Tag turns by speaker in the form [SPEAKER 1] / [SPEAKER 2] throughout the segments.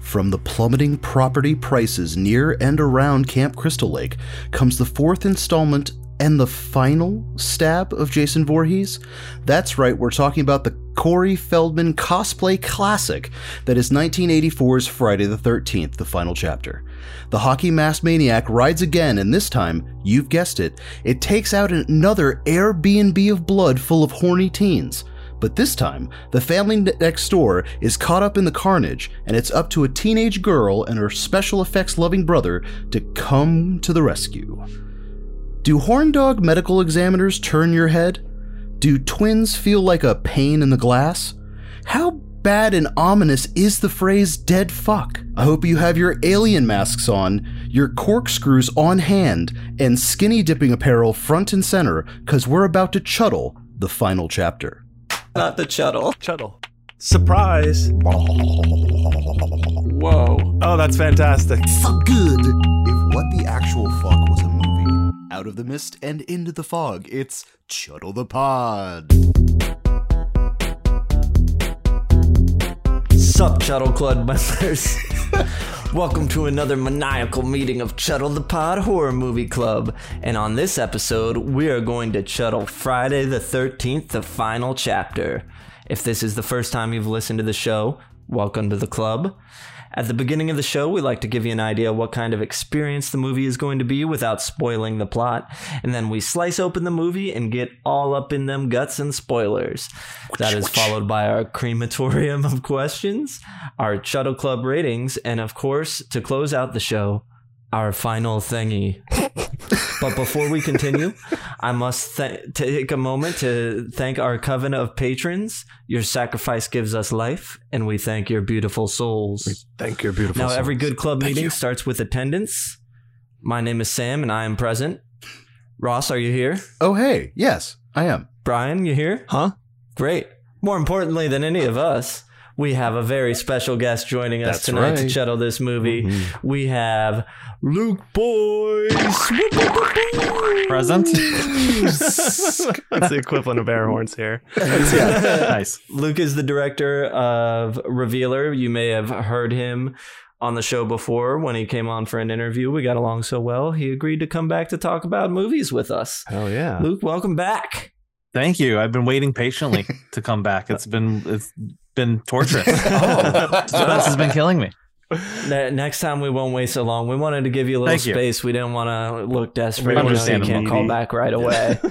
[SPEAKER 1] From the plummeting property prices near and around Camp Crystal Lake comes the fourth installment and the final stab of Jason Voorhees? That's right, we're talking about the Corey Feldman cosplay classic that is 1984's Friday the 13th, the final chapter. The hockey mask maniac rides again, and this time, you've guessed it, it takes out another Airbnb of blood full of horny teens. But this time, the family next door is caught up in the carnage, and it's up to a teenage girl and her special effects loving brother to come to the rescue. Do horn dog medical examiners turn your head? Do twins feel like a pain in the glass? How bad and ominous is the phrase dead fuck? I hope you have your alien masks on, your corkscrews on hand, and skinny dipping apparel front and center, because we're about to chuddle the final chapter.
[SPEAKER 2] Not the chuddle.
[SPEAKER 3] Chuddle. Surprise.
[SPEAKER 2] Whoa.
[SPEAKER 3] Oh, that's fantastic.
[SPEAKER 1] Fuck good! If what the actual fuck was a movie, out of the mist and into the fog, it's Chuddle the Pod.
[SPEAKER 2] Sup, Chuddle Club members. Welcome to another maniacal meeting of Chuddle the Pod Horror Movie Club. And on this episode, we are going to Chuddle Friday the 13th, the final chapter. If this is the first time you've listened to the show, welcome to the club. At the beginning of the show, we like to give you an idea what kind of experience the movie is going to be without spoiling the plot, and then we slice open the movie and get all up in them guts and spoilers. That is followed by our crematorium of questions, our Shuttle Club ratings, and of course, to close out the show, our final thingy. but before we continue, I must th- take a moment to thank our coven of patrons. Your sacrifice gives us life, and we thank your beautiful souls.
[SPEAKER 3] Thank you, beautiful.
[SPEAKER 2] Now,
[SPEAKER 3] soul.
[SPEAKER 2] every good club meeting starts with attendance. My name is Sam, and I am present. Ross, are you here?
[SPEAKER 1] Oh, hey, yes, I am.
[SPEAKER 2] Brian, you here?
[SPEAKER 3] Huh?
[SPEAKER 2] Great. More importantly than any of us, we have a very special guest joining us
[SPEAKER 1] That's
[SPEAKER 2] tonight to
[SPEAKER 1] right.
[SPEAKER 2] shuttle this
[SPEAKER 3] Mm-hmm.
[SPEAKER 2] movie. We have Luke Boyce.
[SPEAKER 4] Present.
[SPEAKER 3] it's the equivalent of air horns here.
[SPEAKER 4] nice.
[SPEAKER 2] Luke is the director of Revealer. You may have heard him on the show before when he came on for an interview. We got along so well, he agreed to come back to talk about movies with us.
[SPEAKER 3] Hell yeah.
[SPEAKER 2] Luke, welcome back.
[SPEAKER 4] Thank you. I've been waiting patiently to come back. It's been it's been torturous.
[SPEAKER 1] Oh.
[SPEAKER 4] Suspense has been killing me.
[SPEAKER 2] Ne- next time we won't wait so long. We wanted to give you a little
[SPEAKER 4] Thank you.
[SPEAKER 2] space. We didn't want to look desperate. You, know, you
[SPEAKER 4] Understandable.
[SPEAKER 2] can't call back right away.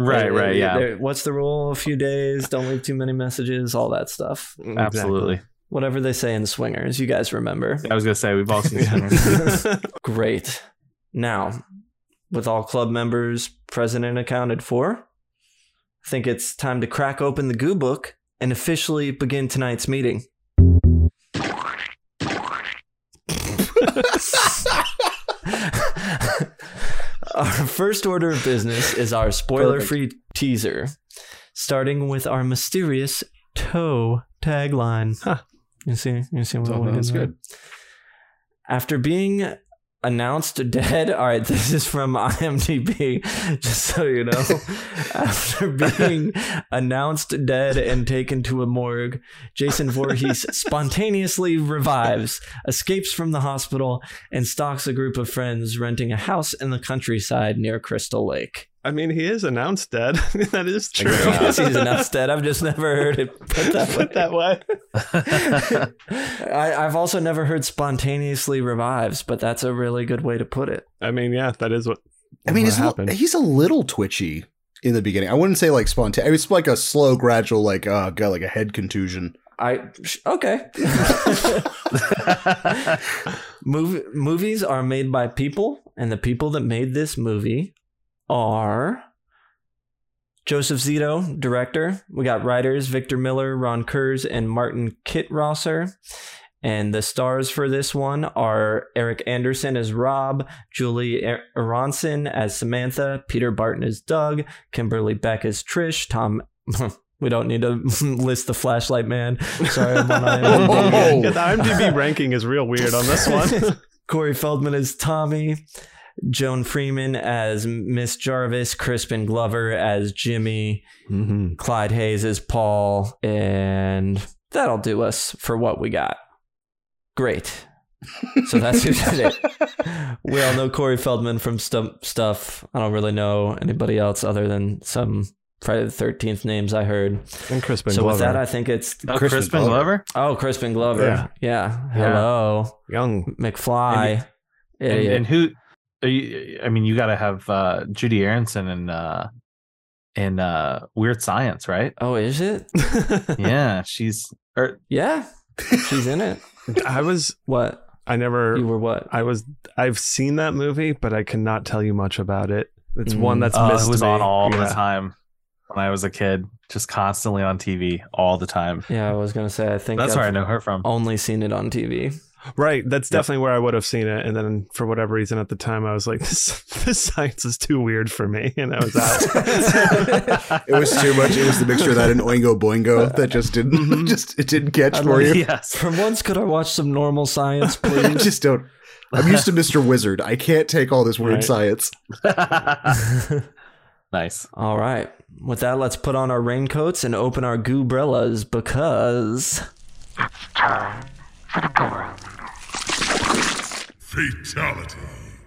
[SPEAKER 4] Right, right, yeah.
[SPEAKER 2] There- What's the rule? A few days. Don't leave too many messages. All that stuff.
[SPEAKER 4] Absolutely.
[SPEAKER 2] Whatever they say in Swingers, you guys remember.
[SPEAKER 4] I was gonna say we've all seen Swingers.
[SPEAKER 2] Great. Now, with all club members present and accounted for, I think it's time to crack open the goo book and officially begin tonight's meeting. our first order of business is our spoiler free teaser, starting with our mysterious toe tagline. You see, you see what
[SPEAKER 3] Oh,
[SPEAKER 2] we
[SPEAKER 3] that's
[SPEAKER 2] did there?
[SPEAKER 3] good.
[SPEAKER 2] After being announced dead. All right, this is from IMDb, just so you know. After being announced dead and taken to a morgue, Jason Voorhees spontaneously revives, escapes from the hospital, and stalks a group of friends renting a house in the countryside near Crystal Lake.
[SPEAKER 3] I mean, he is announced dead. that is true.
[SPEAKER 2] He's announced dead. I've just never heard it put that way.
[SPEAKER 3] Put that way.
[SPEAKER 2] I, I've also never heard spontaneously revives, but that's a really good way to put it.
[SPEAKER 3] I mean, yeah, that is what.
[SPEAKER 1] I mean,
[SPEAKER 3] what
[SPEAKER 1] he's a, li-
[SPEAKER 3] happened.
[SPEAKER 1] he's a little twitchy in the beginning. I wouldn't say like spontaneous. It's like a slow, gradual, like uh, got like a head contusion.
[SPEAKER 2] I sh- okay. Mov movies are made by people, and the people that made this movie are Joseph Zito, director. We got writers Victor Miller, Ron Kurz, and Martin Kittrosser. And the stars for this one are Eric Anderson as Rob, Julie Er- Aronson as Samantha, Peter Barton as Doug, Kimberly Beck as Trish, Tom. We don't need to list the flashlight man. Sorry, I'm on IMDb.
[SPEAKER 3] Yeah, the IMDb ranking is real weird on this one.
[SPEAKER 2] Corey Feldman as Tommy, Joan Freeman as Miss Jarvis, Crispin Glover as Jimmy,
[SPEAKER 3] Mm-hmm.
[SPEAKER 2] Clyde Hayes as Paul, and that'll do us for what we got. Great. So that's who did it. We all know Corey Feldman from Stum stuff. I don't really know anybody else other than some Friday the Thirteenth names I heard.
[SPEAKER 3] And Crispin
[SPEAKER 2] so
[SPEAKER 3] Glover.
[SPEAKER 2] with that, I think it's
[SPEAKER 4] Oh,
[SPEAKER 1] Crispin
[SPEAKER 4] Crispin, Glover?
[SPEAKER 2] oh Crispin Glover. Yeah.
[SPEAKER 3] Yeah.
[SPEAKER 2] Hello,
[SPEAKER 3] Young.
[SPEAKER 2] McFly.
[SPEAKER 4] And,
[SPEAKER 2] Idiot.
[SPEAKER 4] and who? Are you, I mean, you got to have uh, Judy Aronson in uh, in uh, Weird Science, right?
[SPEAKER 2] oh, is it?
[SPEAKER 4] Yeah, she's er, or
[SPEAKER 2] Yeah, she's in it.
[SPEAKER 3] I was.
[SPEAKER 2] What
[SPEAKER 3] I never.
[SPEAKER 2] you were? What?
[SPEAKER 3] I was. I've seen that movie, but I cannot tell you much about it. It's
[SPEAKER 2] Mm.
[SPEAKER 3] one that's
[SPEAKER 4] uh,
[SPEAKER 3] missed
[SPEAKER 4] it was
[SPEAKER 3] me.
[SPEAKER 4] on all
[SPEAKER 3] Yeah.
[SPEAKER 4] the time when I was a kid, just constantly on TV all the time.
[SPEAKER 2] Yeah, I was gonna say. I think
[SPEAKER 4] That's where I
[SPEAKER 2] I've
[SPEAKER 4] know her from.
[SPEAKER 2] Only seen it on TV.
[SPEAKER 3] Right. That's
[SPEAKER 4] Yep.
[SPEAKER 3] definitely where I would have seen it. And then for whatever reason at the time, I was like, this, this science is too weird for me. And I was out.
[SPEAKER 1] It was too much. It was the mixture of that and Oingo Boingo that just didn't just it didn't catch
[SPEAKER 2] I
[SPEAKER 1] for
[SPEAKER 2] love-
[SPEAKER 1] you.
[SPEAKER 4] yes.
[SPEAKER 2] For once, could I watch some normal science,
[SPEAKER 1] I
[SPEAKER 2] please?
[SPEAKER 1] just don't. I'm used to Mr. Wizard. I can't take all this weird
[SPEAKER 3] Right.
[SPEAKER 1] science.
[SPEAKER 4] nice.
[SPEAKER 2] All right. With that, let's put on our raincoats and open our goobrellas because
[SPEAKER 5] Fatality.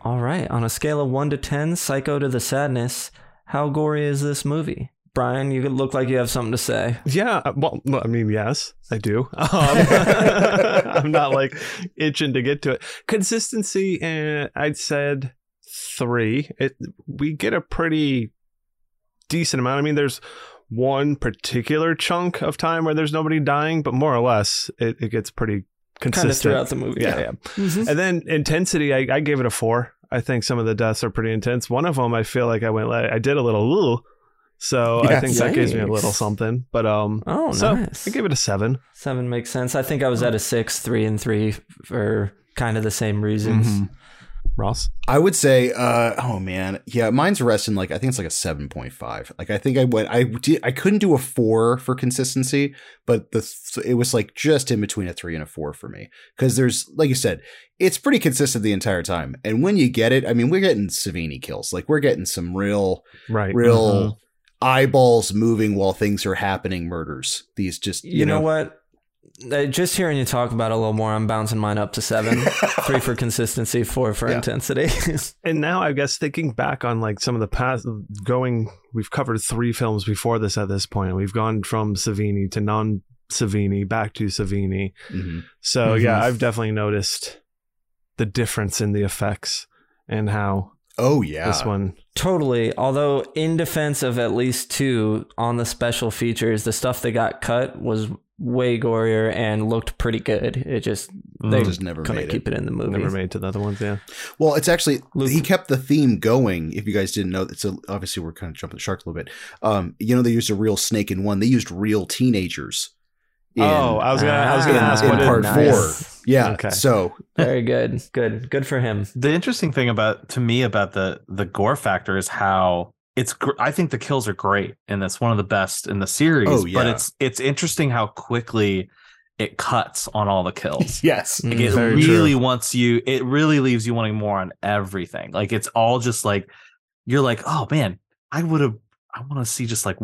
[SPEAKER 2] all right, on a scale of 1 to 10, psycho to the sadness, how gory is this movie? Brian, you look like you have something to say.
[SPEAKER 3] yeah. uh, Well, well, I mean, yes, I do. Um, I'm not like itching to get to it. Consistency, and I said three. It, we get a pretty decent amount. I mean, there's one particular chunk of time where there's nobody dying, but more or less, it, it gets pretty
[SPEAKER 2] Kind of
[SPEAKER 3] consistent.
[SPEAKER 2] throughout the movie. Mm-hmm.
[SPEAKER 3] yeah. yeah. And then intensity, I, I gave it a four. I think some of the deaths are pretty intense. One of them, I feel like I went, like, I did a little, ooh. so I
[SPEAKER 1] Yes.
[SPEAKER 3] think that gives me a
[SPEAKER 2] Yikes.
[SPEAKER 3] little something. But um,
[SPEAKER 2] Oh,
[SPEAKER 3] so
[SPEAKER 2] nice.
[SPEAKER 3] I gave it a seven.
[SPEAKER 2] Seven makes sense. I think I was at a six, three, and three for kind of the same reasons.
[SPEAKER 3] Mm-hmm. Ross,
[SPEAKER 1] I would say, uh, oh man, yeah, mine's resting like I think it's like a seven point five. Like I think I went, I did, I couldn't do a four for consistency, but the th- it was like just in between a three and a four for me because there's like you said, it's pretty consistent the entire time, and when you get it, I mean, we're getting Savini kills, like we're getting some real,
[SPEAKER 3] right? Mm-hmm.
[SPEAKER 1] real.
[SPEAKER 2] uh-huh.
[SPEAKER 1] Eyeballs moving while things are happening, murders. These just you,
[SPEAKER 2] You, know, what? Uh, Just hearing you talk about it a little more, I'm bouncing mine up to seven. three for consistency, four for
[SPEAKER 1] Yeah.
[SPEAKER 2] intensity.
[SPEAKER 3] And now I guess thinking back on like some of the past, going, we've covered three films before this. At this point, we've gone from Savini to non Savini back to Savini.
[SPEAKER 1] Mhm.
[SPEAKER 3] So
[SPEAKER 2] Mhm.
[SPEAKER 3] yeah, I've definitely noticed the difference in the effects and how
[SPEAKER 1] Oh yeah,
[SPEAKER 3] this one.
[SPEAKER 2] Totally. Although, in defense of at least two on the special features, the stuff that got cut was way gorier and looked pretty good. It just
[SPEAKER 3] Mm.
[SPEAKER 2] they
[SPEAKER 1] just never made
[SPEAKER 2] couldn't
[SPEAKER 1] it.
[SPEAKER 2] keep it. in the movie.
[SPEAKER 3] Never made to the other ones, yeah.
[SPEAKER 1] Well, it's actually
[SPEAKER 2] Luke-
[SPEAKER 1] he kept the theme going. If you guys didn't know, it's a, obviously we're kind of jumping the shark a little bit. Um, you know, they used a real snake in one. They used real teenagers. in-
[SPEAKER 3] oh, I was gonna, I was gonna
[SPEAKER 1] Ah,
[SPEAKER 3] ask
[SPEAKER 1] in
[SPEAKER 3] what
[SPEAKER 1] part
[SPEAKER 3] it-
[SPEAKER 2] Nice.
[SPEAKER 1] yeah.
[SPEAKER 3] okay.
[SPEAKER 1] So
[SPEAKER 2] Very good. Good. Good for him.
[SPEAKER 4] The interesting thing about to me about the the gore factor is how it's. gr- I think the kills are great, and that's one of the best in the series.
[SPEAKER 1] Oh,
[SPEAKER 4] But
[SPEAKER 1] yeah.
[SPEAKER 4] it's it's interesting how quickly it cuts on all the kills.
[SPEAKER 1] yes,
[SPEAKER 4] Like
[SPEAKER 2] Mm.
[SPEAKER 4] it
[SPEAKER 3] Very
[SPEAKER 4] really wants you. It really leaves you wanting more on everything. Like it's all just like you're like, oh man, I would have. I want to see just like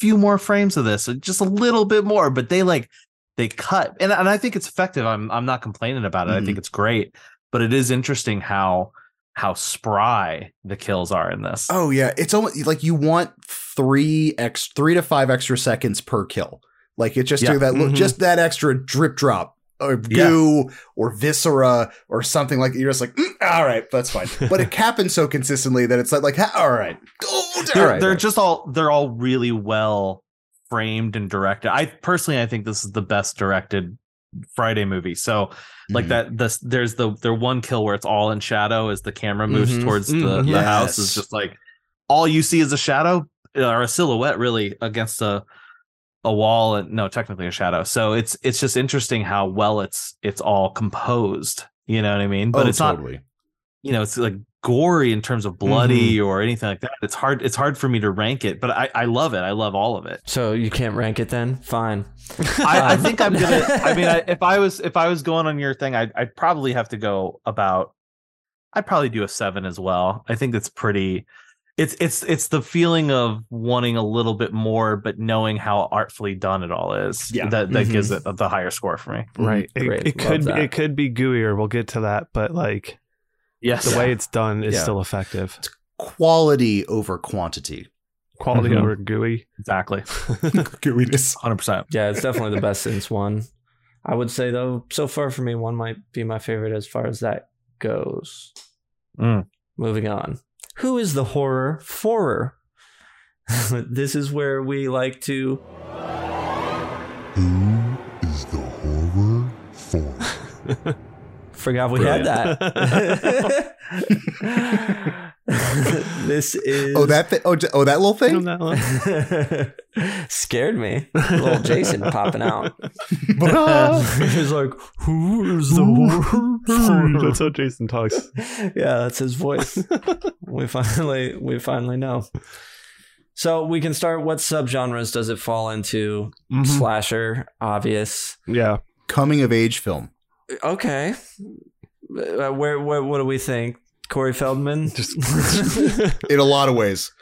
[SPEAKER 4] few more frames of this, or just a little bit more. But they like they cut, and and I think it's effective. I'm I'm not complaining about it. I think it's great, but it is interesting how how spry the kills are in this.
[SPEAKER 1] Oh yeah, it's almost like you want three ex three to five extra seconds per kill. Like it's just
[SPEAKER 4] Yeah.
[SPEAKER 1] do that look,
[SPEAKER 3] Mhm.
[SPEAKER 1] just that extra drip drop or
[SPEAKER 4] Yeah.
[SPEAKER 1] goo or viscera or something like you're just like "Mm, all right that's fine. but it happens so consistently that it's like like "Ha- all right, oh, all
[SPEAKER 4] they're,
[SPEAKER 1] right.
[SPEAKER 4] they're just all they're all really well framed and directed i personally i think this is the best directed friday movie so like
[SPEAKER 1] Mhm.
[SPEAKER 4] that this there's the their one kill where it's all in shadow as the camera moves
[SPEAKER 2] Mhm.
[SPEAKER 4] towards the,
[SPEAKER 3] Mhm.
[SPEAKER 4] the
[SPEAKER 1] Mm-hmm. Yes.
[SPEAKER 4] house is just like all you see is a shadow uh, or a silhouette really against a a wall and no technically a shadow so it's it's just interesting how well it's it's all composed you know what i mean but
[SPEAKER 1] Oh,
[SPEAKER 4] it's not
[SPEAKER 1] totally.
[SPEAKER 4] you know it's like gory in terms of bloody
[SPEAKER 1] Mm-hmm.
[SPEAKER 4] or anything like that it's hard it's hard for me to rank it but i i love it i love all of it
[SPEAKER 2] So you can't rank it then? Fine.
[SPEAKER 4] i, I
[SPEAKER 2] Um,
[SPEAKER 4] think i'm gonna i mean I, if i was if i was going on your thing I'd, I'd probably have to go about i'd probably do a seven as well i think that's pretty it's it's it's the feeling of wanting a little bit more, but knowing how artfully done it all is.
[SPEAKER 1] Yeah.
[SPEAKER 4] that that
[SPEAKER 2] Mhm.
[SPEAKER 4] gives it the higher score for me.
[SPEAKER 3] Right.
[SPEAKER 2] Mm-hmm. Great,
[SPEAKER 3] It, it
[SPEAKER 2] love
[SPEAKER 3] could
[SPEAKER 2] that.
[SPEAKER 3] it could be gooier. We'll get to that, but like
[SPEAKER 4] Yes,
[SPEAKER 3] the way it's done is
[SPEAKER 4] Yeah.
[SPEAKER 3] still effective.
[SPEAKER 1] Quality over quantity.
[SPEAKER 3] Quality
[SPEAKER 2] Mm-hmm.
[SPEAKER 4] Mhm.
[SPEAKER 3] over gooey.
[SPEAKER 4] exactly,
[SPEAKER 1] Gooiness.
[SPEAKER 4] hundred percent.
[SPEAKER 2] Yeah, it's definitely the best since one. I would say though, so far for me, one might be my favorite as far as that goes.
[SPEAKER 4] Mm.
[SPEAKER 2] Moving on. Who is the horror forer? this is where we like to
[SPEAKER 6] Who is the horror for?
[SPEAKER 2] forgot we had that. this is
[SPEAKER 1] Oh, that thing. Oh, j- oh, that little
[SPEAKER 3] You know
[SPEAKER 1] thing.
[SPEAKER 3] that one?
[SPEAKER 2] scared me. Little Jason popping out. He's like, who's the horror?
[SPEAKER 3] That's how Jason talks.
[SPEAKER 2] yeah, that's his voice. we finally we finally know. So we can start what subgenres does it fall into?
[SPEAKER 1] Mm-hmm.
[SPEAKER 2] Slasher, obvious.
[SPEAKER 3] Mm-hmm. Yeah.
[SPEAKER 1] Coming of age film.
[SPEAKER 2] Okay. Uh, where, where what do we think? Corey Feldman?
[SPEAKER 3] Just
[SPEAKER 1] In a lot of ways.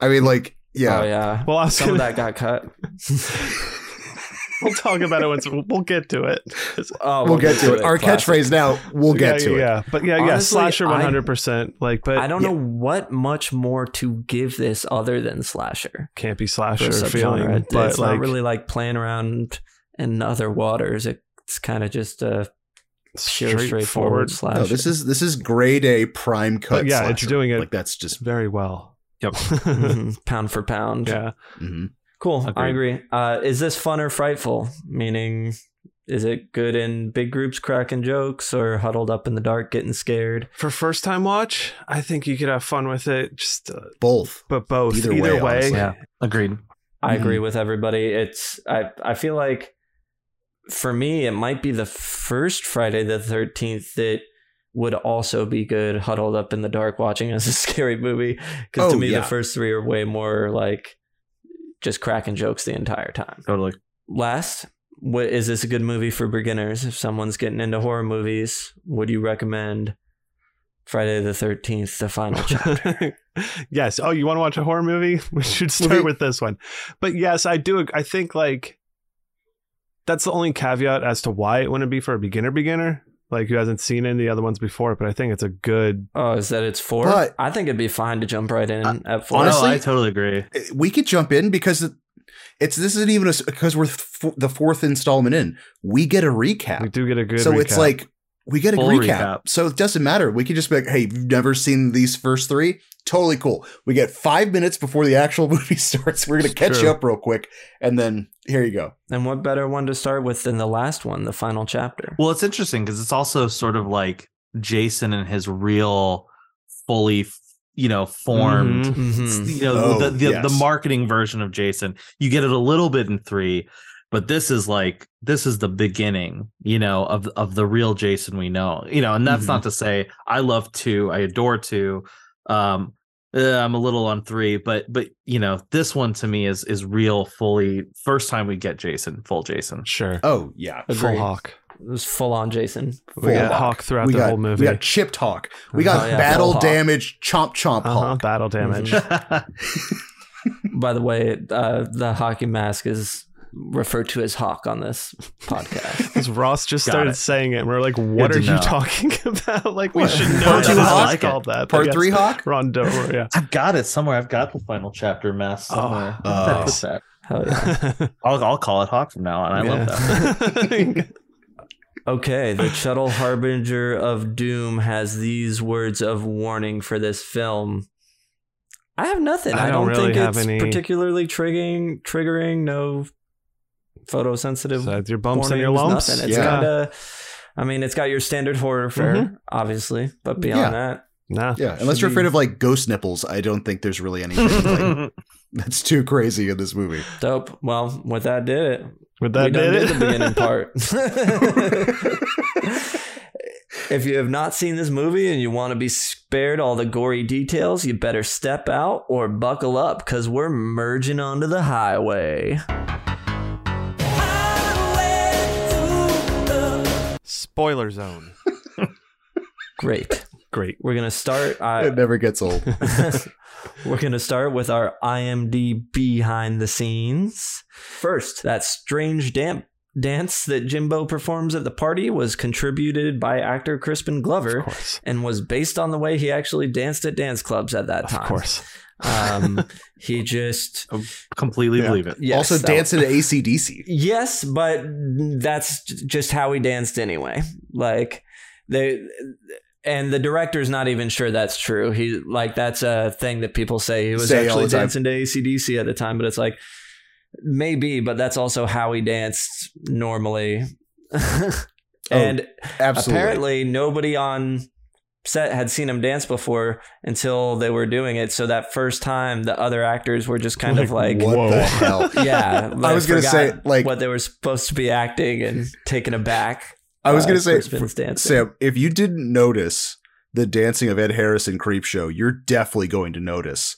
[SPEAKER 1] I mean, like, yeah.
[SPEAKER 2] Oh yeah.
[SPEAKER 3] well, I was
[SPEAKER 2] Some of
[SPEAKER 3] gonna,
[SPEAKER 2] that got cut.
[SPEAKER 3] we'll talk about it once we'll get to it.
[SPEAKER 2] Oh,
[SPEAKER 1] We'll get to it. Our
[SPEAKER 2] Classic.
[SPEAKER 1] catchphrase now. We'll get
[SPEAKER 3] yeah,
[SPEAKER 1] to
[SPEAKER 3] yeah,
[SPEAKER 1] it.
[SPEAKER 3] Yeah, but yeah, yeah,
[SPEAKER 2] Honestly,
[SPEAKER 3] slasher
[SPEAKER 2] I-
[SPEAKER 3] one hundred percent. Like, but
[SPEAKER 2] I don't know what much more to give this other than slasher.
[SPEAKER 3] can't be
[SPEAKER 2] for
[SPEAKER 3] slasher
[SPEAKER 2] a subgenre.
[SPEAKER 3] feeling,
[SPEAKER 2] It-
[SPEAKER 3] but
[SPEAKER 2] it's
[SPEAKER 3] like
[SPEAKER 2] not really like playing around in other waters. It, it's kind of just a pure straightforward
[SPEAKER 3] straightforward.
[SPEAKER 2] slash.
[SPEAKER 1] No, this is this is grade A prime cut.
[SPEAKER 3] But yeah, it's
[SPEAKER 1] slasher.
[SPEAKER 3] doing it-
[SPEAKER 1] like that's just.
[SPEAKER 3] very well.
[SPEAKER 4] Yep.
[SPEAKER 2] Mhm, pound for pound.
[SPEAKER 3] yeah,
[SPEAKER 1] mhm.
[SPEAKER 2] Cool. I
[SPEAKER 4] Agreed.
[SPEAKER 2] agree. Uh, is this fun or frightful? Meaning, is it good in big groups cracking jokes or huddled up in the dark getting scared?
[SPEAKER 3] for first time watch, I think you could have fun with it. Just, uh,
[SPEAKER 1] Both.
[SPEAKER 3] but both
[SPEAKER 1] Either
[SPEAKER 3] either,
[SPEAKER 1] way,
[SPEAKER 3] way,
[SPEAKER 1] honestly.
[SPEAKER 4] Yeah, agreed.
[SPEAKER 2] I
[SPEAKER 1] Mhm.
[SPEAKER 2] agree with everybody. It's I I feel like for me it might be the first Friday the 13th that would also be good huddled up in the dark watching as a scary movie cuz to
[SPEAKER 1] Oh,
[SPEAKER 2] me
[SPEAKER 1] yeah.
[SPEAKER 2] the first 3 are way more like just cracking jokes the entire time.
[SPEAKER 4] Totally.
[SPEAKER 2] Last, what is this a good movie for beginners if someone's getting into horror movies? Would you recommend Friday the 13th the final chapter?
[SPEAKER 3] yes. Oh, you want to watch a horror movie? We should start
[SPEAKER 1] Movie.
[SPEAKER 3] with this one. But yes, I do. ag- I think like that's the only caveat as to why it wouldn't be for a beginner beginner, like who hasn't seen any of the other ones before. But I think it's a good.
[SPEAKER 2] Oh, is that it's 4?
[SPEAKER 1] But-
[SPEAKER 2] I think it'd be fine to jump right in at
[SPEAKER 1] honestly-
[SPEAKER 2] 4.
[SPEAKER 4] Honestly, I totally agree.
[SPEAKER 1] Eh, We could jump in because it- it's this isn't even a s because we're f- the fourth installment in. We get a recap.
[SPEAKER 3] We do get a good.
[SPEAKER 1] so it's
[SPEAKER 3] recap.
[SPEAKER 1] like we get a
[SPEAKER 4] Full
[SPEAKER 1] recap.
[SPEAKER 4] recap.
[SPEAKER 1] So it doesn't matter. We could just be like, hey, you've never seen these first three? Totally cool. We get five minutes before the actual movie starts. We're gonna catch
[SPEAKER 3] True.
[SPEAKER 1] you up real quick, and then here you go.
[SPEAKER 2] And what better one to start with than the last one, the final chapter?
[SPEAKER 4] Well, it's interesting because it's also sort of like Jason and his real, fully, you know, formed
[SPEAKER 3] Mm-hmm.
[SPEAKER 2] Mhm.
[SPEAKER 4] you know
[SPEAKER 1] Oh,
[SPEAKER 4] the the, the
[SPEAKER 1] yes.
[SPEAKER 4] marketing version of Jason. You get it a little bit in three, but this is like this is the beginning, you know, of of the real Jason we know. You know, and that's
[SPEAKER 2] Mhm.
[SPEAKER 4] not to say I love two, I adore two. Um, eh, I'm a little on three, but but you know, this one to me is is real, fully first time we get Jason, full Jason.
[SPEAKER 3] sure.
[SPEAKER 1] Oh yeah,
[SPEAKER 3] Full
[SPEAKER 2] Agreed.
[SPEAKER 3] hawk.
[SPEAKER 2] It was full on Jason.
[SPEAKER 3] We got
[SPEAKER 1] Full
[SPEAKER 3] hawk throughout
[SPEAKER 1] we
[SPEAKER 3] the
[SPEAKER 1] got
[SPEAKER 3] whole movie.
[SPEAKER 1] we got chipped hawk. We got
[SPEAKER 2] Oh, yeah,
[SPEAKER 1] battle
[SPEAKER 2] full hawk.
[SPEAKER 1] damage chomp chomp
[SPEAKER 3] Uh-huh,
[SPEAKER 1] hawk.
[SPEAKER 3] battle
[SPEAKER 1] Mm-hmm.
[SPEAKER 3] damage.
[SPEAKER 2] By the way, uh, the hockey mask is referred to as Hawk on this podcast.
[SPEAKER 3] Because Ross just
[SPEAKER 4] Got
[SPEAKER 3] started
[SPEAKER 4] it.
[SPEAKER 3] saying it, and we are like, "What
[SPEAKER 4] Good
[SPEAKER 3] are
[SPEAKER 4] to
[SPEAKER 3] you
[SPEAKER 4] know.
[SPEAKER 3] talking about? Like, we
[SPEAKER 1] What?
[SPEAKER 3] should know
[SPEAKER 1] Part
[SPEAKER 3] that
[SPEAKER 1] two
[SPEAKER 3] this
[SPEAKER 1] Hawk?
[SPEAKER 3] is called that." but
[SPEAKER 1] Part
[SPEAKER 3] yes,
[SPEAKER 1] three hawk.
[SPEAKER 3] Ron Dover. Yeah.
[SPEAKER 4] I've got it somewhere. I've got the final chapter mask
[SPEAKER 3] Oh,
[SPEAKER 4] somewhere.
[SPEAKER 1] oh.
[SPEAKER 4] Put that.
[SPEAKER 2] Hell yeah.
[SPEAKER 4] I'll, I'll call it Hawk from now on. I love that.
[SPEAKER 3] that.
[SPEAKER 2] Okay, the Shuttle Harbinger of Doom has these words of warning for this film. I have nothing. I,
[SPEAKER 3] I
[SPEAKER 2] don't,
[SPEAKER 3] don't really
[SPEAKER 2] think
[SPEAKER 3] have
[SPEAKER 2] it's
[SPEAKER 3] any-
[SPEAKER 2] particularly triggering. Triggering, no photosensitive
[SPEAKER 3] so your bumps and your
[SPEAKER 2] warnings,
[SPEAKER 3] lumps.
[SPEAKER 2] Nothing. It's
[SPEAKER 1] Yeah.
[SPEAKER 2] kind of. I mean, it's got your standard horror fare,
[SPEAKER 3] Mm-hmm.
[SPEAKER 2] obviously, but beyond
[SPEAKER 1] Yeah.
[SPEAKER 2] that,
[SPEAKER 3] nah.
[SPEAKER 1] Yeah, unless you're afraid of like ghost nipples, I don't think there's really anything like, that's too crazy in this movie.
[SPEAKER 2] dope. Well, with that did it.
[SPEAKER 3] With
[SPEAKER 2] we
[SPEAKER 3] that did
[SPEAKER 2] done did
[SPEAKER 3] it.
[SPEAKER 2] the beginning part. if you have not seen this movie and you want to be spared all the gory details, you better step out or buckle up because we're merging onto the highway.
[SPEAKER 3] Spoiler zone.
[SPEAKER 2] Great.
[SPEAKER 3] Great.
[SPEAKER 2] We're gonna start. I,
[SPEAKER 1] It never gets old.
[SPEAKER 2] We're going to start with our IMDb behind the scenes. First, that strange damp dance that Jimbo performs at the party was contributed by actor Crispin
[SPEAKER 3] Of
[SPEAKER 2] Glover
[SPEAKER 3] course.
[SPEAKER 2] and was based on the way he actually danced at dance clubs at that
[SPEAKER 3] Of
[SPEAKER 2] time.
[SPEAKER 3] course.
[SPEAKER 2] Um, he just
[SPEAKER 4] Completely
[SPEAKER 7] Yeah.
[SPEAKER 4] believe it.
[SPEAKER 2] yes,
[SPEAKER 7] also
[SPEAKER 2] that-
[SPEAKER 7] dancing to ACDC.
[SPEAKER 2] Yes, but that's j- just how he danced anyway. Like they and the director's not even sure that's true. He like that's a thing that people say he was
[SPEAKER 7] Say all
[SPEAKER 2] actually
[SPEAKER 7] the time.
[SPEAKER 2] dancing to ACDC at the time, but it's like maybe, but that's also how he danced normally. and
[SPEAKER 7] Oh, Absolutely.
[SPEAKER 2] apparently nobody on set had seen him dance before until they were doing it. So that first time the other actors were just kind of like
[SPEAKER 7] what
[SPEAKER 3] Whoa.
[SPEAKER 7] the hell?
[SPEAKER 2] yeah,
[SPEAKER 7] I was gonna
[SPEAKER 2] forgot
[SPEAKER 7] say, like-
[SPEAKER 2] what they were supposed to be acting and taken aback.
[SPEAKER 7] I was
[SPEAKER 2] by
[SPEAKER 7] going to say,
[SPEAKER 2] Crispin's dancing.
[SPEAKER 7] Sam, if you didn't notice the dancing of Ed Harris in Creep Show, you're definitely going to notice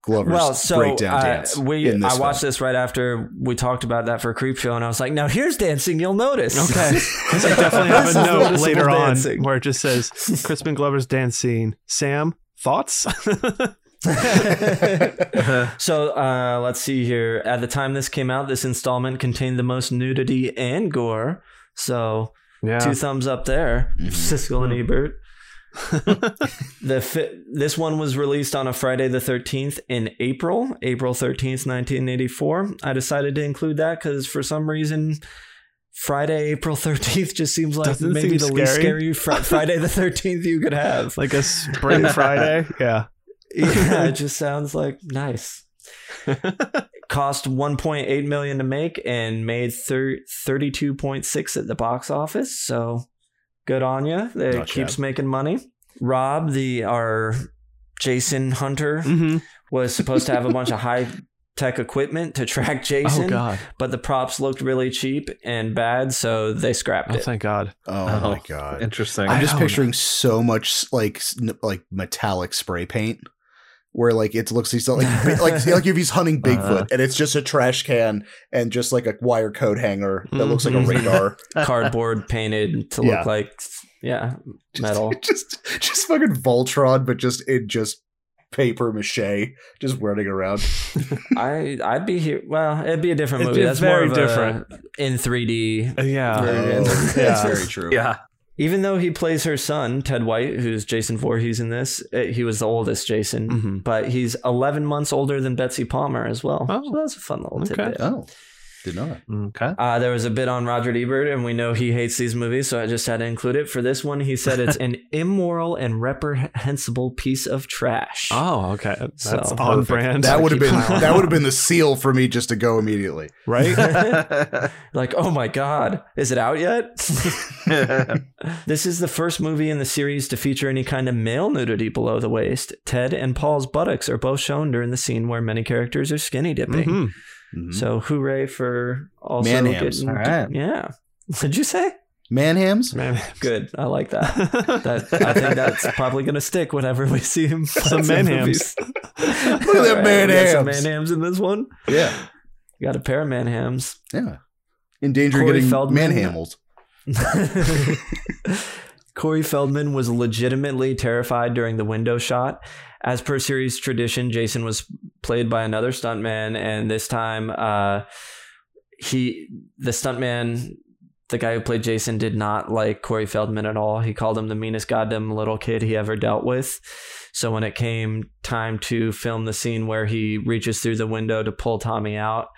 [SPEAKER 7] Glover's
[SPEAKER 2] well, so
[SPEAKER 7] breakdown
[SPEAKER 2] uh,
[SPEAKER 7] dance.
[SPEAKER 2] we
[SPEAKER 7] in this
[SPEAKER 2] I watched
[SPEAKER 7] film.
[SPEAKER 2] this right after we talked about that for Creep Show, and I was like, now here's dancing you'll notice.
[SPEAKER 3] Okay. Because I definitely have
[SPEAKER 7] This
[SPEAKER 3] a
[SPEAKER 7] is
[SPEAKER 3] note
[SPEAKER 7] noticeable
[SPEAKER 3] later on
[SPEAKER 7] dancing.
[SPEAKER 3] where it just says Crispin Glover's dance scene. Sam, thoughts?
[SPEAKER 2] So uh, let's see here. At the time this came out, this installment contained the most nudity and gore. So
[SPEAKER 3] yeah. Mm-hmm. Hmm.
[SPEAKER 2] two thumbs up there,
[SPEAKER 7] Mhm.
[SPEAKER 2] Siskel and Ebert. the fi- this one was released on a Friday the 13th in April, April 13th, 1984. I decided to include that because for some reason, Friday, April 13th just seems like
[SPEAKER 3] Doesn't
[SPEAKER 2] maybe
[SPEAKER 3] seem
[SPEAKER 2] the least
[SPEAKER 3] scary.
[SPEAKER 2] scary fr- Friday the 13th you could have.
[SPEAKER 3] Like a spring Friday. Yeah.
[SPEAKER 2] yeah, it just sounds like nice. Cost 1.8 million to make and made thir- 32.6 at the box office. So good on you. It
[SPEAKER 7] Not
[SPEAKER 2] keeps making money. Rob, the our Jason Hunter
[SPEAKER 3] Mm-hmm.
[SPEAKER 2] was supposed to have a bunch of high tech equipment to track
[SPEAKER 3] Oh,
[SPEAKER 2] Jason,
[SPEAKER 3] God.
[SPEAKER 2] but the props looked really cheap and bad, so they scrapped
[SPEAKER 3] Oh,
[SPEAKER 2] it.
[SPEAKER 3] thank God.
[SPEAKER 7] oh, my
[SPEAKER 4] Oh,
[SPEAKER 7] god!
[SPEAKER 4] Interesting.
[SPEAKER 7] I'm just
[SPEAKER 3] don't-
[SPEAKER 7] picturing so much like s- n- like metallic spray paint, where like it looks he's like bi- like like if he's hunting Bigfoot
[SPEAKER 4] Uh-huh.
[SPEAKER 7] and it's just a trash can and just like a wire coat hanger that looks like a
[SPEAKER 3] Mhm.
[SPEAKER 7] radar.
[SPEAKER 2] Cardboard painted to
[SPEAKER 7] Yeah.
[SPEAKER 2] look like yeah, metal.
[SPEAKER 7] just just fucking Voltron, but just in just paper mache, just running around. Uh,
[SPEAKER 2] I I'd be here. Well, it'd be a different
[SPEAKER 3] It'd
[SPEAKER 2] movie.
[SPEAKER 3] be
[SPEAKER 2] That's
[SPEAKER 3] very
[SPEAKER 2] more of a-
[SPEAKER 3] different.
[SPEAKER 2] in 3D.
[SPEAKER 3] Uh, yeah.
[SPEAKER 2] Very
[SPEAKER 7] Oh,
[SPEAKER 2] good.
[SPEAKER 3] Yeah.
[SPEAKER 7] That's very true.
[SPEAKER 4] yeah.
[SPEAKER 2] Even though he plays her son Ted White, who's Jason Voorhees in this, uh, he was the oldest Jason,
[SPEAKER 3] Mhm.
[SPEAKER 2] but he's 11 months older than Betsy Palmer as well.
[SPEAKER 3] Oh.
[SPEAKER 2] So that's a fun little
[SPEAKER 3] Okay.
[SPEAKER 2] tidbit.
[SPEAKER 7] Oh, did not.
[SPEAKER 4] Okay.
[SPEAKER 2] Uh, there was a bit on Roger Ebert, and we know he hates these movies, so I just had to include it for this one. He said it's an immoral and reprehensible piece of trash.
[SPEAKER 3] Oh, okay. That's
[SPEAKER 2] So-
[SPEAKER 3] on
[SPEAKER 4] Perfect.
[SPEAKER 3] brand.
[SPEAKER 7] That would have
[SPEAKER 2] keep
[SPEAKER 7] been
[SPEAKER 2] piling
[SPEAKER 7] that
[SPEAKER 2] up.
[SPEAKER 7] would have been the seal for me just to go immediately.
[SPEAKER 3] right?
[SPEAKER 2] like, oh my god, is it out yet? This is the first movie in the series to feature any kind of male nudity below the waist. Ted and Paul's buttocks are both shown during the scene where many characters are skinny dipping.
[SPEAKER 3] Mhm.
[SPEAKER 7] Mm-hmm.
[SPEAKER 2] So hooray for also
[SPEAKER 7] Man hams.
[SPEAKER 2] getting
[SPEAKER 4] All right.
[SPEAKER 2] yeah. Did you say?
[SPEAKER 7] Manhams?
[SPEAKER 3] Man.
[SPEAKER 2] Good. I like that. That I think that's probably gonna stick whenever we see him.
[SPEAKER 3] Some man hams.
[SPEAKER 2] Look
[SPEAKER 7] Look at that man
[SPEAKER 2] Some
[SPEAKER 7] hams.
[SPEAKER 2] man hams in this one.
[SPEAKER 7] Yeah.
[SPEAKER 2] You got a pair of man hams.
[SPEAKER 7] Yeah. In danger of
[SPEAKER 2] Corey
[SPEAKER 7] getting
[SPEAKER 2] Feldman.
[SPEAKER 7] manhammed.
[SPEAKER 2] Corey Feldman was legitimately terrified during the window shot. As per series tradition, Jason was played by another stuntman, and this time, uh, he the stuntman, the guy who played Jason, did not like Corey Feldman at all. He called him the meanest goddamn little kid he ever dealt with. So when it came time to film the scene where he reaches through the window to pull Tommy out,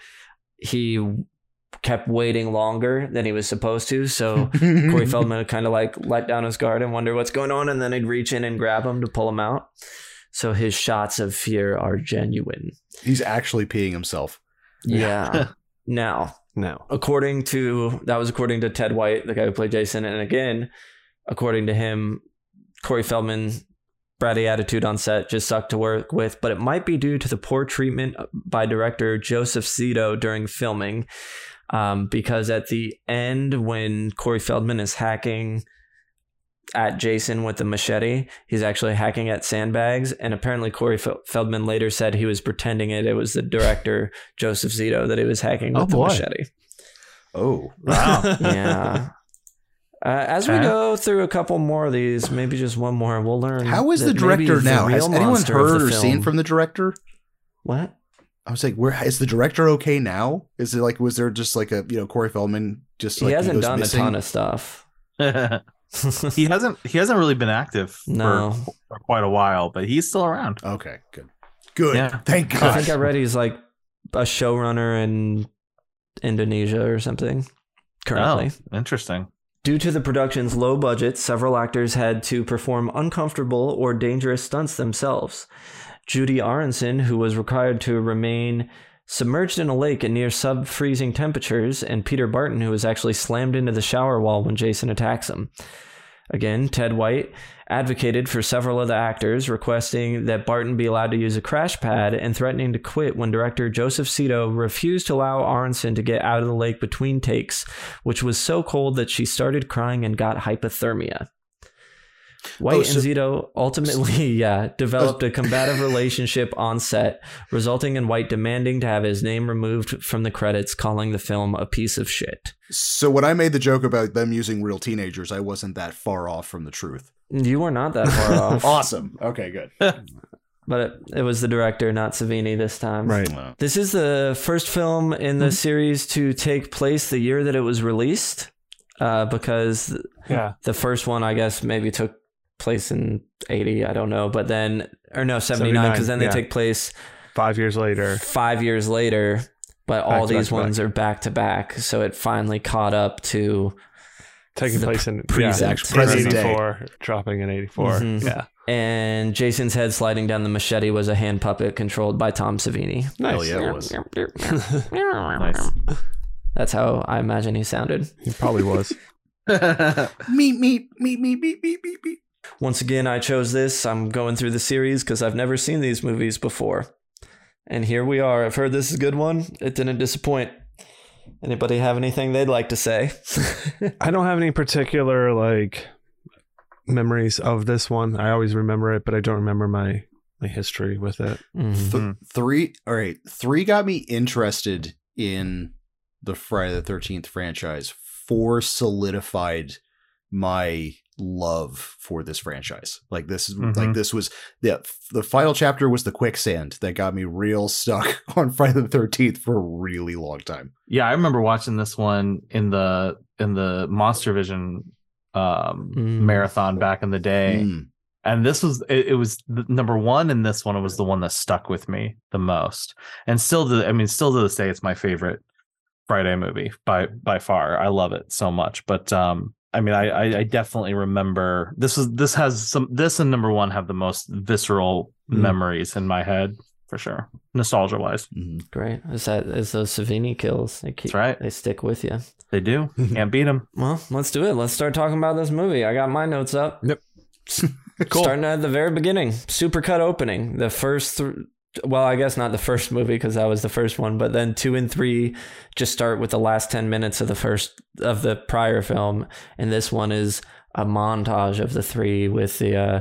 [SPEAKER 2] he kept waiting longer than he was supposed to. So. Oh, Corey Feldman would kind of like let down his guard and wonder what's going on, and then he'd reach in and grab him to pull him out. So his shots of fear are genuine.
[SPEAKER 7] He's actually peeing himself.
[SPEAKER 2] Yeah. now,
[SPEAKER 3] no.
[SPEAKER 2] according to that was according to Ted White, the guy who played Jason, and again, according to him, Corey Feldman. Bratty attitude on set just sucked to work with, but it might be due to the poor treatment by director Joseph Zito during filming. Um, because at the end, when Corey Feldman is hacking at Jason with the machete, he's actually hacking at sandbags. And apparently, Corey Fel- Feldman later said he was pretending it. It was the director, Joseph Zito, that he was hacking
[SPEAKER 3] Oh,
[SPEAKER 2] with the
[SPEAKER 3] boy.
[SPEAKER 2] machete
[SPEAKER 7] Oh.
[SPEAKER 4] Wow.
[SPEAKER 2] yeah. Uh, as we
[SPEAKER 4] Okay.
[SPEAKER 2] go through a couple more of these, maybe just one more, we'll learn.
[SPEAKER 1] How is
[SPEAKER 2] that
[SPEAKER 1] the
[SPEAKER 2] maybe
[SPEAKER 1] director now?
[SPEAKER 2] real
[SPEAKER 1] Has anyone
[SPEAKER 2] monster of
[SPEAKER 1] heard
[SPEAKER 2] the
[SPEAKER 1] or seen
[SPEAKER 2] film-
[SPEAKER 1] from the director?
[SPEAKER 2] What?
[SPEAKER 1] I was like, where is the director okay now? Is it like was there just like a you know Corey Feldman just like
[SPEAKER 2] he hasn't
[SPEAKER 1] goes
[SPEAKER 2] done
[SPEAKER 1] missing?
[SPEAKER 2] a ton of stuff.
[SPEAKER 4] he hasn't he hasn't really been active
[SPEAKER 2] No.
[SPEAKER 4] for, for quite a while, but he's still around.
[SPEAKER 1] Okay, good, good.
[SPEAKER 4] Yeah.
[SPEAKER 1] Thank
[SPEAKER 2] I
[SPEAKER 1] God.
[SPEAKER 2] think I read he's like a showrunner in Indonesia or something currently.
[SPEAKER 4] Oh, interesting.
[SPEAKER 2] Due to the production's low budget, several actors had to perform uncomfortable or dangerous stunts themselves. Judy Aronson, who was required to remain submerged in a lake at near sub freezing temperatures, and Peter Barton, who was actually slammed into the shower wall when Jason attacks him. Again, Ted White advocated for several other actors, requesting that Barton be allowed to use a crash pad and threatening to quit when director Joseph Cito refused to allow Aronson to get out of the lake between takes, which was so cold that she started crying and got hypothermia. White
[SPEAKER 1] Oh, so-
[SPEAKER 2] and Zito ultimately, yeah, developed a combative relationship on set, resulting in White demanding to have his name removed from the credits, calling the film a piece of shit.
[SPEAKER 1] So when I made the joke about them using real teenagers, I wasn't that far off from the truth.
[SPEAKER 2] You are not that far off.
[SPEAKER 1] Awesome. Okay, good.
[SPEAKER 2] But it, it was the director, not Savini this time.
[SPEAKER 3] Right. Mm-hmm.
[SPEAKER 1] Wow.
[SPEAKER 2] This is the first film in the series to take place the year that it was released, uh, because
[SPEAKER 3] Yeah.
[SPEAKER 2] the first one, I guess, maybe took place in 80, I don't know, but then, or no, 79, because then they
[SPEAKER 3] 79, yeah.
[SPEAKER 2] take place
[SPEAKER 3] Five years later.
[SPEAKER 2] five years later, but
[SPEAKER 3] Back
[SPEAKER 2] all
[SPEAKER 3] to
[SPEAKER 2] these
[SPEAKER 3] back to
[SPEAKER 2] ones are back to back. So it finally caught up to,
[SPEAKER 3] taking
[SPEAKER 2] The
[SPEAKER 3] place in
[SPEAKER 2] pre-
[SPEAKER 3] yeah,
[SPEAKER 2] exact
[SPEAKER 1] present day.
[SPEAKER 3] 84, dropping in 84.
[SPEAKER 2] Mhm.
[SPEAKER 3] Yeah.
[SPEAKER 2] and Jason's head sliding down the machete was a hand puppet controlled by Tom Savini.
[SPEAKER 1] Hell
[SPEAKER 3] Nice.
[SPEAKER 1] yeah, it was.
[SPEAKER 4] Nice.
[SPEAKER 2] That's how I imagine he sounded.
[SPEAKER 3] He probably was.
[SPEAKER 1] Meep meep meep meep meep meep meep. meep.
[SPEAKER 2] Once again, I chose this. I'm going through the series because I've never seen these movies before. And here we are. I've heard this is a good one. It didn't disappoint. Anybody have anything they'd like to say?
[SPEAKER 3] I don't have any particular like memories of this one. I always remember it, but I don't remember my my history with it.
[SPEAKER 2] Mhm.
[SPEAKER 1] Th- three. All right, three got me interested in the Friday the Thirteenth franchise. Four solidified my love for this franchise. Like this, is like
[SPEAKER 4] Mhm.
[SPEAKER 1] this was the the final chapter was the quicksand that got me real stuck on Friday the Thirteenth for a really long time.
[SPEAKER 4] yeah, I remember watching this one in the in the Monster Vision um
[SPEAKER 2] Mm.
[SPEAKER 4] marathon back in the day.
[SPEAKER 1] Mm.
[SPEAKER 4] and this was it, it was the, number one and this one was the one that stuck with me the most and still to, i mean still to this day it's my favorite friday movie by by far i love it so much but um i mean i i, I definitely remember this was this has some this and number one have the most visceral
[SPEAKER 3] Mm.
[SPEAKER 4] memories in my head for sure nostalgia wise
[SPEAKER 1] Mhm.
[SPEAKER 2] Great. Is that is those Savini kills? They keep
[SPEAKER 4] That's right.
[SPEAKER 2] they stick with you.
[SPEAKER 4] they do can't beat them
[SPEAKER 2] Well, let's do it. Let's start talking about this movie. I got my notes up.
[SPEAKER 3] Yep.
[SPEAKER 1] Cool.
[SPEAKER 2] Starting at the very beginning, supercut opening. The first, th- well, I guess not the first movie because that was the first one, but then two and three just start with the last ten minutes of the first of the prior film, and this one is a montage of the three with the, uh,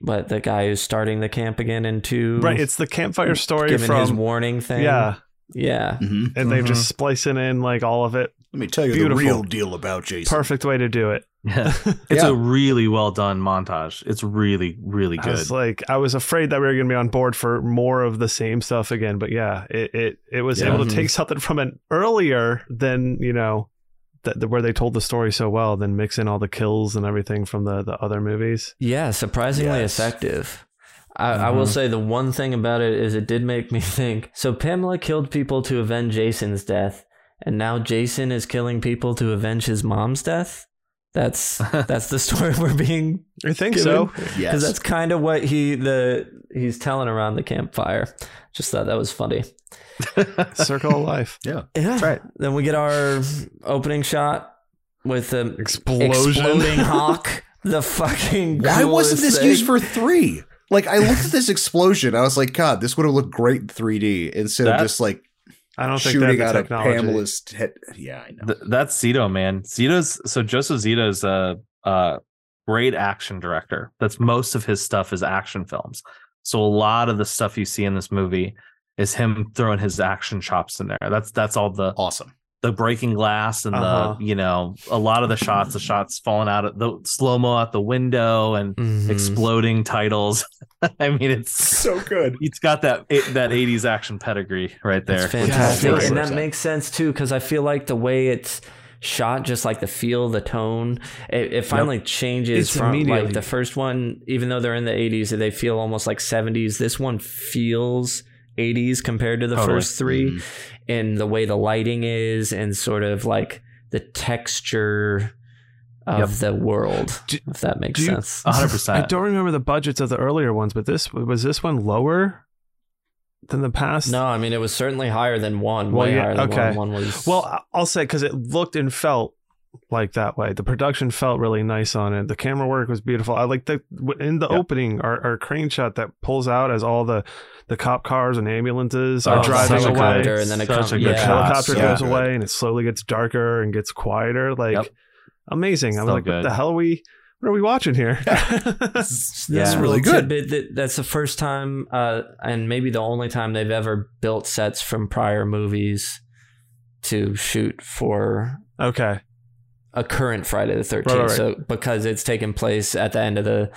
[SPEAKER 2] but the guy who's starting the camp again in two,
[SPEAKER 3] Right, it's the campfire story
[SPEAKER 2] giving his
[SPEAKER 3] from Mm-hmm.
[SPEAKER 2] warning thing.
[SPEAKER 3] yeah,
[SPEAKER 2] yeah.
[SPEAKER 1] Mhm.
[SPEAKER 3] and they've
[SPEAKER 4] Mhm.
[SPEAKER 3] just splicing in like all of it.
[SPEAKER 1] Let me tell you
[SPEAKER 3] Beautiful.
[SPEAKER 1] the real deal about Jason.
[SPEAKER 3] Perfect way to do it.
[SPEAKER 4] yeah it's a really well done montage it's really really
[SPEAKER 3] I
[SPEAKER 4] good
[SPEAKER 3] was like, I was afraid that we were going to be on board for more of the same stuff again, but yeah, it it, it was
[SPEAKER 4] Yeah.
[SPEAKER 3] able
[SPEAKER 1] Mm-hmm.
[SPEAKER 2] Mhm.
[SPEAKER 3] to take something from an earlier than you know that where they told the story so well, then mix in all the kills and everything from the the other movies.
[SPEAKER 2] Yeah, surprisingly
[SPEAKER 1] Yes. Mm-hmm.
[SPEAKER 2] effective. I, I will
[SPEAKER 4] Mhm.
[SPEAKER 2] say the one thing about it is it did make me think. So Pamela killed people to avenge Jason's death, and now Jason is killing people to avenge his mom's death. That's that's the story we're being
[SPEAKER 3] I think
[SPEAKER 2] given?
[SPEAKER 3] so.
[SPEAKER 1] yes.
[SPEAKER 2] because that's kind of what he the he's telling around the campfire. Just thought that was funny.
[SPEAKER 3] Circle of life.
[SPEAKER 2] Yeah,
[SPEAKER 4] right.
[SPEAKER 2] Then we get our opening shot with the
[SPEAKER 3] Explosion.
[SPEAKER 2] exploding hawk. The fucking
[SPEAKER 1] Why wasn't
[SPEAKER 2] coolest
[SPEAKER 1] this
[SPEAKER 2] thing.
[SPEAKER 1] used for three? Like I looked at this explosion, I was like, God, this would have looked great in 3D instead
[SPEAKER 4] That-
[SPEAKER 1] of just like
[SPEAKER 3] I don't think that
[SPEAKER 1] shooting
[SPEAKER 3] the
[SPEAKER 1] out of
[SPEAKER 3] technology.
[SPEAKER 1] Pamela's head. Yeah, I know.
[SPEAKER 4] Th- that's Zito, man. Zito's so Joseph Zito's a, a great action director. That's most of his stuff is action films. So a lot of the stuff you see in this movie is him throwing his action chops in there. That's that's all the
[SPEAKER 1] Awesome.
[SPEAKER 4] the breaking glass and
[SPEAKER 3] Uh-huh.
[SPEAKER 4] the you know a lot of the shots, the shots falling out of the slow mo out the window and
[SPEAKER 2] Mm-hmm.
[SPEAKER 4] exploding titles. I mean, it's
[SPEAKER 8] so good.
[SPEAKER 4] it's got that it, that '80s action pedigree right there.
[SPEAKER 2] That's
[SPEAKER 4] which is
[SPEAKER 2] fantastic,
[SPEAKER 4] great.
[SPEAKER 2] and that makes sense too because I feel like the way it's shot, just like the feel, the tone, it, it finally changes
[SPEAKER 3] It's
[SPEAKER 2] from like
[SPEAKER 3] immediately-
[SPEAKER 2] the first one. Even though they're in the '80s, they feel almost like '70s. This one feels '80s compared to the
[SPEAKER 4] Totally.
[SPEAKER 2] first three, and the way the lighting is, and sort of like the texture of the world.
[SPEAKER 3] Do-
[SPEAKER 2] if that makes
[SPEAKER 3] do you- Uh,
[SPEAKER 2] sense.
[SPEAKER 4] 100%.
[SPEAKER 3] I don't remember the budgets of the earlier ones, but this was this one lower than the past.
[SPEAKER 2] no, I mean it was certainly higher than one.
[SPEAKER 3] Well,
[SPEAKER 2] way
[SPEAKER 3] yeah,
[SPEAKER 2] higher than
[SPEAKER 3] okay.
[SPEAKER 2] one. One was
[SPEAKER 3] Well, I- I'll say because it looked and felt like that way. The production felt really nice on it. The camera work was beautiful. I like the w- in the
[SPEAKER 4] Yeah.
[SPEAKER 3] opening our, our crane shot that pulls out as all the the cop cars and ambulances are
[SPEAKER 2] Oh,
[SPEAKER 3] driving
[SPEAKER 2] such a
[SPEAKER 3] away.
[SPEAKER 2] good- and then it
[SPEAKER 4] Such
[SPEAKER 2] comes-
[SPEAKER 4] a
[SPEAKER 2] yeah.
[SPEAKER 4] good
[SPEAKER 3] The
[SPEAKER 2] shot.
[SPEAKER 3] helicopter
[SPEAKER 1] so
[SPEAKER 3] goes
[SPEAKER 1] good.
[SPEAKER 3] away, and it slowly gets darker and gets quieter. Like
[SPEAKER 4] Yep.
[SPEAKER 3] amazing. I was
[SPEAKER 4] So
[SPEAKER 3] like, what
[SPEAKER 4] good.
[SPEAKER 3] the hell are we? What are we watching here?
[SPEAKER 2] That's
[SPEAKER 4] Yeah.
[SPEAKER 1] really
[SPEAKER 2] little
[SPEAKER 1] good.
[SPEAKER 2] tidbit that- that's the first time, uh, and maybe the only time they've ever built sets from prior movies to shoot for
[SPEAKER 3] okay.
[SPEAKER 2] a current Friday the Thirteenth.
[SPEAKER 3] Right, right, right.
[SPEAKER 2] So because it's taking place at the end of the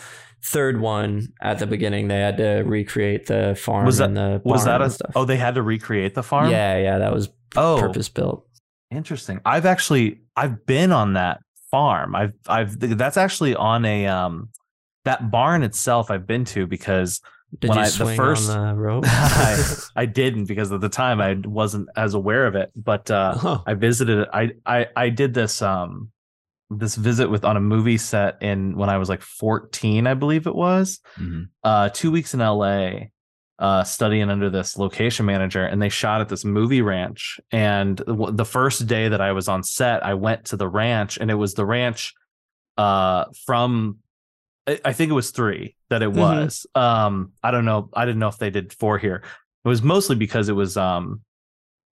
[SPEAKER 2] third one, at the beginning they had to recreate the farm
[SPEAKER 4] Was that-
[SPEAKER 2] and the
[SPEAKER 4] was
[SPEAKER 2] barn
[SPEAKER 4] that
[SPEAKER 2] and
[SPEAKER 4] a
[SPEAKER 2] stuff.
[SPEAKER 4] oh they had to recreate the farm
[SPEAKER 2] Yeah, yeah, that was
[SPEAKER 4] oh
[SPEAKER 2] purpose built.
[SPEAKER 4] interesting i've actually i've been on that farm i've i've that's actually on a um that barn itself i've been to because
[SPEAKER 2] Did
[SPEAKER 4] When
[SPEAKER 2] you
[SPEAKER 4] I- the
[SPEAKER 2] swing
[SPEAKER 4] first-
[SPEAKER 2] on the rope?
[SPEAKER 4] i i didn't because at the time i wasn't as aware of it but uh
[SPEAKER 2] Oh,
[SPEAKER 3] Huh.
[SPEAKER 4] I visited it. I I I did this um this visit with on a movie set in when I was like 14, I believe it was.
[SPEAKER 1] Mhm.
[SPEAKER 4] Uh 2 weeks in LA uh studying under this location manager and they shot at this movie ranch and w- the first day that I was on set, I went to the ranch and it was the ranch uh from I I think it was three that it
[SPEAKER 3] Mhm.
[SPEAKER 4] was. Um, I don't know. I didn't know if they did four here. It was mostly because it was um,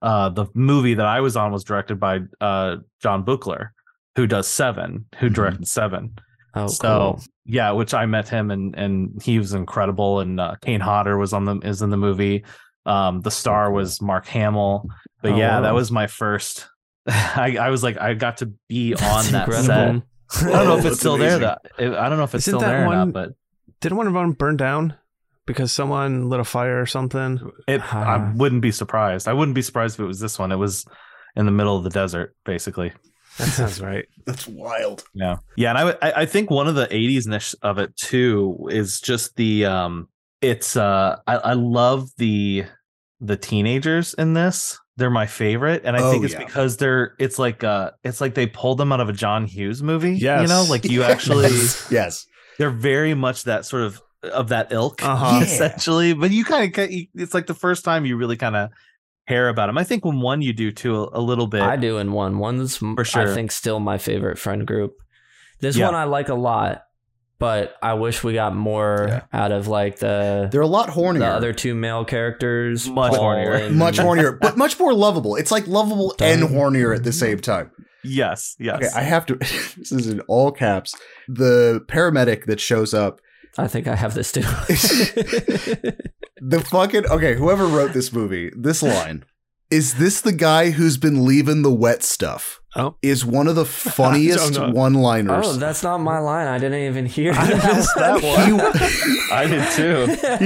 [SPEAKER 4] uh, the movie that I was on was directed by uh, John Buchler, who does Seven, who
[SPEAKER 1] Mhm.
[SPEAKER 4] directed Seven.
[SPEAKER 2] Mm-hmm. Oh,
[SPEAKER 4] so
[SPEAKER 2] cool.
[SPEAKER 4] yeah, which I met him and and he was incredible. And uh, Kane Hodder was on the is in the movie. Um, the star was Mark Hamill. But
[SPEAKER 2] Oh,
[SPEAKER 4] yeah,
[SPEAKER 2] wow.
[SPEAKER 4] that was my first. I, I was like, I got to be on
[SPEAKER 2] That's
[SPEAKER 4] that set.
[SPEAKER 2] incredible.
[SPEAKER 4] I don't know if
[SPEAKER 1] That's
[SPEAKER 4] it's still
[SPEAKER 1] amazing.
[SPEAKER 4] there. Though. It- I don't know if it's
[SPEAKER 3] Isn't
[SPEAKER 4] still
[SPEAKER 3] that
[SPEAKER 4] there or
[SPEAKER 3] one-
[SPEAKER 4] not, but
[SPEAKER 3] Didn't one of them burn down because someone lit a fire or something?
[SPEAKER 4] it,
[SPEAKER 2] Ah.
[SPEAKER 4] I wouldn't be surprised. I wouldn't be surprised if it was this one. It was in the middle of the desert, basically.
[SPEAKER 3] That sounds right.
[SPEAKER 1] That's wild.
[SPEAKER 4] Yeah, yeah, and I would- I, I think one of the '80s of it too is just the um, it's uh, I, I love the the teenagers in this. They're my favorite, and I
[SPEAKER 1] Oh,
[SPEAKER 4] think it's
[SPEAKER 1] yeah.
[SPEAKER 4] because they're it's like uh, it's like they pulled them out of a John Hughes movie. you
[SPEAKER 3] Yes.
[SPEAKER 4] know, like you actually.
[SPEAKER 1] yes.
[SPEAKER 4] they're very much that sort of of that ilk
[SPEAKER 3] Uh-huh.
[SPEAKER 1] Yeah.
[SPEAKER 4] essentially but you kind of it's like the first time you really kind of hear about him i think when one you do too a, a little bit
[SPEAKER 2] I do in one. One's m-
[SPEAKER 4] For sure.
[SPEAKER 2] I think still my favorite friend group. This
[SPEAKER 4] Yeah.
[SPEAKER 2] one I like a lot, but I wish we got more
[SPEAKER 1] Yeah.
[SPEAKER 2] out of like the
[SPEAKER 1] They're a lot hornier.
[SPEAKER 2] the other two male characters.
[SPEAKER 4] Much
[SPEAKER 2] Paul
[SPEAKER 4] hornier.
[SPEAKER 2] and-
[SPEAKER 1] much hornier, but much more lovable. It's like lovable and
[SPEAKER 2] Done.
[SPEAKER 1] hornier at the same time.
[SPEAKER 4] yes yes
[SPEAKER 1] Okay, I have to. this is in all caps. The paramedic that shows up,
[SPEAKER 2] I think I have this too.
[SPEAKER 1] the fucking okay, whoever wrote this movie, this line is this the guy who's been leaving the wet stuff?
[SPEAKER 3] Oh.
[SPEAKER 1] is one of the funniest
[SPEAKER 3] know.
[SPEAKER 1] one-liners.
[SPEAKER 2] oh, that's not my line. I didn't even hear
[SPEAKER 4] I missed that one. I did too.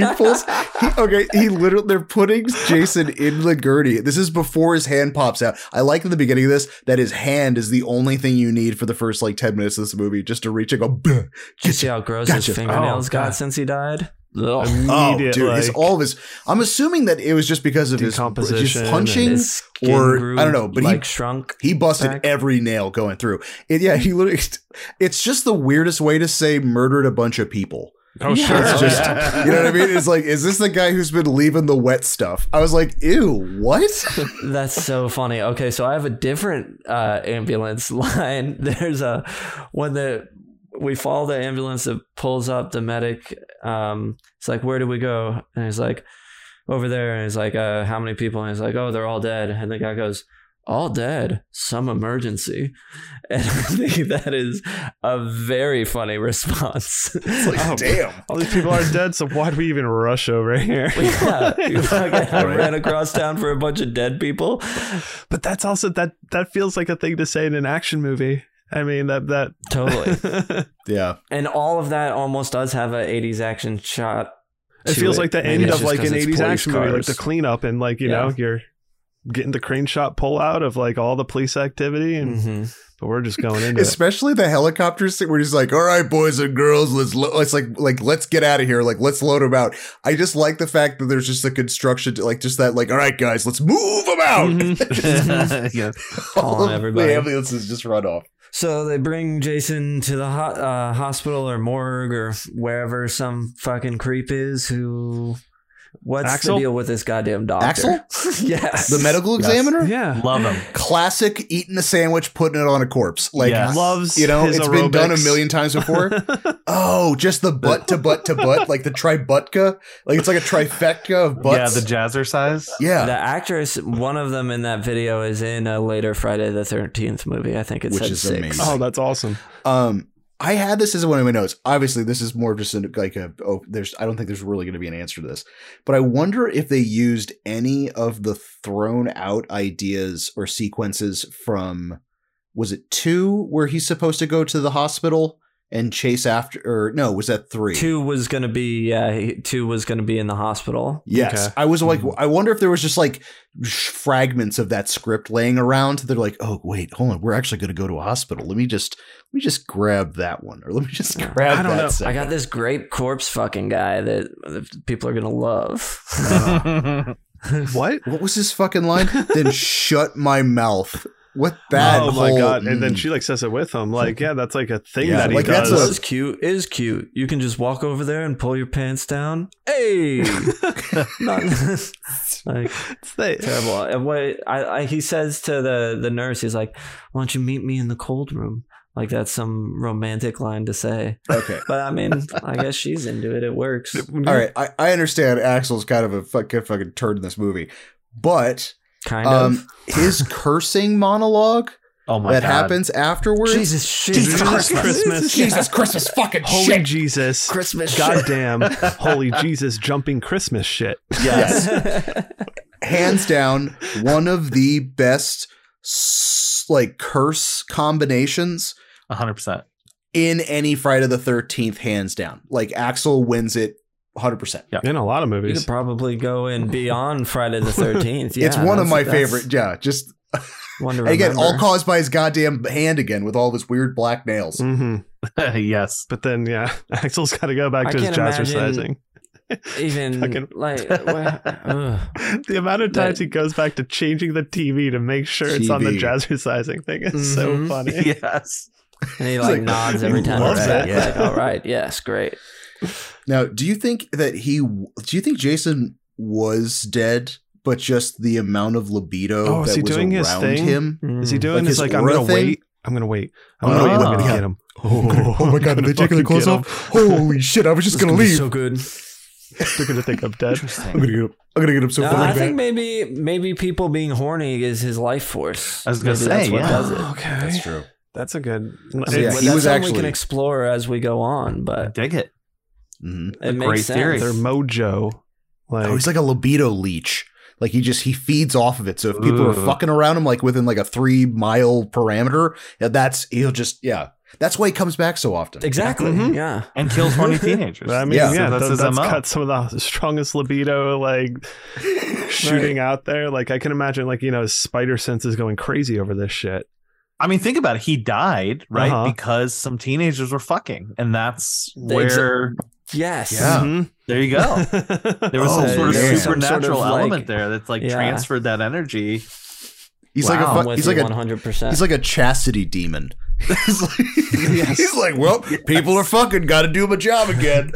[SPEAKER 1] He pulls. He, okay, he literally. They're putting Jason in the gurney. This is before his hand pops out. I like in the beginning of this that his hand is the only thing you need for the first like ten minutes of this movie, just to reach and go. "Bleh,
[SPEAKER 2] Did you
[SPEAKER 1] get
[SPEAKER 2] see how gross
[SPEAKER 1] Gotcha.
[SPEAKER 2] his fingernails
[SPEAKER 3] Oh,
[SPEAKER 2] got
[SPEAKER 3] God.
[SPEAKER 2] since he died? Ugh.
[SPEAKER 1] Oh, dude, his,
[SPEAKER 3] like-
[SPEAKER 1] all of his. I'm assuming that it was just because of his just
[SPEAKER 3] Decomposition
[SPEAKER 1] punching.
[SPEAKER 2] His skin
[SPEAKER 1] or-
[SPEAKER 2] grew,
[SPEAKER 1] I don't know, but he-
[SPEAKER 2] like shrunk.
[SPEAKER 1] He busted
[SPEAKER 2] back.
[SPEAKER 1] every nail going through. It, yeah, he literally. It's just the weirdest way to say murdered a bunch of people.
[SPEAKER 3] Oh,
[SPEAKER 2] Yeah.
[SPEAKER 3] sure.
[SPEAKER 1] It's
[SPEAKER 3] Oh,
[SPEAKER 1] just-
[SPEAKER 3] yeah.
[SPEAKER 1] You know what I mean? It's like, is this the guy who's been leaving the wet stuff? I was like, ew, what?
[SPEAKER 2] That's so funny. Okay, so I have a different uh, ambulance line. There's a when the we follow the ambulance that pulls up the medic. Um, it's like, where do we go? And he's like, over there. And he's like, uh, how many people? And he's like, oh, they're all dead. And the guy goes, all dead, some emergency. And I think that is a very funny response.
[SPEAKER 9] It's like,
[SPEAKER 3] Oh.
[SPEAKER 9] damn.
[SPEAKER 3] All these people are dead, so why do we even rush over here?
[SPEAKER 2] yeah, you fucking I ran across town for a bunch of dead people.
[SPEAKER 3] But that's also that that feels like a thing to say in an action movie. I mean that that
[SPEAKER 2] Totally.
[SPEAKER 1] Yeah.
[SPEAKER 2] And all of that almost does have a 80s action shot.
[SPEAKER 3] it
[SPEAKER 2] to
[SPEAKER 3] feels like the end
[SPEAKER 2] Maybe it's
[SPEAKER 3] of
[SPEAKER 2] just
[SPEAKER 3] like
[SPEAKER 2] 'cause
[SPEAKER 3] an
[SPEAKER 2] it's
[SPEAKER 3] eighties
[SPEAKER 2] police
[SPEAKER 3] action movie, like
[SPEAKER 2] cars.
[SPEAKER 3] the cleanup and like, you know,
[SPEAKER 2] Yeah.
[SPEAKER 3] you're getting the crane shot pull out of like all the police activity and
[SPEAKER 2] Mhm.
[SPEAKER 3] but we're just going into it.
[SPEAKER 9] Especially the helicopter scene where he's like, "All right, boys and girls, let's lo-, let's like like let's get out of here, like let's load them out." I just like the fact that there's just a construction, to, like just that, like, "All right, guys, let's move them out." Oh,
[SPEAKER 4] Yeah.
[SPEAKER 2] Calling
[SPEAKER 9] of
[SPEAKER 2] everybody.
[SPEAKER 9] The ambulances just run off.
[SPEAKER 2] So they bring Jason to the ho- uh, hospital or morgue or wherever some fucking creep is who. What's
[SPEAKER 3] Axel?
[SPEAKER 2] the deal with this goddamn doctor?
[SPEAKER 1] Axel?
[SPEAKER 2] yes.
[SPEAKER 1] The medical
[SPEAKER 4] Yes.
[SPEAKER 1] examiner?
[SPEAKER 3] Yeah.
[SPEAKER 4] Love him.
[SPEAKER 1] Classic eating a sandwich, putting it on a corpse. Like,
[SPEAKER 4] Yes.
[SPEAKER 3] Loves
[SPEAKER 1] you know,
[SPEAKER 3] his
[SPEAKER 1] it's been done a
[SPEAKER 3] aerobics.
[SPEAKER 1] million times before. oh, just the butt to butt to butt, like the tributka. Like, it's like a trifecta of
[SPEAKER 4] Yeah,
[SPEAKER 1] butts.
[SPEAKER 4] the jazzer size.
[SPEAKER 1] Yeah.
[SPEAKER 2] The actress, one of them in that video, is in a later Friday the 13th movie. I think it
[SPEAKER 1] Which
[SPEAKER 2] said
[SPEAKER 1] is
[SPEAKER 2] six.
[SPEAKER 1] amazing.
[SPEAKER 3] Oh, that's awesome.
[SPEAKER 1] Um, I had this as one of my notes. Obviously, this is more of just an- like a oh, there's. I don't think there's really going to be an answer to this, but I wonder if they used any of the thrown out ideas or sequences from was it two where he's supposed to go to the hospital and chase after, or no, was that three?
[SPEAKER 2] Two was gonna be yeah. he- Two was gonna be in the hospital.
[SPEAKER 1] Yes,
[SPEAKER 3] Okay.
[SPEAKER 1] I was like,
[SPEAKER 4] Mhm.
[SPEAKER 1] I wonder if there was just like sh- fragments of that script laying around. They're like, oh wait, hold on, we're actually going to go to a hospital. Let me just let me just grab that one, or let me just
[SPEAKER 2] Yeah.
[SPEAKER 1] grab
[SPEAKER 3] I don't
[SPEAKER 1] that.
[SPEAKER 3] know.
[SPEAKER 1] segment.
[SPEAKER 2] I got this great corpse fucking guy that, that people are gonna love.
[SPEAKER 3] What?
[SPEAKER 1] what was his fucking line? then shut my mouth. What that?
[SPEAKER 3] oh my
[SPEAKER 1] whole-
[SPEAKER 3] god. And then
[SPEAKER 1] mm.
[SPEAKER 3] she like says it with him. Like, yeah, that's like a thing
[SPEAKER 1] Yeah,
[SPEAKER 3] that he
[SPEAKER 1] like, that's
[SPEAKER 3] does.
[SPEAKER 1] a-
[SPEAKER 2] That's cute. Is cute. You can just walk over there and pull your pants down. Hey, Not- like
[SPEAKER 3] It's the-
[SPEAKER 2] terrible. And what I, I he says to the the nurse, he's like, "Why don't you meet me in the cold room?" Like that's some romantic line to say.
[SPEAKER 1] Okay.
[SPEAKER 2] But I mean, I guess she's into it. It works.
[SPEAKER 1] All right. I, I understand Axel's kind of a fucking fucking turd in this movie, but
[SPEAKER 2] Kind
[SPEAKER 1] um,
[SPEAKER 2] of.
[SPEAKER 1] his cursing monologue
[SPEAKER 4] Oh my
[SPEAKER 1] that
[SPEAKER 4] god.
[SPEAKER 1] happens afterwards.
[SPEAKER 2] Jesus shit.
[SPEAKER 3] Jesus Christmas.
[SPEAKER 1] Jesus Christmas fucking
[SPEAKER 3] Holy
[SPEAKER 1] shit.
[SPEAKER 3] Jesus.
[SPEAKER 2] Christmas
[SPEAKER 3] Goddamn holy Jesus jumping Christmas shit.
[SPEAKER 1] Yes.
[SPEAKER 2] shit.
[SPEAKER 1] hands down one of the best s- like curse combinations
[SPEAKER 4] 100%.
[SPEAKER 1] in any Friday the 13th hands down. Like Axel wins it 100%.
[SPEAKER 3] In a lot of
[SPEAKER 2] you could
[SPEAKER 3] movies.
[SPEAKER 2] probably go and beyond Friday the Thirteenth.
[SPEAKER 1] it's one of my favorite. Yeah, just
[SPEAKER 2] One to
[SPEAKER 1] And again, all
[SPEAKER 2] remember.
[SPEAKER 1] caused by his goddamn hand again with all of his weird black nails.
[SPEAKER 3] Mm-hmm.
[SPEAKER 4] yes.
[SPEAKER 3] But then, yeah, Axel's got to go back
[SPEAKER 2] I
[SPEAKER 3] to his
[SPEAKER 2] can't imagine-
[SPEAKER 3] jazzercising.
[SPEAKER 2] Even
[SPEAKER 3] Fucking-
[SPEAKER 2] like well, ugh.
[SPEAKER 3] The amount of times
[SPEAKER 2] That-
[SPEAKER 3] he goes back to changing the TV to make sure it's on the
[SPEAKER 1] TV.
[SPEAKER 3] jazzercising thing is so
[SPEAKER 2] Mhm.
[SPEAKER 3] funny.
[SPEAKER 4] Yes.
[SPEAKER 2] and he
[SPEAKER 1] He's
[SPEAKER 2] like,
[SPEAKER 1] like,
[SPEAKER 2] nods
[SPEAKER 1] he
[SPEAKER 2] every time.
[SPEAKER 1] loves
[SPEAKER 2] right?
[SPEAKER 1] it.
[SPEAKER 2] Yeah. Like, all right. Yes. Great.
[SPEAKER 1] Now, do you think that he do you think Jason was dead, but just the amount of libido
[SPEAKER 3] Oh, is
[SPEAKER 1] that
[SPEAKER 3] he
[SPEAKER 1] was
[SPEAKER 3] doing
[SPEAKER 1] around
[SPEAKER 3] his thing?
[SPEAKER 1] him?
[SPEAKER 3] Is he doing
[SPEAKER 1] Like
[SPEAKER 3] this?
[SPEAKER 1] his
[SPEAKER 3] Like, I'm
[SPEAKER 1] aura
[SPEAKER 3] gonna
[SPEAKER 1] thing?
[SPEAKER 3] wait. I'm gonna wait. I'm gonna wait. I'm
[SPEAKER 4] Oh.
[SPEAKER 3] gonna get him.
[SPEAKER 1] I'm gonna- oh my God, did
[SPEAKER 3] I'm
[SPEAKER 1] they take
[SPEAKER 3] gonna
[SPEAKER 1] the clothes
[SPEAKER 3] fucking
[SPEAKER 1] off? Holy shit, I was just gonna leave.
[SPEAKER 2] So good.
[SPEAKER 3] get him. They're gonna think I'm dead.
[SPEAKER 1] I'm gonna get up. I'm gonna get up so
[SPEAKER 2] No,
[SPEAKER 1] fucking
[SPEAKER 2] I
[SPEAKER 1] bad.
[SPEAKER 2] think maybe maybe people being horny is his life force.
[SPEAKER 4] I was gonna
[SPEAKER 2] Maybe
[SPEAKER 4] say,
[SPEAKER 2] that's what
[SPEAKER 4] yeah.
[SPEAKER 2] does it.
[SPEAKER 3] Oh, okay,
[SPEAKER 1] That's true.
[SPEAKER 3] That's a good.
[SPEAKER 1] So, yeah,
[SPEAKER 3] it's-
[SPEAKER 2] Well,
[SPEAKER 1] he
[SPEAKER 2] that's
[SPEAKER 1] was
[SPEAKER 2] something we can
[SPEAKER 1] actually-
[SPEAKER 2] explore as we go on,
[SPEAKER 4] I
[SPEAKER 2] but
[SPEAKER 4] dig it.
[SPEAKER 1] Mhm.
[SPEAKER 2] it makes
[SPEAKER 4] great
[SPEAKER 2] sense.
[SPEAKER 4] theory.
[SPEAKER 3] their mojo. Like,
[SPEAKER 1] Oh, he's like a libido leech. Like he just he feeds off of it. So if people are
[SPEAKER 4] Ooh.
[SPEAKER 1] fucking around him, like within like a three mile parameter, yeah, that's he'll just yeah. That's why he comes back so often.
[SPEAKER 2] Exactly.
[SPEAKER 3] Mhm.
[SPEAKER 2] Yeah.
[SPEAKER 4] And kills horny teenagers.
[SPEAKER 3] I mean, yeah,
[SPEAKER 1] Yeah.
[SPEAKER 4] So
[SPEAKER 3] that's,
[SPEAKER 4] that's his
[SPEAKER 3] that's
[SPEAKER 4] MO.
[SPEAKER 3] cut some of the strongest libido like shooting out there. Like I can imagine, like you know, his spider sense is going crazy over this shit.
[SPEAKER 4] I mean, think about it. He died, right?
[SPEAKER 3] Uh-huh.
[SPEAKER 4] Because some teenagers were fucking. And that's
[SPEAKER 2] They
[SPEAKER 4] where
[SPEAKER 2] Yes.
[SPEAKER 1] Yeah.
[SPEAKER 3] Mhm.
[SPEAKER 4] there you go. There was
[SPEAKER 1] Oh,
[SPEAKER 4] some sort of
[SPEAKER 1] man.
[SPEAKER 4] supernatural
[SPEAKER 2] Some sort of, like-
[SPEAKER 4] element there that's like
[SPEAKER 2] Yeah.
[SPEAKER 4] transferred that energy.
[SPEAKER 1] He's
[SPEAKER 4] Wow.
[SPEAKER 1] like a
[SPEAKER 2] I'm
[SPEAKER 1] fu-
[SPEAKER 2] with
[SPEAKER 1] he's like
[SPEAKER 2] you
[SPEAKER 1] a
[SPEAKER 2] 100%.
[SPEAKER 1] He's like a chastity demon. he's, like,
[SPEAKER 3] Yes.
[SPEAKER 1] he's like, well, people are fucking got to do my job again.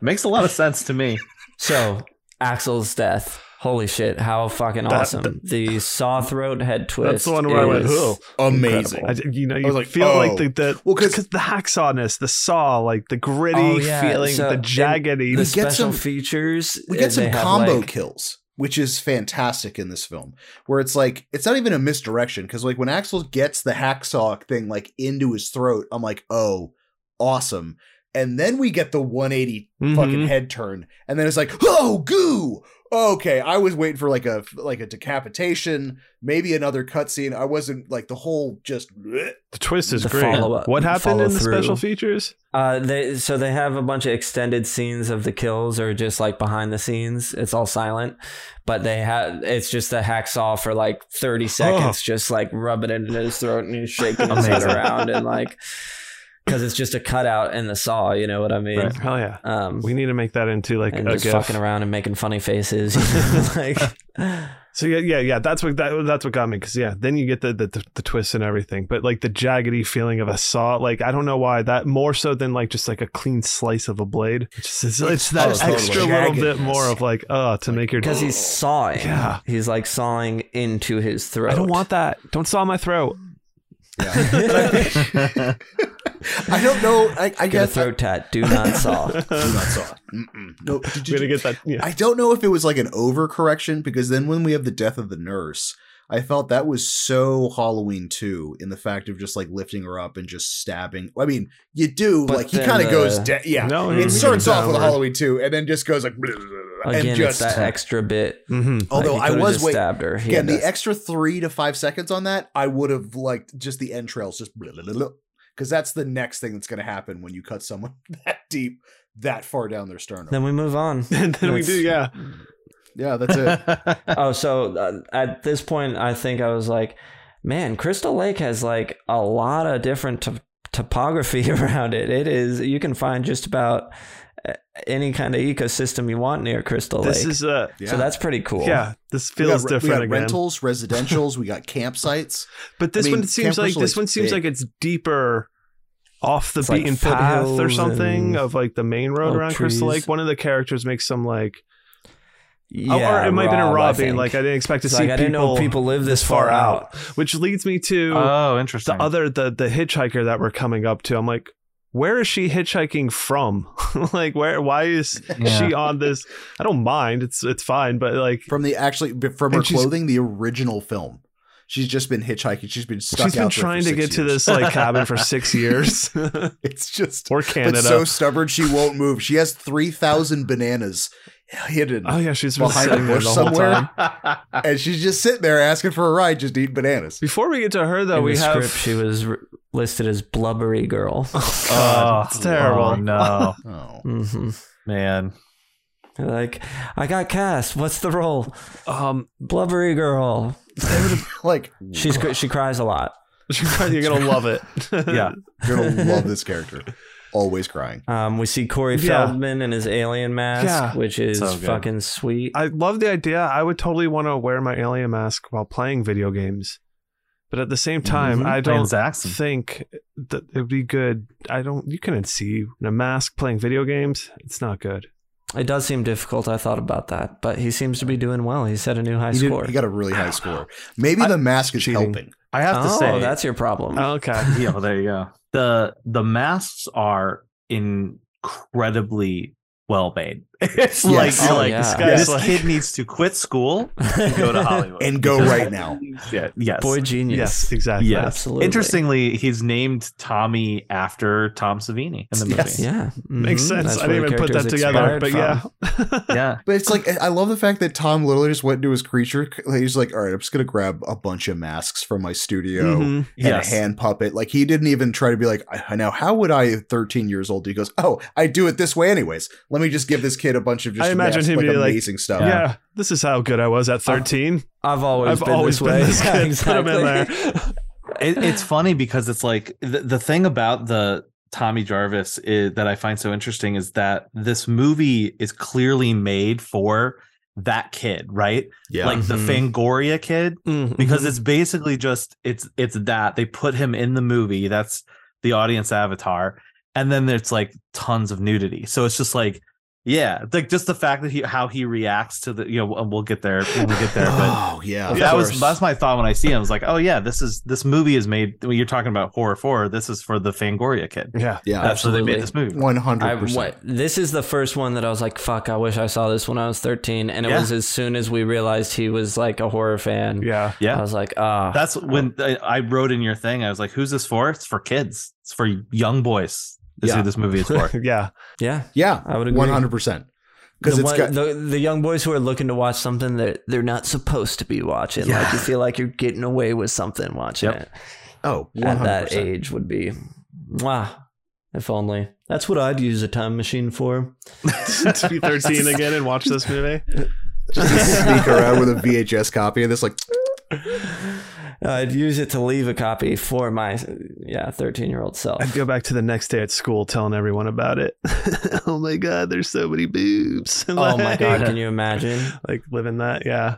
[SPEAKER 4] Makes a lot of sense to me.
[SPEAKER 2] So Axel's death. Holy shit! How fucking
[SPEAKER 3] That-
[SPEAKER 2] awesome! the saw throat head twist.
[SPEAKER 3] Oh, That's the one where I went,
[SPEAKER 2] is-
[SPEAKER 3] "Whoa."
[SPEAKER 1] Amazing.
[SPEAKER 3] I, you know,
[SPEAKER 1] I
[SPEAKER 3] you
[SPEAKER 1] was like,
[SPEAKER 3] feel like
[SPEAKER 1] oh.
[SPEAKER 3] the, the
[SPEAKER 1] Well, 'cause-
[SPEAKER 3] because the hacksawness, the saw, like the gritty
[SPEAKER 2] Oh, yeah.
[SPEAKER 3] feeling,
[SPEAKER 2] So,
[SPEAKER 3] the
[SPEAKER 2] and
[SPEAKER 3] jaggedy.
[SPEAKER 2] The
[SPEAKER 1] We get some-
[SPEAKER 2] special features. uh,
[SPEAKER 1] We get
[SPEAKER 2] they
[SPEAKER 1] some
[SPEAKER 2] have,
[SPEAKER 1] combo
[SPEAKER 2] like-
[SPEAKER 1] kills.
[SPEAKER 7] which is fantastic in this film, where it's like it's not even a misdirection because like when Axel gets the hacksaw thing like into his throat, I'm like, oh, awesome. And then we get the 180 fucking
[SPEAKER 2] Mm-hmm.
[SPEAKER 3] Mhm.
[SPEAKER 7] head turn, and then it's like, oh, goo. Okay, I was waiting for like a like a decapitation, maybe another cutscene. I wasn't like the whole just bleh.
[SPEAKER 3] The twist is
[SPEAKER 2] The
[SPEAKER 3] great.
[SPEAKER 2] follow-up-
[SPEAKER 3] What happened in the
[SPEAKER 2] follow-through.
[SPEAKER 3] special features?
[SPEAKER 2] Uh, they so they have a bunch of extended scenes of the kills or just like behind the scenes. It's all silent, but they have it's just the hacksaw for like thirty seconds, just like rubbing it in his throat and he's shaking his head
[SPEAKER 4] Amazing.
[SPEAKER 2] around and like because it's just a cutout in the saw. You know what I mean?
[SPEAKER 4] Right.
[SPEAKER 3] Hell yeah.
[SPEAKER 2] Um,
[SPEAKER 3] We need to make that into like
[SPEAKER 2] and
[SPEAKER 3] a
[SPEAKER 2] just
[SPEAKER 3] gif.
[SPEAKER 2] fucking around and making funny faces. you know, like,
[SPEAKER 3] So yeah, yeah, yeah. That's what that, that's what got me because yeah, then you get the, the the twist and everything, but like the jaggedy feeling of a saw. Like I don't know why that more so than like just like a clean slice of a blade. It's just, it's, it's that
[SPEAKER 7] Oh, totally.
[SPEAKER 3] extra little bit
[SPEAKER 7] Jaggedness.
[SPEAKER 3] more of like oh to make your
[SPEAKER 2] because he's sawing.
[SPEAKER 3] Yeah.
[SPEAKER 2] he's like sawing into his throat.
[SPEAKER 3] I don't want that. Don't saw my throat.
[SPEAKER 1] I don't know. I, I
[SPEAKER 2] Get a
[SPEAKER 1] guess I,
[SPEAKER 2] throat tat. Do not saw.
[SPEAKER 1] do not saw. Mm-mm. No, did
[SPEAKER 3] We're
[SPEAKER 1] you,
[SPEAKER 3] gonna get that. Yeah.
[SPEAKER 1] I don't know if it was like an overcorrection because then when we have the death of the nurse, I felt that was so Halloween too in the fact of just like lifting her up and just stabbing. I mean, you do
[SPEAKER 2] But
[SPEAKER 1] like he
[SPEAKER 2] then uh,
[SPEAKER 1] kind of
[SPEAKER 2] the-
[SPEAKER 1] goes de- yeah.
[SPEAKER 3] No,
[SPEAKER 1] it starts off with a
[SPEAKER 3] downward.
[SPEAKER 1] Halloween too, and then just goes like blah, blah, blah,
[SPEAKER 2] Again,
[SPEAKER 1] and just
[SPEAKER 2] it's that extra bit.
[SPEAKER 3] Mhm.
[SPEAKER 1] although
[SPEAKER 2] Like, he
[SPEAKER 1] I
[SPEAKER 2] could've
[SPEAKER 1] was
[SPEAKER 2] just
[SPEAKER 1] wait
[SPEAKER 2] stabbed her. He
[SPEAKER 1] again
[SPEAKER 2] had
[SPEAKER 1] the extra three to five seconds on that I would have liked just the entrails just because that's the next thing that's going to happen when you cut someone that deep that far down their sternum.
[SPEAKER 2] Then we move on.
[SPEAKER 3] And then we
[SPEAKER 2] That's-
[SPEAKER 3] do yeah.
[SPEAKER 1] yeah, that's it.
[SPEAKER 2] Oh, so uh, at this point, I think I was like, man, Crystal Lake has like a lot of different to- topography around it. It is you can find just about uh, any kind of ecosystem you want near Crystal
[SPEAKER 3] This
[SPEAKER 2] Lake.
[SPEAKER 3] is uh
[SPEAKER 1] Yeah.
[SPEAKER 2] So that's pretty cool.
[SPEAKER 3] yeah. This
[SPEAKER 1] We
[SPEAKER 3] feels
[SPEAKER 1] got, re-
[SPEAKER 3] different
[SPEAKER 1] We got
[SPEAKER 3] again.
[SPEAKER 1] rentals, residentials. we got campsites.
[SPEAKER 3] But this
[SPEAKER 1] I mean,
[SPEAKER 3] one seems
[SPEAKER 1] Camp
[SPEAKER 3] like
[SPEAKER 1] Crystal
[SPEAKER 3] this
[SPEAKER 1] is
[SPEAKER 3] one seems
[SPEAKER 1] big.
[SPEAKER 3] like it's deeper off the
[SPEAKER 2] It's like
[SPEAKER 3] beaten path or
[SPEAKER 2] foothills
[SPEAKER 3] something
[SPEAKER 2] and
[SPEAKER 3] of like the main road
[SPEAKER 2] little
[SPEAKER 3] around Crystal
[SPEAKER 2] trees.
[SPEAKER 3] Lake. One of the characters makes some like
[SPEAKER 2] yeah
[SPEAKER 3] oh, or it might have been a
[SPEAKER 2] Rob,
[SPEAKER 3] robbing.
[SPEAKER 2] think.
[SPEAKER 3] like I didn't expect to
[SPEAKER 2] It's
[SPEAKER 3] see
[SPEAKER 2] like, I didn't know people live this far out.
[SPEAKER 3] Which leads me to
[SPEAKER 4] oh,
[SPEAKER 3] the
[SPEAKER 4] interesting.
[SPEAKER 3] other the the hitchhiker that we're coming up to. I'm like, where is she hitchhiking from? like where why is she on this? I don't mind. It's it's fine, but like
[SPEAKER 1] from the actually b- from her
[SPEAKER 3] And she's-
[SPEAKER 1] clothing the original film she's just been hitchhiking she's been stuck
[SPEAKER 3] she's been
[SPEAKER 1] out there for
[SPEAKER 3] trying to
[SPEAKER 1] six
[SPEAKER 3] get to
[SPEAKER 1] years.
[SPEAKER 3] this like cabin for six years.
[SPEAKER 1] it's just
[SPEAKER 3] or
[SPEAKER 1] but
[SPEAKER 3] Canada.
[SPEAKER 1] so stubborn she won't move she has 3000 bananas hidden
[SPEAKER 3] oh yeah, she's been
[SPEAKER 1] behind a
[SPEAKER 3] sitting there
[SPEAKER 1] bush
[SPEAKER 3] the whole
[SPEAKER 1] somewhere.
[SPEAKER 3] time.
[SPEAKER 1] and she's just sitting there asking for a ride just eating bananas
[SPEAKER 3] Before we get to her though,
[SPEAKER 2] In
[SPEAKER 3] we
[SPEAKER 2] the
[SPEAKER 3] have
[SPEAKER 2] script, she was r listed as blubbery girl.
[SPEAKER 4] oh,
[SPEAKER 3] it's terrible.
[SPEAKER 4] oh, no,
[SPEAKER 1] oh
[SPEAKER 2] hmm
[SPEAKER 4] man.
[SPEAKER 2] Like I got cast. What's the role?
[SPEAKER 3] Um,
[SPEAKER 2] Blubbery girl.
[SPEAKER 1] like
[SPEAKER 2] She's cr- she cries a lot.
[SPEAKER 3] you're gonna love it.
[SPEAKER 4] Yeah.
[SPEAKER 1] you're gonna love this character always crying
[SPEAKER 2] Um, we see Corey
[SPEAKER 3] Yeah.
[SPEAKER 2] Feldman in his alien mask,
[SPEAKER 3] Yeah.
[SPEAKER 2] which is
[SPEAKER 4] So good.
[SPEAKER 2] fucking sweet.
[SPEAKER 3] I love the idea. I would totally want to wear my alien mask while playing video games, but at the same time,
[SPEAKER 2] Mhm.
[SPEAKER 3] I
[SPEAKER 4] Playing
[SPEAKER 3] don't
[SPEAKER 4] Zaxxon.
[SPEAKER 3] think that it'd be good. I don't. You couldn't see in a mask playing video games. It's not good.
[SPEAKER 2] it does seem difficult. I thought about that, but he seems to be doing well. He set a new high
[SPEAKER 1] he, did,
[SPEAKER 2] score.
[SPEAKER 1] he got a really high score maybe the mask is
[SPEAKER 3] Cheating.
[SPEAKER 1] helping
[SPEAKER 4] I have to
[SPEAKER 2] oh,
[SPEAKER 4] say
[SPEAKER 2] that's your problem.
[SPEAKER 3] Okay.
[SPEAKER 4] yeah, well, there you go. The the masks are incredibly well made. It's
[SPEAKER 1] Yes.
[SPEAKER 4] like you're
[SPEAKER 2] Oh,
[SPEAKER 4] like
[SPEAKER 2] yeah.
[SPEAKER 3] Yes.
[SPEAKER 4] this, this kid needs to quit school and go to Hollywood
[SPEAKER 1] and go
[SPEAKER 4] Because-
[SPEAKER 1] right now
[SPEAKER 4] Yeah, yes.
[SPEAKER 2] Boy genius.
[SPEAKER 3] Yes. Exactly.
[SPEAKER 4] Yes.
[SPEAKER 2] Absolutely.
[SPEAKER 4] Interestingly, he's named Tommy after Tom Savini in the movie.
[SPEAKER 1] Yes.
[SPEAKER 2] Yeah.
[SPEAKER 3] Makes
[SPEAKER 2] Mhm.
[SPEAKER 3] sense.
[SPEAKER 2] That's
[SPEAKER 3] I
[SPEAKER 2] where
[SPEAKER 3] didn't
[SPEAKER 2] the
[SPEAKER 3] even put
[SPEAKER 2] character
[SPEAKER 3] that
[SPEAKER 2] is
[SPEAKER 3] together, but
[SPEAKER 2] inspired
[SPEAKER 3] yeah.
[SPEAKER 2] from.
[SPEAKER 4] Yeah.
[SPEAKER 1] But it's like I love the fact that Tom literally just went into his creature. He's like, all right, I'm just gonna grab a bunch of masks from my studio
[SPEAKER 2] Mm-hmm.
[SPEAKER 3] Mhm.
[SPEAKER 1] and
[SPEAKER 4] Yes.
[SPEAKER 1] a hand puppet. Like he didn't even try to be like, "I- now how would I, 13 years old? He goes, oh, I do it this way anyways. Let me just give this kid a bunch of just
[SPEAKER 3] I imagine
[SPEAKER 1] masks,
[SPEAKER 3] him
[SPEAKER 1] like
[SPEAKER 3] be like,
[SPEAKER 1] amazing stuff.
[SPEAKER 3] Yeah. This is how good I
[SPEAKER 2] Uh,
[SPEAKER 3] was at 13.
[SPEAKER 2] I've always
[SPEAKER 3] I've
[SPEAKER 2] been
[SPEAKER 3] always
[SPEAKER 2] this
[SPEAKER 3] been
[SPEAKER 2] way.
[SPEAKER 3] this
[SPEAKER 2] Yeah,
[SPEAKER 3] good. Put 'em in
[SPEAKER 2] exactly.
[SPEAKER 4] it, it's funny because it's like the, the thing about the Tommy Jarvis is, that I find so interesting is that this movie is clearly made for that kid, right?
[SPEAKER 1] Yeah.
[SPEAKER 4] Like
[SPEAKER 2] Mhm.
[SPEAKER 4] the Fangoria kid,
[SPEAKER 2] Mm-hmm.
[SPEAKER 3] Mhm.
[SPEAKER 4] because it's basically just it's it's that they put him in the movie. That's the audience avatar, and then there's like tons of nudity. So it's just like Yeah, like just the fact that he how he reacts to the you know and we'll get there when we get there, but
[SPEAKER 7] oh yeah,
[SPEAKER 4] that was that's my thought when I see him. I was like, oh yeah, this is this movie is made. When you're talking about horror for this is for the Fangoria kid.
[SPEAKER 3] Yeah.
[SPEAKER 7] yeah,
[SPEAKER 4] That's why they
[SPEAKER 2] Absolutely.
[SPEAKER 4] made this movie.
[SPEAKER 1] One
[SPEAKER 2] I,
[SPEAKER 1] hundred percent.
[SPEAKER 2] what, this is the first one that I was like, fuck, I wish I saw this when I was 13. And it
[SPEAKER 4] Yeah.
[SPEAKER 2] was as soon as we realized he was like a horror fan.
[SPEAKER 3] Yeah.
[SPEAKER 2] I
[SPEAKER 4] Yeah,
[SPEAKER 2] was like, ah.
[SPEAKER 4] that's when I, I wrote in your thing. I was like, who's this for? It's for kids. It's for young boys. This is
[SPEAKER 7] Yeah.
[SPEAKER 4] who this movie is for.
[SPEAKER 3] Yeah.
[SPEAKER 2] yeah.
[SPEAKER 1] Yeah,
[SPEAKER 2] I would agree.
[SPEAKER 1] one hundred percent. Because
[SPEAKER 2] The,
[SPEAKER 1] it's
[SPEAKER 2] one-
[SPEAKER 1] got
[SPEAKER 2] the, the young boys who are looking to watch something that they're not supposed to be watching. Like,
[SPEAKER 4] Yeah.
[SPEAKER 2] you feel like you're getting away with something watching
[SPEAKER 4] Yep.
[SPEAKER 2] it.
[SPEAKER 7] oh
[SPEAKER 2] at
[SPEAKER 7] 100%.
[SPEAKER 2] that age would be mwah, if only that's what i'd use a time machine for
[SPEAKER 3] to be 13 again and watch this movie.
[SPEAKER 1] just sneak around with a VHS copy of this, like
[SPEAKER 2] i'd use it to leave a copy for my yeah 13 year old self
[SPEAKER 3] I'd go back to the next day at school telling everyone about it. oh my god, there's so many boobs.
[SPEAKER 2] oh my god can you imagine
[SPEAKER 3] Like living that, yeah.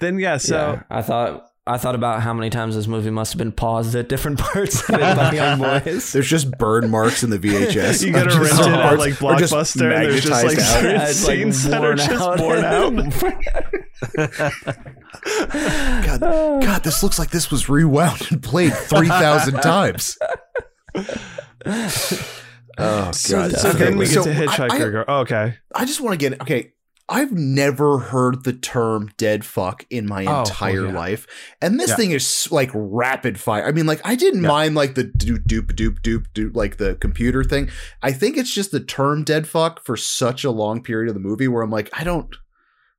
[SPEAKER 3] Then yeah, so
[SPEAKER 2] yeah, i thought i thought about how many times this movie must have been paused at different parts of it by young boys
[SPEAKER 1] there's just burn marks in the VHS.
[SPEAKER 3] you gotta
[SPEAKER 1] Just
[SPEAKER 3] rent it at
[SPEAKER 1] parts
[SPEAKER 3] like
[SPEAKER 1] are just
[SPEAKER 3] Blockbuster and there's just like
[SPEAKER 1] magnetized out.
[SPEAKER 3] certain
[SPEAKER 2] Yeah, it's, like,
[SPEAKER 3] scenes that are
[SPEAKER 2] worn
[SPEAKER 3] just
[SPEAKER 2] out.
[SPEAKER 3] worn out.
[SPEAKER 1] God, God, this looks like this was rewound and played three thousand times. Oh
[SPEAKER 3] So,
[SPEAKER 1] god!
[SPEAKER 3] so then we get
[SPEAKER 1] So
[SPEAKER 3] to
[SPEAKER 1] I-
[SPEAKER 3] Hitchhiker
[SPEAKER 1] I-
[SPEAKER 3] Girl. Oh, okay.
[SPEAKER 1] I just want to get okay. I've never heard the term "dead fuck" in my
[SPEAKER 4] well,
[SPEAKER 1] entire
[SPEAKER 4] yeah.
[SPEAKER 1] life, and this
[SPEAKER 4] Yeah.
[SPEAKER 1] thing is like rapid fire. I mean, like I didn't
[SPEAKER 4] Yeah.
[SPEAKER 1] mind like the doop doop doop doop doop like the computer thing. I think it's just the term "dead fuck" for such a long period of the movie where I'm like, I don't.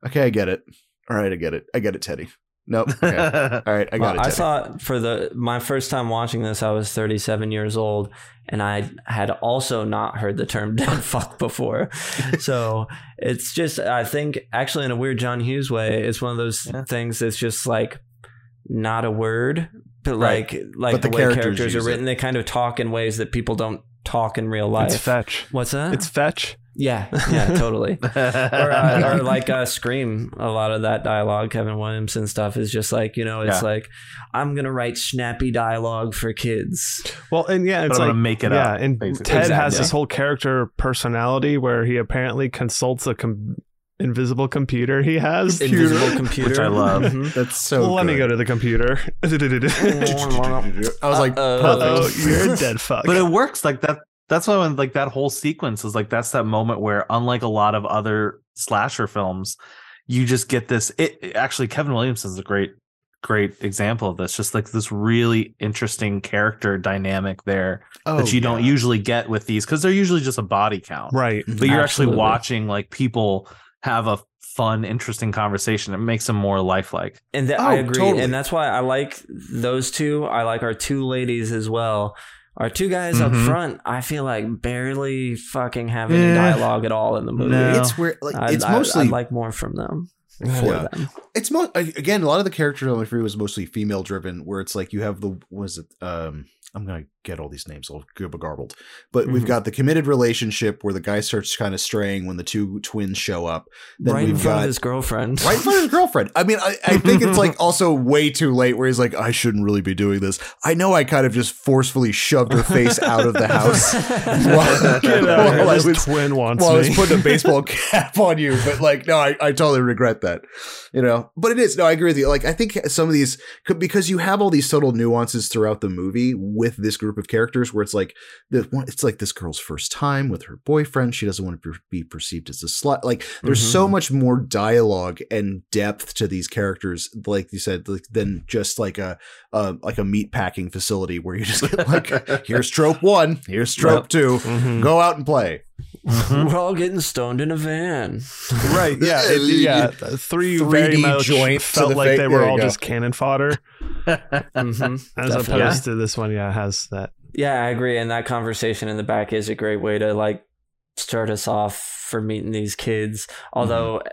[SPEAKER 1] Okay, I get it. All right, I get it. I get it, Teddy. Nope. Okay. All right, I got
[SPEAKER 2] Well,
[SPEAKER 1] it.
[SPEAKER 2] I
[SPEAKER 1] Teddy.
[SPEAKER 2] saw it for the my first time watching this. I was 37 years old, and I had also not heard the term "dead fuck" before. so it's just, I think, actually, in a weird John Hughes way, it's one of those
[SPEAKER 4] Yeah.
[SPEAKER 2] things that's just like not a word, but
[SPEAKER 4] Right.
[SPEAKER 2] like like
[SPEAKER 1] But
[SPEAKER 2] the,
[SPEAKER 1] the
[SPEAKER 2] way
[SPEAKER 1] characters
[SPEAKER 2] characters are
[SPEAKER 1] use
[SPEAKER 2] written, they kind of talk in ways that people don't talk in real life.
[SPEAKER 3] It's fetch.
[SPEAKER 2] What's that?
[SPEAKER 3] It's fetch.
[SPEAKER 2] yeah, yeah, totally or, uh, or like uh, Scream, a lot of that dialogue, Kevin Williamson stuff is just like, you know, it's
[SPEAKER 4] Yeah.
[SPEAKER 2] like, I'm going to write snappy dialogue for kids.
[SPEAKER 3] Well, and yeah,
[SPEAKER 4] But
[SPEAKER 3] it's
[SPEAKER 4] I'm
[SPEAKER 3] like
[SPEAKER 4] gonna make it
[SPEAKER 3] yeah,
[SPEAKER 4] up.
[SPEAKER 3] and
[SPEAKER 4] basically.
[SPEAKER 3] Ted has
[SPEAKER 4] Exactly.
[SPEAKER 3] this whole character personality where he apparently consults a com- invisible computer he has.
[SPEAKER 2] Invisible computer.
[SPEAKER 4] Which I love.
[SPEAKER 2] Mhm.
[SPEAKER 1] That's so.
[SPEAKER 3] Let me
[SPEAKER 1] good.
[SPEAKER 3] go to the computer.
[SPEAKER 1] I was
[SPEAKER 2] Uh,
[SPEAKER 1] like,
[SPEAKER 2] Uh-oh.
[SPEAKER 3] oh,
[SPEAKER 1] perfect.
[SPEAKER 3] you're a dead fuck.
[SPEAKER 4] but it works like that that's why when like that whole sequence is like that's that moment where unlike a lot of other slasher films you just get this it it- actually kevin williamson is a great great example of this just like this really interesting character dynamic there
[SPEAKER 1] Oh,
[SPEAKER 4] that you don't
[SPEAKER 1] yeah.
[SPEAKER 4] usually get with these because they're usually just a body count
[SPEAKER 3] right.
[SPEAKER 4] but
[SPEAKER 2] Absolutely.
[SPEAKER 4] you're actually watching like people have a fun interesting conversation it makes them more lifelike
[SPEAKER 2] And that I
[SPEAKER 1] Oh,
[SPEAKER 2] agree.
[SPEAKER 1] totally.
[SPEAKER 2] And that's why I like those two. I like our two ladies as well. Our two guys up
[SPEAKER 1] Mm-hmm.
[SPEAKER 4] Mhm.
[SPEAKER 2] front, I feel like barely fucking have any
[SPEAKER 1] Eh.
[SPEAKER 4] Yeah.
[SPEAKER 2] dialogue at all in the movie.
[SPEAKER 4] No.
[SPEAKER 1] It's weird. Like
[SPEAKER 2] I,
[SPEAKER 1] it's
[SPEAKER 2] I-
[SPEAKER 1] mostly
[SPEAKER 2] I'd like more from them. For
[SPEAKER 1] Yeah.
[SPEAKER 2] them.
[SPEAKER 1] it's mo- again a lot of the character on the free was mostly female driven where it's like you have the was it um i'm gonna get all these names i'll give a garbled but we've
[SPEAKER 2] Mhm.
[SPEAKER 1] got the committed relationship where the guy starts kind of straying when the two twins show up Then
[SPEAKER 2] Right in
[SPEAKER 1] we've
[SPEAKER 2] front of
[SPEAKER 1] got-
[SPEAKER 2] his girlfriend.
[SPEAKER 1] right in front of his girlfriend i mean i, I think it's like also way too late where he's like i shouldn't really be doing this i know i kind of just forcefully shoved her face out of the house while,
[SPEAKER 3] Get out of here.
[SPEAKER 1] while I
[SPEAKER 3] This
[SPEAKER 1] was-
[SPEAKER 3] twin wants
[SPEAKER 1] well, I
[SPEAKER 3] me.
[SPEAKER 1] was putting a baseball cap on you, but like, no, I, I totally regret that, you know. But it is no, I agree with you. Like, I think some of these could because you have all these subtle nuances throughout the movie with this group of characters, where it's like the one, it's like this girl's first time with her boyfriend. She doesn't want to be perceived as a slut. Like, there's so much more dialogue and depth to these characters, like you said, like, than just like a, a like a meat packing facility where you just get like, here's trope one, here's trope two,
[SPEAKER 3] Mhm.
[SPEAKER 1] go out and play.
[SPEAKER 4] Hmm?
[SPEAKER 2] We're all getting stoned in a van.
[SPEAKER 3] Right. Yeah. it- yeah. Three
[SPEAKER 1] 3D
[SPEAKER 3] very much
[SPEAKER 1] joint to
[SPEAKER 3] felt
[SPEAKER 1] the
[SPEAKER 3] like
[SPEAKER 1] fa-
[SPEAKER 3] they
[SPEAKER 1] there
[SPEAKER 3] were
[SPEAKER 1] you
[SPEAKER 3] all
[SPEAKER 1] go.
[SPEAKER 3] just cannon fodder,
[SPEAKER 4] Mm-hmm.
[SPEAKER 2] Mhm.
[SPEAKER 3] as
[SPEAKER 2] Definitely.
[SPEAKER 3] opposed to this one. Yeah, has that.
[SPEAKER 2] yeah, I agree. And that conversation in the back is a great way to like start us off for meeting these kids. Although
[SPEAKER 4] Mm-hmm.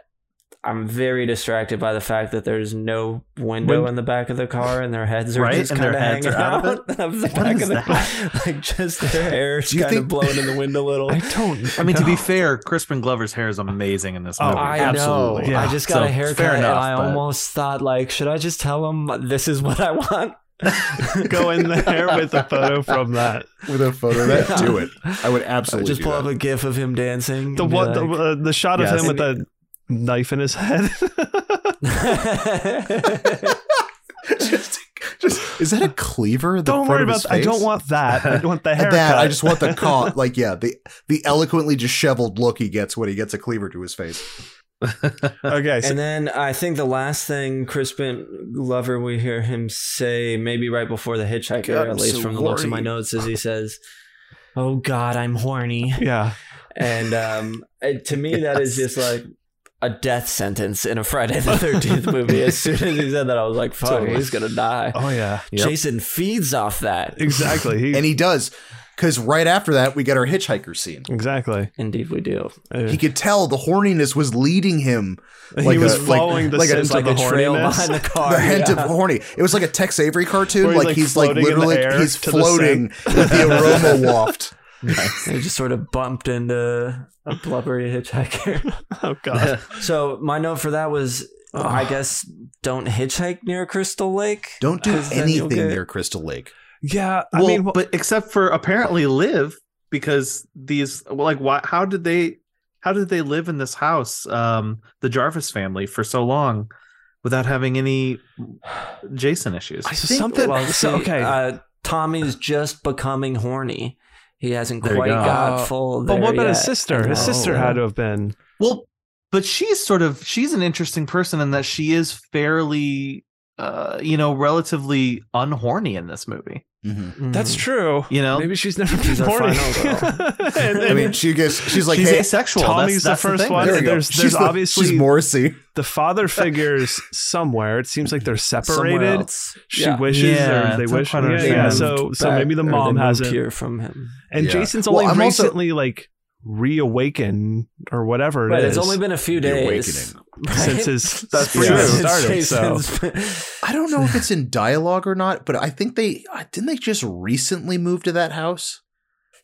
[SPEAKER 2] I'm very distracted by the fact that there's no window
[SPEAKER 4] Win-
[SPEAKER 2] in the back of the car and their heads are
[SPEAKER 4] Right,
[SPEAKER 2] just
[SPEAKER 4] and
[SPEAKER 2] kind
[SPEAKER 4] their
[SPEAKER 2] of
[SPEAKER 4] heads
[SPEAKER 2] hanging
[SPEAKER 4] are
[SPEAKER 2] out
[SPEAKER 4] out
[SPEAKER 2] of,
[SPEAKER 4] of
[SPEAKER 2] the back
[SPEAKER 4] is
[SPEAKER 2] of the car. Like just their hair is
[SPEAKER 1] Do you
[SPEAKER 2] kind of
[SPEAKER 1] think-
[SPEAKER 2] blown in the wind a little.
[SPEAKER 3] I don't.
[SPEAKER 4] i mean to
[SPEAKER 3] know.
[SPEAKER 4] be fair crispin glover's hair is amazing in this
[SPEAKER 3] Oh,
[SPEAKER 4] movie
[SPEAKER 2] I know.
[SPEAKER 3] Yeah.
[SPEAKER 2] I just got
[SPEAKER 4] So,
[SPEAKER 2] a haircut
[SPEAKER 4] fair enough,
[SPEAKER 2] and I
[SPEAKER 4] but-
[SPEAKER 2] almost thought like, should I just tell him this is what I want?
[SPEAKER 3] Go in there with a photo from that.
[SPEAKER 1] with a photo. That do it. I would absolutely
[SPEAKER 2] Just
[SPEAKER 1] do
[SPEAKER 2] pull
[SPEAKER 1] that.
[SPEAKER 2] up a gif of him dancing.
[SPEAKER 3] The
[SPEAKER 2] and be
[SPEAKER 3] one,
[SPEAKER 2] like-
[SPEAKER 3] the, uh, the shot of
[SPEAKER 4] Yes.
[SPEAKER 3] him with the knife in his head.
[SPEAKER 1] just, just is that a cleaver? at The
[SPEAKER 3] don't
[SPEAKER 1] front
[SPEAKER 3] worry
[SPEAKER 1] of
[SPEAKER 3] about.
[SPEAKER 1] his
[SPEAKER 3] That. I
[SPEAKER 1] face?
[SPEAKER 3] don't want that. I want the haircut.
[SPEAKER 1] that. I just want the con. Like yeah, the the eloquently disheveled look he gets when he gets a cleaver to his face.
[SPEAKER 3] okay. So
[SPEAKER 2] and then I think the last thing Crispin Glover we hear him say, maybe right before the hitchhiker,
[SPEAKER 1] God,
[SPEAKER 2] at
[SPEAKER 1] I'm
[SPEAKER 2] least
[SPEAKER 1] so
[SPEAKER 2] from the looks of my
[SPEAKER 1] horny.
[SPEAKER 2] notes, is he says, "Oh God, I'm horny."
[SPEAKER 3] yeah,
[SPEAKER 2] And um, it- to me, that is just like a death sentence in a Friday the 13th movie. As soon as he said that, I was like, fuck,
[SPEAKER 3] Totally.
[SPEAKER 2] he's going to die.
[SPEAKER 3] oh yeah,
[SPEAKER 4] Yep.
[SPEAKER 2] Jason feeds off that.
[SPEAKER 3] exactly. He,
[SPEAKER 1] And he does because right after that we get our hitchhiker scene.
[SPEAKER 3] exactly.
[SPEAKER 2] Indeed, we do.
[SPEAKER 3] Uh,
[SPEAKER 1] He could tell the horniness was leading him.
[SPEAKER 3] He,
[SPEAKER 1] like
[SPEAKER 3] was
[SPEAKER 1] a- like-
[SPEAKER 3] following the
[SPEAKER 1] like a-
[SPEAKER 3] sense
[SPEAKER 2] It's like
[SPEAKER 3] of
[SPEAKER 2] a
[SPEAKER 3] the
[SPEAKER 2] trail
[SPEAKER 3] horniness.
[SPEAKER 2] behind the car.
[SPEAKER 1] the hint
[SPEAKER 2] yeah.
[SPEAKER 1] of horny. It was like a Tex Avery cartoon.
[SPEAKER 3] Where he's,
[SPEAKER 1] Like,
[SPEAKER 3] like,
[SPEAKER 1] Oh, he's like
[SPEAKER 3] floating in the
[SPEAKER 1] literally
[SPEAKER 3] air
[SPEAKER 1] he's
[SPEAKER 3] to the
[SPEAKER 1] floating with the aroma waft.
[SPEAKER 2] They just sort of bumped into a blubbery hitchhiker.
[SPEAKER 3] oh god.
[SPEAKER 2] so my note for that was, I guess, don't hitchhike near Crystal Lake.
[SPEAKER 1] Don't do
[SPEAKER 2] 'Cause then you'll
[SPEAKER 1] anything
[SPEAKER 2] get-
[SPEAKER 1] near Crystal Lake.
[SPEAKER 3] Yeah, I
[SPEAKER 4] well,
[SPEAKER 3] mean, wh-
[SPEAKER 4] but except for apparently live because these well, like why how did they how did they live in this house um the Jarvis family for so long without having any Jason issues?
[SPEAKER 3] I think- something-
[SPEAKER 2] Well,
[SPEAKER 3] so,
[SPEAKER 2] see,
[SPEAKER 3] okay.
[SPEAKER 2] Uh, Tommy's just becoming horny. He hasn't
[SPEAKER 4] There you
[SPEAKER 2] quite
[SPEAKER 4] go.
[SPEAKER 2] got full.
[SPEAKER 3] Uh, but
[SPEAKER 2] there
[SPEAKER 3] what about his
[SPEAKER 2] yet.
[SPEAKER 3] sister? His
[SPEAKER 2] Oh.
[SPEAKER 3] sister had to have been.
[SPEAKER 4] Well, but she's sort of she's an interesting person in that she is fairly uh you know relatively unhorny in this movie.
[SPEAKER 1] Mhm.
[SPEAKER 2] Mm-hmm.
[SPEAKER 3] That's true.
[SPEAKER 4] You know,
[SPEAKER 3] Maybe she's never
[SPEAKER 2] She's
[SPEAKER 3] been
[SPEAKER 2] our
[SPEAKER 3] horny.
[SPEAKER 2] final girl.
[SPEAKER 3] And-
[SPEAKER 1] I
[SPEAKER 3] and
[SPEAKER 1] mean, she gets she's like,
[SPEAKER 4] she's
[SPEAKER 1] hey,
[SPEAKER 4] asexual.
[SPEAKER 3] Tommy's
[SPEAKER 4] that's, that's
[SPEAKER 3] the first
[SPEAKER 4] thing.
[SPEAKER 3] one.
[SPEAKER 1] there we go.
[SPEAKER 3] there's- there's
[SPEAKER 1] the-
[SPEAKER 3] obviously-
[SPEAKER 1] she's Morrissey.
[SPEAKER 3] the father figures somewhere. It seems like they're
[SPEAKER 2] Somewhere
[SPEAKER 3] separated.
[SPEAKER 2] else.
[SPEAKER 3] She
[SPEAKER 2] Yeah.
[SPEAKER 3] wishes,
[SPEAKER 4] Yeah,
[SPEAKER 3] or they
[SPEAKER 4] it's not
[SPEAKER 3] wish.
[SPEAKER 4] quite
[SPEAKER 3] Yeah,
[SPEAKER 4] understood.
[SPEAKER 3] yeah.
[SPEAKER 4] They
[SPEAKER 3] So,
[SPEAKER 2] moved
[SPEAKER 3] so
[SPEAKER 2] back,
[SPEAKER 3] maybe the
[SPEAKER 2] or they
[SPEAKER 3] mom
[SPEAKER 2] moved
[SPEAKER 3] hasn't.
[SPEAKER 2] here from him.
[SPEAKER 3] And
[SPEAKER 1] Yeah.
[SPEAKER 3] Jason's
[SPEAKER 1] Well,
[SPEAKER 3] only
[SPEAKER 1] I'm also-
[SPEAKER 3] recently like reawakened or whatever it
[SPEAKER 2] Right,
[SPEAKER 3] is.
[SPEAKER 2] it's only been a few
[SPEAKER 1] The
[SPEAKER 2] days right?
[SPEAKER 3] Since his-
[SPEAKER 2] That's
[SPEAKER 1] pretty much
[SPEAKER 3] started,
[SPEAKER 1] I don't know if it's in dialogue or not, but I think they I- didn't they just recently move to that house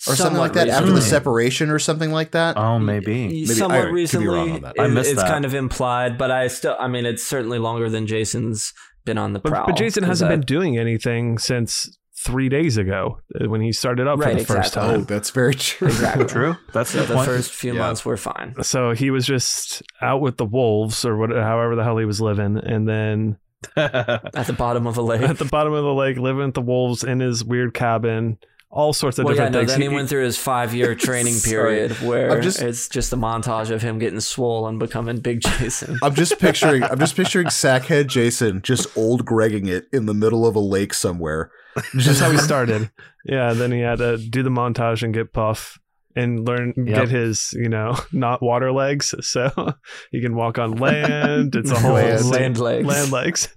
[SPEAKER 1] or something like that after the
[SPEAKER 2] Mm-hmm.
[SPEAKER 4] recently.
[SPEAKER 1] separation or something like that.
[SPEAKER 4] Oh, maybe.
[SPEAKER 1] Hmm, Maybe- I
[SPEAKER 2] somewhat
[SPEAKER 1] could be
[SPEAKER 2] recently.
[SPEAKER 1] wrong on that.
[SPEAKER 4] I
[SPEAKER 2] it-
[SPEAKER 4] missed
[SPEAKER 2] it's
[SPEAKER 4] that.
[SPEAKER 2] kind of implied, but I still. I mean, it's certainly longer than Jason's been on the
[SPEAKER 3] but,
[SPEAKER 2] prowl.
[SPEAKER 3] but Jason
[SPEAKER 2] 'cause
[SPEAKER 3] hasn't
[SPEAKER 2] I-
[SPEAKER 3] been doing anything since three days ago uh, when he started up
[SPEAKER 2] Right,
[SPEAKER 3] for the first
[SPEAKER 2] exactly.
[SPEAKER 1] oh,
[SPEAKER 3] time.
[SPEAKER 1] that's very true.
[SPEAKER 2] exactly
[SPEAKER 4] True. That's
[SPEAKER 2] So
[SPEAKER 4] the
[SPEAKER 2] the
[SPEAKER 4] point.
[SPEAKER 2] first few
[SPEAKER 1] Yeah.
[SPEAKER 2] months were fine.
[SPEAKER 3] So he was just out with the wolves or what, however the hell he was living, and then
[SPEAKER 2] At the bottom of a lake.
[SPEAKER 3] at the bottom of the lake, living with the wolves in his weird cabin, all sorts of
[SPEAKER 2] well, yeah,
[SPEAKER 3] different
[SPEAKER 2] no,
[SPEAKER 3] things.
[SPEAKER 2] then he
[SPEAKER 3] He-
[SPEAKER 2] went through his five year training
[SPEAKER 1] Sorry.
[SPEAKER 2] period where
[SPEAKER 1] I'm just-
[SPEAKER 2] it's just a montage of him getting swole and becoming Big Jason.
[SPEAKER 1] I'm just picturing I'm just picturing Sackhead Jason just old Gregging it in the middle of a lake somewhere.
[SPEAKER 3] That's
[SPEAKER 1] Just
[SPEAKER 3] how he started. yeah, then he had to do the montage and get puff and learn get
[SPEAKER 4] Yep.
[SPEAKER 3] his, you know, not water legs, so he can walk on land. It's a whole
[SPEAKER 1] Land-
[SPEAKER 2] land legs.
[SPEAKER 3] Land legs.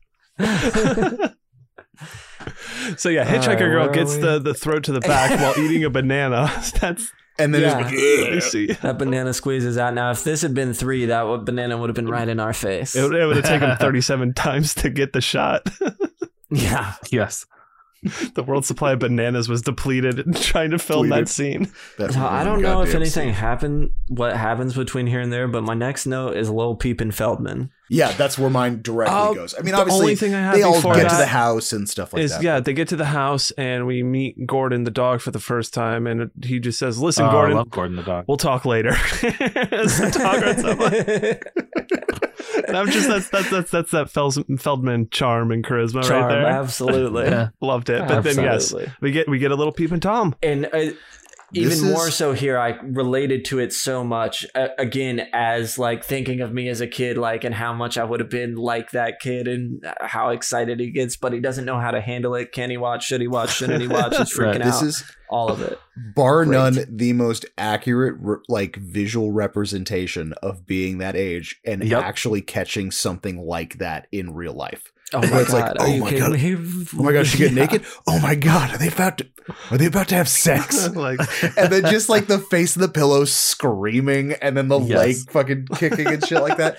[SPEAKER 3] so yeah, Hitchhiker
[SPEAKER 2] Alright,
[SPEAKER 3] Girl
[SPEAKER 2] Uh, where are
[SPEAKER 3] gets
[SPEAKER 2] we?
[SPEAKER 3] the, the throat to the back while eating a banana. That's
[SPEAKER 1] and then
[SPEAKER 2] Yeah.
[SPEAKER 3] you
[SPEAKER 1] it's
[SPEAKER 3] see.
[SPEAKER 2] That banana squeezes out. Now, if this had been three, that would, banana would have been right in our face.
[SPEAKER 3] It, would- it would have taken 37 times to get the shot.
[SPEAKER 2] yeah.
[SPEAKER 4] yes.
[SPEAKER 3] the world supply of bananas was depleted in trying to film
[SPEAKER 1] Depleted.
[SPEAKER 3] that scene.
[SPEAKER 1] that
[SPEAKER 2] So I don't know if
[SPEAKER 1] goddamn
[SPEAKER 2] anything
[SPEAKER 1] scene.
[SPEAKER 2] happened, what happens between here and there, but my next note is Lil Peep and Feldman.
[SPEAKER 1] Yeah, that's where mine directly
[SPEAKER 3] Uh,
[SPEAKER 1] goes. I mean,
[SPEAKER 3] the only
[SPEAKER 1] obviously
[SPEAKER 3] thing I had
[SPEAKER 1] they all
[SPEAKER 3] before
[SPEAKER 1] get to
[SPEAKER 3] that-
[SPEAKER 1] the house and stuff like
[SPEAKER 3] is
[SPEAKER 1] that.
[SPEAKER 3] yeah, they get to the house and we meet Gordon the dog for the first time, and he just says, "Listen,
[SPEAKER 4] Oh, I
[SPEAKER 3] Gordon,
[SPEAKER 4] love Gordon the dog.
[SPEAKER 3] we'll talk later." It's the dog on someone. And I'm just that's that's that's that's that Fels- Feldman charm and charisma
[SPEAKER 2] Charm,
[SPEAKER 3] right there.
[SPEAKER 2] absolutely.
[SPEAKER 4] Yeah.
[SPEAKER 3] Loved it. But then yes,
[SPEAKER 2] Absolutely.
[SPEAKER 3] we get we get a little peep and Tom.
[SPEAKER 2] and uh, even
[SPEAKER 1] This
[SPEAKER 2] more
[SPEAKER 1] is-
[SPEAKER 2] so here i related to it so much uh, again as like thinking of me as a kid like and how much i would have been like that kid and uh, how excited he gets but he doesn't know how to handle it can he watch should he watch shouldn't he watch he's freaking
[SPEAKER 4] Right.
[SPEAKER 2] out
[SPEAKER 1] This is
[SPEAKER 2] all of it
[SPEAKER 1] bar
[SPEAKER 2] Great.
[SPEAKER 1] none the most accurate re- like visual representation of being that age and
[SPEAKER 4] Yep.
[SPEAKER 1] actually catching something like that in real life.
[SPEAKER 2] oh
[SPEAKER 1] Where
[SPEAKER 2] my
[SPEAKER 1] it's like,
[SPEAKER 2] god
[SPEAKER 1] oh
[SPEAKER 2] are you
[SPEAKER 1] my
[SPEAKER 2] kidding
[SPEAKER 1] God.
[SPEAKER 2] me
[SPEAKER 1] Oh my god, she get naked? Oh my god, are they about to are they about to have sex?
[SPEAKER 3] like
[SPEAKER 1] and then just like the face of the pillow screaming and then the
[SPEAKER 4] Yes.
[SPEAKER 1] leg fucking kicking and shit like that.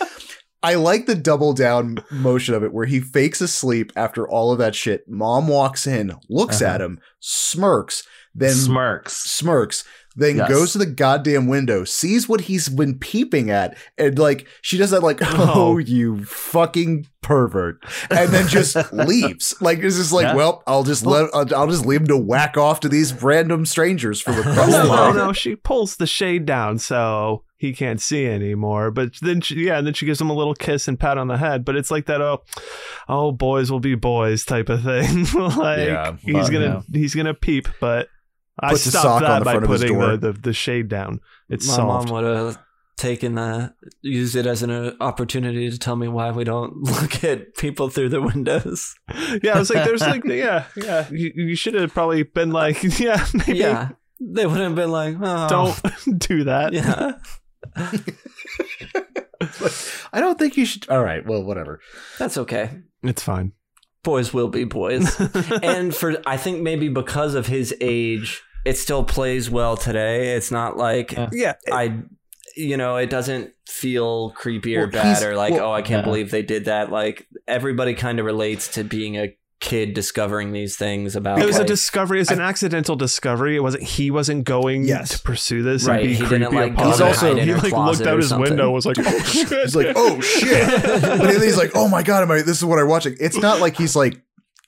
[SPEAKER 1] I like the double down motion of it where he fakes asleep after all of that shit. Mom walks in, looks
[SPEAKER 4] Uh-huh.
[SPEAKER 1] at him, smirks, then
[SPEAKER 4] Smirks.
[SPEAKER 1] smirks, then
[SPEAKER 4] Yes.
[SPEAKER 1] goes to the goddamn window, sees what he's been peeping at, and like she does that, like, oh,
[SPEAKER 3] Oh.
[SPEAKER 1] you fucking pervert, and then just leaves. Like it's just like,
[SPEAKER 4] Yeah.
[SPEAKER 1] well, I'll just let I'll, I'll just leave him to whack off to these random strangers from across the
[SPEAKER 3] no, no,
[SPEAKER 1] way.
[SPEAKER 3] no, she pulls the shade down so he can't see anymore. But then, she, yeah, and then she gives him a little kiss and pat on the head. But it's like that, oh, oh, boys will be boys type of thing. like
[SPEAKER 1] Yeah,
[SPEAKER 3] he's
[SPEAKER 4] but,
[SPEAKER 3] gonna he's gonna peep, but I
[SPEAKER 1] Puts a sock
[SPEAKER 3] stopped
[SPEAKER 1] on the
[SPEAKER 3] that by
[SPEAKER 1] front of his
[SPEAKER 3] putting
[SPEAKER 1] door.
[SPEAKER 3] the, the, the shade down. It's
[SPEAKER 2] My
[SPEAKER 3] solved.
[SPEAKER 2] mom would have taken the used it as an uh, opportunity to tell me why we don't look at people through the windows.
[SPEAKER 3] yeah, I was like, there's like, yeah, yeah. You, you should have probably been like, yeah, maybe
[SPEAKER 2] Yeah, they would have been like, oh,
[SPEAKER 3] don't do that.
[SPEAKER 2] Yeah,
[SPEAKER 1] I don't think you should. All right, well, whatever.
[SPEAKER 2] that's okay.
[SPEAKER 3] It's fine.
[SPEAKER 2] Boys will be boys. and for I think maybe because of his age, it still plays well today. It's not like
[SPEAKER 4] Yeah.
[SPEAKER 3] yeah,
[SPEAKER 2] I, you know, it doesn't feel creepy or
[SPEAKER 1] Well, he's-
[SPEAKER 2] bad or like,
[SPEAKER 1] well-
[SPEAKER 2] oh, I can't
[SPEAKER 4] Yeah.
[SPEAKER 2] believe they did that. Like everybody kind of relates to being a kid discovering these things about.
[SPEAKER 3] It was a
[SPEAKER 2] like-
[SPEAKER 3] discovery. It's an accidental discovery. It wasn't. He wasn't going
[SPEAKER 1] Yes.
[SPEAKER 3] to pursue this
[SPEAKER 2] Right,
[SPEAKER 3] and be
[SPEAKER 2] he didn't,
[SPEAKER 3] creepy
[SPEAKER 2] like,
[SPEAKER 3] upon.
[SPEAKER 1] go He's hide also-
[SPEAKER 3] he
[SPEAKER 2] in her
[SPEAKER 3] like
[SPEAKER 2] closet
[SPEAKER 3] looked out
[SPEAKER 2] or
[SPEAKER 3] his
[SPEAKER 2] something.
[SPEAKER 3] window. and Was like, oh shit.
[SPEAKER 1] He's like, oh shit. but then he's like, oh my god, am I? This is what I'm watching. It's not like he's like.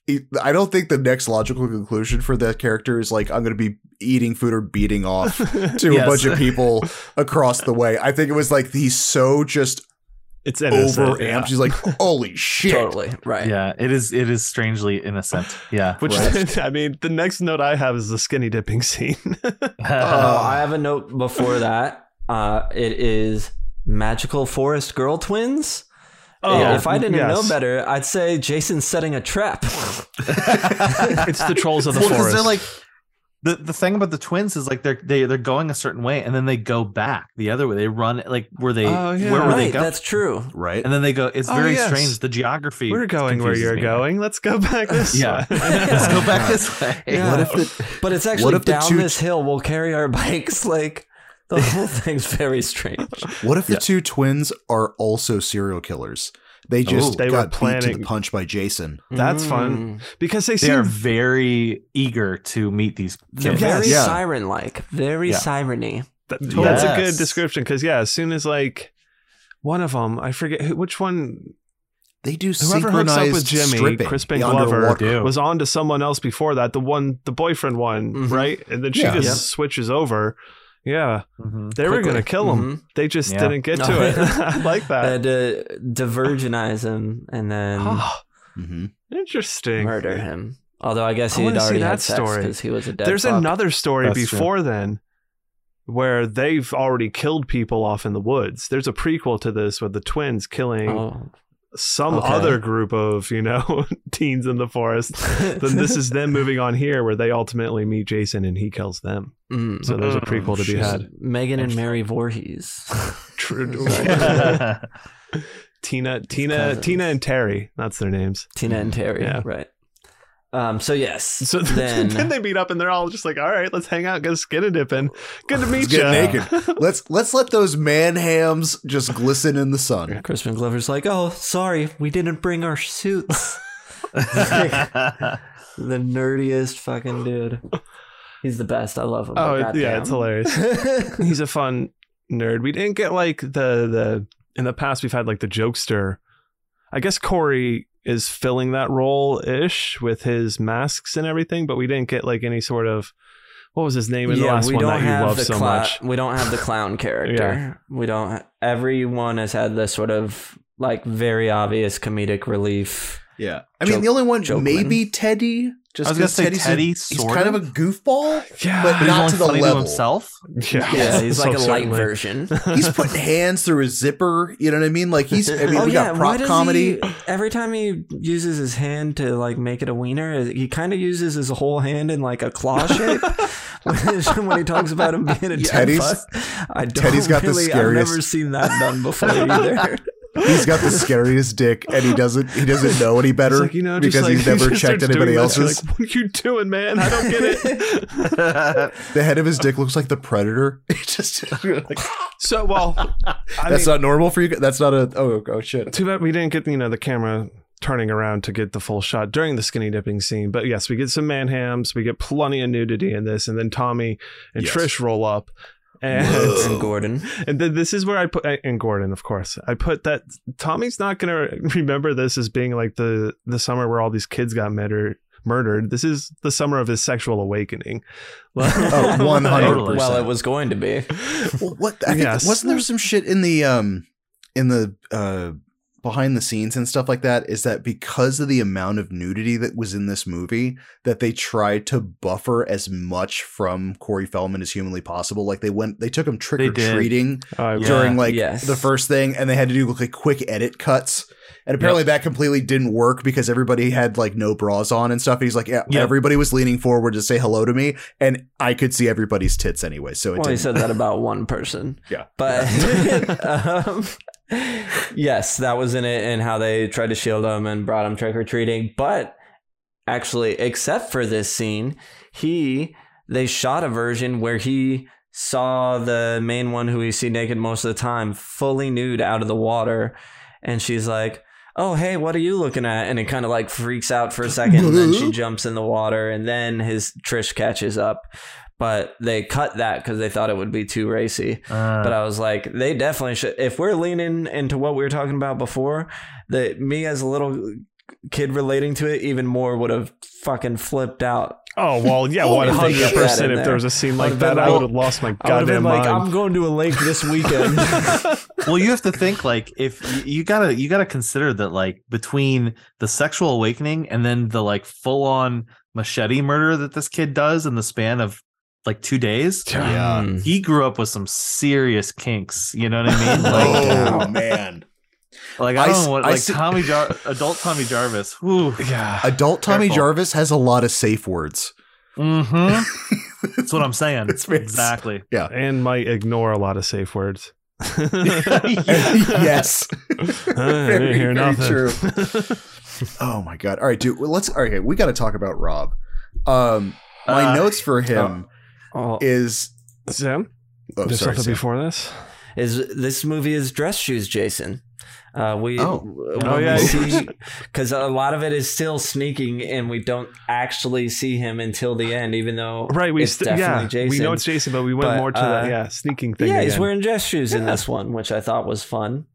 [SPEAKER 1] he- I don't think the next logical conclusion for that character is like I'm going to be eating food or beating off to a
[SPEAKER 4] Yes.
[SPEAKER 1] bunch of people across the way. I think it was like he's so just
[SPEAKER 3] it's
[SPEAKER 1] overamped.
[SPEAKER 3] innocent. uh, yeah.
[SPEAKER 1] He's like, holy shit.
[SPEAKER 2] totally right.
[SPEAKER 4] Yeah, it is. It is strangely innocent. Yeah.
[SPEAKER 3] Which
[SPEAKER 1] Right.
[SPEAKER 3] I mean, the next note I have is the skinny dipping scene.
[SPEAKER 2] Uh, I have a note before that. Uh, it is magical forest girl twins.
[SPEAKER 3] Oh,
[SPEAKER 2] if I didn't
[SPEAKER 3] yes.
[SPEAKER 2] know better, I'd say Jason's setting a trap.
[SPEAKER 3] it's the trolls of the
[SPEAKER 4] Well, 'cause
[SPEAKER 3] forest.
[SPEAKER 4] they're like the, the thing about the twins is like they're they, they're going a certain way and then they go back the other way. They run like where they
[SPEAKER 3] Oh, yeah.
[SPEAKER 4] where were they
[SPEAKER 2] right,
[SPEAKER 4] going?
[SPEAKER 2] that's true.
[SPEAKER 1] Right.
[SPEAKER 4] And then they go. It's
[SPEAKER 3] Oh,
[SPEAKER 4] very
[SPEAKER 3] yes.
[SPEAKER 4] strange. The geography.
[SPEAKER 3] We're going where
[SPEAKER 4] confuses
[SPEAKER 3] you're
[SPEAKER 4] me.
[SPEAKER 3] going. Let's go back this
[SPEAKER 4] Yeah.
[SPEAKER 3] way.
[SPEAKER 4] Let's go back
[SPEAKER 1] God.
[SPEAKER 4] this way.
[SPEAKER 2] Yeah.
[SPEAKER 1] What if the,
[SPEAKER 2] But it's actually
[SPEAKER 1] What if the
[SPEAKER 2] down
[SPEAKER 1] two-
[SPEAKER 2] this hill. We'll carry our bikes. Like the whole thing's very strange.
[SPEAKER 1] what if the
[SPEAKER 4] Yeah.
[SPEAKER 1] two twins are also serial killers? They just
[SPEAKER 3] They were
[SPEAKER 1] got beat to
[SPEAKER 3] planning-
[SPEAKER 1] the punch by Jason.
[SPEAKER 3] That's
[SPEAKER 2] Mm.
[SPEAKER 3] fun. Because they
[SPEAKER 4] They are
[SPEAKER 3] seem
[SPEAKER 4] very eager to meet these
[SPEAKER 2] They're
[SPEAKER 4] kids.
[SPEAKER 2] very
[SPEAKER 1] Yeah.
[SPEAKER 2] siren-like, very
[SPEAKER 4] Yeah.
[SPEAKER 2] siren-y.
[SPEAKER 3] That,
[SPEAKER 4] Totally.
[SPEAKER 3] That's a
[SPEAKER 4] Yes.
[SPEAKER 3] good description because yeah, as soon as like one of them, I forget who, which one,
[SPEAKER 1] They do
[SPEAKER 3] whoever hooks up
[SPEAKER 1] synchronized
[SPEAKER 3] with Jimmy,
[SPEAKER 1] stripping
[SPEAKER 3] Crispin
[SPEAKER 1] underwater.
[SPEAKER 3] Glover
[SPEAKER 4] Dude.
[SPEAKER 3] was on to someone else before that, the one, the boyfriend one,
[SPEAKER 2] Mhm.
[SPEAKER 3] right? And then she
[SPEAKER 1] Yeah.
[SPEAKER 3] just
[SPEAKER 2] Yep.
[SPEAKER 3] switches over. Yeah,
[SPEAKER 4] Mhm.
[SPEAKER 3] they were gonna
[SPEAKER 2] Quickly.
[SPEAKER 3] kill him.
[SPEAKER 2] Mhm.
[SPEAKER 3] They just
[SPEAKER 4] Yeah.
[SPEAKER 3] didn't get
[SPEAKER 2] No.
[SPEAKER 3] to it. I like
[SPEAKER 2] They
[SPEAKER 3] that.
[SPEAKER 2] had to divergenize him and then
[SPEAKER 3] Ah,
[SPEAKER 1] Mhm.
[SPEAKER 3] interesting.
[SPEAKER 2] murder him. Although I guess
[SPEAKER 3] I
[SPEAKER 2] he had
[SPEAKER 3] wanna see
[SPEAKER 2] already
[SPEAKER 3] that
[SPEAKER 2] had sex
[SPEAKER 3] story.
[SPEAKER 2] because he was a dead.
[SPEAKER 3] There's
[SPEAKER 2] fuck.
[SPEAKER 3] another story
[SPEAKER 4] That's true.
[SPEAKER 3] before then where they've already killed people off in the woods. There's a prequel to this with the twins killing
[SPEAKER 2] Oh.
[SPEAKER 3] some
[SPEAKER 2] Okay.
[SPEAKER 3] other group of you know teens in the forest then this is them moving on here where they ultimately meet jason and he kills them
[SPEAKER 2] Mm.
[SPEAKER 3] so there's a prequel to be had
[SPEAKER 2] Megan and Mary Voorhees.
[SPEAKER 3] True.
[SPEAKER 4] Yeah.
[SPEAKER 3] tina tina
[SPEAKER 2] cousins.
[SPEAKER 3] tina and terry that's their names
[SPEAKER 2] Tina and Terry,
[SPEAKER 3] Yeah.
[SPEAKER 2] right? Um. So yes.
[SPEAKER 3] so
[SPEAKER 2] then,
[SPEAKER 3] then, they meet up and they're all just like all right let's hang out get a skin and dip in good to meet you
[SPEAKER 1] get naked. let's let's let those man hams just glisten in the sun.
[SPEAKER 2] Crispin Glover's like, "Oh, sorry, we didn't bring our suits." the nerdiest fucking dude. He's the best. I love him.
[SPEAKER 3] oh
[SPEAKER 2] but
[SPEAKER 3] it- yeah
[SPEAKER 2] goddamn.
[SPEAKER 3] it's hilarious he's a fun nerd we didn't get like the the in the past we've had like the jokester i guess corey is filling that role ish with his masks and everything but we didn't get like any sort of what was his name in the
[SPEAKER 2] yeah,
[SPEAKER 3] last
[SPEAKER 2] we
[SPEAKER 3] one
[SPEAKER 2] don't
[SPEAKER 3] that you
[SPEAKER 2] have
[SPEAKER 3] love
[SPEAKER 2] the
[SPEAKER 3] so
[SPEAKER 2] clown.
[SPEAKER 3] much
[SPEAKER 2] We don't have the clown character. We don't. ha- Everyone has had this sort of like very obvious comedic relief.
[SPEAKER 1] Yeah, I mean
[SPEAKER 2] Joke-
[SPEAKER 1] the only one
[SPEAKER 2] joke
[SPEAKER 1] maybe Teddy. Just
[SPEAKER 4] I was gonna
[SPEAKER 1] 'cause
[SPEAKER 4] say
[SPEAKER 1] Teddy's a-
[SPEAKER 4] Teddy,
[SPEAKER 1] he's
[SPEAKER 4] sort
[SPEAKER 1] kind of a
[SPEAKER 4] of.
[SPEAKER 1] goofball.
[SPEAKER 3] yeah
[SPEAKER 1] but
[SPEAKER 4] He's
[SPEAKER 1] not
[SPEAKER 4] only
[SPEAKER 1] to the
[SPEAKER 4] funny
[SPEAKER 1] level.
[SPEAKER 4] himself.
[SPEAKER 3] yeah,
[SPEAKER 2] Yeah, he's like a
[SPEAKER 3] So
[SPEAKER 2] light
[SPEAKER 3] certainly.
[SPEAKER 2] version.
[SPEAKER 1] He's putting hands through his zipper. You know what I mean? Like he's. I mean, we got
[SPEAKER 2] why
[SPEAKER 1] prop
[SPEAKER 2] Oh, does
[SPEAKER 1] comedy.
[SPEAKER 2] he- every time he uses his hand to like make it a wiener, he kind of uses his whole hand in like a claw shape. when he talks about him being a
[SPEAKER 1] Teddy's-
[SPEAKER 2] Teddy's, I don't
[SPEAKER 1] Teddy's got the
[SPEAKER 2] really, I've
[SPEAKER 1] scariest-
[SPEAKER 2] never seen that done before either.
[SPEAKER 1] He's got the scariest dick, and he doesn't. He doesn't know any better
[SPEAKER 3] It's like, you know, just
[SPEAKER 1] because
[SPEAKER 3] like,
[SPEAKER 1] he's never
[SPEAKER 3] he just
[SPEAKER 1] checked
[SPEAKER 3] starts
[SPEAKER 1] anybody
[SPEAKER 3] doing this, you're
[SPEAKER 1] else's.
[SPEAKER 3] Like, what are you doing, man? I don't get it.
[SPEAKER 4] Uh,
[SPEAKER 1] the head of his dick looks like the predator. It just. you're like,
[SPEAKER 3] so, well, I
[SPEAKER 1] that's
[SPEAKER 3] mean,
[SPEAKER 1] not normal for you. That's not a. Oh, oh shit.
[SPEAKER 3] too bad we didn't get you know the camera turning around to get the full shot during the skinny dipping scene. But yes, we get some man hams, we get plenty of nudity in this, and then Tommy and
[SPEAKER 10] Yes.
[SPEAKER 3] Trish roll up. And,
[SPEAKER 10] Whoa.
[SPEAKER 2] and Gordon.
[SPEAKER 3] and then this is where I put and Gordon, of course. I put that Tommy's not gonna remember this as being like the the summer where all these kids got murdered. Murdered. This is the summer of his sexual awakening.
[SPEAKER 10] Oh, 100%.
[SPEAKER 4] Totally.
[SPEAKER 2] Well, it was going to be.
[SPEAKER 1] Well, what I think,
[SPEAKER 3] Yes.
[SPEAKER 1] wasn't there some shit in the um in the uh behind the scenes and stuff like that is that because of the amount of nudity that was in this movie that they tried to buffer as much from Corey Feldman as humanly possible like they went they took him trick or treating
[SPEAKER 3] Uh,
[SPEAKER 4] Yeah.
[SPEAKER 1] during like
[SPEAKER 2] yes.
[SPEAKER 1] the first thing and they had to do like quick edit cuts and apparently that completely didn't work because everybody had like no bras on and stuff. And he's like, yeah,
[SPEAKER 4] Yep.
[SPEAKER 1] everybody was leaning forward to say hello to me, and I could see everybody's tits anyway. So it
[SPEAKER 2] Well, he
[SPEAKER 1] didn't.
[SPEAKER 2] said that about one person.
[SPEAKER 1] Yeah.
[SPEAKER 2] But um, yes, that was in it and how they tried to shield him and brought him trick or treating. But actually, except for this scene, he they shot a version where he saw the main one who we see naked most of the time, fully nude out of the water, and she's like. Oh hey, what are you looking at? And it kind of like freaks out for a second, and then she jumps in the water, and then his Trish catches up but they cut that because they thought it would be too racy.
[SPEAKER 4] Uh,
[SPEAKER 2] But I was like, they definitely should. If we're leaning into what we were talking about before, that me as a little kid relating to it even more would have fucking flipped out.
[SPEAKER 3] Oh well, yeah, one
[SPEAKER 2] if they
[SPEAKER 3] hundred
[SPEAKER 2] kept that in
[SPEAKER 3] percent. If
[SPEAKER 2] there.
[SPEAKER 3] there was a scene like
[SPEAKER 2] Would've been
[SPEAKER 3] that, I
[SPEAKER 2] like-
[SPEAKER 3] would have lost my
[SPEAKER 2] I would have
[SPEAKER 3] goddamn
[SPEAKER 2] been like,
[SPEAKER 3] mind.
[SPEAKER 2] I'm going to a lake this weekend.
[SPEAKER 4] well you have to think like if y- you gotta you gotta consider that like between the sexual awakening and then the like full-on machete murder that this kid does in the span of like two days
[SPEAKER 3] Yeah.
[SPEAKER 2] Mm.
[SPEAKER 4] he grew up with some serious kinks you know what i mean like,
[SPEAKER 1] oh man,
[SPEAKER 4] like i
[SPEAKER 1] I
[SPEAKER 4] don't
[SPEAKER 1] s-
[SPEAKER 4] know what
[SPEAKER 1] I
[SPEAKER 4] like
[SPEAKER 1] see-
[SPEAKER 4] tommy Jar- adult tommy jarvis whew.
[SPEAKER 3] yeah.
[SPEAKER 1] adult Tommy
[SPEAKER 4] Careful.
[SPEAKER 1] Jarvis has a lot of safe words.
[SPEAKER 4] mm-hmm that's what i'm saying
[SPEAKER 1] It's- it's-
[SPEAKER 4] exactly
[SPEAKER 3] and might ignore a lot of safe words.
[SPEAKER 1] yes,
[SPEAKER 3] I didn't hear nothing.
[SPEAKER 1] oh my god! All right, dude. Well, let's. Okay, we got to talk about Rob. Um, my
[SPEAKER 4] Uh,
[SPEAKER 1] notes for him
[SPEAKER 2] Oh,
[SPEAKER 1] is.
[SPEAKER 3] Sam,
[SPEAKER 1] Oh,
[SPEAKER 3] there's
[SPEAKER 1] sorry.
[SPEAKER 3] something
[SPEAKER 1] Sam.
[SPEAKER 3] before this.
[SPEAKER 2] is this movie is dress shoes, Jason? Uh, we
[SPEAKER 1] Oh.
[SPEAKER 2] when
[SPEAKER 3] Oh, yeah.
[SPEAKER 2] we see because a lot of it is still sneaking, and we don't actually see him until the end, even though
[SPEAKER 3] Right, we
[SPEAKER 2] It's
[SPEAKER 3] st- yeah,
[SPEAKER 2] definitely
[SPEAKER 3] we know
[SPEAKER 2] Jason,
[SPEAKER 3] it's Jason, but we went
[SPEAKER 2] but,
[SPEAKER 3] more to
[SPEAKER 2] uh,
[SPEAKER 3] that yeah sneaking thing.
[SPEAKER 2] Yeah, he's
[SPEAKER 3] again.
[SPEAKER 2] wearing dress shoes in this one, which I thought was fun.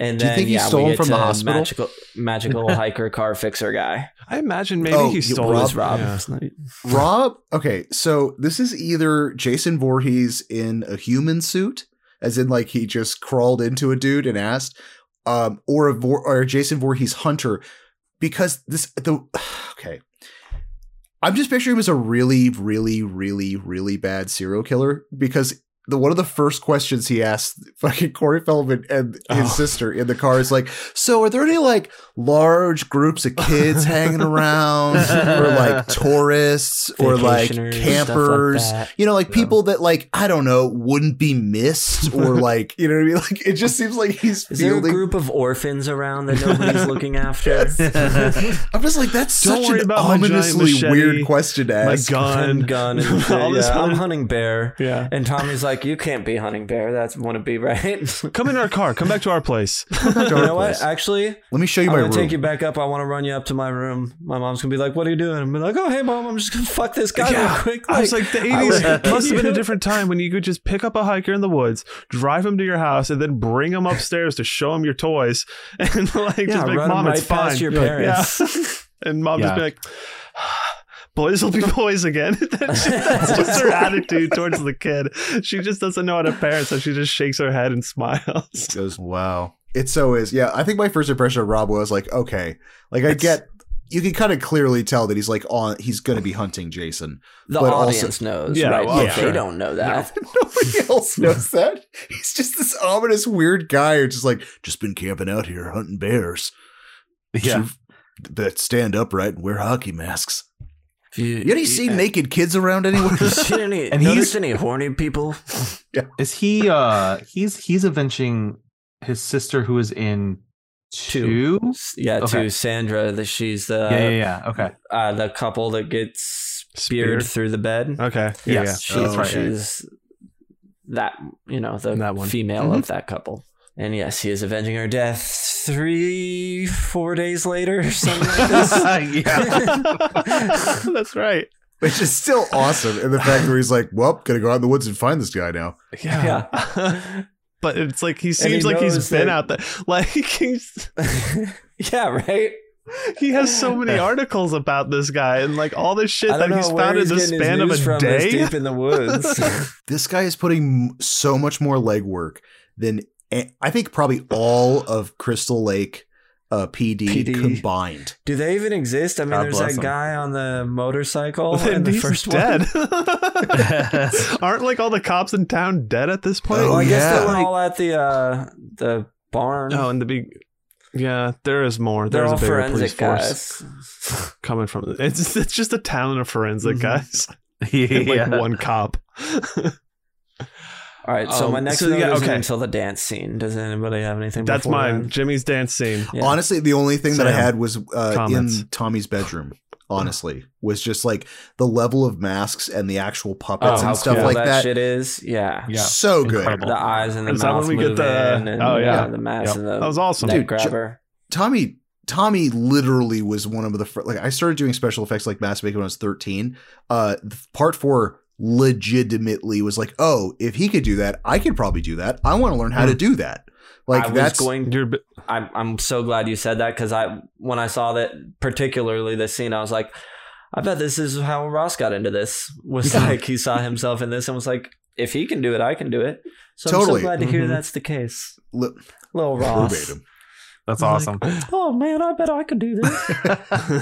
[SPEAKER 2] And
[SPEAKER 1] Do you
[SPEAKER 2] then,
[SPEAKER 1] think he
[SPEAKER 2] yeah, we
[SPEAKER 1] stole 'em
[SPEAKER 2] get
[SPEAKER 1] from the
[SPEAKER 2] to
[SPEAKER 1] hospital?
[SPEAKER 2] Magical, magical hiker car fixer guy.
[SPEAKER 3] I imagine maybe
[SPEAKER 1] Oh,
[SPEAKER 3] he
[SPEAKER 1] you-
[SPEAKER 3] stole
[SPEAKER 2] It
[SPEAKER 1] Rob-
[SPEAKER 2] was Rob.
[SPEAKER 3] Yeah.
[SPEAKER 1] Rob. Okay, so this is either Jason Voorhees in a human suit, as in like he just crawled into a dude and asked, um, or a Vor- or a Jason Voorhees hunter, because this the okay. I'm just picturing him as a really, really, really, really bad serial killer because the one of the first questions he asked fucking Corey Feldman and his
[SPEAKER 3] Oh.
[SPEAKER 1] sister in the car is like, "So, are there any like large groups of kids hanging around, or like tourists, or like
[SPEAKER 2] Vacationers, stuff like
[SPEAKER 1] campers?
[SPEAKER 2] that.
[SPEAKER 1] you know, like
[SPEAKER 2] Yeah.
[SPEAKER 1] people that like I don't know wouldn't be missed, or like you know what I mean? Like it just seems like he's
[SPEAKER 2] Is there a
[SPEAKER 1] fielding.
[SPEAKER 2] group of orphans around that nobody's looking after?
[SPEAKER 1] I'm just like that's
[SPEAKER 3] Don't
[SPEAKER 1] such
[SPEAKER 3] worry
[SPEAKER 1] an
[SPEAKER 3] about my giant
[SPEAKER 1] ominously
[SPEAKER 3] machete,
[SPEAKER 1] weird question to
[SPEAKER 3] my
[SPEAKER 1] ask.
[SPEAKER 3] gun,
[SPEAKER 2] And gun and shit.
[SPEAKER 3] all this
[SPEAKER 2] yeah, I'm
[SPEAKER 3] other-
[SPEAKER 2] hunting bear.
[SPEAKER 3] yeah.
[SPEAKER 2] And Tommy's like, you can't be hunting bear. That's wouldn't be right.
[SPEAKER 3] Come in our car. Come back to our place.
[SPEAKER 2] you know what? Actually,
[SPEAKER 1] Let me show you
[SPEAKER 2] I'm
[SPEAKER 1] my
[SPEAKER 2] gonna
[SPEAKER 1] room.
[SPEAKER 2] take you back up. I want to run you up to my room. My mom's gonna be like, "What are you doing?" I'm gonna be like, "Oh, hey, mom, I'm just gonna fuck this guy
[SPEAKER 3] Yeah.
[SPEAKER 2] real quick."
[SPEAKER 3] I was like, the
[SPEAKER 2] I was-
[SPEAKER 3] eighties must have been
[SPEAKER 2] Yeah.
[SPEAKER 3] a different time when you could just pick up a hiker in the woods, drive him to your house, and then bring him upstairs to show him your toys, and like
[SPEAKER 2] yeah,
[SPEAKER 3] just be like,
[SPEAKER 2] run
[SPEAKER 3] mom,
[SPEAKER 2] right
[SPEAKER 3] it's fine.
[SPEAKER 2] past your
[SPEAKER 3] You're like,
[SPEAKER 2] parents.
[SPEAKER 3] "Yeah." and mom just
[SPEAKER 4] Yeah.
[SPEAKER 3] be like, boys will be boys again. that's, just, that's just her attitude towards the kid. She just doesn't know how to parent, so she just shakes her head and smiles.
[SPEAKER 1] goes, wow. It so is. Yeah, I think my first impression of Rob was like, okay, like I
[SPEAKER 3] It's-
[SPEAKER 1] get. You can kind of clearly tell that he's like on. He's going to be hunting Jason.
[SPEAKER 2] The
[SPEAKER 1] But also-
[SPEAKER 2] audience knows,
[SPEAKER 3] Yeah,
[SPEAKER 2] right?
[SPEAKER 3] well,
[SPEAKER 2] But
[SPEAKER 3] yeah.
[SPEAKER 2] They don't know that.
[SPEAKER 1] Nobody else knows that. He's just this ominous, weird guy who's just like, just been camping out here hunting bears.
[SPEAKER 4] yeah
[SPEAKER 1] that stand upright and wear hockey masks.
[SPEAKER 2] If You,
[SPEAKER 1] You any see naked kids around anywhere?
[SPEAKER 2] You seen any?
[SPEAKER 4] And
[SPEAKER 2] noticed
[SPEAKER 4] he's-
[SPEAKER 2] any horny people?
[SPEAKER 4] Is he uh he's he's avenging his sister who is in
[SPEAKER 2] Two.
[SPEAKER 4] two?
[SPEAKER 2] Yeah,
[SPEAKER 4] Okay.
[SPEAKER 2] to Sandra, that she's the
[SPEAKER 4] yeah, yeah, yeah. Okay.
[SPEAKER 2] Uh, the couple that gets speared
[SPEAKER 3] Speared.
[SPEAKER 2] through the bed.
[SPEAKER 3] Okay.
[SPEAKER 4] Yes.
[SPEAKER 2] She,
[SPEAKER 1] Oh, right.
[SPEAKER 2] She's that you know the
[SPEAKER 3] That one. Mm-hmm.
[SPEAKER 2] female of that couple, and yes, he is avenging her death three, four days later or something like this.
[SPEAKER 4] yeah.
[SPEAKER 3] That's right.
[SPEAKER 1] Which is still awesome. And the fact where he's like, well, gotta go out in the woods and find this guy now.
[SPEAKER 3] Yeah. but it's like he seems like
[SPEAKER 2] knows
[SPEAKER 3] he's been
[SPEAKER 2] that-
[SPEAKER 3] out there. Like he's
[SPEAKER 2] yeah, right?
[SPEAKER 3] he has so many articles about this guy and like all this shit
[SPEAKER 2] I don't
[SPEAKER 3] that
[SPEAKER 2] know
[SPEAKER 3] he's
[SPEAKER 2] where
[SPEAKER 3] found in
[SPEAKER 2] he's
[SPEAKER 3] the span
[SPEAKER 2] getting his
[SPEAKER 3] of
[SPEAKER 2] news
[SPEAKER 3] a
[SPEAKER 2] from
[SPEAKER 3] day.
[SPEAKER 2] It's deep in the woods.
[SPEAKER 1] This guy is putting m- so much more legwork than a- I think probably all of Crystal Lake uh, PD,
[SPEAKER 2] PD.
[SPEAKER 1] combined.
[SPEAKER 2] Do they even exist? I mean,
[SPEAKER 4] God
[SPEAKER 2] there's that
[SPEAKER 4] bless 'em.
[SPEAKER 2] guy on the motorcycle
[SPEAKER 3] Well,
[SPEAKER 2] in
[SPEAKER 3] then
[SPEAKER 2] the
[SPEAKER 3] he's
[SPEAKER 2] first one.
[SPEAKER 3] dead. Aren't like all the cops in town dead at this point?
[SPEAKER 2] Well, I guess
[SPEAKER 1] yeah.
[SPEAKER 2] they're all at the uh, the barn.
[SPEAKER 3] No, and Oh, the big yeah, there is more.
[SPEAKER 2] they're
[SPEAKER 3] There's
[SPEAKER 2] all
[SPEAKER 3] a bigger police
[SPEAKER 2] forensic
[SPEAKER 3] force
[SPEAKER 2] guys.
[SPEAKER 3] coming from it's it's just a town of forensic
[SPEAKER 2] Mhm.
[SPEAKER 3] guys and like
[SPEAKER 4] yeah.
[SPEAKER 3] one cop.
[SPEAKER 2] All right, so
[SPEAKER 3] Um,
[SPEAKER 2] my next
[SPEAKER 3] so,
[SPEAKER 2] note
[SPEAKER 3] yeah,
[SPEAKER 2] isn't
[SPEAKER 3] okay.
[SPEAKER 2] until the dance scene. Does anybody have anything?
[SPEAKER 3] That's
[SPEAKER 2] before
[SPEAKER 3] mine.
[SPEAKER 2] then?
[SPEAKER 3] Jimmy's dance scene.
[SPEAKER 2] Yeah.
[SPEAKER 1] Honestly, the only thing that I
[SPEAKER 3] Sam,
[SPEAKER 1] had was uh,
[SPEAKER 3] comments.
[SPEAKER 1] in Tommy's bedroom. Honestly, was just like the level of masks and the actual puppets
[SPEAKER 4] Oh, how
[SPEAKER 1] and stuff
[SPEAKER 4] cool.
[SPEAKER 1] like
[SPEAKER 2] that,
[SPEAKER 1] that.
[SPEAKER 2] shit is yeah.
[SPEAKER 4] Yeah.
[SPEAKER 1] So good.
[SPEAKER 4] Incredible.
[SPEAKER 2] The eyes and the
[SPEAKER 3] Is that
[SPEAKER 2] mouth
[SPEAKER 3] when we get the-
[SPEAKER 2] moving and,
[SPEAKER 3] oh, yeah.
[SPEAKER 2] the mask
[SPEAKER 4] Yep.
[SPEAKER 2] and the
[SPEAKER 3] That was awesome.
[SPEAKER 2] neck
[SPEAKER 1] Dude, Ju-
[SPEAKER 2] grabber.
[SPEAKER 1] Tommy Tommy literally was one of the fir- like I started doing special effects like mass making when I was 13. Uh th- part 4 legitimately was like, "Oh, if he could do that, I could probably do that. I want to learn how to do that." Like
[SPEAKER 2] I was
[SPEAKER 1] that's
[SPEAKER 2] going
[SPEAKER 3] You're b-
[SPEAKER 2] I'm I'm so glad you said that because I when I saw that particularly this scene, I was like, I bet this is how Ross got into this. Was like he saw himself in this and was like, if he can do it, I can do it. So
[SPEAKER 1] Totally. Mm-hmm.
[SPEAKER 2] I'm so glad to hear
[SPEAKER 3] Mhm.
[SPEAKER 2] that's the case.
[SPEAKER 1] li-
[SPEAKER 2] Little Ross.
[SPEAKER 1] verbatim.
[SPEAKER 4] That's awesome.
[SPEAKER 2] Oh man, I bet I could do this.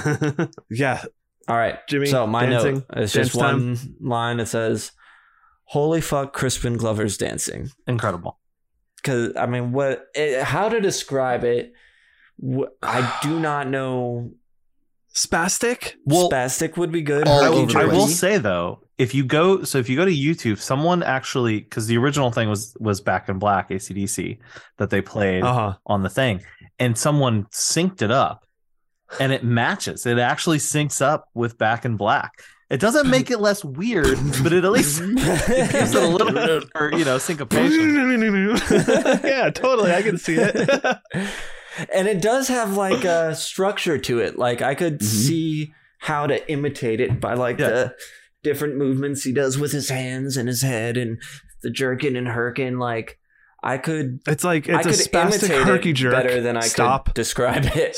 [SPEAKER 3] yeah,
[SPEAKER 2] All right,
[SPEAKER 3] Jimmy,
[SPEAKER 2] So my
[SPEAKER 3] dancing,
[SPEAKER 2] note is
[SPEAKER 3] dance
[SPEAKER 2] just one line. It says, "Holy fuck, Crispin Glover's dancing."
[SPEAKER 4] Incredible.
[SPEAKER 2] because I mean, what? It, how to describe it? wh- I do not know.
[SPEAKER 3] spastic.
[SPEAKER 4] Well,
[SPEAKER 2] Spastic would be good.
[SPEAKER 1] all
[SPEAKER 4] I
[SPEAKER 1] over
[SPEAKER 4] will,
[SPEAKER 1] the
[SPEAKER 4] I will
[SPEAKER 1] place.
[SPEAKER 4] say though, if you go, so if you go to YouTube, someone actually, because the original thing was was Back in Black, ACDC, that they played
[SPEAKER 3] Uh huh.
[SPEAKER 4] on the thing, and someone synced it up, and it matches. It actually syncs up with Back in Black. It doesn't make it less weird, but it at least gives it a little bit, or you know, syncopation.
[SPEAKER 3] yeah, totally. I can see it.
[SPEAKER 2] and it does have like a structure to it. Like I could
[SPEAKER 1] Mhm.
[SPEAKER 2] see how to imitate it by like
[SPEAKER 4] Mm-hmm. Yeah.
[SPEAKER 2] the different movements he does with his hands and his head and the jerking and herking. Like I could,
[SPEAKER 3] It's like
[SPEAKER 2] I
[SPEAKER 3] it's a
[SPEAKER 2] could
[SPEAKER 3] spastic
[SPEAKER 2] imitate
[SPEAKER 3] herky
[SPEAKER 2] it
[SPEAKER 3] jerk.
[SPEAKER 2] better than I
[SPEAKER 3] Stop.
[SPEAKER 2] could describe it.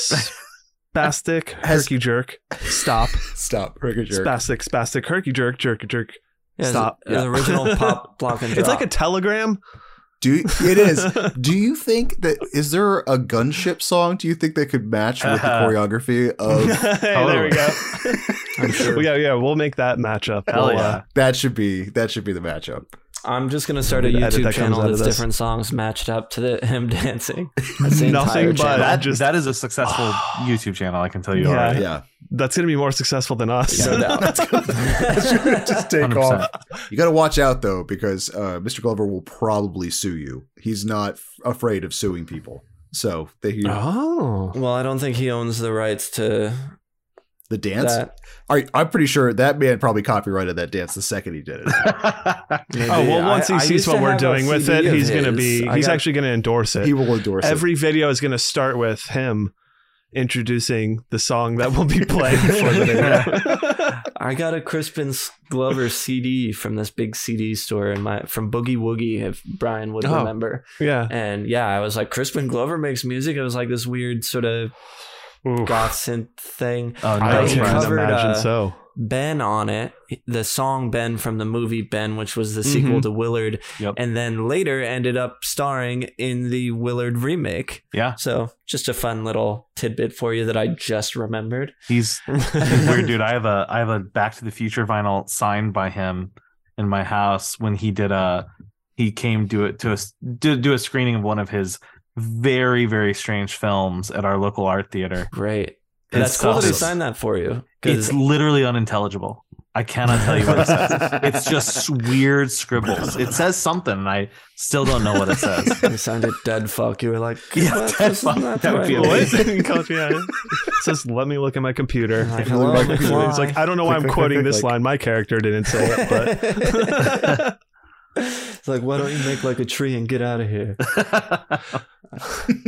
[SPEAKER 3] Spastic
[SPEAKER 1] Has-
[SPEAKER 3] herky jerk. Stop.
[SPEAKER 1] Stop. Rick jerk.
[SPEAKER 3] Spastic spastic herky jerk jerk jerk.
[SPEAKER 2] Yeah, it's-
[SPEAKER 3] Stop.
[SPEAKER 2] it's
[SPEAKER 3] Yeah.
[SPEAKER 2] original pop block and
[SPEAKER 3] It's like a
[SPEAKER 2] drop.
[SPEAKER 3] telegram.
[SPEAKER 1] Do it is. Do you think that is there a gunship song? Do you think they could match with the
[SPEAKER 4] Uh-huh.
[SPEAKER 1] choreography
[SPEAKER 3] hey,
[SPEAKER 1] of
[SPEAKER 3] there we go.
[SPEAKER 2] I'm sure.
[SPEAKER 3] Oh, Yeah, yeah, we'll make that match up.
[SPEAKER 4] Hell
[SPEAKER 3] We'll,
[SPEAKER 4] yeah!
[SPEAKER 3] uh,
[SPEAKER 1] that should be that should be the matchup.
[SPEAKER 2] I'm just gonna start a
[SPEAKER 3] The edit
[SPEAKER 2] YouTube
[SPEAKER 3] that comes
[SPEAKER 2] channel
[SPEAKER 3] out of
[SPEAKER 2] that's
[SPEAKER 3] this.
[SPEAKER 2] different songs matched up to the, him dancing. That's
[SPEAKER 3] Nothing
[SPEAKER 2] the entire
[SPEAKER 3] but-
[SPEAKER 2] channel.
[SPEAKER 4] that
[SPEAKER 3] just-
[SPEAKER 4] that is a successful YouTube channel. I can tell you
[SPEAKER 3] Yeah.
[SPEAKER 4] already.
[SPEAKER 1] Yeah.
[SPEAKER 3] that's gonna be more successful than us.
[SPEAKER 2] no doubt.
[SPEAKER 1] Just take
[SPEAKER 4] 100%.
[SPEAKER 1] off. You got to watch out though, because uh, Mr. Glover will probably sue you. He's not f- afraid of suing people. So they hear
[SPEAKER 3] oh.
[SPEAKER 2] well, I don't think he owns the rights to
[SPEAKER 1] the dance.
[SPEAKER 2] that.
[SPEAKER 1] I, I'm pretty sure that man probably copyrighted that dance the second he did it.
[SPEAKER 2] Maybe.
[SPEAKER 3] Oh well, once he
[SPEAKER 2] I- I used
[SPEAKER 3] sees
[SPEAKER 2] to
[SPEAKER 3] what we're
[SPEAKER 2] have a
[SPEAKER 3] doing with it,
[SPEAKER 2] CD of
[SPEAKER 3] he's gonna
[SPEAKER 2] his.
[SPEAKER 3] be
[SPEAKER 2] I
[SPEAKER 3] he's
[SPEAKER 2] got-
[SPEAKER 3] actually gonna endorse it.
[SPEAKER 1] He will endorse it.
[SPEAKER 3] Every video is gonna start with him introducing the song that will be playing for the video.
[SPEAKER 2] I got a Crispin Glover CD from this big CD store in my from Boogie Woogie, if Brian would
[SPEAKER 3] Oh.
[SPEAKER 2] remember.
[SPEAKER 3] yeah.
[SPEAKER 2] And yeah, I was like, Crispin Glover makes music. It was like this weird sort of
[SPEAKER 3] Oof.
[SPEAKER 2] goth synth thing.
[SPEAKER 4] Oh,
[SPEAKER 3] I
[SPEAKER 2] They
[SPEAKER 4] nice,
[SPEAKER 3] can't
[SPEAKER 4] Brian.
[SPEAKER 2] covered,
[SPEAKER 3] imagine
[SPEAKER 2] uh,
[SPEAKER 3] so.
[SPEAKER 2] Ben on it, the song Ben from the movie Ben, which was the
[SPEAKER 3] Mhm.
[SPEAKER 2] sequel to Willard,
[SPEAKER 4] Mm-hmm. Yep.
[SPEAKER 2] and then later ended up starring in the Willard remake.
[SPEAKER 4] Yeah,
[SPEAKER 2] So, just a fun little tidbit for you that I just remembered.
[SPEAKER 4] he's weird dude. I have a I have a Back to the Future vinyl signed by him in my house when he did a he came do it to us do, do a screening of one of his very very strange films at our local art theater.
[SPEAKER 2] Great.
[SPEAKER 4] It's
[SPEAKER 2] That's cool that he
[SPEAKER 4] awesome.
[SPEAKER 2] signed that for you.
[SPEAKER 4] It's
[SPEAKER 2] Because
[SPEAKER 4] literally unintelligible. I cannot tell you what it says. It's just weird scribbles. It says something, and I still don't know what it says.
[SPEAKER 2] he sounded dead fuck. You were like,
[SPEAKER 4] Yeah,
[SPEAKER 2] "What?
[SPEAKER 4] dead
[SPEAKER 2] This is
[SPEAKER 4] fuck.
[SPEAKER 2] not
[SPEAKER 4] That would
[SPEAKER 2] right."
[SPEAKER 4] be
[SPEAKER 3] What?
[SPEAKER 4] amazing.
[SPEAKER 3] Yeah. It says, let me look at my computer.
[SPEAKER 2] Like,
[SPEAKER 1] If you look
[SPEAKER 2] hello,
[SPEAKER 1] back
[SPEAKER 2] McFly.
[SPEAKER 1] at your-
[SPEAKER 3] It's like, I don't know why I'm
[SPEAKER 1] Click, click,
[SPEAKER 3] quoting
[SPEAKER 1] click,
[SPEAKER 3] this
[SPEAKER 1] click.
[SPEAKER 3] line. My character didn't say it, but.
[SPEAKER 2] it's like, why don't you make like a tree and get out of here?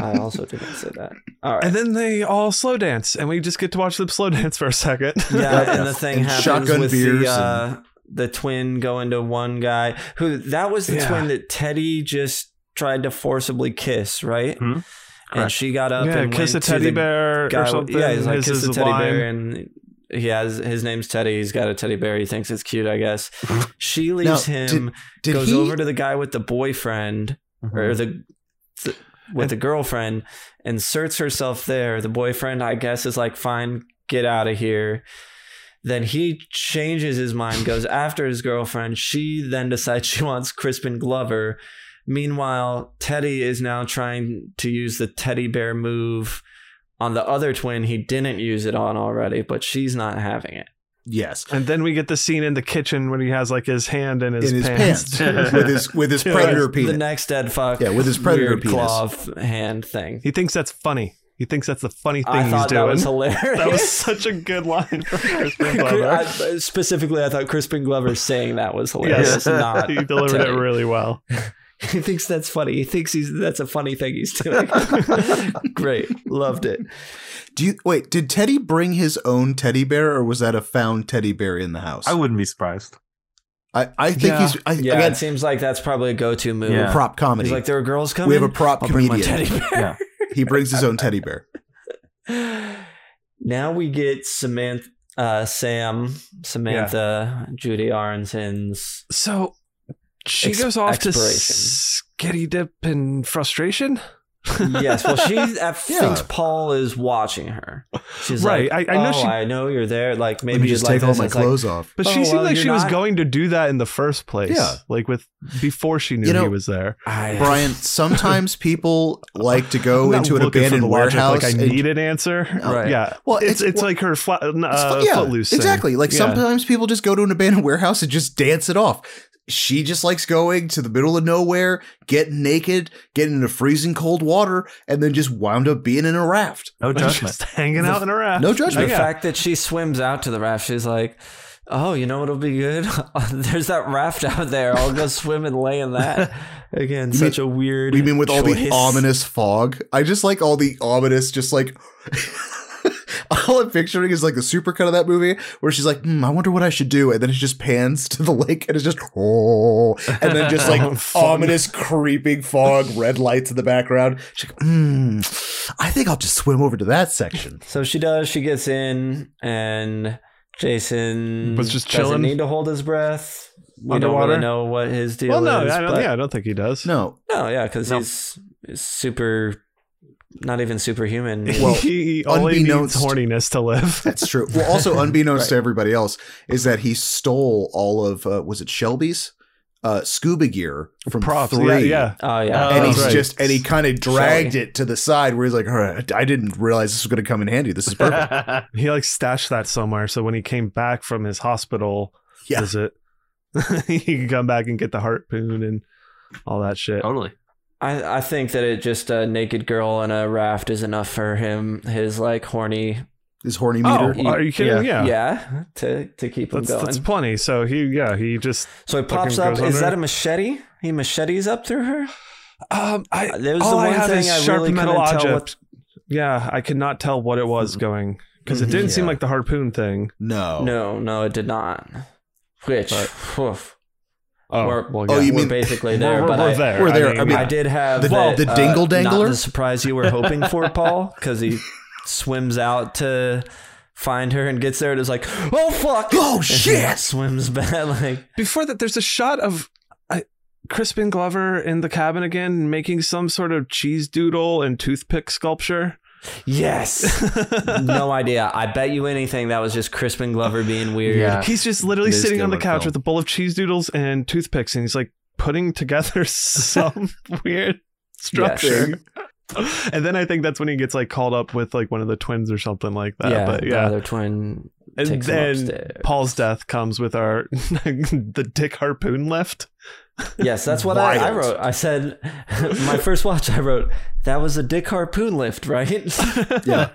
[SPEAKER 2] I also did not say that. All right.
[SPEAKER 3] And then they all slow dance, and we just get to watch them slow dance for a second.
[SPEAKER 2] Yeah, and the thing
[SPEAKER 1] And
[SPEAKER 2] happens
[SPEAKER 1] shotgun
[SPEAKER 2] with
[SPEAKER 1] beers and-
[SPEAKER 2] the uh, the twin going to one guy who that was the
[SPEAKER 3] Yeah.
[SPEAKER 2] twin that Teddy just tried to forcibly kiss, right?
[SPEAKER 4] Mhm.
[SPEAKER 2] And
[SPEAKER 4] Correct.
[SPEAKER 2] she got up
[SPEAKER 3] Hmm? yeah,
[SPEAKER 2] and
[SPEAKER 3] kiss a
[SPEAKER 2] went to
[SPEAKER 3] teddy
[SPEAKER 2] the
[SPEAKER 3] bear
[SPEAKER 2] guy-
[SPEAKER 3] or something.
[SPEAKER 2] Yeah, he's like
[SPEAKER 3] His
[SPEAKER 2] kiss a
[SPEAKER 3] is
[SPEAKER 2] teddy
[SPEAKER 3] lime.
[SPEAKER 2] bear, and he has his name's Teddy. He's got a teddy bear. He thinks it's cute, I guess. She leaves
[SPEAKER 1] did-
[SPEAKER 2] him,
[SPEAKER 1] Did
[SPEAKER 2] goes
[SPEAKER 1] he?
[SPEAKER 2] over to the guy with the boyfriend, or
[SPEAKER 4] Mm-hmm.
[SPEAKER 2] the, the with the girlfriend inserts herself there the boyfriend i guess is like fine get out of here then he changes his mind goes after his girlfriend she then decides she wants crispin glover meanwhile teddy is now trying to use the teddy bear move on the other twin he didn't use it on already but she's not having it
[SPEAKER 1] yes,
[SPEAKER 3] And then we get the scene in the kitchen when he has like his hand in his,
[SPEAKER 1] in his pants, with his with his
[SPEAKER 3] Yeah.
[SPEAKER 1] predator
[SPEAKER 2] the
[SPEAKER 1] penis.
[SPEAKER 2] next dead fuck
[SPEAKER 1] Yeah, with his predator
[SPEAKER 2] weird
[SPEAKER 1] penis.
[SPEAKER 2] claw f- hand thing
[SPEAKER 3] He thinks that's funny. He thinks that's the funny thing
[SPEAKER 2] I
[SPEAKER 3] he's
[SPEAKER 2] thought
[SPEAKER 3] doing.
[SPEAKER 2] that was hilarious.
[SPEAKER 3] That was such a good line from Crispin Glover.
[SPEAKER 2] I, specifically, I thought Crispin Glover saying that was
[SPEAKER 3] Yes.
[SPEAKER 2] hilarious. Not
[SPEAKER 3] he delivered it
[SPEAKER 2] Teddy.
[SPEAKER 3] really well.
[SPEAKER 2] He thinks that's funny. He thinks he's that's a funny thing he's doing. Great, loved it.
[SPEAKER 1] Do you wait? Did Teddy bring his own teddy bear, or was that a found teddy bear in the house?
[SPEAKER 4] I wouldn't be surprised.
[SPEAKER 1] I, I think
[SPEAKER 3] Yeah.
[SPEAKER 1] he's I,
[SPEAKER 2] Yeah,
[SPEAKER 1] again,
[SPEAKER 2] it seems like that's probably a go-to move.
[SPEAKER 4] Yeah.
[SPEAKER 1] prop comedy.
[SPEAKER 2] He's like, there are girls coming.
[SPEAKER 1] we have a prop
[SPEAKER 2] I'll bring my
[SPEAKER 1] comedian.
[SPEAKER 2] teddy bear.
[SPEAKER 4] Yeah.
[SPEAKER 1] he brings his own teddy bear.
[SPEAKER 2] Now we get Samantha, uh, Sam, Samantha, Judy Aronson's.
[SPEAKER 3] So she
[SPEAKER 2] Ex-
[SPEAKER 3] goes off to
[SPEAKER 2] expiration.
[SPEAKER 3] skitty dip in frustration.
[SPEAKER 2] Yes, well, she uh,
[SPEAKER 1] Yeah.
[SPEAKER 2] thinks Paul is watching her. She's
[SPEAKER 3] Right,
[SPEAKER 2] like,
[SPEAKER 3] I- I know
[SPEAKER 2] "Oh,
[SPEAKER 3] she-
[SPEAKER 2] I know you're there. Like
[SPEAKER 1] Maybe Let
[SPEAKER 2] maybe
[SPEAKER 1] me
[SPEAKER 2] just
[SPEAKER 1] just
[SPEAKER 2] like
[SPEAKER 1] take all
[SPEAKER 2] this.
[SPEAKER 1] my
[SPEAKER 2] It's like,
[SPEAKER 1] clothes off.
[SPEAKER 3] But she
[SPEAKER 2] Oh,
[SPEAKER 3] seemed
[SPEAKER 2] well,
[SPEAKER 3] like
[SPEAKER 2] you're
[SPEAKER 3] she was
[SPEAKER 2] not-
[SPEAKER 3] going to do that in the first place.
[SPEAKER 1] Yeah.
[SPEAKER 3] Like with before she knew
[SPEAKER 1] You know,
[SPEAKER 3] he was there.
[SPEAKER 2] I,
[SPEAKER 1] Brian, sometimes people like to
[SPEAKER 3] I'm
[SPEAKER 1] go
[SPEAKER 3] not
[SPEAKER 1] into an
[SPEAKER 3] looking for
[SPEAKER 1] abandoned
[SPEAKER 3] the logic,
[SPEAKER 1] warehouse.
[SPEAKER 3] Like I
[SPEAKER 1] and-
[SPEAKER 3] need an answer.
[SPEAKER 2] Right.
[SPEAKER 3] Yeah.
[SPEAKER 1] Well,
[SPEAKER 3] it's
[SPEAKER 1] it's-
[SPEAKER 3] it's like her fla- uh,
[SPEAKER 1] It's fu- yeah,
[SPEAKER 3] footloose. thing.
[SPEAKER 1] exactly. Like
[SPEAKER 3] Yeah.
[SPEAKER 1] sometimes people just go to an abandoned warehouse and just dance it off. She just likes going to the middle of nowhere, getting naked, getting into freezing cold water, and then just wound up being in a raft.
[SPEAKER 4] No judgment.
[SPEAKER 3] just hanging out in a raft.
[SPEAKER 1] No judgment.
[SPEAKER 2] the
[SPEAKER 3] Yeah.
[SPEAKER 2] fact that she swims out to the raft, she's like, "Oh, you know what'll be good? There's that raft out there. I'll go swim and lay in that." Again, such a weird.
[SPEAKER 1] We mean with all the
[SPEAKER 2] choice.
[SPEAKER 1] ominous fog. I just like all the ominous, just like. All I'm picturing is like the supercut of that movie where she's like, hmm, I wonder what I should do. And then it just pans to the lake and it's just, oh. And then just like
[SPEAKER 3] Fun.
[SPEAKER 1] ominous, creeping fog, red lights in the background. She's like, hmm, I think I'll just swim over to that section.
[SPEAKER 2] So she does. She gets in, and Jason
[SPEAKER 3] Was just
[SPEAKER 2] doesn't
[SPEAKER 3] chilling.
[SPEAKER 2] Need to hold his breath. We don't
[SPEAKER 3] Underwater?
[SPEAKER 2] really know what his deal
[SPEAKER 3] Well, no,
[SPEAKER 2] is.
[SPEAKER 3] I don't,
[SPEAKER 2] but-
[SPEAKER 3] yeah, I don't think he does.
[SPEAKER 1] No.
[SPEAKER 2] no, yeah, because
[SPEAKER 4] No.
[SPEAKER 2] he's, he's super, not even superhuman.
[SPEAKER 1] Well,
[SPEAKER 3] he only needs
[SPEAKER 1] unbeknownst-
[SPEAKER 3] horniness to live.
[SPEAKER 1] That's true. Well, also unbeknownst to everybody else is that he stole all of uh, was it Shelby's uh, scuba gear from
[SPEAKER 3] Props.
[SPEAKER 1] three.
[SPEAKER 3] Yeah, yeah.
[SPEAKER 2] oh yeah,
[SPEAKER 4] Oh,
[SPEAKER 1] and he's
[SPEAKER 3] right.
[SPEAKER 1] just and he kind of dragged
[SPEAKER 2] Shelly.
[SPEAKER 1] it to the side where he's like, all right, I didn't realize this was going to come in handy. This is perfect.
[SPEAKER 3] He like stashed that somewhere, so when he came back from his hospital
[SPEAKER 1] Yeah.
[SPEAKER 3] visit, he could come back and get the harpoon and all that shit.
[SPEAKER 4] totally.
[SPEAKER 2] I, I think that it just a naked girl and a raft is enough for him. His like horny
[SPEAKER 1] His horny
[SPEAKER 3] Oh,
[SPEAKER 1] meter.
[SPEAKER 2] He-
[SPEAKER 3] are you kidding? Yeah,
[SPEAKER 2] yeah, to to keep him
[SPEAKER 3] That's
[SPEAKER 2] going.
[SPEAKER 3] that's plenty. So he yeah he just
[SPEAKER 2] so he pops
[SPEAKER 3] fucking
[SPEAKER 2] up.
[SPEAKER 3] goes
[SPEAKER 2] Is
[SPEAKER 3] under.
[SPEAKER 2] that a machete? He machetes up through her.
[SPEAKER 3] um I
[SPEAKER 2] That was
[SPEAKER 3] all
[SPEAKER 2] the
[SPEAKER 3] I
[SPEAKER 2] one
[SPEAKER 3] have
[SPEAKER 2] thing
[SPEAKER 3] is
[SPEAKER 2] I
[SPEAKER 3] sharp
[SPEAKER 2] really couldn't
[SPEAKER 3] metal
[SPEAKER 2] tell
[SPEAKER 3] object.
[SPEAKER 2] what.
[SPEAKER 3] Yeah, I could not tell what it was going because it
[SPEAKER 2] Mhm.
[SPEAKER 3] didn't seem
[SPEAKER 1] Yeah.
[SPEAKER 3] like the harpoon thing.
[SPEAKER 1] No.
[SPEAKER 2] No, no, it did not. Which, oof,
[SPEAKER 3] Oh,
[SPEAKER 2] we're,
[SPEAKER 3] well,
[SPEAKER 1] Oh,
[SPEAKER 3] yeah.
[SPEAKER 1] you
[SPEAKER 2] we're
[SPEAKER 1] mean-
[SPEAKER 3] We're-
[SPEAKER 2] basically there,
[SPEAKER 3] we're,
[SPEAKER 2] but
[SPEAKER 3] we're
[SPEAKER 2] I,
[SPEAKER 3] there.
[SPEAKER 1] We're there. I
[SPEAKER 2] I,
[SPEAKER 1] mean,
[SPEAKER 2] did have
[SPEAKER 1] the-
[SPEAKER 2] that,
[SPEAKER 1] the
[SPEAKER 2] uh,
[SPEAKER 1] dingle
[SPEAKER 2] Not
[SPEAKER 1] dangler?
[SPEAKER 2] the surprise you were hoping for, Paul, because he swims out to find her and gets there and is like, "Oh fuck!"
[SPEAKER 1] Oh
[SPEAKER 2] And
[SPEAKER 1] shit!
[SPEAKER 2] swims back like.
[SPEAKER 3] before that there's a shot of uh, crispin glover in the cabin again making some sort of cheese doodle and toothpick sculpture
[SPEAKER 2] Yes. no idea. I bet you anything that was just Crispin Glover being weird.
[SPEAKER 4] Yeah.
[SPEAKER 3] he's just literally
[SPEAKER 1] This
[SPEAKER 3] sitting on the
[SPEAKER 1] killer
[SPEAKER 3] couch
[SPEAKER 1] film.
[SPEAKER 3] with a bowl of cheese doodles and toothpicks and he's like putting together some weird structure and then i think that's when he gets like called up with like one of the twins or something like that
[SPEAKER 2] yeah,
[SPEAKER 3] but
[SPEAKER 2] The
[SPEAKER 3] yeah
[SPEAKER 2] other twin
[SPEAKER 3] and
[SPEAKER 2] takes him
[SPEAKER 3] then
[SPEAKER 2] upstairs.
[SPEAKER 3] paul's death comes with our the dick harpoon left
[SPEAKER 2] Yes, that's what I, I
[SPEAKER 1] Wild.
[SPEAKER 2] wrote. I said my first watch I wrote, that was a dick harpoon lift, right?
[SPEAKER 1] Yeah.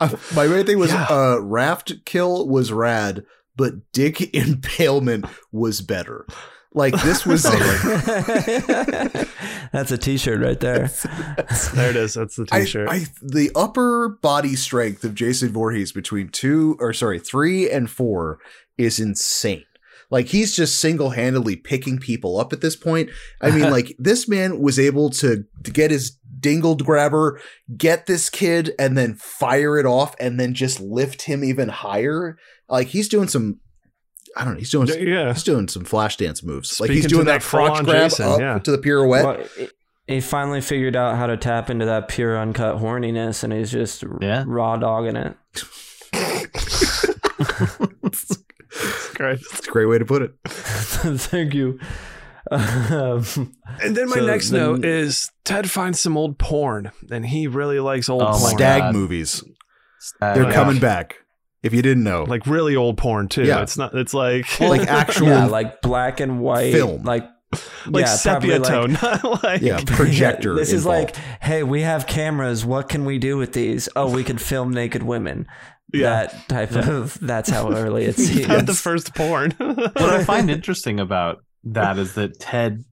[SPEAKER 1] Uh, my main thing was
[SPEAKER 3] Yeah.
[SPEAKER 1] uh, raft kill was rad, but dick impalement was better. Like this was
[SPEAKER 3] Oh,
[SPEAKER 2] That's a T-shirt right there.
[SPEAKER 3] There it is. That's the
[SPEAKER 1] I,
[SPEAKER 3] T-shirt.
[SPEAKER 1] I, the upper body strength of Jason Voorhees between two or sorry three and four is insane. Like he's just single handedly picking people up at this point. I mean, like this man was able to, to get his dingled grabber, get this kid, and then fire it off, and then just lift him even higher. Like he's doing some, I don't know, he's doing
[SPEAKER 3] yeah.
[SPEAKER 1] he's doing some flash dance moves. like he's
[SPEAKER 3] Speaking to
[SPEAKER 1] doing that,
[SPEAKER 3] that
[SPEAKER 1] crotch
[SPEAKER 3] full-on
[SPEAKER 1] grab
[SPEAKER 3] Jason,
[SPEAKER 1] up
[SPEAKER 3] yeah.
[SPEAKER 1] to the pirouette.
[SPEAKER 2] Well, he- he finally figured out how to tap into that pure uncut horniness, and he's just r-
[SPEAKER 4] Yeah.
[SPEAKER 2] raw dogging it.
[SPEAKER 3] Great.
[SPEAKER 1] It's a great way to put it.
[SPEAKER 2] Thank you. Um,
[SPEAKER 3] And then my
[SPEAKER 2] So
[SPEAKER 3] next
[SPEAKER 2] then-
[SPEAKER 3] note is Ted finds some old porn, and he really likes old
[SPEAKER 4] Oh my
[SPEAKER 3] porn.
[SPEAKER 1] Stag
[SPEAKER 4] God.
[SPEAKER 1] movies.
[SPEAKER 4] Uh,
[SPEAKER 1] They're
[SPEAKER 3] yeah.
[SPEAKER 1] coming back. If you didn't know, like,
[SPEAKER 3] Like really old porn too.
[SPEAKER 1] Yeah.
[SPEAKER 3] It's not. It's like
[SPEAKER 1] like actual,
[SPEAKER 2] yeah,
[SPEAKER 1] yeah,
[SPEAKER 2] like black and white
[SPEAKER 1] Film.
[SPEAKER 2] like
[SPEAKER 3] like
[SPEAKER 2] yeah, probably
[SPEAKER 3] sepia
[SPEAKER 2] like-
[SPEAKER 3] tone, not like
[SPEAKER 1] projector.
[SPEAKER 2] this is
[SPEAKER 1] involved.
[SPEAKER 2] like, hey, we have cameras. What can we do with these? Oh, we could film naked women.
[SPEAKER 3] Yeah.
[SPEAKER 2] That type of. That's how early it seems.
[SPEAKER 3] not the first porn.
[SPEAKER 4] what I find interesting about that is that Ted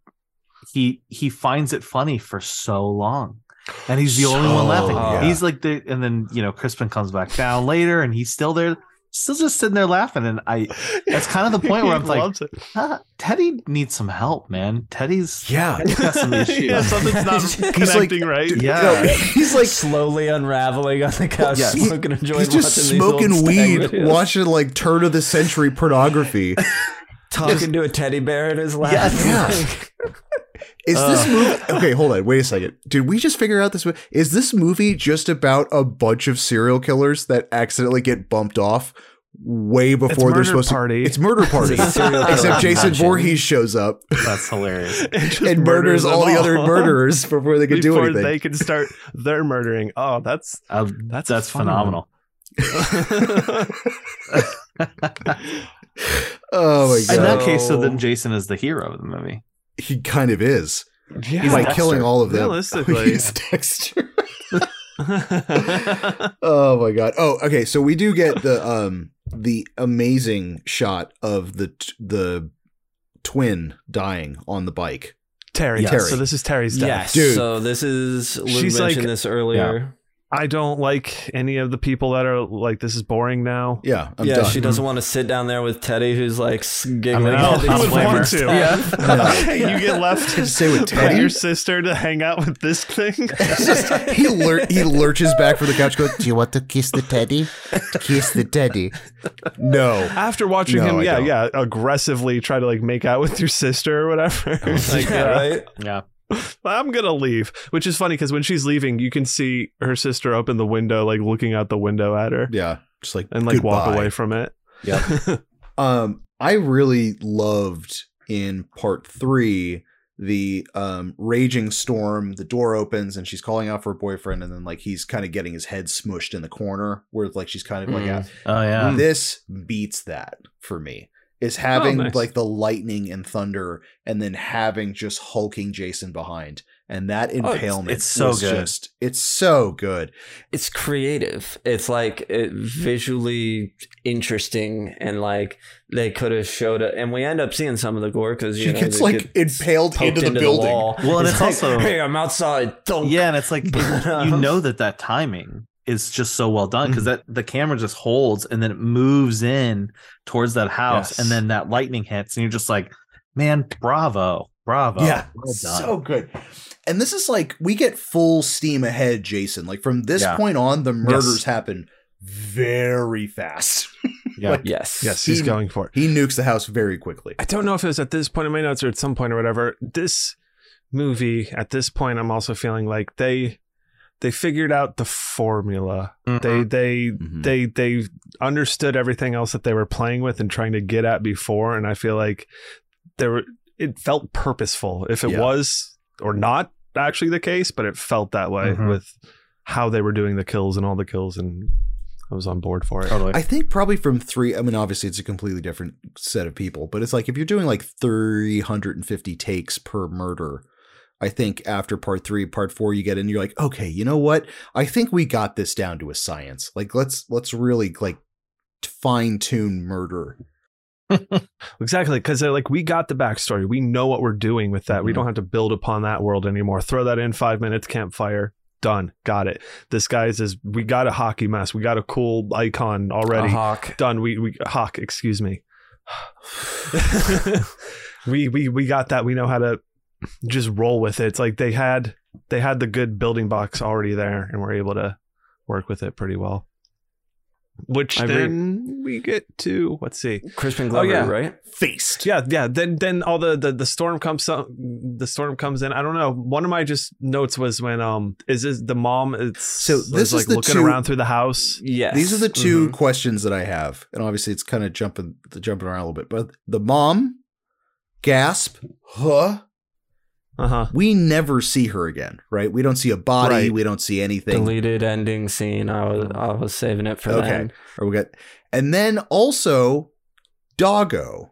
[SPEAKER 4] he he finds it funny for so long. And he's the only one
[SPEAKER 1] So,
[SPEAKER 4] laughing.
[SPEAKER 2] yeah.
[SPEAKER 4] He's like the and then you know Crispin comes back down later and he's still there, still just sitting there laughing. And I that's kind of the point where
[SPEAKER 3] He
[SPEAKER 4] I'm like,
[SPEAKER 3] loves it.
[SPEAKER 4] "Huh, Teddy needs some help, man. Teddy's
[SPEAKER 1] yeah.
[SPEAKER 4] Teddy's got some issues.
[SPEAKER 3] yeah, something's not
[SPEAKER 2] He's like-
[SPEAKER 3] connecting right.
[SPEAKER 1] Dude,
[SPEAKER 4] Yeah.
[SPEAKER 1] no, he's like
[SPEAKER 2] slowly unraveling on the couch,
[SPEAKER 4] Yes.
[SPEAKER 2] smoking a joint.
[SPEAKER 1] he's just
[SPEAKER 2] watching these old
[SPEAKER 1] smoking
[SPEAKER 2] stag
[SPEAKER 1] weed,
[SPEAKER 2] videos.
[SPEAKER 1] watching like turn of the century pornography.
[SPEAKER 2] talking to a teddy bear in his lap.
[SPEAKER 1] Yeah. Is this movie okay? Hold on, wait a second. Did we just figure out this? mo- Is this movie just about a bunch of serial killers that accidentally get bumped off way before they're
[SPEAKER 3] murder
[SPEAKER 1] supposed
[SPEAKER 3] party.
[SPEAKER 1] to? It's murder party.
[SPEAKER 2] It's a serial killer
[SPEAKER 1] Except Jason
[SPEAKER 2] convention.
[SPEAKER 1] Voorhees shows up
[SPEAKER 4] That's hilarious.
[SPEAKER 3] It just
[SPEAKER 1] and murders
[SPEAKER 3] them
[SPEAKER 1] all the other
[SPEAKER 3] all
[SPEAKER 1] murderers before they can do
[SPEAKER 3] before
[SPEAKER 1] anything.
[SPEAKER 3] they can start their murdering. Oh, that's
[SPEAKER 4] Uh,
[SPEAKER 3] That's
[SPEAKER 4] that's
[SPEAKER 3] fun.
[SPEAKER 4] phenomenal.
[SPEAKER 1] oh my god,
[SPEAKER 4] In that
[SPEAKER 2] So-
[SPEAKER 4] case, so then Jason is the hero of the movie.
[SPEAKER 1] he kind of is.
[SPEAKER 3] yeah.
[SPEAKER 1] He's like
[SPEAKER 4] Dexter.
[SPEAKER 1] killing all of them.
[SPEAKER 3] Realistically.
[SPEAKER 1] he's Dexter. Oh my god. Oh, okay. So we do get the um the amazing shot of the t- the twin dying on the bike.
[SPEAKER 3] Terry.
[SPEAKER 1] Yes. Terry.
[SPEAKER 3] So this is Terry's death.
[SPEAKER 2] Yes.
[SPEAKER 1] Dude.
[SPEAKER 2] So this is Luke
[SPEAKER 3] She's
[SPEAKER 2] mentioned
[SPEAKER 3] like-
[SPEAKER 2] this earlier.
[SPEAKER 3] I don't like any of the people that are like, this is boring now.
[SPEAKER 1] Yeah, I'm
[SPEAKER 2] yeah,
[SPEAKER 1] done.
[SPEAKER 2] she doesn't want to sit down there with Teddy, who's like s- giggling.
[SPEAKER 4] mean,
[SPEAKER 2] at
[SPEAKER 4] I'll-
[SPEAKER 2] these
[SPEAKER 4] I'll blame
[SPEAKER 2] women.
[SPEAKER 4] her.
[SPEAKER 3] to.
[SPEAKER 1] Yeah.
[SPEAKER 3] you get left
[SPEAKER 1] Just say with
[SPEAKER 3] by
[SPEAKER 1] Teddy?
[SPEAKER 3] your sister to hang out with this thing.
[SPEAKER 1] It's just- he lur- he lurches back from the couch. Goes, "Do you want to kiss the teddy? Kiss the teddy." No.
[SPEAKER 3] After watching
[SPEAKER 1] No,
[SPEAKER 3] him,
[SPEAKER 1] I
[SPEAKER 3] yeah,
[SPEAKER 1] don't.
[SPEAKER 3] yeah, aggressively try to like make out with your sister or whatever. like,
[SPEAKER 2] yeah, right.
[SPEAKER 4] Yeah.
[SPEAKER 3] I'm gonna leave, which is funny because when she's leaving, you can see her sister open the window, like looking out the window at her,
[SPEAKER 1] Yeah, just like
[SPEAKER 3] and like walk
[SPEAKER 1] goodbye.
[SPEAKER 3] away from it.
[SPEAKER 1] Um, I really loved in part three the um raging storm. The door opens and she's calling out for her boyfriend, and then like he's kind of getting his head smushed in the corner where like she's kind of like "Ah,
[SPEAKER 2] Mm.
[SPEAKER 4] Oh yeah.
[SPEAKER 1] this beats that for me is having
[SPEAKER 3] Oh, nice.
[SPEAKER 1] like the lightning and thunder and then having just hulking jason behind and that
[SPEAKER 4] Oh, it's-
[SPEAKER 1] impalement
[SPEAKER 4] it's so
[SPEAKER 1] was
[SPEAKER 4] good.
[SPEAKER 1] just it's so good
[SPEAKER 2] It's creative. It's like it, visually interesting, and like they could have showed it. And we end up seeing some of the gore because
[SPEAKER 1] she gets like impaled into the building
[SPEAKER 4] Well, and it's
[SPEAKER 2] like,
[SPEAKER 4] also-
[SPEAKER 2] hey, I'm outside. Don't
[SPEAKER 4] Yeah, and it's like
[SPEAKER 2] But,
[SPEAKER 4] it- you
[SPEAKER 2] um,
[SPEAKER 4] know that that timing is just so well done because that the camera just holds and then it moves in towards that house
[SPEAKER 3] Yes.
[SPEAKER 4] and then that lightning hits and you're just like, man, bravo, bravo,
[SPEAKER 1] yeah
[SPEAKER 4] well done.
[SPEAKER 1] so good and this is like we get full steam ahead jason like from this
[SPEAKER 4] Yeah.
[SPEAKER 1] point on the murders happen very fast
[SPEAKER 4] Yeah.
[SPEAKER 1] Like,
[SPEAKER 2] Yes.
[SPEAKER 3] Yes, he's
[SPEAKER 1] He-
[SPEAKER 3] going for it.
[SPEAKER 1] he nukes the house very quickly
[SPEAKER 3] I don't know if it was at this point in my notes or at some point or whatever. This movie, at this point, I'm also feeling like they they figured out the formula.
[SPEAKER 4] Mhm.
[SPEAKER 3] They they
[SPEAKER 1] Mhm.
[SPEAKER 4] Mm-hmm.
[SPEAKER 3] they they understood everything else that they were playing with and trying to get at before, and I feel like there were, it felt purposeful. If it
[SPEAKER 1] Yeah.
[SPEAKER 3] was or not actually the case, but it felt that way
[SPEAKER 4] Mhm.
[SPEAKER 3] with how they were doing the kills and all the kills, and I was on board for it.
[SPEAKER 4] totally.
[SPEAKER 1] I think probably from three. I mean, obviously, it's a completely different set of people, but it's like if you're doing like 350 takes per murder, I think after part three, part four, you get in, you're like, okay, you know what? I think we got this down to a science. Like, let's let's really like fine tune murder.
[SPEAKER 3] Exactly, because like we got the backstory. We know what we're doing with that. We
[SPEAKER 2] Mm-hmm.
[SPEAKER 4] Mhm.
[SPEAKER 3] don't have to build upon that world anymore. Throw that in five minutes, campfire, done. Got it. This guy's is we got a hockey mask. We got a cool icon already.
[SPEAKER 2] A hawk.
[SPEAKER 3] Done. We we hawk. Excuse me. we we we got that. We know how to just roll with it. It's like they had they had the good building blocks already there, and we're able to work with it pretty well. Which
[SPEAKER 2] I agree.
[SPEAKER 3] then we get to let's see.
[SPEAKER 2] Crispin Glover,
[SPEAKER 3] yeah.
[SPEAKER 2] right?
[SPEAKER 1] Feast.
[SPEAKER 3] Yeah, yeah. Then then all the the, the storm comes up, the storm comes in. I don't know. One of my just notes was when um is this the mom it's
[SPEAKER 1] So
[SPEAKER 3] was,
[SPEAKER 1] this is
[SPEAKER 3] like
[SPEAKER 1] the
[SPEAKER 3] looking
[SPEAKER 1] two-
[SPEAKER 3] around through the house.
[SPEAKER 2] Yes.
[SPEAKER 1] These are the 2
[SPEAKER 2] Mhm.
[SPEAKER 3] Mm-hmm.
[SPEAKER 1] questions that I have, and obviously it's kind of jumping the jumping around a little bit. But the mom gasp, huh?
[SPEAKER 3] Uh-huh.
[SPEAKER 1] We never see her again, right? We don't see a body.
[SPEAKER 3] Right.
[SPEAKER 1] We don't see anything.
[SPEAKER 2] Deleted ending scene. I was I was saving it for
[SPEAKER 1] Okay.
[SPEAKER 2] then.
[SPEAKER 1] Or we got, and then also doggo.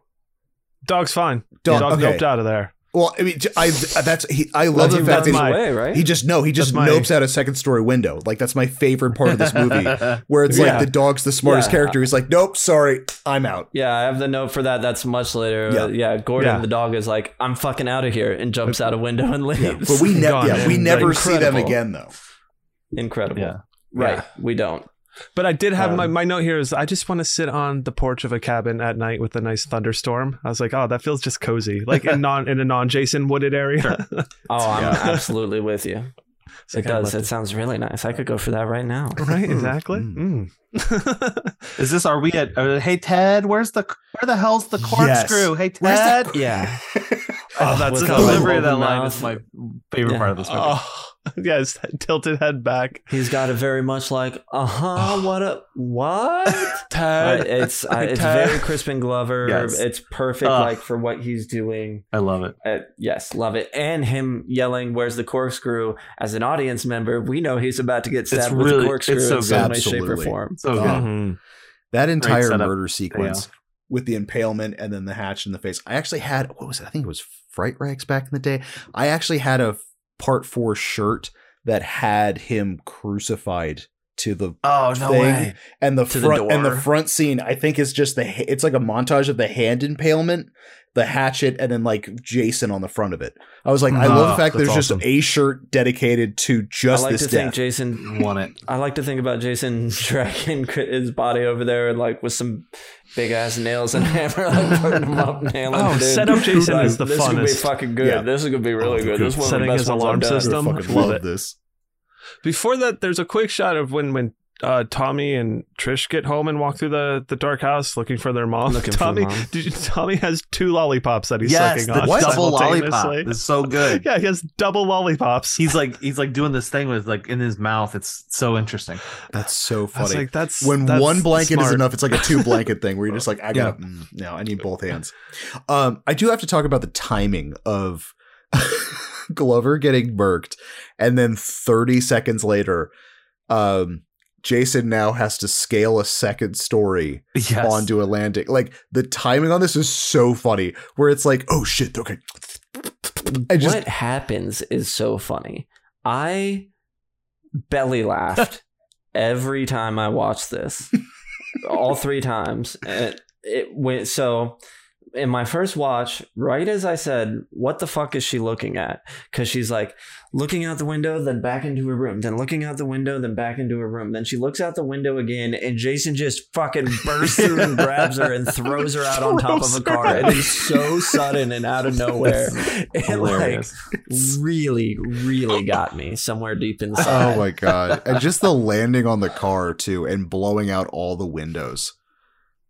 [SPEAKER 3] Dog's fine.
[SPEAKER 1] Dog-
[SPEAKER 3] Dog
[SPEAKER 1] okay.
[SPEAKER 3] noped out of there.
[SPEAKER 1] Well, I mean, j- I that's he, I love
[SPEAKER 3] That's
[SPEAKER 1] the fact
[SPEAKER 3] that's
[SPEAKER 1] that
[SPEAKER 3] my-
[SPEAKER 2] away, right?
[SPEAKER 1] he, he just no, he just
[SPEAKER 3] my-
[SPEAKER 1] nopes out a second story window. Like that's my favorite part of this movie, where it's
[SPEAKER 3] Yeah.
[SPEAKER 1] like the dog's the smartest
[SPEAKER 2] Yeah.
[SPEAKER 1] character. He's like, nope, sorry, I'm out.
[SPEAKER 2] yeah, I have the note for that. That's much later.
[SPEAKER 1] Yeah.
[SPEAKER 2] Yeah, Gordon
[SPEAKER 3] Yeah.
[SPEAKER 2] the dog is like, "I'm fucking out of here," and jumps out a window and leaves.
[SPEAKER 1] Yeah, but we never,
[SPEAKER 3] Gone,
[SPEAKER 1] yeah,
[SPEAKER 3] man.
[SPEAKER 1] we never
[SPEAKER 2] Like,
[SPEAKER 1] see them
[SPEAKER 2] incredible.
[SPEAKER 1] again though.
[SPEAKER 2] incredible.
[SPEAKER 4] Yeah.
[SPEAKER 2] Right,
[SPEAKER 3] Yeah.
[SPEAKER 2] we don't.
[SPEAKER 3] But I did have my,
[SPEAKER 2] Um,
[SPEAKER 3] my note here is I just want to sit on the porch of a cabin at night with a nice thunderstorm. I was like, oh, that feels just cozy. Like in non in a non Jason wooded area.
[SPEAKER 2] Oh, I'm
[SPEAKER 1] Yeah.
[SPEAKER 2] absolutely with you.
[SPEAKER 3] It's
[SPEAKER 2] It
[SPEAKER 3] like, I'd
[SPEAKER 2] does.
[SPEAKER 3] love
[SPEAKER 2] It sounds really nice. I could go for that right now.
[SPEAKER 3] to- right, exactly. Mm.
[SPEAKER 4] Is this are we at uh, hey Ted, where's the where the hell's the
[SPEAKER 1] Yes.
[SPEAKER 4] corkscrew? Hey
[SPEAKER 1] Where's
[SPEAKER 4] Ted.
[SPEAKER 2] Yeah.
[SPEAKER 4] oh, that's
[SPEAKER 2] With
[SPEAKER 4] the
[SPEAKER 2] the
[SPEAKER 4] delivery of
[SPEAKER 2] open
[SPEAKER 4] that line is my
[SPEAKER 2] mouth.
[SPEAKER 4] favorite
[SPEAKER 2] Yeah.
[SPEAKER 4] part of this movie.
[SPEAKER 3] oh, yes, that tilted head back.
[SPEAKER 2] He's got a very much like, uh huh, what a what? Uh,
[SPEAKER 3] Ted.
[SPEAKER 2] it's uh, it's
[SPEAKER 3] Ted.
[SPEAKER 2] very Crispin Glover.
[SPEAKER 4] Yes.
[SPEAKER 2] It's perfect,
[SPEAKER 4] Ugh.
[SPEAKER 2] like for what he's doing.
[SPEAKER 4] I love it.
[SPEAKER 2] Uh, yes, love it. And him yelling, "Where's the corkscrew?" As an audience member, we know he's about to get stabbed with
[SPEAKER 4] really-
[SPEAKER 2] a corkscrew
[SPEAKER 4] it's so
[SPEAKER 2] in some
[SPEAKER 1] good.
[SPEAKER 2] way, shape, or
[SPEAKER 1] Absolutely.
[SPEAKER 2] form.
[SPEAKER 4] So good.
[SPEAKER 3] Oh.
[SPEAKER 1] Uh,
[SPEAKER 2] Mm-hmm.
[SPEAKER 1] That entire
[SPEAKER 4] setup.
[SPEAKER 1] murder sequence with the impalement and then the hatch in the face. I actually had what was it? I think it was Fright Rags back in the day. I actually had a part four shirt that had him crucified to the
[SPEAKER 4] oh no
[SPEAKER 1] thing.
[SPEAKER 4] way.
[SPEAKER 1] and the
[SPEAKER 2] To the
[SPEAKER 1] front and the
[SPEAKER 2] door.
[SPEAKER 1] front scene I think is just the ha- it's like a montage of the hand impalement, the hatchet, and then like Jason on the front of it. I was like, I love
[SPEAKER 4] Oh,
[SPEAKER 1] the fact
[SPEAKER 4] that's
[SPEAKER 1] there's
[SPEAKER 4] awesome.
[SPEAKER 1] just a shirt dedicated to
[SPEAKER 2] Ah, I
[SPEAKER 1] just
[SPEAKER 2] like to
[SPEAKER 1] this
[SPEAKER 2] think
[SPEAKER 1] death.
[SPEAKER 2] Jason
[SPEAKER 4] Want it.
[SPEAKER 2] I like to think about Jason dragging his body over there, like with some big ass nails and hammer, like putting him up, nailing
[SPEAKER 3] Oh,
[SPEAKER 2] him. dude.
[SPEAKER 3] set up Jason
[SPEAKER 2] Like,
[SPEAKER 3] is the
[SPEAKER 2] this This
[SPEAKER 3] funnest.
[SPEAKER 2] is gonna be fucking good.
[SPEAKER 1] Yeah.
[SPEAKER 2] This is gonna be really
[SPEAKER 1] Oh,
[SPEAKER 2] good. This is one of the
[SPEAKER 3] Setting
[SPEAKER 2] best
[SPEAKER 3] his
[SPEAKER 2] ones I've
[SPEAKER 3] alarm
[SPEAKER 2] done.
[SPEAKER 3] system.
[SPEAKER 1] I fucking
[SPEAKER 3] Love
[SPEAKER 1] love
[SPEAKER 3] it.
[SPEAKER 1] this.
[SPEAKER 3] Before that, there's a quick shot of when when uh, Tommy and Trish get home and walk through the, the dark house looking for their mom.
[SPEAKER 2] Looking for
[SPEAKER 3] Tommy,
[SPEAKER 2] mom.
[SPEAKER 3] Did you, Tommy has two lollipops that he's
[SPEAKER 4] Yes,
[SPEAKER 3] sucking
[SPEAKER 4] the
[SPEAKER 3] on
[SPEAKER 4] double lollipop
[SPEAKER 3] simultaneously.
[SPEAKER 4] is so good.
[SPEAKER 3] Yeah, he has double lollipops.
[SPEAKER 4] He's like he's like doing this thing with like in his mouth. It's so interesting.
[SPEAKER 1] That's so
[SPEAKER 3] I was
[SPEAKER 1] funny.
[SPEAKER 3] like, that's
[SPEAKER 1] when
[SPEAKER 3] that's
[SPEAKER 1] one blanket
[SPEAKER 3] smart.
[SPEAKER 1] is enough, it's like a two blanket thing where you're just like, I got to no, I need both hands. Um, I do have to talk about the timing of Glover getting murked, and then 30 seconds later, um, Jason now has to scale a second story
[SPEAKER 4] Yes.
[SPEAKER 1] onto a landing. Like the timing on this is so funny, where it's like, oh shit, okay. I just
[SPEAKER 2] what happens is so funny. I belly laughed every time I watched this, all three times. And it went so. In my first watch, right as I said, "What the fuck is she looking at?" Because she's like looking out the window, then back into her room, then looking out the window, then back into her room. Then she looks out the window again, and Jason just fucking bursts through and grabs her and throws her out on top of
[SPEAKER 3] Throws
[SPEAKER 2] a
[SPEAKER 3] her
[SPEAKER 2] car.
[SPEAKER 3] out.
[SPEAKER 2] It is so sudden and out of nowhere. It like
[SPEAKER 4] hilarious.
[SPEAKER 2] really, really got me somewhere deep inside.
[SPEAKER 1] Oh my god! And just the landing on the car too, and blowing out all the windows.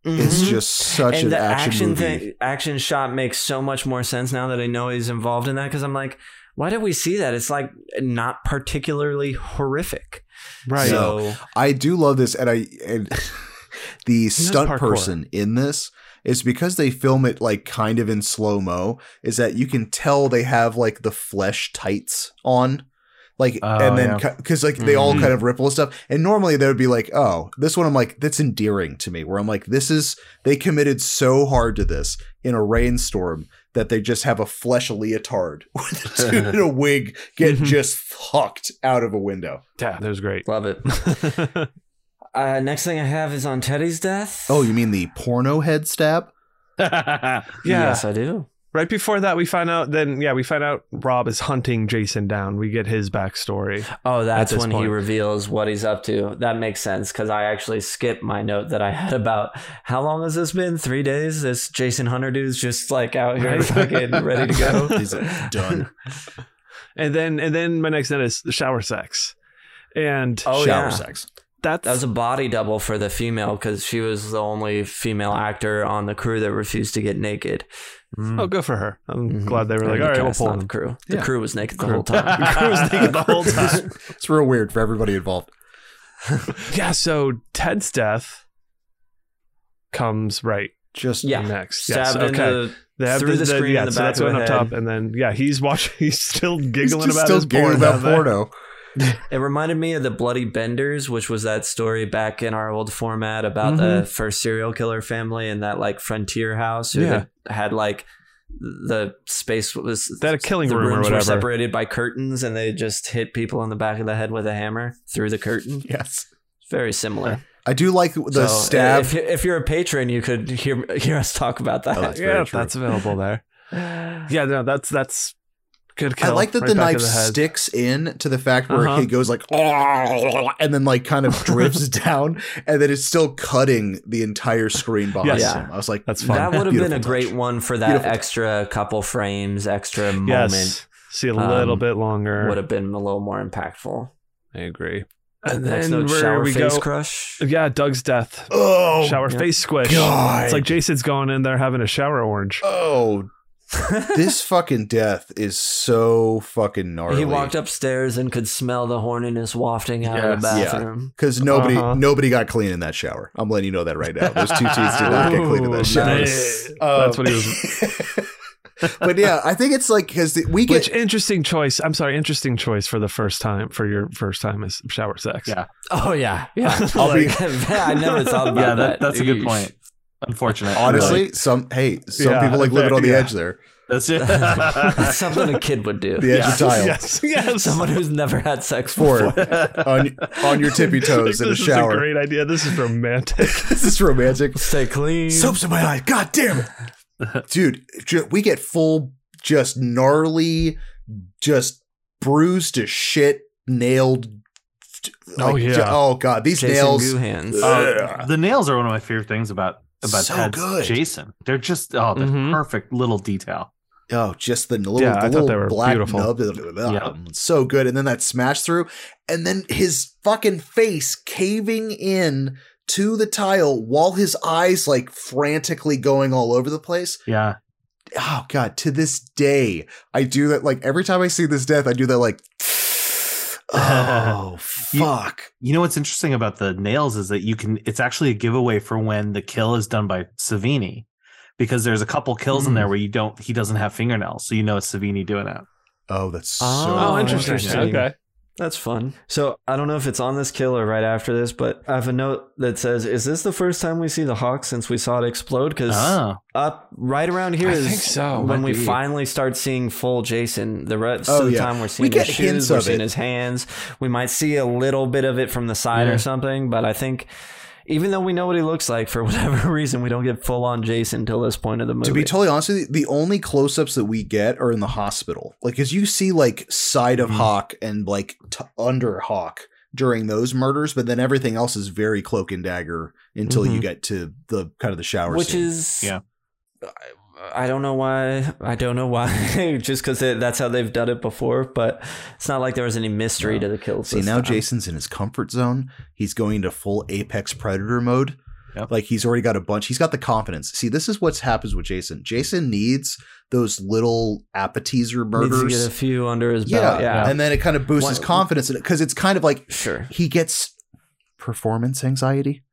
[SPEAKER 1] It's
[SPEAKER 2] Mhm.
[SPEAKER 1] just such
[SPEAKER 2] and
[SPEAKER 1] an
[SPEAKER 2] the
[SPEAKER 1] action,
[SPEAKER 2] action
[SPEAKER 1] movie.
[SPEAKER 2] thing, action shot makes so much more sense now that I know he's involved in that. Because I'm like, why did we see that? It's like not particularly horrific.
[SPEAKER 3] right.
[SPEAKER 1] So-
[SPEAKER 2] So
[SPEAKER 1] I do love this, and I and the stunt
[SPEAKER 3] parkour.
[SPEAKER 1] person in this is because they film it like kind of in slow mo. Is that you can tell they have like the flesh tights on. Like
[SPEAKER 4] Oh,
[SPEAKER 1] and then
[SPEAKER 4] yeah.
[SPEAKER 1] because like they all
[SPEAKER 2] Mhm.
[SPEAKER 1] kind of ripple and stuff, and normally they would be like, oh, this one I'm like that's endearing to me. Where I'm like, this is they committed so hard to this in a rainstorm that they just have a flesh leotard with a dude in a wig get
[SPEAKER 4] Mm-hmm.
[SPEAKER 3] Mhm.
[SPEAKER 1] just fucked out of a window.
[SPEAKER 3] yeah, that was great.
[SPEAKER 2] love it. Uh, next thing I have is on Teddy's death.
[SPEAKER 1] Oh, you mean the porno head stab?
[SPEAKER 4] yeah.
[SPEAKER 2] Yes, I do.
[SPEAKER 3] Right before that, we find out. Then, yeah, we find out Rob is hunting Jason down. We get his backstory.
[SPEAKER 2] Oh, that's
[SPEAKER 3] this
[SPEAKER 2] when he
[SPEAKER 3] point.
[SPEAKER 2] reveals what he's up to. That makes sense because I actually skipped my note that I had about how long has this been? Three days? This Jason Hunter dude's just like out here fucking ready to go.
[SPEAKER 1] He's like, done.
[SPEAKER 3] And then, and then my next note is the shower sex, and
[SPEAKER 2] Oh,
[SPEAKER 1] Shower
[SPEAKER 2] yeah.
[SPEAKER 1] sex.
[SPEAKER 3] that's
[SPEAKER 2] That was a body double for the female because she was the only female actor on the crew that refused to get naked.
[SPEAKER 3] oh, good for her. I'm
[SPEAKER 1] Mm-hmm.
[SPEAKER 2] Mhm.
[SPEAKER 3] glad they were
[SPEAKER 2] And
[SPEAKER 3] like,
[SPEAKER 2] the
[SPEAKER 3] all right, we'll
[SPEAKER 2] cast,
[SPEAKER 3] pull
[SPEAKER 2] not
[SPEAKER 3] him.
[SPEAKER 2] the crew. The
[SPEAKER 1] Yeah.
[SPEAKER 2] crew was naked the
[SPEAKER 3] Crew.
[SPEAKER 2] whole time.
[SPEAKER 3] The crew was naked the whole time.
[SPEAKER 1] It's real weird for everybody involved.
[SPEAKER 3] yeah. So Ted's death comes right
[SPEAKER 1] Just
[SPEAKER 2] Yeah.
[SPEAKER 3] next. Yes.
[SPEAKER 2] Stabbed
[SPEAKER 3] okay.
[SPEAKER 2] into
[SPEAKER 3] They have
[SPEAKER 2] through the screen
[SPEAKER 3] yeah,
[SPEAKER 2] in the
[SPEAKER 3] so
[SPEAKER 2] back
[SPEAKER 3] that's
[SPEAKER 2] of
[SPEAKER 3] one
[SPEAKER 2] the
[SPEAKER 3] up
[SPEAKER 2] head.
[SPEAKER 3] top, and then yeah, he's watching. He's still
[SPEAKER 1] he's
[SPEAKER 3] giggling
[SPEAKER 1] just
[SPEAKER 3] about
[SPEAKER 1] still
[SPEAKER 3] his
[SPEAKER 1] giggling
[SPEAKER 3] porn
[SPEAKER 1] about
[SPEAKER 3] down there.
[SPEAKER 1] porno.
[SPEAKER 2] It reminded me of the Bloody Benders, which was that story back in our old format about
[SPEAKER 1] Mm-hmm.
[SPEAKER 2] the first serial killer family and that like frontier house who
[SPEAKER 3] Yeah.
[SPEAKER 2] had like the space was
[SPEAKER 3] They had a killing
[SPEAKER 2] the
[SPEAKER 3] room or
[SPEAKER 2] rooms were
[SPEAKER 3] whatever.
[SPEAKER 2] separated by curtains and they just hit people on the back of the head with a hammer through the curtain.
[SPEAKER 1] Yes.
[SPEAKER 2] Very similar.
[SPEAKER 1] I do like the
[SPEAKER 2] So,
[SPEAKER 1] stab.
[SPEAKER 2] If, if you're a patron, you could hear hear us talk about that.
[SPEAKER 1] Oh, that's
[SPEAKER 3] Yeah,
[SPEAKER 1] very
[SPEAKER 3] if
[SPEAKER 1] true.
[SPEAKER 3] that's available there. Yeah, no, that's that's good.
[SPEAKER 1] I
[SPEAKER 3] Kill.
[SPEAKER 1] like that
[SPEAKER 3] Right
[SPEAKER 1] the
[SPEAKER 3] back
[SPEAKER 1] knife
[SPEAKER 3] of head.
[SPEAKER 1] sticks in to the fact where
[SPEAKER 3] Uh-huh.
[SPEAKER 1] he goes like, "Oh," and then like kind of drifts down, and then it's still cutting the entire screen behind
[SPEAKER 3] Yes.
[SPEAKER 1] him. I was like,
[SPEAKER 3] That's fun.
[SPEAKER 2] that would have been
[SPEAKER 1] Beautiful
[SPEAKER 2] a
[SPEAKER 1] touch.
[SPEAKER 2] great one for that
[SPEAKER 1] Beautiful touch.
[SPEAKER 2] extra couple frames, extra
[SPEAKER 3] Yes.
[SPEAKER 2] moment.
[SPEAKER 3] See a little
[SPEAKER 2] um,
[SPEAKER 3] bit longer.
[SPEAKER 2] Would have been a little more impactful.
[SPEAKER 3] I agree. And
[SPEAKER 2] Next
[SPEAKER 3] then
[SPEAKER 2] note,
[SPEAKER 3] where
[SPEAKER 2] shower
[SPEAKER 3] we
[SPEAKER 2] face
[SPEAKER 3] go.
[SPEAKER 2] crush.
[SPEAKER 3] yeah, Doug's death.
[SPEAKER 1] oh,
[SPEAKER 3] shower
[SPEAKER 2] yeah.
[SPEAKER 3] face squish.
[SPEAKER 1] God.
[SPEAKER 3] It's like Jason's going in there having a shower orange.
[SPEAKER 1] oh, this fucking death is so fucking gnarly.
[SPEAKER 2] He walked upstairs and could smell the horniness wafting out of the
[SPEAKER 1] Yes. Yeah.
[SPEAKER 2] bathroom.
[SPEAKER 1] because nobody
[SPEAKER 3] Uh-huh.
[SPEAKER 1] nobody got clean in that shower. I'm letting you know that right now. Those two teens did not get clean in
[SPEAKER 3] Ooh,
[SPEAKER 1] that shower.
[SPEAKER 3] nice.
[SPEAKER 1] Um,
[SPEAKER 3] That's what he was.
[SPEAKER 1] but yeah, I think it's like because we get
[SPEAKER 3] Which interesting choice. I'm sorry, interesting choice for the first time for your first time is shower sex.
[SPEAKER 4] Yeah.
[SPEAKER 2] Oh yeah, yeah.
[SPEAKER 1] I'll be-
[SPEAKER 2] Like, I never thought about that.
[SPEAKER 4] Yeah, that, that's a good
[SPEAKER 2] Eesh.
[SPEAKER 4] point. Unfortunately.
[SPEAKER 1] honestly some hey some
[SPEAKER 3] Yeah,
[SPEAKER 1] people like living on the
[SPEAKER 3] yeah.
[SPEAKER 1] edge there,
[SPEAKER 4] That's it.
[SPEAKER 2] That's something a kid would do.
[SPEAKER 1] the edge of tile.
[SPEAKER 3] Yes, yes.
[SPEAKER 2] Someone who's never had sex
[SPEAKER 1] Forward.
[SPEAKER 2] before.
[SPEAKER 1] on on your tippy toes in a
[SPEAKER 3] this is a
[SPEAKER 1] shower.
[SPEAKER 3] great idea. This is romantic.
[SPEAKER 1] this is romantic.
[SPEAKER 2] Stay clean.
[SPEAKER 1] Soaps in my eye. God damn it, dude. ju- We get full, just gnarly, just bruised to shit, nailed.
[SPEAKER 3] Oh,
[SPEAKER 1] ju-
[SPEAKER 3] yeah.
[SPEAKER 1] oh god, these
[SPEAKER 2] Jason
[SPEAKER 1] nails.
[SPEAKER 2] Goo hands. Um,
[SPEAKER 4] Uh, the nails are one of my favorite things about about
[SPEAKER 1] So
[SPEAKER 4] Ted's
[SPEAKER 1] good.
[SPEAKER 4] Jason. They're just oh, the
[SPEAKER 3] Mhm.
[SPEAKER 4] perfect little detail.
[SPEAKER 1] Oh, just the little,
[SPEAKER 3] Yeah, I
[SPEAKER 1] the
[SPEAKER 3] thought
[SPEAKER 1] little
[SPEAKER 3] they were
[SPEAKER 1] black
[SPEAKER 3] beautiful.
[SPEAKER 1] nub. blah, blah, blah,
[SPEAKER 4] Yeah.
[SPEAKER 1] So good. And then that smash through. And then his fucking face caving in to the tile while his eyes like frantically going all over the place.
[SPEAKER 4] Yeah.
[SPEAKER 1] Oh god, to this day, I do that like every time I see this death, I do that like Oh fuck.
[SPEAKER 4] You know what's interesting about the nails is that you can it's actually a giveaway for when the kill is done by Savini. Because there's a couple kills
[SPEAKER 2] Hmm.
[SPEAKER 4] in there where you don't he doesn't have fingernails, so you know it's Savini doing it.
[SPEAKER 1] Oh, that's so
[SPEAKER 2] Oh,
[SPEAKER 3] oh,
[SPEAKER 2] interesting.
[SPEAKER 3] interesting. Okay.
[SPEAKER 2] That's fun. So I don't know if it's on this kill or right after this, but I have a note that says, "Is this the first time we see the hawk since we saw it explode?" Because
[SPEAKER 4] Oh.
[SPEAKER 2] up right around here
[SPEAKER 3] I
[SPEAKER 2] is
[SPEAKER 3] think so.
[SPEAKER 2] when
[SPEAKER 3] Might
[SPEAKER 2] we
[SPEAKER 3] be.
[SPEAKER 2] finally start seeing full Jason. The rest
[SPEAKER 1] Oh,
[SPEAKER 2] of the
[SPEAKER 1] yeah.
[SPEAKER 2] time we're seeing
[SPEAKER 1] We get
[SPEAKER 2] his
[SPEAKER 1] hints
[SPEAKER 2] shoes, we're
[SPEAKER 1] of
[SPEAKER 2] seeing
[SPEAKER 1] it.
[SPEAKER 2] his hands. We might see a little bit of it from the side
[SPEAKER 4] Yeah.
[SPEAKER 2] or something, but I think even though we know what he looks like, for whatever reason, we don't get full on Jason until this point of the movie.
[SPEAKER 1] To be totally honest with you, the only close ups that we get are in the hospital. Like, as you see, like, side of
[SPEAKER 2] Mm-hmm.
[SPEAKER 4] Mhm.
[SPEAKER 1] Hawk and, like, t- under Hawk during those murders, but then everything else is very cloak and dagger until you
[SPEAKER 2] Mhm.
[SPEAKER 1] get to the kind of the shower
[SPEAKER 2] which
[SPEAKER 1] scene.
[SPEAKER 2] is
[SPEAKER 4] Yeah.
[SPEAKER 2] I, I don't know why. I don't know why. Just because that's how they've done it before, but it's not like there was any mystery
[SPEAKER 1] No.
[SPEAKER 2] to the um, kills.
[SPEAKER 1] See,
[SPEAKER 2] this
[SPEAKER 1] now
[SPEAKER 2] time.
[SPEAKER 1] Jason's in his comfort zone. He's going to full apex predator mode.
[SPEAKER 4] Yep.
[SPEAKER 1] Like he's already got a bunch. He's got the confidence. See, this is what happens with Jason. Jason needs those little appetizer
[SPEAKER 2] needs to
[SPEAKER 1] murders.
[SPEAKER 2] get a few under his
[SPEAKER 1] yeah.
[SPEAKER 2] belt. Yeah,
[SPEAKER 1] and then it kind of boosts his
[SPEAKER 2] One-
[SPEAKER 1] confidence because it's kind of like
[SPEAKER 2] sure.
[SPEAKER 1] he gets performance anxiety.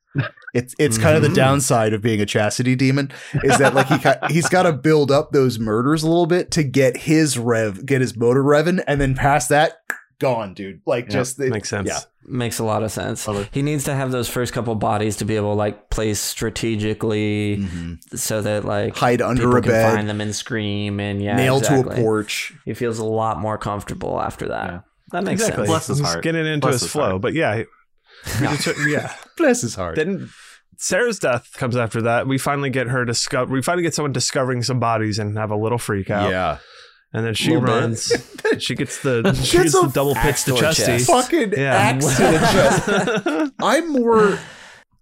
[SPEAKER 1] It's it's kind of the
[SPEAKER 2] Mhm.
[SPEAKER 1] downside of being a chastity demon is that like he got, he's got to build up those murders a little bit to get his rev, get his motor revving, and then past that, gone, dude. Like
[SPEAKER 4] Yeah,
[SPEAKER 1] just it-
[SPEAKER 3] Makes sense.
[SPEAKER 1] Yeah.
[SPEAKER 2] Makes a lot of sense.
[SPEAKER 4] Totally.
[SPEAKER 2] He needs to have those first couple bodies to be able to like place strategically
[SPEAKER 1] Mhm.
[SPEAKER 2] so that like
[SPEAKER 1] Hide under
[SPEAKER 2] people
[SPEAKER 1] a
[SPEAKER 2] can find
[SPEAKER 1] bed,
[SPEAKER 2] them and scream and yeah,
[SPEAKER 1] nail to a
[SPEAKER 2] exactly.
[SPEAKER 1] porch.
[SPEAKER 2] He feels a lot more comfortable after that.
[SPEAKER 4] Yeah.
[SPEAKER 2] That makes
[SPEAKER 4] Exactly.
[SPEAKER 2] sense.
[SPEAKER 4] Bless his
[SPEAKER 3] He's
[SPEAKER 4] heart.
[SPEAKER 3] getting into
[SPEAKER 4] Bless
[SPEAKER 3] his
[SPEAKER 4] his
[SPEAKER 3] flow,
[SPEAKER 4] heart.
[SPEAKER 3] but yeah, he- we
[SPEAKER 2] Yeah.
[SPEAKER 3] deter- yeah.
[SPEAKER 1] Bless his heart.
[SPEAKER 3] Didn't Sarah's death comes after that. We finally get her discover. We finally get someone discovering some bodies and have a little freak out.
[SPEAKER 1] Yeah.
[SPEAKER 3] And then she
[SPEAKER 2] Little bit.
[SPEAKER 3] runs. she gets the she
[SPEAKER 1] That's
[SPEAKER 3] gets
[SPEAKER 1] a
[SPEAKER 3] the double pitch
[SPEAKER 2] axe
[SPEAKER 3] to
[SPEAKER 2] to her
[SPEAKER 3] chesty.
[SPEAKER 2] chest.
[SPEAKER 1] Fucking
[SPEAKER 3] Yeah.
[SPEAKER 1] axe to the chest. I'm more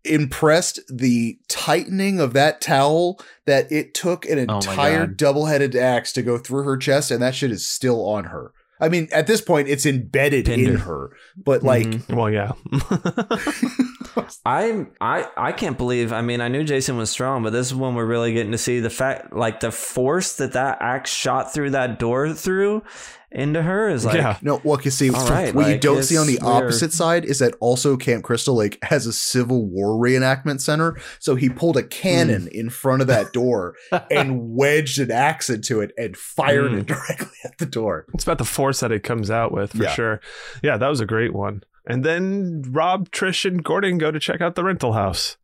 [SPEAKER 1] impressed the tightening of that towel that it took an
[SPEAKER 4] my
[SPEAKER 1] entire
[SPEAKER 4] God.
[SPEAKER 1] double-headed axe to go through her chest, and that shit is still on her. I mean, at this point, it's embedded in
[SPEAKER 2] Pinned her.
[SPEAKER 1] her, but like,
[SPEAKER 3] Mhm. well, yeah.
[SPEAKER 2] I'm I I can't believe. I mean, I knew Jason was strong, but this is when we're really getting to see the fact, like the force that that axe shot through that door through into her is like.
[SPEAKER 3] yeah.
[SPEAKER 1] no, well, you see,
[SPEAKER 2] All right,
[SPEAKER 1] what you
[SPEAKER 2] like,
[SPEAKER 1] don't see on the
[SPEAKER 2] it's weird.
[SPEAKER 1] opposite side is that also Camp Crystal Lake has a Civil War reenactment center, so he pulled a cannon in front of that door and wedged an axe into it and fired
[SPEAKER 3] Mm.
[SPEAKER 1] it directly at the door.
[SPEAKER 3] It's about the force that it comes out with for
[SPEAKER 1] Yeah.
[SPEAKER 3] sure. Yeah, that was a great one. And then Rob, Trish, and Gordon go to check out the rental house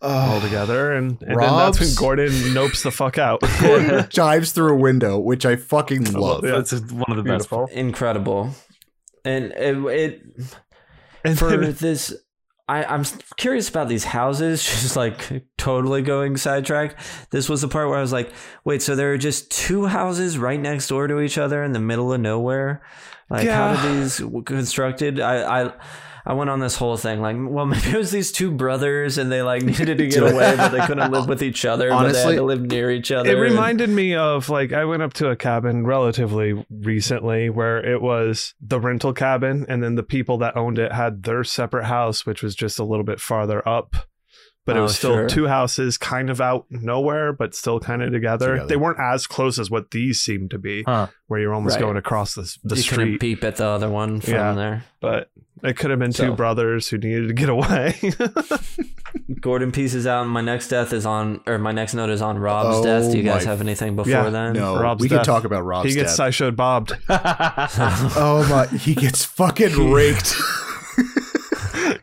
[SPEAKER 3] all together, and, and then that's when
[SPEAKER 1] Ah, Rob's-
[SPEAKER 3] Gordon nopes the fuck out.
[SPEAKER 1] dives through a window, which I fucking love.
[SPEAKER 3] Yeah.
[SPEAKER 4] That's one of the best.
[SPEAKER 3] Beautiful.
[SPEAKER 2] incredible and it, it
[SPEAKER 3] And
[SPEAKER 2] for
[SPEAKER 3] then-
[SPEAKER 2] this I, I'm curious about these houses, just like totally going sidetracked. This was the part where I was like, wait, so there are just two houses right next door to each other in the middle of nowhere? Like, how
[SPEAKER 3] Yeah.
[SPEAKER 2] did these w- constructed? I, I, I went on this whole thing like, well, maybe it was these two brothers and they like needed to get away, but they couldn't live with each other. but they
[SPEAKER 1] Honestly,
[SPEAKER 2] had to live near each other.
[SPEAKER 3] It
[SPEAKER 2] and-
[SPEAKER 3] reminded me of like I went up to a cabin relatively recently where it was the rental cabin, and then the people that owned it had their separate house, which was just a little bit farther up. But it
[SPEAKER 2] Oh,
[SPEAKER 3] was still
[SPEAKER 2] sure.
[SPEAKER 3] two houses kind of out nowhere, but still kind of together.
[SPEAKER 1] Together.
[SPEAKER 3] They weren't as close as what these seem to be,
[SPEAKER 4] Huh.
[SPEAKER 3] where you're almost
[SPEAKER 2] Right.
[SPEAKER 3] going across the, the
[SPEAKER 2] you couldn't
[SPEAKER 3] street.
[SPEAKER 2] peep at the other one from
[SPEAKER 3] Yeah.
[SPEAKER 2] there.
[SPEAKER 3] But it could have been two
[SPEAKER 2] So-
[SPEAKER 3] brothers who needed to get away.
[SPEAKER 2] Gordon pieces out, and my next death is on, or my next note is on Rob's
[SPEAKER 1] Oh
[SPEAKER 2] death. Do you guys
[SPEAKER 1] my-
[SPEAKER 2] have anything before
[SPEAKER 3] Yeah,
[SPEAKER 2] then?
[SPEAKER 1] No,
[SPEAKER 3] Rob's
[SPEAKER 1] we can
[SPEAKER 3] death.
[SPEAKER 1] talk about Rob's
[SPEAKER 3] he gets
[SPEAKER 1] death.
[SPEAKER 3] sideshowed bobbed.
[SPEAKER 1] oh my, he gets fucking raked.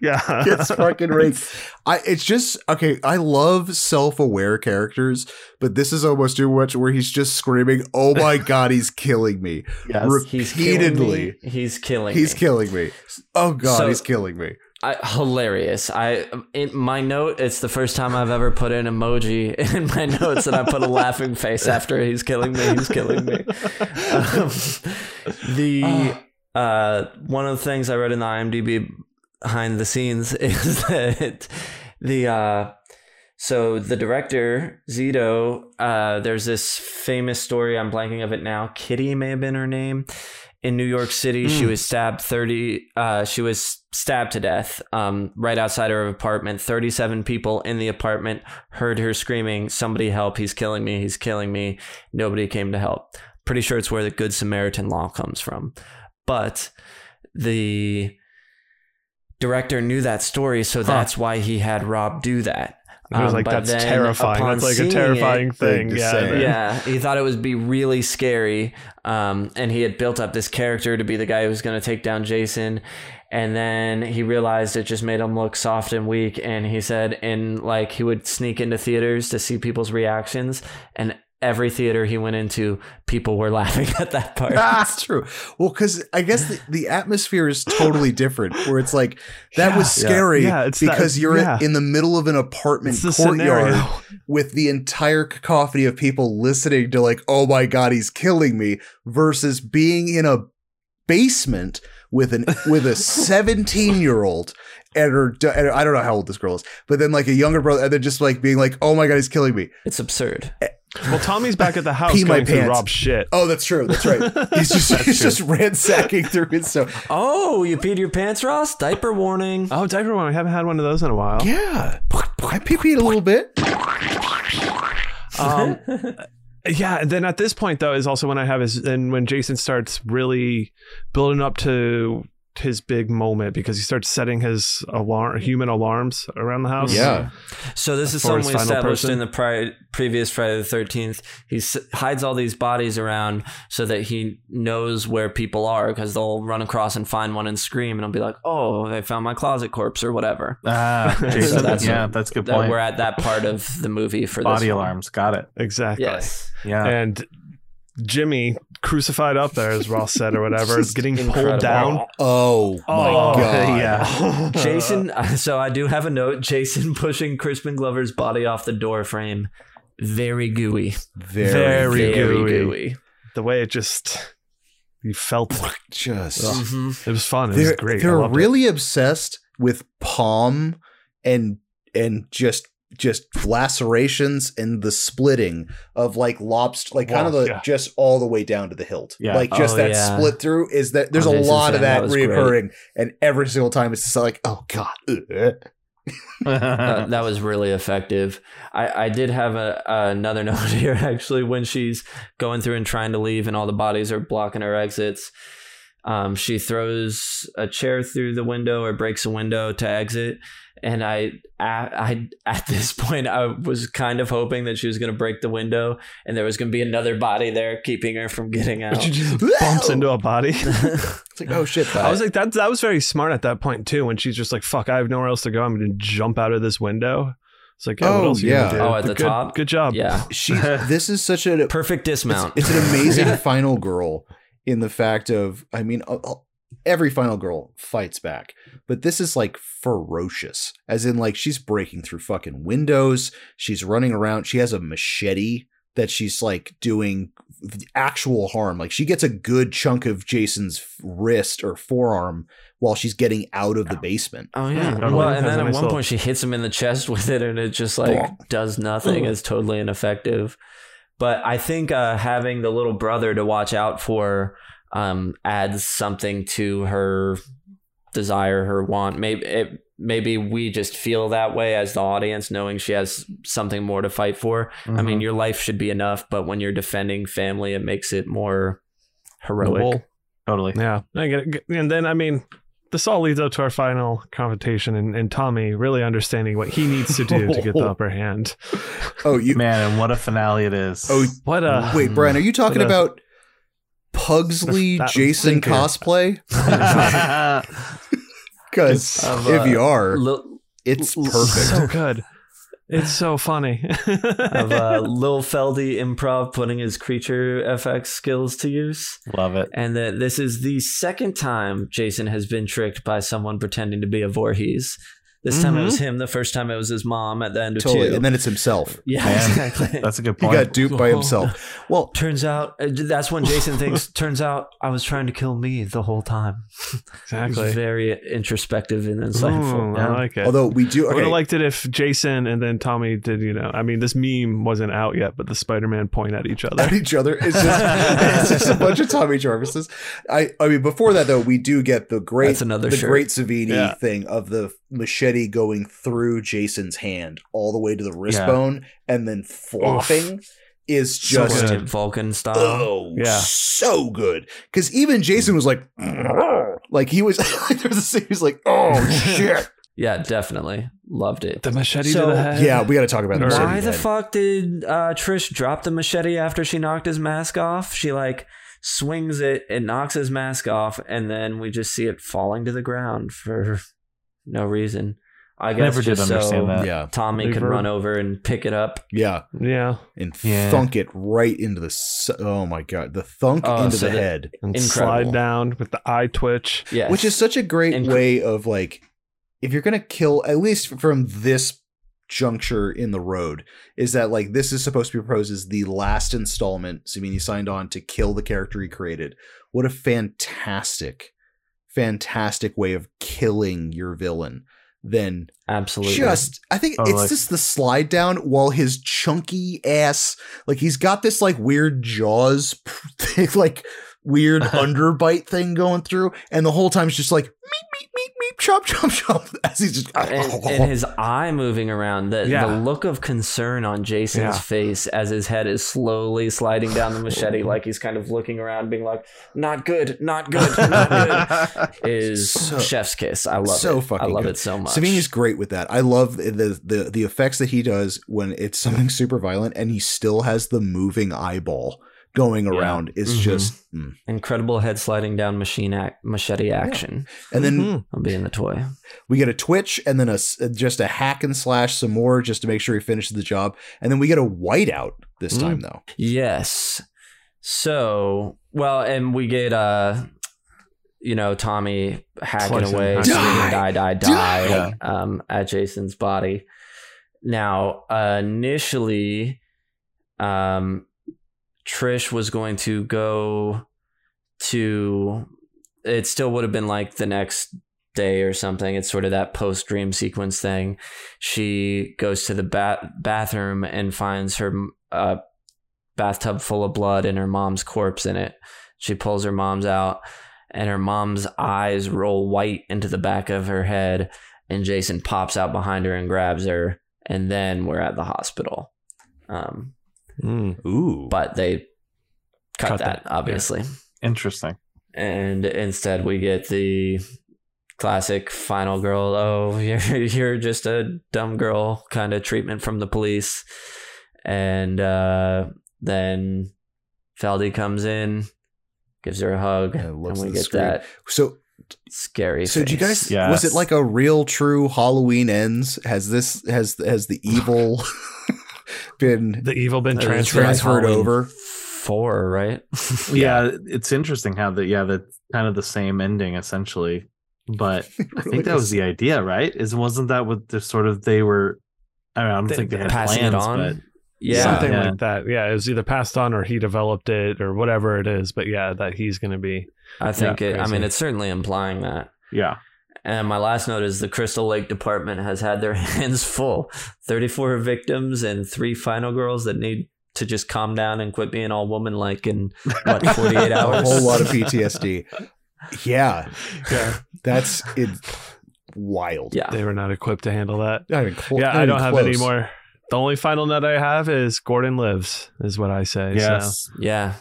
[SPEAKER 3] yeah.
[SPEAKER 1] gets fucking raked. I, it's just okay. I love self-aware characters, but this is almost too much. Where he's just screaming, "Oh my god, he's killing me!
[SPEAKER 4] Yes.
[SPEAKER 2] He's killing
[SPEAKER 1] Repeatedly.
[SPEAKER 2] me. He's killing.
[SPEAKER 1] He's
[SPEAKER 2] me.
[SPEAKER 1] killing me! Oh god,
[SPEAKER 2] So-
[SPEAKER 1] he's killing me!"
[SPEAKER 2] I, hilarious. I in my note, it's the first time I've ever put an emoji in my notes, and I put a laughing face after he's killing me. He's killing me. Um, the uh, one of the things I read in the IMDb behind the scenes is that the uh, so the director Zito, uh, there's this famous story. I'm blanking of it now. Kitty may have been her name. In New York City, she
[SPEAKER 3] Mm.
[SPEAKER 2] was stabbed thirty. Uh, she was stabbed to death um, right outside her apartment. Thirty-seven people in the apartment heard her screaming, "Somebody help! He's killing me! He's killing me!" Nobody came to help. Pretty sure it's where the Good Samaritan law comes from, but the director knew that story, so that's why he had Rob do that.
[SPEAKER 3] I was
[SPEAKER 2] Um,
[SPEAKER 3] like,
[SPEAKER 2] but
[SPEAKER 3] that's
[SPEAKER 2] then
[SPEAKER 3] terrifying.
[SPEAKER 2] upon
[SPEAKER 3] That's like a
[SPEAKER 2] seeing it-
[SPEAKER 3] terrifying
[SPEAKER 1] thing
[SPEAKER 3] thing.
[SPEAKER 1] to
[SPEAKER 3] Yeah.
[SPEAKER 1] say.
[SPEAKER 3] man.
[SPEAKER 2] yeah, he thought it would be really scary, um, and he had built up this character to be the guy who was going to take down Jason, and then he realized it just made him look soft and weak, and he said, and like he would sneak into theaters to see people's reactions, and every theater he went into, people were laughing at that part.
[SPEAKER 1] That's true. Well, because I guess the, the atmosphere is totally different. Where it's like that was
[SPEAKER 3] Yeah.
[SPEAKER 1] scary
[SPEAKER 3] Yeah, it's that-
[SPEAKER 1] because you're
[SPEAKER 3] yeah.
[SPEAKER 1] in the middle of an apartment
[SPEAKER 3] It's the
[SPEAKER 1] courtyard
[SPEAKER 3] scenario.
[SPEAKER 1] with the entire cacophony of people listening to like, "Oh my god, he's killing me," versus being in a basement with an with a 17 year old and her do- and I don't know how old this girl is, but then like a younger brother, and then just like being like, "Oh my god, he's killing me."
[SPEAKER 2] It's absurd.
[SPEAKER 3] Well, Tommy's back at the house
[SPEAKER 1] Pee my
[SPEAKER 3] going through
[SPEAKER 1] pants.
[SPEAKER 3] Rob's shit.
[SPEAKER 1] Oh, that's true. That's right. He's just he's just ransacking through his so
[SPEAKER 2] Oh, you peed your pants, Ross? Diaper warning.
[SPEAKER 3] Oh, diaper one. I haven't had one of those in a while.
[SPEAKER 1] Yeah. I peed a little bit.
[SPEAKER 3] Um, yeah. Then at this point though is also when I have his and when Jason starts really building up to his big moment because he starts setting his alarm, human alarms around the house.
[SPEAKER 1] Yeah.
[SPEAKER 2] So this is
[SPEAKER 3] For his
[SPEAKER 2] something we
[SPEAKER 3] final
[SPEAKER 2] established
[SPEAKER 3] person?
[SPEAKER 2] in the pri- previous Friday the Thirteenth. He s- hides all these bodies around so that he knows where people are because they'll run across and find one and scream, and I'll be like, "Oh, they found my closet corpse or whatever."
[SPEAKER 4] Ah,
[SPEAKER 2] So
[SPEAKER 4] Jason.
[SPEAKER 2] that's-
[SPEAKER 4] yeah, that's a good
[SPEAKER 2] That
[SPEAKER 4] point.
[SPEAKER 2] we're at that part of the movie for
[SPEAKER 4] Body
[SPEAKER 2] this one.
[SPEAKER 4] alarms. Got it.
[SPEAKER 3] Exactly.
[SPEAKER 2] Yes,
[SPEAKER 4] Yeah.
[SPEAKER 3] And Jimmy crucified up there, as Ross said, or whatever, is getting
[SPEAKER 2] incredible.
[SPEAKER 3] pulled down.
[SPEAKER 1] Oh,
[SPEAKER 3] Oh,
[SPEAKER 1] my god.
[SPEAKER 4] yeah.
[SPEAKER 2] Jason,
[SPEAKER 3] Uh.
[SPEAKER 2] so I do have a note. Jason pushing Crispin Glover's body off the door frame. Very gooey.
[SPEAKER 1] Very,
[SPEAKER 3] Very gooey.
[SPEAKER 2] gooey.
[SPEAKER 3] The way it just you felt it.
[SPEAKER 1] just
[SPEAKER 2] Mhm.
[SPEAKER 3] It was fun. It
[SPEAKER 1] they're,
[SPEAKER 3] was great. I
[SPEAKER 1] They're
[SPEAKER 3] loved it.
[SPEAKER 1] really obsessed with palm and and just just lacerations and the splitting of like lobster like kind of
[SPEAKER 3] Wow,
[SPEAKER 1] the
[SPEAKER 3] yeah.
[SPEAKER 1] just all the way down to the hilt.
[SPEAKER 4] Yeah.
[SPEAKER 1] Like just
[SPEAKER 2] Oh,
[SPEAKER 1] that
[SPEAKER 2] yeah.
[SPEAKER 1] split through is that there's
[SPEAKER 2] Oh,
[SPEAKER 1] a
[SPEAKER 2] Jason's
[SPEAKER 1] lot of
[SPEAKER 2] saying that
[SPEAKER 1] that,
[SPEAKER 2] was great.
[SPEAKER 1] reoccurring and every single time it's just like, oh god. ugh.
[SPEAKER 2] Uh,
[SPEAKER 4] Uh-huh.
[SPEAKER 2] that was really effective. I, I did have a, another note here actually when she's going through and trying to leave and all the bodies are blocking her exits. Um, she throws a chair through the window or breaks a window to exit. And I, I, I at this point, I was kind of hoping that she was going to break the window and there was going to be another body there keeping her from getting out.
[SPEAKER 3] She just bumps into a body.
[SPEAKER 1] It's like, oh shit.
[SPEAKER 3] I was like, that that was very smart at that point too. When she's just like, "Fuck, I have nowhere else to go. I'm going to jump out of this window." It's like, yeah,
[SPEAKER 1] Oh,
[SPEAKER 3] what else? Are
[SPEAKER 1] yeah.
[SPEAKER 3] you gonna do?
[SPEAKER 2] Oh, at the
[SPEAKER 3] good,
[SPEAKER 2] top?
[SPEAKER 3] Good job.
[SPEAKER 2] yeah.
[SPEAKER 1] she this is such a
[SPEAKER 2] Perfect dismount.
[SPEAKER 1] uh, It's, it's an amazing final girl in the fact of, I mean, uh, uh, every final girl fights back, but this is like ferocious, as in like she's breaking through fucking windows, she's running around, she has a machete that she's like doing actual harm. Like she gets a good chunk of Jason's wrist or forearm while she's getting out of the basement.
[SPEAKER 2] Oh yeah.
[SPEAKER 3] totally.
[SPEAKER 2] Well,
[SPEAKER 3] Has
[SPEAKER 2] and then
[SPEAKER 3] a
[SPEAKER 2] at
[SPEAKER 3] nice
[SPEAKER 2] one
[SPEAKER 3] little-
[SPEAKER 2] point she hits him in the chest with it, and it just like does nothing. It's totally ineffective. But I think uh, having the little brother to watch out for um, adds something to her desire, her want. Maybe it, maybe we just feel that way as the audience, knowing she has something more to fight for.
[SPEAKER 4] Mm-hmm.
[SPEAKER 2] I mean, your life should be enough, but when you're defending family, it makes it more heroic.
[SPEAKER 3] Noble.
[SPEAKER 4] totally.
[SPEAKER 3] Yeah, I get it. And then, I mean, this all leads up to our final confrontation, and, and Tommy really understanding what he needs to do to get the upper hand.
[SPEAKER 1] Oh, you.
[SPEAKER 4] Man, and what a finale it is.
[SPEAKER 1] Oh,
[SPEAKER 3] What a
[SPEAKER 1] Wait, Brian, are you talking
[SPEAKER 3] But, uh,
[SPEAKER 1] about Pugsley
[SPEAKER 3] that
[SPEAKER 1] Jason
[SPEAKER 3] thinker.
[SPEAKER 1] cosplay? Because
[SPEAKER 2] Of, uh,
[SPEAKER 1] if you are,
[SPEAKER 2] Lil-
[SPEAKER 1] it's
[SPEAKER 2] l-
[SPEAKER 1] perfect.
[SPEAKER 3] so good. It's so funny.
[SPEAKER 2] of uh, Lil Feldy improv putting his creature FX skills to use.
[SPEAKER 4] Love it.
[SPEAKER 2] And that this is the second time Jason has been tricked by someone pretending to be a Voorhees. This time it was him. The first time it was his mom at the end of
[SPEAKER 1] totally.
[SPEAKER 2] two.
[SPEAKER 1] And then it's himself.
[SPEAKER 2] yeah,
[SPEAKER 4] Man,
[SPEAKER 2] exactly.
[SPEAKER 4] That's a good
[SPEAKER 1] He
[SPEAKER 4] point.
[SPEAKER 1] got duped by himself. Well,
[SPEAKER 2] Turns out uh, that's when Jason thinks. Turns out I was trying to kill me the whole time. It's
[SPEAKER 3] exactly.
[SPEAKER 2] very introspective and
[SPEAKER 3] Ooh,
[SPEAKER 2] insightful.
[SPEAKER 3] I like it.
[SPEAKER 1] although we do
[SPEAKER 3] I would
[SPEAKER 1] okay,
[SPEAKER 3] have liked it if Jason and then Tommy did, you know. I mean, this meme wasn't out yet, but the Spider Man point at each other.
[SPEAKER 1] at each other, it's just, it's just a bunch of Tommy Jarvises. I, I mean, before that though, we do get the great
[SPEAKER 2] That's another
[SPEAKER 1] the
[SPEAKER 2] shirt.
[SPEAKER 1] great Savini
[SPEAKER 3] Yeah.
[SPEAKER 1] thing of the machete going through Jason's hand all the way to the wrist
[SPEAKER 4] Yeah.
[SPEAKER 1] bone and then flopping is
[SPEAKER 3] So
[SPEAKER 1] just
[SPEAKER 3] good.
[SPEAKER 2] Sergeant Vulcan style.
[SPEAKER 1] Oh,
[SPEAKER 3] Yeah.
[SPEAKER 1] so good. Because even Jason was like, like he was, like, there was a scene, he was like, oh shit.
[SPEAKER 2] Yeah, definitely loved it.
[SPEAKER 3] the machete
[SPEAKER 2] So-
[SPEAKER 3] to the head.
[SPEAKER 1] yeah, we got to talk about
[SPEAKER 3] Why
[SPEAKER 1] machete
[SPEAKER 2] Uh, Why the
[SPEAKER 1] head.
[SPEAKER 2] fuck did uh, Trish drop the machete after she knocked his mask off? She like swings it, it knocks his mask off, and then we just see it falling to the ground for no reason. I guess
[SPEAKER 4] Never did
[SPEAKER 2] just so
[SPEAKER 4] understand that.
[SPEAKER 1] Yeah,
[SPEAKER 2] Tommy
[SPEAKER 3] Big
[SPEAKER 2] could
[SPEAKER 3] bird.
[SPEAKER 2] run over and pick it up.
[SPEAKER 1] yeah.
[SPEAKER 3] yeah.
[SPEAKER 1] and
[SPEAKER 4] Yeah.
[SPEAKER 1] thunk it right into the s- oh my god the thunk
[SPEAKER 2] Oh,
[SPEAKER 1] into
[SPEAKER 2] so
[SPEAKER 1] the
[SPEAKER 2] the-
[SPEAKER 1] head
[SPEAKER 3] and
[SPEAKER 2] Incredible.
[SPEAKER 3] slide down with the eye twitch.
[SPEAKER 2] Yeah,
[SPEAKER 1] which is such a great
[SPEAKER 2] And-
[SPEAKER 1] way of like if you're gonna kill at least from this juncture in the road is that like this is supposed to be proposed as the last installment Savini signed on to kill the character he created what a fantastic fantastic way of killing your villain then
[SPEAKER 2] absolutely Oh,
[SPEAKER 1] just i think
[SPEAKER 4] Totally.
[SPEAKER 1] it's just the slide down while his chunky ass like he's got this like weird jaws thing, like weird
[SPEAKER 2] Uh-huh.
[SPEAKER 1] underbite thing going through and the whole time it's just like meep meep meep meep chop chop chop as he's just
[SPEAKER 2] And, and his eye moving around, the,
[SPEAKER 3] Yeah.
[SPEAKER 2] the look of concern on Jason's
[SPEAKER 3] Yeah.
[SPEAKER 2] face as his head is slowly sliding down the machete, like he's kind of looking around, being like, "Not good, not good, not good." is
[SPEAKER 1] So-
[SPEAKER 2] Chef's Kiss. I love
[SPEAKER 1] so
[SPEAKER 2] it.
[SPEAKER 1] fucking
[SPEAKER 2] I love
[SPEAKER 1] good.
[SPEAKER 2] it so much.
[SPEAKER 1] Savini's great with that. I love the, the the effects that he does when it's something super violent, and he still has the moving eyeball going around. It's
[SPEAKER 2] Mhm.
[SPEAKER 1] just, mm.
[SPEAKER 2] incredible head sliding down machine ac- machete action.
[SPEAKER 1] and then
[SPEAKER 3] Mhm.
[SPEAKER 2] I'll be in the toy.
[SPEAKER 1] We get a twitch and then a s- just a hack and slash some more just to make sure he finishes the job, and then we get a whiteout this
[SPEAKER 3] Mm.
[SPEAKER 1] time though.
[SPEAKER 2] Yes. So, well, and we get uh you know, Tommy hacking
[SPEAKER 3] Slicing
[SPEAKER 2] away,
[SPEAKER 3] hack.
[SPEAKER 2] swinging,
[SPEAKER 1] Die!
[SPEAKER 2] die, die, die, um, at Jason's body. Now, uh, initially, um, Trish was going to go to. It still would have been like the next day or something. It's sort of that post dream sequence thing. She goes to the ba- bathroom and finds her uh, bathtub full of blood and her mom's corpse in it. She pulls her mom's out, and her mom's eyes roll white into the back of her head. And Jason pops out behind her and grabs her. And then we're at the hospital. Um,
[SPEAKER 3] Mm.
[SPEAKER 7] Ooh.
[SPEAKER 2] but they cut,
[SPEAKER 3] Cut
[SPEAKER 2] that,
[SPEAKER 3] that,
[SPEAKER 2] obviously.
[SPEAKER 4] Interesting.
[SPEAKER 2] And instead, we get the classic final girl. Oh, you're you're just a dumb girl kind of treatment from the police. And uh, then Feldy comes in, gives her a hug,
[SPEAKER 1] Yeah,
[SPEAKER 2] and
[SPEAKER 1] looks
[SPEAKER 2] we
[SPEAKER 1] at the
[SPEAKER 2] get
[SPEAKER 1] screen.
[SPEAKER 2] that
[SPEAKER 1] So
[SPEAKER 2] scary.
[SPEAKER 1] So did you
[SPEAKER 2] face.
[SPEAKER 1] guys?
[SPEAKER 4] Yes.
[SPEAKER 1] Was it like a real, true Halloween ends? Has this has has the evil been
[SPEAKER 3] The evil been
[SPEAKER 2] That is
[SPEAKER 3] transferred.
[SPEAKER 2] right.
[SPEAKER 1] transferred
[SPEAKER 2] Halloween.
[SPEAKER 1] over?
[SPEAKER 2] four, right?
[SPEAKER 4] Yeah. it's interesting how that. Yeah, that's kind of the same ending essentially. But I think that was the idea, right? Is wasn't that what the sort of they were? I, mean, I don't
[SPEAKER 3] They-
[SPEAKER 4] think they had
[SPEAKER 2] Passing
[SPEAKER 4] plans,
[SPEAKER 2] it on. Yeah.
[SPEAKER 3] Something
[SPEAKER 4] Yeah.
[SPEAKER 3] like that. Yeah, it was either passed on or he developed it or whatever it is. But yeah, that he's going to be.
[SPEAKER 2] I think it, I
[SPEAKER 3] crazy.
[SPEAKER 2] mean, it's certainly implying that.
[SPEAKER 4] but yeah,
[SPEAKER 2] And my last note is the Crystal Lake Department has had their hands full 34 victims and three final girls that need to just calm down and quit being all woman like in what 48
[SPEAKER 1] A
[SPEAKER 2] hours.
[SPEAKER 1] whole lot of PTSD. yeah,
[SPEAKER 3] Yeah,
[SPEAKER 1] that's it. Wild.
[SPEAKER 2] Yeah.
[SPEAKER 3] they were not equipped to handle that.
[SPEAKER 1] Not even clo-
[SPEAKER 3] yeah,
[SPEAKER 1] not
[SPEAKER 3] I
[SPEAKER 1] even
[SPEAKER 3] don't have any
[SPEAKER 1] close.
[SPEAKER 3] more. The only final note I have is Gordon lives, is what I say.
[SPEAKER 4] yes.
[SPEAKER 2] Yeah.
[SPEAKER 3] So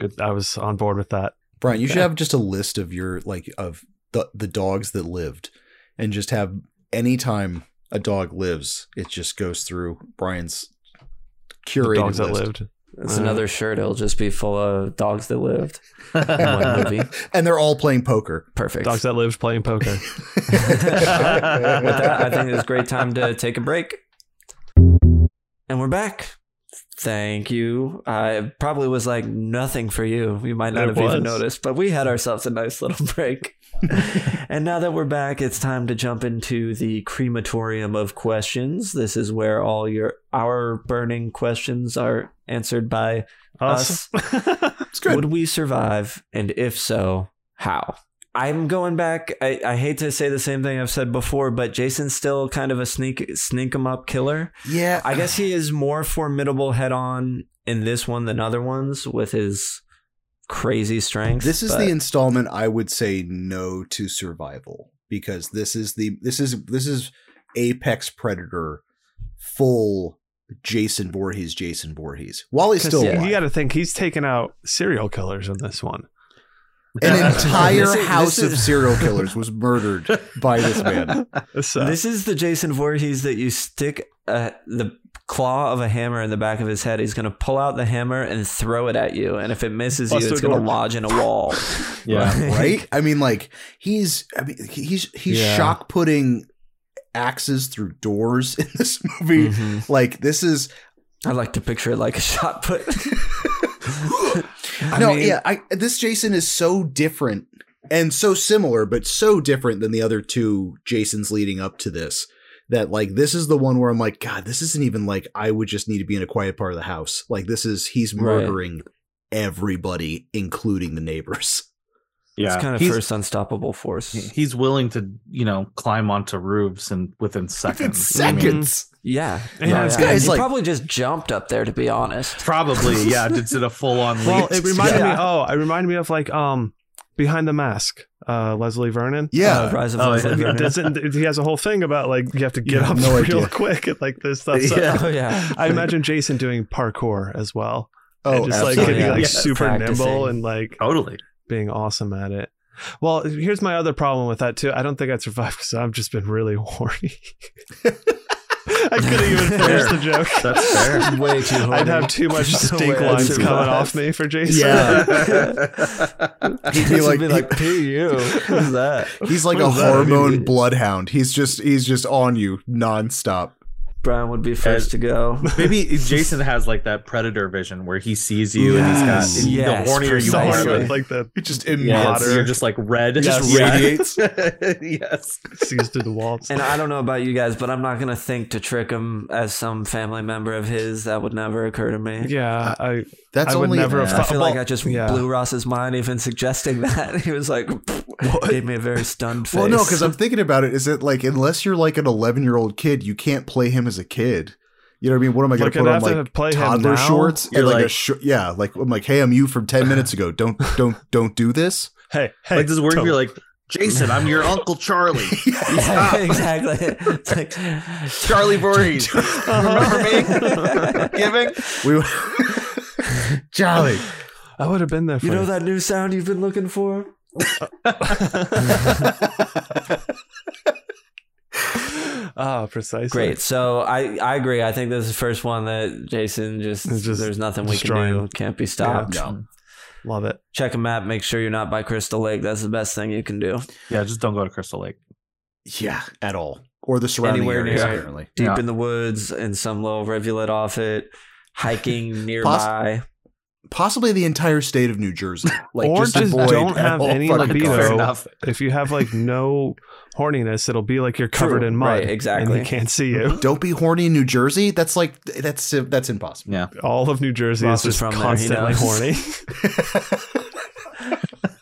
[SPEAKER 3] good- I was on board with that.
[SPEAKER 1] Brian, you should have just a list of your like of the the dogs that lived, and just have any time a dog lives, it just goes through Brian's
[SPEAKER 3] The
[SPEAKER 1] curated
[SPEAKER 3] dogs that
[SPEAKER 1] list.
[SPEAKER 3] lived.
[SPEAKER 2] That's
[SPEAKER 3] Uh,
[SPEAKER 1] Uh-huh.
[SPEAKER 2] another shirt. It'll just be full of dogs that lived. One movie.
[SPEAKER 1] and they're all playing poker.
[SPEAKER 2] Perfect.
[SPEAKER 3] Dogs that lived playing poker.
[SPEAKER 2] With that, I think it's a great time to take a break. And we're back. Thank you. I it probably was like nothing for you. You might not
[SPEAKER 3] It
[SPEAKER 2] have even
[SPEAKER 3] was.
[SPEAKER 2] noticed, but we had ourselves a nice little break. and now that we're back, it's time to jump into the crematorium of questions. This is where all your our burning questions are answered by
[SPEAKER 3] Us.
[SPEAKER 1] It's good.
[SPEAKER 2] would we survive? And if so, how? I'm going back. I, I hate to say the same thing I've said before, but Jason's still kind of a sneak sneak 'em up killer.
[SPEAKER 1] yeah,
[SPEAKER 2] I guess he is more formidable head on in this one than other ones with his crazy strength.
[SPEAKER 1] This is
[SPEAKER 2] but
[SPEAKER 1] the installment I would say no to survival because this is the this is this is apex predator full Jason Voorhees Jason Voorhees while he's still
[SPEAKER 2] yeah.
[SPEAKER 1] alive.
[SPEAKER 3] you got to think he's taken out serial killers in this one.
[SPEAKER 1] An entire
[SPEAKER 2] This is-
[SPEAKER 1] house
[SPEAKER 2] this
[SPEAKER 1] of
[SPEAKER 2] is-
[SPEAKER 1] serial killers was murdered by this man.
[SPEAKER 3] So,
[SPEAKER 2] this is the Jason Voorhees that you stick uh the claw of a hammer in the back of his head. He's going to pull out the hammer and throw it at you, and if it misses
[SPEAKER 3] Bust
[SPEAKER 2] you,
[SPEAKER 3] a
[SPEAKER 2] it's going
[SPEAKER 3] door.
[SPEAKER 2] to lodge in a wall.
[SPEAKER 4] Yeah.
[SPEAKER 1] Right? I mean, like he's I mean he's he's
[SPEAKER 4] Yeah.
[SPEAKER 1] shock putting axes through doors in this movie.
[SPEAKER 2] Mhm.
[SPEAKER 1] Like this is
[SPEAKER 2] I like to picture it like a shot put.
[SPEAKER 1] no, yeah, I, this Jason is so different and so similar, but so different than the other two Jasons leading up to this. That like this is the one where I'm like, God, this isn't even like I would just need to be in a quiet part of the house. Like this is he's
[SPEAKER 2] Right.
[SPEAKER 1] murdering everybody, including the neighbors.
[SPEAKER 4] yeah.
[SPEAKER 2] It's kind of
[SPEAKER 4] He's-
[SPEAKER 2] first unstoppable force.
[SPEAKER 4] He's willing to, you know, climb onto roofs and within seconds. I mean,
[SPEAKER 1] seconds.
[SPEAKER 3] Mm-hmm.
[SPEAKER 2] Yeah,
[SPEAKER 3] And
[SPEAKER 2] yeah,
[SPEAKER 3] it's
[SPEAKER 2] yeah.
[SPEAKER 1] guys
[SPEAKER 2] He
[SPEAKER 1] like-
[SPEAKER 2] probably just jumped up there, to be honest.
[SPEAKER 4] probably, yeah. It's in a full on leap.
[SPEAKER 3] well, it reminded me.
[SPEAKER 2] Yeah.
[SPEAKER 3] Oh, it reminded me of like um, behind the mask, uh, Leslie Vernon.
[SPEAKER 1] Yeah.
[SPEAKER 2] Uh, Rise of
[SPEAKER 4] Oh,
[SPEAKER 2] Leslie
[SPEAKER 4] yeah.
[SPEAKER 3] He
[SPEAKER 2] Vernon.
[SPEAKER 3] doesn't. He has a whole thing about like you have to
[SPEAKER 1] You
[SPEAKER 3] get
[SPEAKER 1] have
[SPEAKER 3] up
[SPEAKER 1] no
[SPEAKER 3] real
[SPEAKER 1] idea.
[SPEAKER 3] quick and like this stuff. So-
[SPEAKER 4] Yeah.
[SPEAKER 2] Oh yeah,
[SPEAKER 3] I imagine Jason doing parkour as well.
[SPEAKER 1] Oh,
[SPEAKER 3] and just like
[SPEAKER 2] absolutely.
[SPEAKER 3] getting like
[SPEAKER 4] Yeah.
[SPEAKER 3] super
[SPEAKER 2] Practicing.
[SPEAKER 3] nimble and like
[SPEAKER 4] Totally.
[SPEAKER 3] being awesome at it. Well, here's my other problem with that too. I don't think I'd survive because I've just been really horny. I couldn't even finish the joke.
[SPEAKER 4] That's fair.
[SPEAKER 2] way too. Horny.
[SPEAKER 3] I'd have too much
[SPEAKER 2] No
[SPEAKER 3] stink
[SPEAKER 2] way I'd
[SPEAKER 3] lines
[SPEAKER 2] survive.
[SPEAKER 3] coming off me for Jason.
[SPEAKER 1] He'd
[SPEAKER 2] This
[SPEAKER 1] be
[SPEAKER 2] would
[SPEAKER 1] like,
[SPEAKER 2] be like "P.U." Who's that?
[SPEAKER 1] he's like
[SPEAKER 3] What
[SPEAKER 1] a
[SPEAKER 3] does that
[SPEAKER 1] hormone
[SPEAKER 3] mean?
[SPEAKER 1] bloodhound. He's just he's just on you nonstop.
[SPEAKER 2] Brian would be first to go.
[SPEAKER 4] Maybe Jason has like that predator vision where he sees you and
[SPEAKER 2] Yes,
[SPEAKER 4] he's got
[SPEAKER 2] yes,
[SPEAKER 4] the hornier you
[SPEAKER 2] precisely.
[SPEAKER 4] are,
[SPEAKER 3] Horrible,
[SPEAKER 2] Sorry.
[SPEAKER 3] like the
[SPEAKER 1] It just
[SPEAKER 4] yeah,
[SPEAKER 3] Water.
[SPEAKER 4] you're just like red.
[SPEAKER 1] Just
[SPEAKER 4] Yeah.
[SPEAKER 1] radiates.
[SPEAKER 4] yes.
[SPEAKER 3] sees through the walls.
[SPEAKER 2] And I don't know about you guys, but I'm not gonna think to trick him as some family member of his. That would never occur to me.
[SPEAKER 3] yeah, I
[SPEAKER 7] That's
[SPEAKER 3] I would
[SPEAKER 7] only
[SPEAKER 3] never have
[SPEAKER 2] Yeah, I
[SPEAKER 3] thought-
[SPEAKER 2] feel
[SPEAKER 3] well,
[SPEAKER 2] like I just
[SPEAKER 3] yeah.
[SPEAKER 2] blew Ross's mind even suggesting that. He was like, gave me a very stunned face.
[SPEAKER 7] Well,
[SPEAKER 1] No, because I'm thinking about it. Is it like unless you're like an 11 year old kid, you can't play him as a kid. You know what I mean? What am I going
[SPEAKER 3] like
[SPEAKER 1] to
[SPEAKER 3] I'd
[SPEAKER 1] put on
[SPEAKER 3] have to
[SPEAKER 1] like
[SPEAKER 3] play him
[SPEAKER 1] toddler
[SPEAKER 3] now?
[SPEAKER 1] shorts
[SPEAKER 4] You're
[SPEAKER 1] and like, a
[SPEAKER 4] like-
[SPEAKER 1] shor- yeah, like I'm like, hey, I'm you from 10 minutes ago. Don't don't don't do this.
[SPEAKER 3] Hey, hey,
[SPEAKER 4] like does it work if
[SPEAKER 3] Toad.
[SPEAKER 4] you're like Jason, I'm your uncle Charlie.
[SPEAKER 2] yeah, exactly. It's like,
[SPEAKER 4] Charlie Voorhees. Remember me? Giving?
[SPEAKER 1] We Jolly.
[SPEAKER 3] I would have been there for
[SPEAKER 2] you know that new sound you've been looking for?
[SPEAKER 3] Ah, precisely.
[SPEAKER 2] Great. So I, I agree. I think this is the first one that Jason just,
[SPEAKER 3] It's just
[SPEAKER 2] there's nothing we can
[SPEAKER 3] destroying.
[SPEAKER 2] do. Can't be stopped.
[SPEAKER 1] No.
[SPEAKER 3] Love it.
[SPEAKER 2] Check a map. Make sure you're not by Crystal Lake. That's the best thing you can do.
[SPEAKER 4] Yeah, just don't go to Crystal Lake.
[SPEAKER 1] Yeah, at all. Or the surrounding
[SPEAKER 2] Anywhere
[SPEAKER 1] areas,
[SPEAKER 2] near-
[SPEAKER 1] apparently.
[SPEAKER 2] Deep
[SPEAKER 4] Yeah.
[SPEAKER 2] in the woods in some little rivulet off it. Hiking nearby.
[SPEAKER 1] Possibly the entire state of New Jersey. Like
[SPEAKER 3] Or
[SPEAKER 1] just,
[SPEAKER 3] just
[SPEAKER 1] avoid
[SPEAKER 3] don't
[SPEAKER 1] at
[SPEAKER 3] have
[SPEAKER 1] all
[SPEAKER 3] any
[SPEAKER 1] fucking
[SPEAKER 3] libido.
[SPEAKER 1] costs.
[SPEAKER 4] Fair enough.
[SPEAKER 3] If you have like no horniness, it'll be like you're covered
[SPEAKER 2] True.
[SPEAKER 3] in mud.
[SPEAKER 2] Right, exactly.
[SPEAKER 3] And he can't see you.
[SPEAKER 1] Don't be horny in New Jersey. That's like that's that's impossible.
[SPEAKER 4] Yeah.
[SPEAKER 3] All of New Jersey
[SPEAKER 2] Ross
[SPEAKER 3] is just
[SPEAKER 2] is from there, he
[SPEAKER 3] constantly
[SPEAKER 2] knows.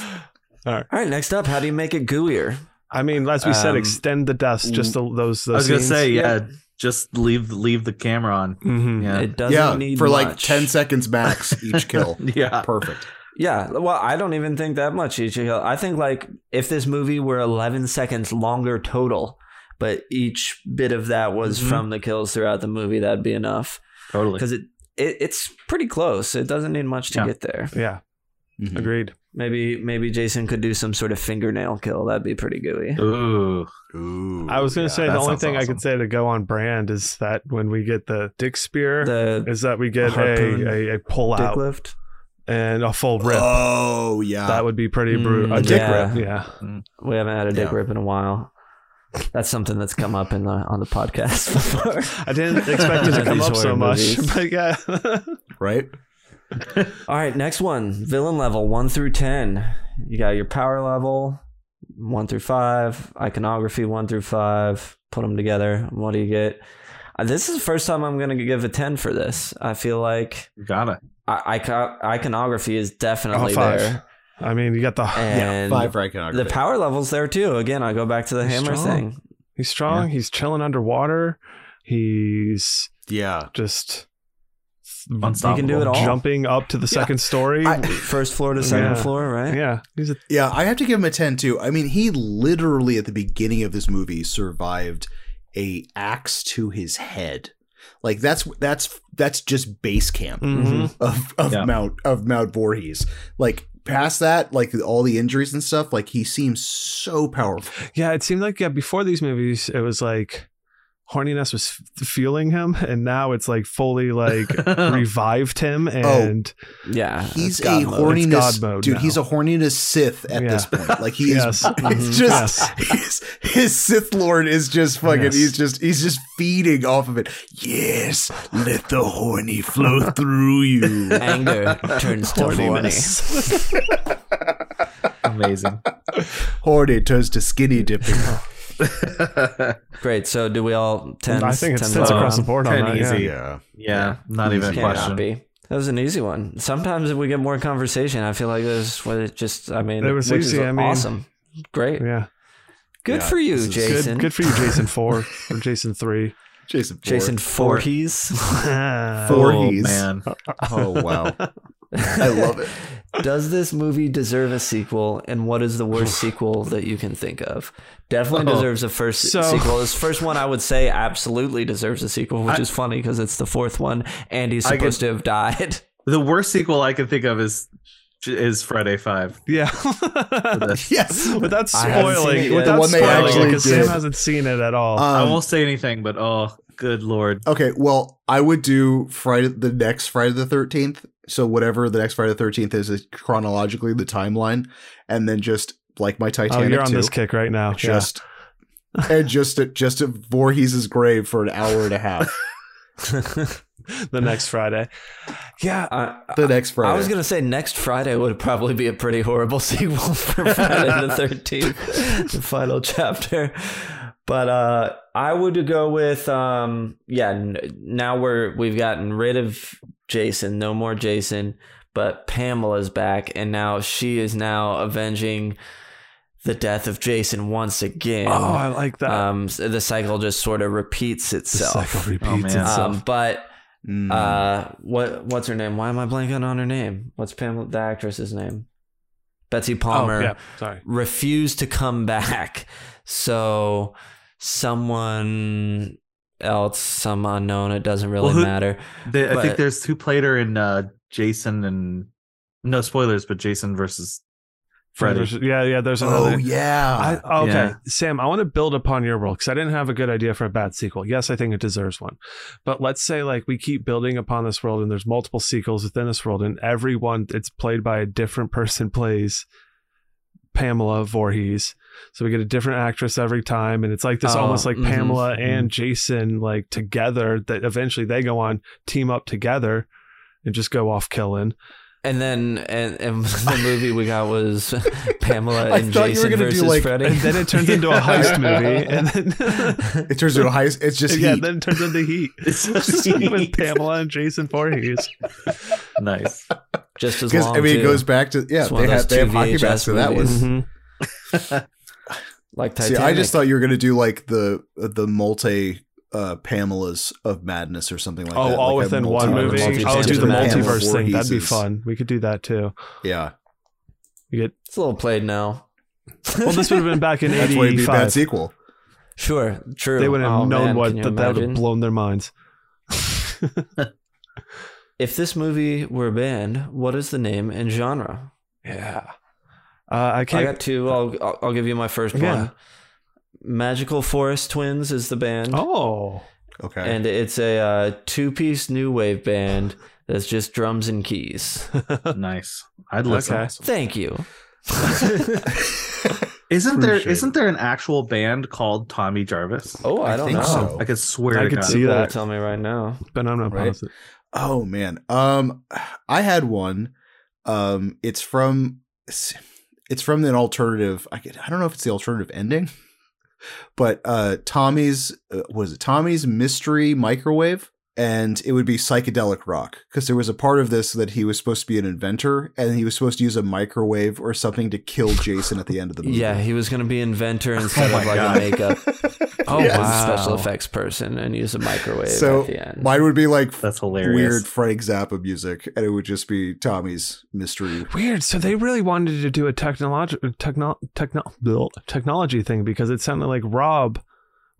[SPEAKER 3] horny.
[SPEAKER 2] All right. Next up, how do you make it gooier?
[SPEAKER 3] I mean, as we said,
[SPEAKER 2] Um,
[SPEAKER 3] extend the dust. Just the, those. those
[SPEAKER 4] I was gonna
[SPEAKER 3] scenes.
[SPEAKER 4] say, yeah, just leave leave the camera on.
[SPEAKER 3] Mhm.
[SPEAKER 4] Yeah.
[SPEAKER 2] It doesn't
[SPEAKER 1] yeah,
[SPEAKER 2] need
[SPEAKER 1] for like
[SPEAKER 2] much.
[SPEAKER 1] ten seconds max each kill.
[SPEAKER 4] yeah.
[SPEAKER 1] Perfect.
[SPEAKER 2] Yeah, well, I don't even think that much each. kill. I think like if this movie were 11 seconds longer total, but each bit of that was
[SPEAKER 3] Mhm.
[SPEAKER 2] from the kills throughout the movie, that'd be enough
[SPEAKER 4] Totally.
[SPEAKER 2] because it, it it's pretty close. It doesn't need much to
[SPEAKER 4] Yeah.
[SPEAKER 2] get there.
[SPEAKER 3] Yeah.
[SPEAKER 2] Mm-hmm.
[SPEAKER 1] Mhm.
[SPEAKER 3] Agreed.
[SPEAKER 2] Maybe maybe Jason could do some sort of fingernail kill. That'd be pretty gooey.
[SPEAKER 4] Ooh.
[SPEAKER 1] Ooh,
[SPEAKER 3] I was gonna
[SPEAKER 1] yeah.
[SPEAKER 3] say
[SPEAKER 4] that
[SPEAKER 3] the only
[SPEAKER 4] sounds
[SPEAKER 3] thing I
[SPEAKER 4] awesome.
[SPEAKER 3] could say to go on brand is that when we get the dick spear,
[SPEAKER 2] The
[SPEAKER 3] is that we get
[SPEAKER 2] harpoon,
[SPEAKER 3] a, a, a pull
[SPEAKER 2] dick
[SPEAKER 3] out
[SPEAKER 2] lift.
[SPEAKER 3] and a full rip.
[SPEAKER 1] Oh yeah,
[SPEAKER 3] that would be pretty
[SPEAKER 2] Mm,
[SPEAKER 3] brutal. A dick
[SPEAKER 2] yeah.
[SPEAKER 3] rip. Yeah.
[SPEAKER 2] We haven't had a dick
[SPEAKER 1] Yeah.
[SPEAKER 2] rip in a while. That's something that's come up in the on the podcast before.
[SPEAKER 3] I didn't expect it to
[SPEAKER 2] These
[SPEAKER 3] come up so
[SPEAKER 2] horror
[SPEAKER 3] much,
[SPEAKER 2] movies.
[SPEAKER 3] but yeah.
[SPEAKER 1] right.
[SPEAKER 2] All right, next one. Villain level 1 through 10. You got your power level 1 through 5, iconography 1 through 5. Put them together. What do you get? Uh, This is the first time I'm going to give a 10 for this. I feel like
[SPEAKER 4] Gotta.
[SPEAKER 2] I- ico- iconography is definitely
[SPEAKER 3] Oh, five.
[SPEAKER 2] there.
[SPEAKER 3] I mean, you got the.
[SPEAKER 2] And
[SPEAKER 1] Five for
[SPEAKER 2] the
[SPEAKER 1] iconography.
[SPEAKER 2] power level's there too. Again, I go back to the
[SPEAKER 3] He's
[SPEAKER 2] hammer
[SPEAKER 3] strong.
[SPEAKER 2] thing.
[SPEAKER 3] He's strong. He's chilling underwater. He's
[SPEAKER 1] yeah,
[SPEAKER 3] just
[SPEAKER 4] Unstoppable.
[SPEAKER 2] You can do it all.
[SPEAKER 3] jumping up to the second story.
[SPEAKER 1] I-
[SPEAKER 2] First floor to second
[SPEAKER 3] Yeah.
[SPEAKER 2] floor, right?
[SPEAKER 3] yeah, he's a
[SPEAKER 1] yeah. I have to give him a ten too. I mean, he literally at the beginning of this movie survived a axe to his head. Like that's that's that's just base camp
[SPEAKER 3] Mhm.
[SPEAKER 1] of of
[SPEAKER 4] Yeah.
[SPEAKER 1] Mount of Mount Voorhees. Like past that, like all the injuries and stuff. Like he seems so powerful.
[SPEAKER 3] yeah. It seemed like yeah before these movies, it was like horniness was f- fueling him, and now it's like fully like revived him,
[SPEAKER 2] Oh,
[SPEAKER 3] and
[SPEAKER 2] Yeah.
[SPEAKER 1] He's
[SPEAKER 2] Uh, it's God
[SPEAKER 1] a
[SPEAKER 2] mode.
[SPEAKER 3] It's
[SPEAKER 1] horniness
[SPEAKER 3] God mode
[SPEAKER 1] dude.
[SPEAKER 3] now.
[SPEAKER 1] He's a horniness Sith at
[SPEAKER 3] Yeah.
[SPEAKER 1] this point. Like he
[SPEAKER 3] yes, Mm-hmm.
[SPEAKER 1] is it's just
[SPEAKER 3] yes.
[SPEAKER 1] his, his Sith Lord is just fucking.
[SPEAKER 3] Yes.
[SPEAKER 1] He's just he's just feeding off of it. Yes, let the horny flow through you.
[SPEAKER 2] Anger turns to horny.
[SPEAKER 4] Amazing.
[SPEAKER 1] Horny turns to skinny dipping.
[SPEAKER 2] Great. So do we all 10s?
[SPEAKER 3] I think it's
[SPEAKER 2] tens
[SPEAKER 3] tens
[SPEAKER 2] all
[SPEAKER 3] across the
[SPEAKER 2] around?
[SPEAKER 3] board on
[SPEAKER 4] Ten
[SPEAKER 3] that.
[SPEAKER 4] easy.
[SPEAKER 3] Yeah.
[SPEAKER 1] yeah,
[SPEAKER 4] Yeah. Not even a
[SPEAKER 2] Can't not
[SPEAKER 4] question.
[SPEAKER 2] be. That was an easy one. Sometimes if we get more conversation, I feel like this was just. I mean,
[SPEAKER 3] It was
[SPEAKER 2] which
[SPEAKER 3] easy,
[SPEAKER 2] is
[SPEAKER 3] I mean-
[SPEAKER 2] awesome. Great.
[SPEAKER 3] yeah.
[SPEAKER 2] Good
[SPEAKER 1] Yeah,
[SPEAKER 2] for
[SPEAKER 1] this
[SPEAKER 2] you,
[SPEAKER 1] is
[SPEAKER 2] Jason.
[SPEAKER 3] Good, good for you, Jason Four or Jason Three.
[SPEAKER 1] Jason. Ford.
[SPEAKER 2] Jason Voorhees.
[SPEAKER 3] Four.
[SPEAKER 4] Oh,
[SPEAKER 1] Voorhees.
[SPEAKER 4] man.
[SPEAKER 1] Oh wow, I love it.
[SPEAKER 2] Does this movie deserve a sequel? And what is the worst sequel that you can think of? Definitely
[SPEAKER 4] Oh.
[SPEAKER 2] deserves a first
[SPEAKER 3] So-
[SPEAKER 2] sequel. This first one, I would say, absolutely deserves a sequel, which is funny because it's the fourth one, and he's
[SPEAKER 4] I
[SPEAKER 2] supposed to have died.
[SPEAKER 4] The worst sequel I can think of is is Friday Five.
[SPEAKER 3] Yeah.
[SPEAKER 1] Yes.
[SPEAKER 3] without
[SPEAKER 2] I haven't seen it
[SPEAKER 3] spoiling,
[SPEAKER 2] yet.
[SPEAKER 3] without
[SPEAKER 2] The
[SPEAKER 1] one they
[SPEAKER 3] spoiling,
[SPEAKER 4] actually
[SPEAKER 3] because
[SPEAKER 1] did.
[SPEAKER 3] Sam hasn't seen it at
[SPEAKER 2] Uh,
[SPEAKER 3] all.
[SPEAKER 4] I
[SPEAKER 1] Um,
[SPEAKER 4] won't say anything, but oh, good lord.
[SPEAKER 1] Okay, well, I would do Friday the next Friday the thirteenth. So whatever the next Friday the thirteenth is, is chronologically the timeline, and then just like my
[SPEAKER 3] oh,
[SPEAKER 1] Titanic,
[SPEAKER 3] you're on
[SPEAKER 1] too,
[SPEAKER 3] this kick right now. Yeah.
[SPEAKER 1] just and just at just at Voorhees' grave for an hour and a half
[SPEAKER 3] the next Friday. Yeah,
[SPEAKER 2] I,
[SPEAKER 1] the next Friday.
[SPEAKER 2] I was gonna say next Friday would probably be a pretty horrible sequel for Friday the Thirteenth, the final chapter. But uh, I would go with um, yeah. N- now we're we've gotten rid of Jason, no more Jason, but Pamela's back, and now she is now avenging the death of Jason once again.
[SPEAKER 3] oh, I like that.
[SPEAKER 2] um, so the cycle just sort of repeats
[SPEAKER 3] the
[SPEAKER 2] itself.
[SPEAKER 3] cycle
[SPEAKER 4] Oh,
[SPEAKER 3] repeats
[SPEAKER 4] man.
[SPEAKER 3] itself.
[SPEAKER 2] Um, but
[SPEAKER 1] Mm.
[SPEAKER 2] uh, what what's her name? Why am I blanking on her name? What's Pamela the actress's name? Betsy Palmer
[SPEAKER 3] oh, yeah. Sorry.
[SPEAKER 2] refused to come back, so someone else, some unknown, it doesn't really
[SPEAKER 4] Well, who-
[SPEAKER 2] matter.
[SPEAKER 4] They, I
[SPEAKER 2] But-
[SPEAKER 4] think there's who played her in uh, Jason and no spoilers, but Jason versus Freddy.
[SPEAKER 3] There's- Yeah, yeah. There's another.
[SPEAKER 1] oh yeah,
[SPEAKER 3] I, oh, okay,
[SPEAKER 4] Yeah.
[SPEAKER 3] Sam, I want to build upon your role because I didn't have a good idea for a bad sequel. Yes, I think it deserves one, but let's say like we keep building upon this world, and there's multiple sequels within this world, and everyone it's played by a different person plays Pamela Voorhees, so we get a different actress every time, and it's like this
[SPEAKER 2] Oh,
[SPEAKER 3] almost like
[SPEAKER 2] mhm,
[SPEAKER 3] Pamela
[SPEAKER 2] mhm.
[SPEAKER 3] and Jason like together that eventually they go on team up together and just go off killing.
[SPEAKER 2] And then and, and the movie we got was Pamela
[SPEAKER 1] I
[SPEAKER 2] and
[SPEAKER 1] thought you were
[SPEAKER 2] Jason
[SPEAKER 1] gonna do,
[SPEAKER 2] versus
[SPEAKER 1] like-
[SPEAKER 2] Freddy.
[SPEAKER 3] And then it turns into a heist movie, and then.
[SPEAKER 1] it turns into a heist. It's just
[SPEAKER 3] yeah,
[SPEAKER 1] heat.
[SPEAKER 3] then it turns into heat.
[SPEAKER 4] It's
[SPEAKER 3] with Pamela and Jason Voorhees.
[SPEAKER 4] nice.
[SPEAKER 2] just as
[SPEAKER 1] because
[SPEAKER 2] long.
[SPEAKER 1] I mean
[SPEAKER 2] too.
[SPEAKER 1] it goes back to yeah
[SPEAKER 2] It's one
[SPEAKER 1] they
[SPEAKER 2] of
[SPEAKER 1] have
[SPEAKER 2] those
[SPEAKER 1] they have
[SPEAKER 2] two
[SPEAKER 1] hockey
[SPEAKER 2] VHS
[SPEAKER 1] bats so that was
[SPEAKER 2] movies. like
[SPEAKER 1] see
[SPEAKER 2] Titanic.
[SPEAKER 1] I just thought you were gonna do like the the multi uh Pamela's of Madness or something like
[SPEAKER 3] oh,
[SPEAKER 1] that
[SPEAKER 3] all
[SPEAKER 1] like a
[SPEAKER 3] within one
[SPEAKER 1] multi-
[SPEAKER 3] movie.
[SPEAKER 2] multi-
[SPEAKER 3] oh, do the
[SPEAKER 2] Pamela
[SPEAKER 3] multiverse thing. That'd be
[SPEAKER 1] Voorheeses.
[SPEAKER 3] fun. We could do that too.
[SPEAKER 1] yeah
[SPEAKER 3] You get
[SPEAKER 2] it's a little played now.
[SPEAKER 3] well. This would have been back in
[SPEAKER 1] that's why it'd be a bad
[SPEAKER 3] '85.
[SPEAKER 1] sequel
[SPEAKER 2] Sure, true.
[SPEAKER 3] They would have
[SPEAKER 2] Oh,
[SPEAKER 3] known
[SPEAKER 2] man,
[SPEAKER 3] what
[SPEAKER 2] can you
[SPEAKER 3] that, that would have
[SPEAKER 2] imagine?
[SPEAKER 3] blown their minds.
[SPEAKER 2] If this movie were banned, what is the name and genre?
[SPEAKER 3] Yeah, uh, I
[SPEAKER 2] I
[SPEAKER 3] can't.
[SPEAKER 2] got two. I'll I'll- I'll give you my first
[SPEAKER 3] Yeah.
[SPEAKER 2] one. Magical Forest Twins is the band,
[SPEAKER 3] oh,
[SPEAKER 1] okay
[SPEAKER 2] and it's a uh, two-piece new wave band that's just drums and keys.
[SPEAKER 4] Nice. I'd listen.
[SPEAKER 3] Okay.
[SPEAKER 2] Thank you.
[SPEAKER 4] Isn't there
[SPEAKER 3] Appreciate it.
[SPEAKER 4] isn't there an actual band called Tommy Jarvis?
[SPEAKER 2] Oh, I,
[SPEAKER 1] I
[SPEAKER 2] don't
[SPEAKER 1] think
[SPEAKER 2] know.
[SPEAKER 1] so.
[SPEAKER 4] I could swear
[SPEAKER 3] I
[SPEAKER 4] to
[SPEAKER 3] could
[SPEAKER 4] God.
[SPEAKER 3] see
[SPEAKER 2] People will
[SPEAKER 3] that.
[SPEAKER 2] Tell me right now.
[SPEAKER 3] but I'm not
[SPEAKER 1] Right?
[SPEAKER 3] positive.
[SPEAKER 1] oh man um I had one um it's from it's from an alternative I could, I don't know if it's the alternative ending but uh Tommy's uh, was it Tommy's mystery microwave and it would be psychedelic rock because there was a part of this that he was supposed to be an inventor and he was supposed to use a microwave or something to kill Jason at the end of the movie.
[SPEAKER 2] Yeah, he was gonna be inventor instead
[SPEAKER 4] my
[SPEAKER 2] of like
[SPEAKER 4] God.
[SPEAKER 2] a makeup.
[SPEAKER 1] oh,
[SPEAKER 2] as a
[SPEAKER 3] wow.
[SPEAKER 2] special effects person and use a microwave
[SPEAKER 1] So,
[SPEAKER 2] at the end.
[SPEAKER 1] mine would be like
[SPEAKER 4] That's hilarious.
[SPEAKER 1] weird Frank Zappa music, and it would just be Tommy's mystery.
[SPEAKER 3] Weird. So they really wanted to do a technological techno- techno- bleh, technology thing because it sounded like Rob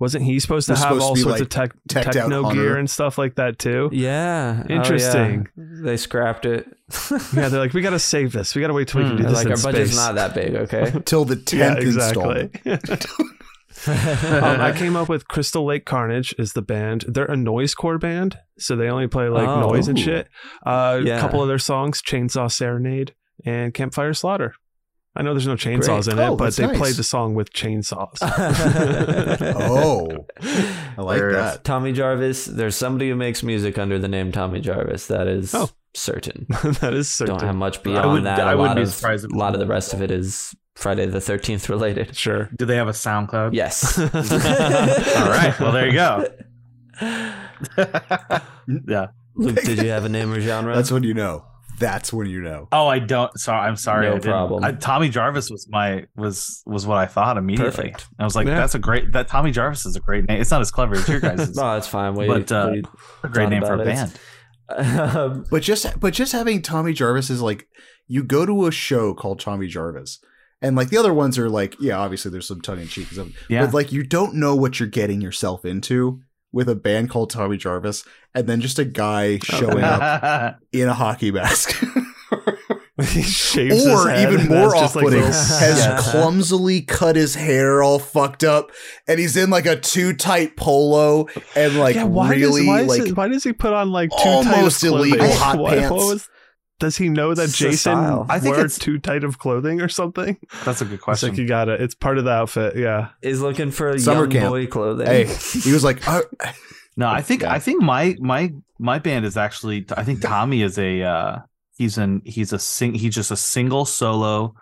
[SPEAKER 3] wasn't he supposed to
[SPEAKER 1] Was
[SPEAKER 3] have
[SPEAKER 1] supposed to
[SPEAKER 3] all
[SPEAKER 1] be,
[SPEAKER 3] sorts
[SPEAKER 1] like,
[SPEAKER 3] of tech-
[SPEAKER 1] teched out
[SPEAKER 3] techno
[SPEAKER 1] hunter.
[SPEAKER 3] gear and stuff like that too?
[SPEAKER 2] yeah. Oh, yeah.
[SPEAKER 3] Interesting.
[SPEAKER 2] They scrapped it.
[SPEAKER 3] Yeah, they're like, we gotta save this. We gotta wait till we can do
[SPEAKER 2] They're
[SPEAKER 3] this
[SPEAKER 2] Hmm, like
[SPEAKER 3] in
[SPEAKER 2] our budget's
[SPEAKER 3] space."
[SPEAKER 2] not that big, okay?
[SPEAKER 1] Till the
[SPEAKER 3] yeah,
[SPEAKER 1] tenth
[SPEAKER 3] exactly.
[SPEAKER 1] installment.
[SPEAKER 3] um, I came up with Crystal Lake Carnage is the band. They're a noise core band, so they only play like
[SPEAKER 2] Oh.
[SPEAKER 3] noise and shit. Uh,
[SPEAKER 2] Yeah.
[SPEAKER 3] A couple of their songs, Chainsaw Serenade and Campfire Slaughter. I know there's no chainsaws in it,
[SPEAKER 1] Oh,
[SPEAKER 3] but
[SPEAKER 1] that's
[SPEAKER 3] they
[SPEAKER 1] nice.
[SPEAKER 3] played the song with chainsaws.
[SPEAKER 1] Oh, I like
[SPEAKER 4] Fair enough.
[SPEAKER 1] that.
[SPEAKER 2] uh, Tommy Jarvis, there's somebody who makes music under the name Tommy Jarvis. That is
[SPEAKER 3] Oh.
[SPEAKER 2] certain.
[SPEAKER 3] that is certain.
[SPEAKER 2] Don't have much
[SPEAKER 4] I
[SPEAKER 2] beyond
[SPEAKER 4] would-
[SPEAKER 2] that. A
[SPEAKER 4] I wouldn't
[SPEAKER 2] lot
[SPEAKER 4] be
[SPEAKER 2] of-
[SPEAKER 4] surprised if-
[SPEAKER 2] A lot of the rest of it is Friday the 13th related.
[SPEAKER 3] Sure.
[SPEAKER 4] Do they have a SoundCloud?
[SPEAKER 2] Yes.
[SPEAKER 3] All
[SPEAKER 4] All right. Well, there you go. yeah.
[SPEAKER 2] Luke, did you have a name or genre?
[SPEAKER 1] That's when you know. That's when you know.
[SPEAKER 4] Oh, I don't. Sorry, I'm sorry.
[SPEAKER 2] No
[SPEAKER 4] I didn't-
[SPEAKER 2] problem.
[SPEAKER 4] I, Tommy Jarvis was my was was what I thought immediately.
[SPEAKER 2] Perfect.
[SPEAKER 4] I was like,
[SPEAKER 3] Yeah.
[SPEAKER 4] that's a great. That Tommy Jarvis is a great name. It's not as clever as your guys. It's
[SPEAKER 2] no, it's Oh, fine. We,
[SPEAKER 4] But, uh,
[SPEAKER 2] we-
[SPEAKER 4] a great
[SPEAKER 2] thought
[SPEAKER 4] name for a
[SPEAKER 2] about it.
[SPEAKER 4] band.
[SPEAKER 2] um,
[SPEAKER 1] But just but just having Tommy Jarvis is like you go to a show called Tommy Jarvis. And like the other ones are like, yeah, obviously there's some tongue in cheek and stuff.
[SPEAKER 4] Yeah.
[SPEAKER 1] But like you don't know what you're getting yourself into with a band called Tommy Jarvis and then just a guy showing up in a hockey mask.
[SPEAKER 3] he shaves his
[SPEAKER 1] or
[SPEAKER 3] head
[SPEAKER 1] even
[SPEAKER 3] and
[SPEAKER 1] more
[SPEAKER 3] that's just, like,
[SPEAKER 1] off-putting,
[SPEAKER 3] little-
[SPEAKER 1] has
[SPEAKER 2] Yeah.
[SPEAKER 1] clumsily cut his hair all fucked up, and he's in like a too tight polo and like
[SPEAKER 3] yeah, why
[SPEAKER 1] really
[SPEAKER 3] does, why, is
[SPEAKER 1] like
[SPEAKER 3] it, why does he put on like two
[SPEAKER 1] almost
[SPEAKER 3] tight of clothing?
[SPEAKER 1] illegal hot
[SPEAKER 3] Why- what
[SPEAKER 1] pants.
[SPEAKER 3] was- Does he know that
[SPEAKER 2] It's the
[SPEAKER 3] Jason
[SPEAKER 2] style.
[SPEAKER 4] I think
[SPEAKER 3] wore
[SPEAKER 4] it's-
[SPEAKER 3] too tight of clothing or something?
[SPEAKER 4] That's a good
[SPEAKER 3] It's
[SPEAKER 4] question.
[SPEAKER 3] like you got it. It's part of the outfit. Yeah.
[SPEAKER 2] Is looking for
[SPEAKER 7] Summer
[SPEAKER 2] young
[SPEAKER 7] camp.
[SPEAKER 2] boy clothing.
[SPEAKER 7] Hey, he was like,
[SPEAKER 1] "Uh,
[SPEAKER 7] "Oh,
[SPEAKER 4] no, I think
[SPEAKER 7] Yeah.
[SPEAKER 4] I think my my my band is actually I think Tommy is a uh he's an he's a sing he's just a single solo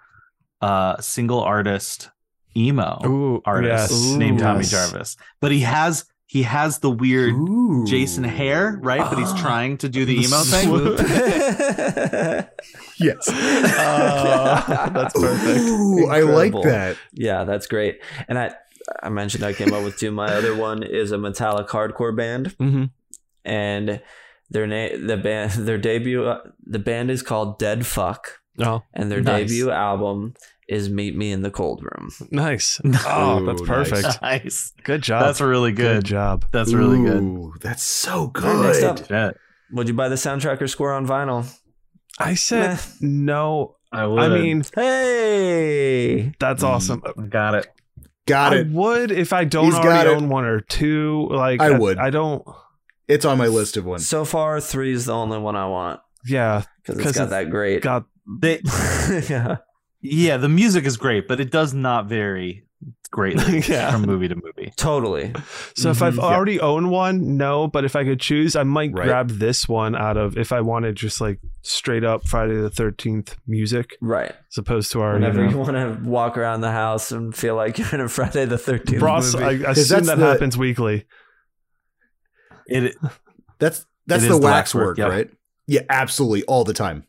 [SPEAKER 4] uh single artist emo
[SPEAKER 3] Ooh,
[SPEAKER 4] Oh, artist
[SPEAKER 3] yes.
[SPEAKER 4] named Tommy
[SPEAKER 3] Yes.
[SPEAKER 4] Jarvis. But he has he has the weird
[SPEAKER 7] ooh.
[SPEAKER 4] Jason hair, right? But he's
[SPEAKER 2] Ah.
[SPEAKER 4] trying to do the
[SPEAKER 3] The
[SPEAKER 4] emo thing.
[SPEAKER 3] swoop.
[SPEAKER 7] Yes.
[SPEAKER 3] Uh, that's perfect.
[SPEAKER 7] Ooh, I like
[SPEAKER 2] Incredible.
[SPEAKER 7] that.
[SPEAKER 2] yeah, that's great. And I I mentioned I came up with two. My other one is a metallic hardcore band,
[SPEAKER 3] Mm-hmm.
[SPEAKER 2] and their name the band their debut uh, the band is called Dead Fuck,
[SPEAKER 3] Oh,
[SPEAKER 2] and their
[SPEAKER 4] Nice.
[SPEAKER 2] debut album is Meet Me in the Cold Room.
[SPEAKER 3] nice. Oh, that's
[SPEAKER 7] Ooh,
[SPEAKER 3] perfect.
[SPEAKER 7] nice.
[SPEAKER 4] nice.
[SPEAKER 3] Good job.
[SPEAKER 4] That's really
[SPEAKER 3] good
[SPEAKER 4] good.
[SPEAKER 3] job.
[SPEAKER 4] That's really good.
[SPEAKER 7] Ooh, That's so
[SPEAKER 2] right, next up.
[SPEAKER 7] good.
[SPEAKER 4] Shit.
[SPEAKER 2] Would you buy the soundtrack or score on vinyl?
[SPEAKER 3] I said
[SPEAKER 2] Meh.
[SPEAKER 3] no.
[SPEAKER 4] I
[SPEAKER 3] I mean,
[SPEAKER 2] Hey,
[SPEAKER 3] that's
[SPEAKER 4] Mm.
[SPEAKER 3] awesome.
[SPEAKER 4] got it.
[SPEAKER 1] Got
[SPEAKER 3] I
[SPEAKER 1] it.
[SPEAKER 3] would if I don't
[SPEAKER 1] He's got
[SPEAKER 3] already
[SPEAKER 1] it.
[SPEAKER 3] own one or two. Like
[SPEAKER 1] I would.
[SPEAKER 3] I don't.
[SPEAKER 1] It's on my list of ones.
[SPEAKER 2] so far three is the only one I want
[SPEAKER 3] Yeah.
[SPEAKER 2] because
[SPEAKER 3] 'Cause
[SPEAKER 2] it's got
[SPEAKER 3] it's
[SPEAKER 2] that great.
[SPEAKER 3] Got
[SPEAKER 4] They,
[SPEAKER 2] yeah.
[SPEAKER 4] yeah, the music is great, but it does not vary greatly
[SPEAKER 3] Yeah.
[SPEAKER 4] from movie to movie.
[SPEAKER 2] Totally.
[SPEAKER 3] So if I've
[SPEAKER 2] Mhm.
[SPEAKER 3] already owned one, no. But if I could choose, I might
[SPEAKER 7] Right.
[SPEAKER 3] grab this one out of if I wanted just like straight up Friday the Thirteenth music
[SPEAKER 2] Right.
[SPEAKER 3] as opposed to our. you
[SPEAKER 2] Whenever
[SPEAKER 3] know-
[SPEAKER 2] you want to walk around the house and feel like you're in a Friday the 13th
[SPEAKER 3] Ross,
[SPEAKER 2] movie.
[SPEAKER 3] I assume
[SPEAKER 1] that's
[SPEAKER 3] that
[SPEAKER 1] the-
[SPEAKER 3] happens weekly.
[SPEAKER 4] It
[SPEAKER 1] That's that's
[SPEAKER 4] It
[SPEAKER 1] the
[SPEAKER 4] is the
[SPEAKER 1] waxwork,
[SPEAKER 4] waxwork, yeah.
[SPEAKER 1] right? Yeah, absolutely, all the time.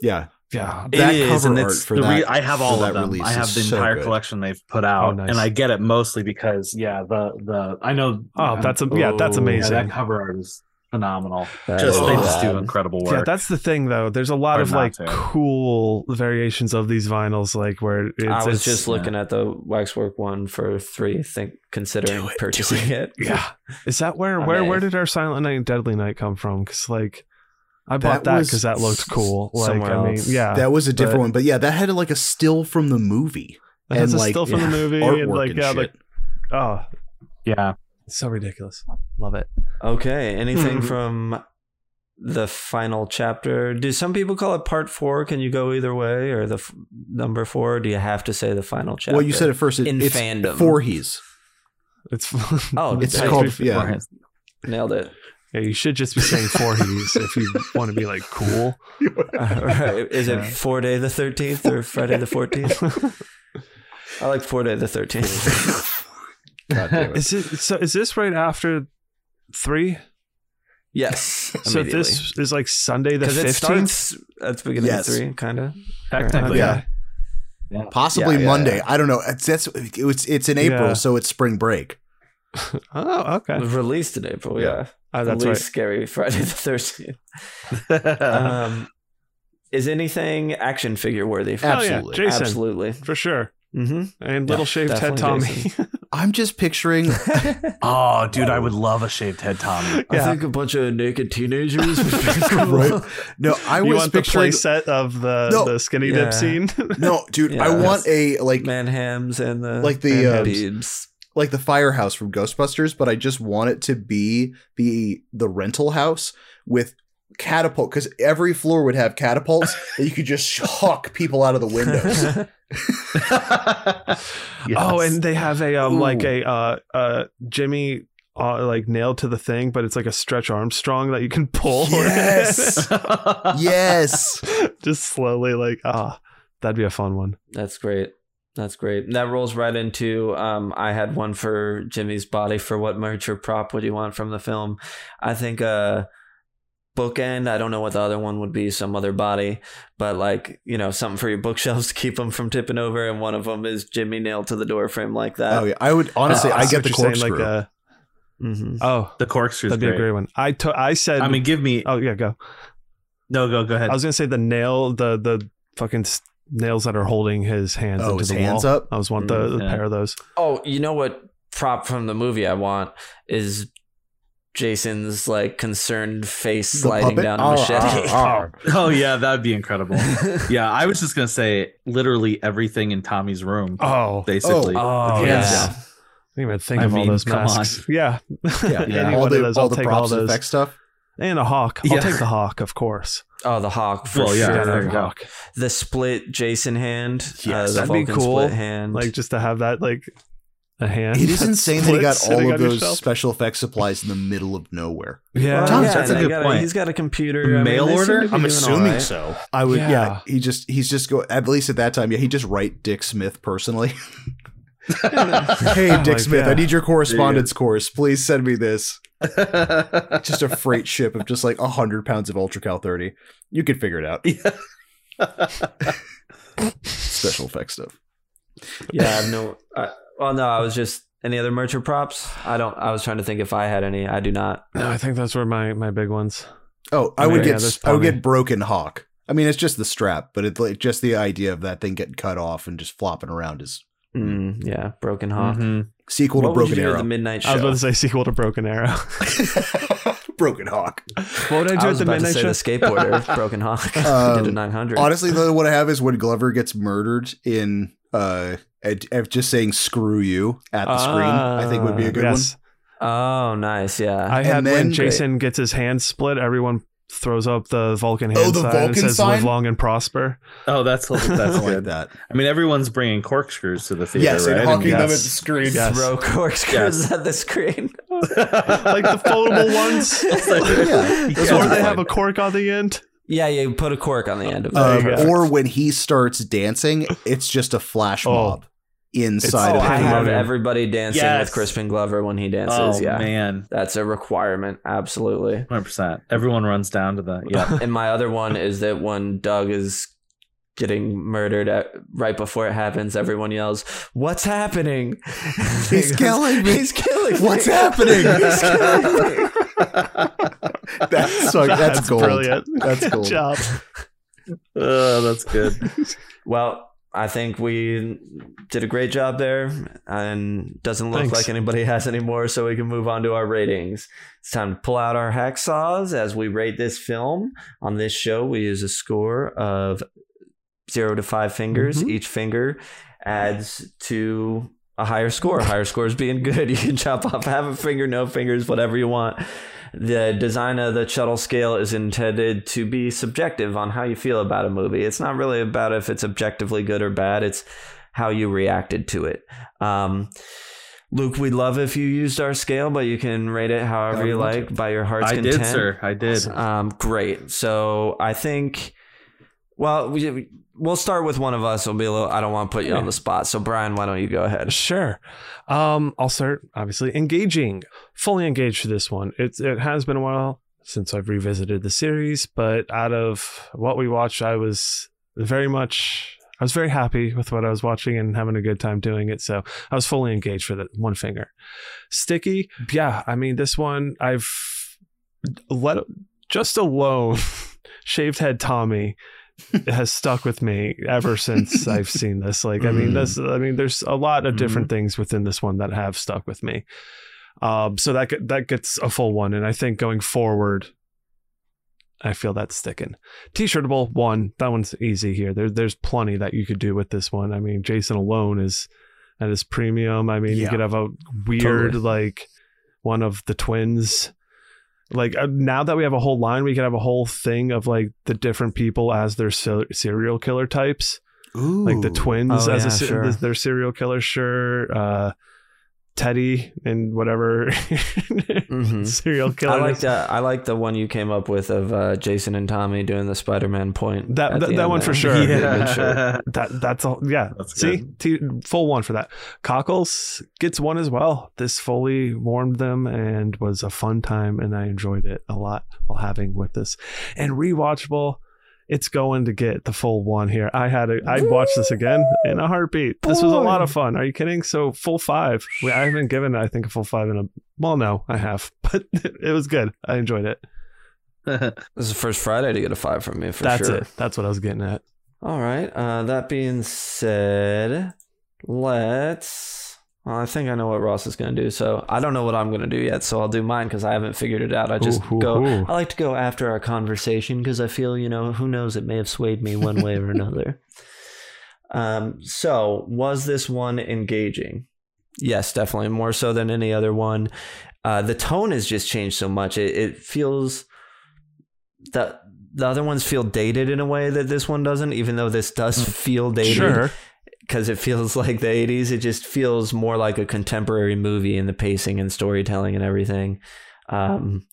[SPEAKER 1] Yeah,
[SPEAKER 3] Yeah,
[SPEAKER 1] That
[SPEAKER 4] it is,
[SPEAKER 1] cover
[SPEAKER 4] and
[SPEAKER 1] art
[SPEAKER 4] it's
[SPEAKER 1] for
[SPEAKER 4] the re-
[SPEAKER 1] that-
[SPEAKER 4] I have
[SPEAKER 1] for
[SPEAKER 4] all
[SPEAKER 1] that
[SPEAKER 4] of them.
[SPEAKER 1] release
[SPEAKER 4] I have
[SPEAKER 1] is
[SPEAKER 4] the
[SPEAKER 1] so
[SPEAKER 4] entire
[SPEAKER 1] good.
[SPEAKER 4] collection they've put out,
[SPEAKER 3] Oh, nice.
[SPEAKER 4] and I get it mostly because yeah, the the I know.
[SPEAKER 3] Oh, that's a- yeah, that's
[SPEAKER 4] Oh,
[SPEAKER 3] amazing.
[SPEAKER 4] that cover art is phenomenal.
[SPEAKER 2] That
[SPEAKER 4] just
[SPEAKER 2] is
[SPEAKER 4] they just
[SPEAKER 2] bad.
[SPEAKER 4] do incredible
[SPEAKER 3] yeah.
[SPEAKER 4] work.
[SPEAKER 3] That's the thing, though. There's a lot
[SPEAKER 4] Or
[SPEAKER 3] of
[SPEAKER 4] not
[SPEAKER 3] like
[SPEAKER 4] to.
[SPEAKER 3] cool variations of these vinyls, like where it's,
[SPEAKER 2] I was
[SPEAKER 3] it's-
[SPEAKER 2] just looking at the waxwork one for three, think considering
[SPEAKER 7] Do it, do
[SPEAKER 2] purchasing it.
[SPEAKER 3] Yeah, is that where
[SPEAKER 2] I
[SPEAKER 3] where
[SPEAKER 2] may.
[SPEAKER 3] where did our Silent Night and Deadly Night come from? Because like, I
[SPEAKER 1] That
[SPEAKER 3] bought that
[SPEAKER 1] was
[SPEAKER 3] because that looked cool. Like,
[SPEAKER 2] somewhere
[SPEAKER 3] I mean,
[SPEAKER 2] else.
[SPEAKER 3] yeah,
[SPEAKER 1] that was a different
[SPEAKER 3] Uh, but-
[SPEAKER 1] one, but yeah, that had like a still from the movie
[SPEAKER 3] That has
[SPEAKER 1] and,
[SPEAKER 3] a
[SPEAKER 1] like,
[SPEAKER 3] still from
[SPEAKER 2] yeah,
[SPEAKER 3] the movie
[SPEAKER 1] artwork
[SPEAKER 3] and like
[SPEAKER 1] and
[SPEAKER 3] yeah,
[SPEAKER 1] shit.
[SPEAKER 3] like oh,
[SPEAKER 4] yeah,
[SPEAKER 3] so ridiculous. Love it.
[SPEAKER 2] Okay. Anything
[SPEAKER 3] Mhm.
[SPEAKER 2] from the final chapter? Do some people call it part four? Can you go either way or the f- number four? do you have to say the final chapter?
[SPEAKER 1] well, you said it first. It,
[SPEAKER 2] In
[SPEAKER 1] it's
[SPEAKER 2] fandom.
[SPEAKER 1] Voorhees.
[SPEAKER 3] It's
[SPEAKER 2] Oh,
[SPEAKER 1] It's
[SPEAKER 2] nice.
[SPEAKER 1] called yeah.
[SPEAKER 4] Beforehand.
[SPEAKER 2] Nailed it.
[SPEAKER 3] Yeah, you should just be saying Voorhees if you want to be like cool.
[SPEAKER 2] All right. Is it
[SPEAKER 3] Yeah.
[SPEAKER 2] four day the 13th or Friday the 14th? I like four day the 13th.
[SPEAKER 1] God damn it.
[SPEAKER 3] Is it so? Is this right after three?
[SPEAKER 2] Yes.
[SPEAKER 3] So
[SPEAKER 2] immediately.
[SPEAKER 3] this is like Sunday the
[SPEAKER 2] because it
[SPEAKER 3] fifteenth.
[SPEAKER 2] starts at the beginning
[SPEAKER 1] Yes.
[SPEAKER 2] of three, kind of.
[SPEAKER 4] technically,
[SPEAKER 3] Okay.
[SPEAKER 1] Yeah. Possibly
[SPEAKER 2] Yeah, yeah,
[SPEAKER 1] Monday. I don't know. It's, that's it's it's in April,
[SPEAKER 3] Yeah.
[SPEAKER 1] so it's spring break.
[SPEAKER 3] Oh, okay.
[SPEAKER 2] Released in April, yeah.
[SPEAKER 3] Oh, that's
[SPEAKER 2] At least
[SPEAKER 3] right.
[SPEAKER 2] scary Friday the Thirteenth. Um, is anything action figure worthy? For
[SPEAKER 3] Oh, yeah,
[SPEAKER 1] Absolutely.
[SPEAKER 3] Jason
[SPEAKER 2] Absolutely.
[SPEAKER 3] for sure, Mm-hmm.
[SPEAKER 2] hmm
[SPEAKER 3] and
[SPEAKER 2] Yeah,
[SPEAKER 3] little shaved head
[SPEAKER 2] definitely
[SPEAKER 3] Tommy.
[SPEAKER 1] I'm just picturing
[SPEAKER 4] oh, dude, I would love a shaved head Tommy.
[SPEAKER 2] I
[SPEAKER 3] Yeah.
[SPEAKER 2] think a bunch of naked teenagers.
[SPEAKER 1] Right. No, I
[SPEAKER 3] you
[SPEAKER 1] was
[SPEAKER 3] want the
[SPEAKER 1] picturing
[SPEAKER 3] playset of the
[SPEAKER 1] No.
[SPEAKER 3] the skinny
[SPEAKER 2] Yeah.
[SPEAKER 3] dip scene?
[SPEAKER 1] No, dude, I
[SPEAKER 2] Yeah.
[SPEAKER 1] want a like
[SPEAKER 2] Man hams and the
[SPEAKER 1] Like the,
[SPEAKER 2] man
[SPEAKER 1] um,
[SPEAKER 2] Biebs.
[SPEAKER 1] like the firehouse from Ghostbusters, but I just want it to be the the rental house with catapult because every floor would have catapults that you could just huck people out of the windows.
[SPEAKER 3] Oh,
[SPEAKER 4] Yes.
[SPEAKER 3] and they have a um, like
[SPEAKER 2] Ooh.
[SPEAKER 3] a uh, uh, Jimmy uh, like nailed to the thing, but it's like a stretch Armstrong that you can pull.
[SPEAKER 1] Yes. yes.
[SPEAKER 3] just slowly like ah, that'd be a fun one.
[SPEAKER 2] That's great. That's great. And That rolls right into um, I had one for Jimmy's body for what merch or prop would you want from the film? I think uh bookend. I don't know what the other one would be, some other body, but like you know something for your bookshelves to keep them from tipping over. And one of them is Jimmy nailed to the door frame like that.
[SPEAKER 1] Oh yeah. I would honestly
[SPEAKER 3] Uh,
[SPEAKER 1] I
[SPEAKER 3] see
[SPEAKER 1] get
[SPEAKER 3] what
[SPEAKER 1] the
[SPEAKER 3] you're saying,
[SPEAKER 1] corkscrew.
[SPEAKER 3] Like a,
[SPEAKER 2] hmm
[SPEAKER 3] oh,
[SPEAKER 4] the corkscrew.
[SPEAKER 3] that'd be a great one. I to- I said.
[SPEAKER 4] I mean, give me.
[SPEAKER 3] oh yeah, go.
[SPEAKER 4] no, go go ahead.
[SPEAKER 3] I was gonna say the nail, the the fucking s- nails that are holding his hands
[SPEAKER 1] Oh,
[SPEAKER 3] into
[SPEAKER 1] his
[SPEAKER 3] the
[SPEAKER 1] hands
[SPEAKER 3] wall.
[SPEAKER 1] up?
[SPEAKER 3] I was want the,
[SPEAKER 4] Mm,
[SPEAKER 3] the
[SPEAKER 4] yeah.
[SPEAKER 3] pair of those.
[SPEAKER 2] Oh, you know what prop from the movie I want is Jason's like concerned face
[SPEAKER 1] The
[SPEAKER 2] sliding
[SPEAKER 1] puppet? Oh,
[SPEAKER 2] down a
[SPEAKER 1] Arr,
[SPEAKER 2] machete.
[SPEAKER 1] arr, arr.
[SPEAKER 4] oh yeah, that'd be incredible. yeah, I was just gonna say literally everything in Tommy's room.
[SPEAKER 3] Oh,
[SPEAKER 4] basically.
[SPEAKER 2] Oh,
[SPEAKER 3] yes. I didn't even think
[SPEAKER 4] I
[SPEAKER 3] of
[SPEAKER 4] mean,
[SPEAKER 3] all those
[SPEAKER 4] come on.
[SPEAKER 3] masks. Yeah,
[SPEAKER 1] Yeah,
[SPEAKER 4] Yeah.
[SPEAKER 3] Any
[SPEAKER 1] All
[SPEAKER 3] one
[SPEAKER 1] the,
[SPEAKER 3] of those,
[SPEAKER 1] all
[SPEAKER 3] I'll
[SPEAKER 1] the
[SPEAKER 3] take
[SPEAKER 1] props
[SPEAKER 3] all
[SPEAKER 1] and
[SPEAKER 3] those.
[SPEAKER 1] effects stuff.
[SPEAKER 3] And a hawk. I'll
[SPEAKER 4] Yeah.
[SPEAKER 3] take the hawk, of course.
[SPEAKER 2] Oh, the hawk. For
[SPEAKER 4] Well, yeah,
[SPEAKER 2] sure.
[SPEAKER 4] there you go.
[SPEAKER 2] The split Jason hand. uh,
[SPEAKER 3] Yes,
[SPEAKER 2] the
[SPEAKER 3] that'd be
[SPEAKER 2] Vulcan
[SPEAKER 3] cool.
[SPEAKER 2] Split hand.
[SPEAKER 3] Like just to have that like a hand.
[SPEAKER 1] It is insane that he got
[SPEAKER 3] sitting
[SPEAKER 1] all of
[SPEAKER 3] on your
[SPEAKER 1] those
[SPEAKER 3] shelf.
[SPEAKER 1] special effects supplies in the middle of nowhere.
[SPEAKER 3] Yeah.
[SPEAKER 2] Well,
[SPEAKER 4] Thomas,
[SPEAKER 2] yeah,
[SPEAKER 4] that's a
[SPEAKER 2] they
[SPEAKER 4] good
[SPEAKER 2] got
[SPEAKER 4] point.
[SPEAKER 2] He's got a computer.
[SPEAKER 4] The
[SPEAKER 2] I mean,
[SPEAKER 4] mail
[SPEAKER 2] they seem to
[SPEAKER 4] order?
[SPEAKER 2] be
[SPEAKER 4] I'm
[SPEAKER 2] doing all right.
[SPEAKER 1] so. I would. Yeah.
[SPEAKER 3] Yeah.
[SPEAKER 1] He just he's just go at least at that time. Yeah, he just write Dick Smith personally. hey,
[SPEAKER 3] Oh
[SPEAKER 1] Dick
[SPEAKER 3] my
[SPEAKER 1] Smith, I
[SPEAKER 3] God.
[SPEAKER 1] need your correspondence course. Please send me this. just a freight ship of just like hundred pounds of UltraCal thirty. You can figure it out. Special effects stuff.
[SPEAKER 2] Yeah, I have no. I, well, no, I was just any other merch or props. I don't. I was trying to think if I had any. I do not.
[SPEAKER 3] No, I think those were my my big ones.
[SPEAKER 1] Oh, I
[SPEAKER 3] Yeah,
[SPEAKER 1] would get
[SPEAKER 3] there's
[SPEAKER 1] I would
[SPEAKER 3] plenty.
[SPEAKER 1] get broken hawk. I mean, it's just the strap, but it's like just the idea of that thing getting cut off and just flopping around is
[SPEAKER 2] Mm, yeah, broken
[SPEAKER 3] Mm-hmm.
[SPEAKER 2] hawk.
[SPEAKER 4] Mhm.
[SPEAKER 1] sequel
[SPEAKER 2] What
[SPEAKER 1] to
[SPEAKER 2] would you
[SPEAKER 1] Broken
[SPEAKER 2] do at
[SPEAKER 1] Arrow.
[SPEAKER 2] the midnight show?
[SPEAKER 3] I was about to say sequel to Broken Arrow.
[SPEAKER 1] Broken Hawk.
[SPEAKER 3] what would I do
[SPEAKER 2] I
[SPEAKER 3] at
[SPEAKER 2] was
[SPEAKER 3] the
[SPEAKER 2] about to
[SPEAKER 3] midnight
[SPEAKER 2] say
[SPEAKER 3] show?
[SPEAKER 2] the skateboarder, broken hawk.
[SPEAKER 1] Um,
[SPEAKER 2] did a nine hundred.
[SPEAKER 1] Honestly, though, what I have is when Glover gets murdered in uh, at, at just saying "screw you" at
[SPEAKER 3] Ah.
[SPEAKER 1] the screen. I think would be a good
[SPEAKER 3] yes.
[SPEAKER 2] Oh, nice. Yeah.
[SPEAKER 3] I had
[SPEAKER 1] And then-
[SPEAKER 3] when Jason gets his hand split, everyone throws up the Vulcan hand
[SPEAKER 1] Oh, the
[SPEAKER 3] sign
[SPEAKER 1] Vulcan
[SPEAKER 3] and says
[SPEAKER 1] sign?
[SPEAKER 3] "Live long and prosper."
[SPEAKER 4] Oh, that's that's
[SPEAKER 1] one. I
[SPEAKER 4] good.
[SPEAKER 1] like that.
[SPEAKER 4] I mean, everyone's bringing corkscrews to the theater,
[SPEAKER 1] yes,
[SPEAKER 4] right?
[SPEAKER 1] and
[SPEAKER 4] I mean,
[SPEAKER 1] hawking them at the
[SPEAKER 4] yes.
[SPEAKER 1] screen.
[SPEAKER 3] Yes.
[SPEAKER 2] Throw corkscrews at the screen.
[SPEAKER 3] like the foldable ones.
[SPEAKER 1] Yeah.
[SPEAKER 3] That's
[SPEAKER 1] Yeah.
[SPEAKER 3] where they
[SPEAKER 1] Yeah.
[SPEAKER 3] have a cork on the end.
[SPEAKER 2] Yeah, you put a cork on the end of it.
[SPEAKER 1] Um,
[SPEAKER 3] There you go.
[SPEAKER 1] or when he starts dancing, it's just a flash
[SPEAKER 3] Oh.
[SPEAKER 1] mob inside
[SPEAKER 2] oh,
[SPEAKER 1] of
[SPEAKER 2] I
[SPEAKER 1] him.
[SPEAKER 2] have
[SPEAKER 3] Pandemonium.
[SPEAKER 2] everybody dancing
[SPEAKER 4] Yes.
[SPEAKER 2] with Crispin Glover when he dances.
[SPEAKER 4] Oh
[SPEAKER 2] yeah,
[SPEAKER 4] man,
[SPEAKER 2] that's a requirement. Absolutely.
[SPEAKER 4] hundred percent. Everyone runs down to the yeah.
[SPEAKER 2] and my other one is that when Doug is getting murdered at, right before it happens, everyone yells, "What's happening?"
[SPEAKER 1] He's killing me.
[SPEAKER 2] He's killing me.
[SPEAKER 1] What's happening?
[SPEAKER 2] He's killing me.
[SPEAKER 1] That's so- that's, gold.
[SPEAKER 3] brilliant.
[SPEAKER 1] That's
[SPEAKER 3] good
[SPEAKER 1] gold.
[SPEAKER 3] job.
[SPEAKER 4] Oh, that's good.
[SPEAKER 2] Well, I think we did a great job there, and doesn't look
[SPEAKER 3] Thanks.
[SPEAKER 2] like anybody has any more, so we can move on to our ratings. It's time to pull out our hacksaws as we rate this film. On this show, we use a score of zero to five fingers.
[SPEAKER 3] Mhm.
[SPEAKER 2] Each finger adds to a higher score. Higher scores being good. You can chop off half a finger, no fingers, whatever you want. The design of the shuttle scale is intended to be subjective on how you feel about a movie. It's not really about if it's objectively good or bad, it's how you reacted to it. Um, Luke, we'd love if you used our scale, but you can rate it however
[SPEAKER 1] However
[SPEAKER 2] you
[SPEAKER 1] you want
[SPEAKER 2] like by your heart's
[SPEAKER 4] I
[SPEAKER 2] content.
[SPEAKER 4] did, sir. I did.
[SPEAKER 2] Um, great. So I think, well, we, we'll start with one of us. It'll be a little, I don't want to put you on the spot. So, Brian, why don't you go ahead?
[SPEAKER 3] Sure. Um, I'll start obviously engaging, fully engaged for this one. It's it has been a while since I've revisited the series, but out of what we watched, I was very much I was very happy with what I was watching and having a good time doing it. So I was fully engaged for that one finger. Sticky, yeah. I mean, this one I've let just alone shaved head Tommy has stuck with me ever since I've seen this. Like, I mean, this, I mean, there's a lot of different things within this one that have stuck with me. Um, so that get- that gets a full one, and I think going forward, I feel that's sticking. T-shirtable one, that one's easy here. There, there's plenty that you could do with this one. I mean, Jason alone is at his premium. I mean, you
[SPEAKER 1] Yeah.
[SPEAKER 3] could have a weird like one of the twins. Like uh, now that we have a whole line, we could have a whole thing of like the different people as their se- serial killer types
[SPEAKER 1] Ooh.
[SPEAKER 3] like the twins
[SPEAKER 2] Oh,
[SPEAKER 3] as
[SPEAKER 2] yeah,
[SPEAKER 3] a, se-
[SPEAKER 2] sure.
[SPEAKER 3] th- their serial killer sure uh teddy and whatever Mm-hmm.
[SPEAKER 2] Mhm.
[SPEAKER 3] serial killer
[SPEAKER 2] I like that. I like the one you came up with of uh, Jason and Tommy doing the Spider-Man point.
[SPEAKER 3] That-
[SPEAKER 2] at
[SPEAKER 3] that-
[SPEAKER 2] the
[SPEAKER 3] that
[SPEAKER 2] end
[SPEAKER 3] one for
[SPEAKER 2] there.
[SPEAKER 3] sure.
[SPEAKER 2] Yeah, good shit.
[SPEAKER 3] that that's all yeah
[SPEAKER 4] That's
[SPEAKER 3] see T- full one for that cockles gets one as well this fully warmed them and was a fun time and i enjoyed it a lot while having with this and rewatchable it's going to get the full one here i had a i'd watch this again in a heartbeat this was a lot of fun are you kidding so full five We- i haven't given i think a full five in a well no i have but it was good i enjoyed it
[SPEAKER 2] This is the first Friday to get a five from me for
[SPEAKER 3] that's
[SPEAKER 2] sure.
[SPEAKER 3] it that's what i was getting at
[SPEAKER 2] All right. Uh, that being said, let's. Well, I think I know what Ross is going to do. So I don't know what I'm going to do yet. So I'll do mine because I haven't figured it out. I just
[SPEAKER 3] Ooh, ooh,
[SPEAKER 2] go.
[SPEAKER 3] ooh.
[SPEAKER 2] I like to go after our conversation because I feel, you know, who knows? It may have swayed me one way or another. Um, so was this one engaging? Yes, definitely more so than any other one. Uh, the tone has just changed so much. It, it feels that the other ones feel dated in a way that this one doesn't, even though this does feel dated
[SPEAKER 3] Sure.
[SPEAKER 2] because it feels like the 80s. It just feels more like a contemporary movie in the pacing and storytelling and everything. Um,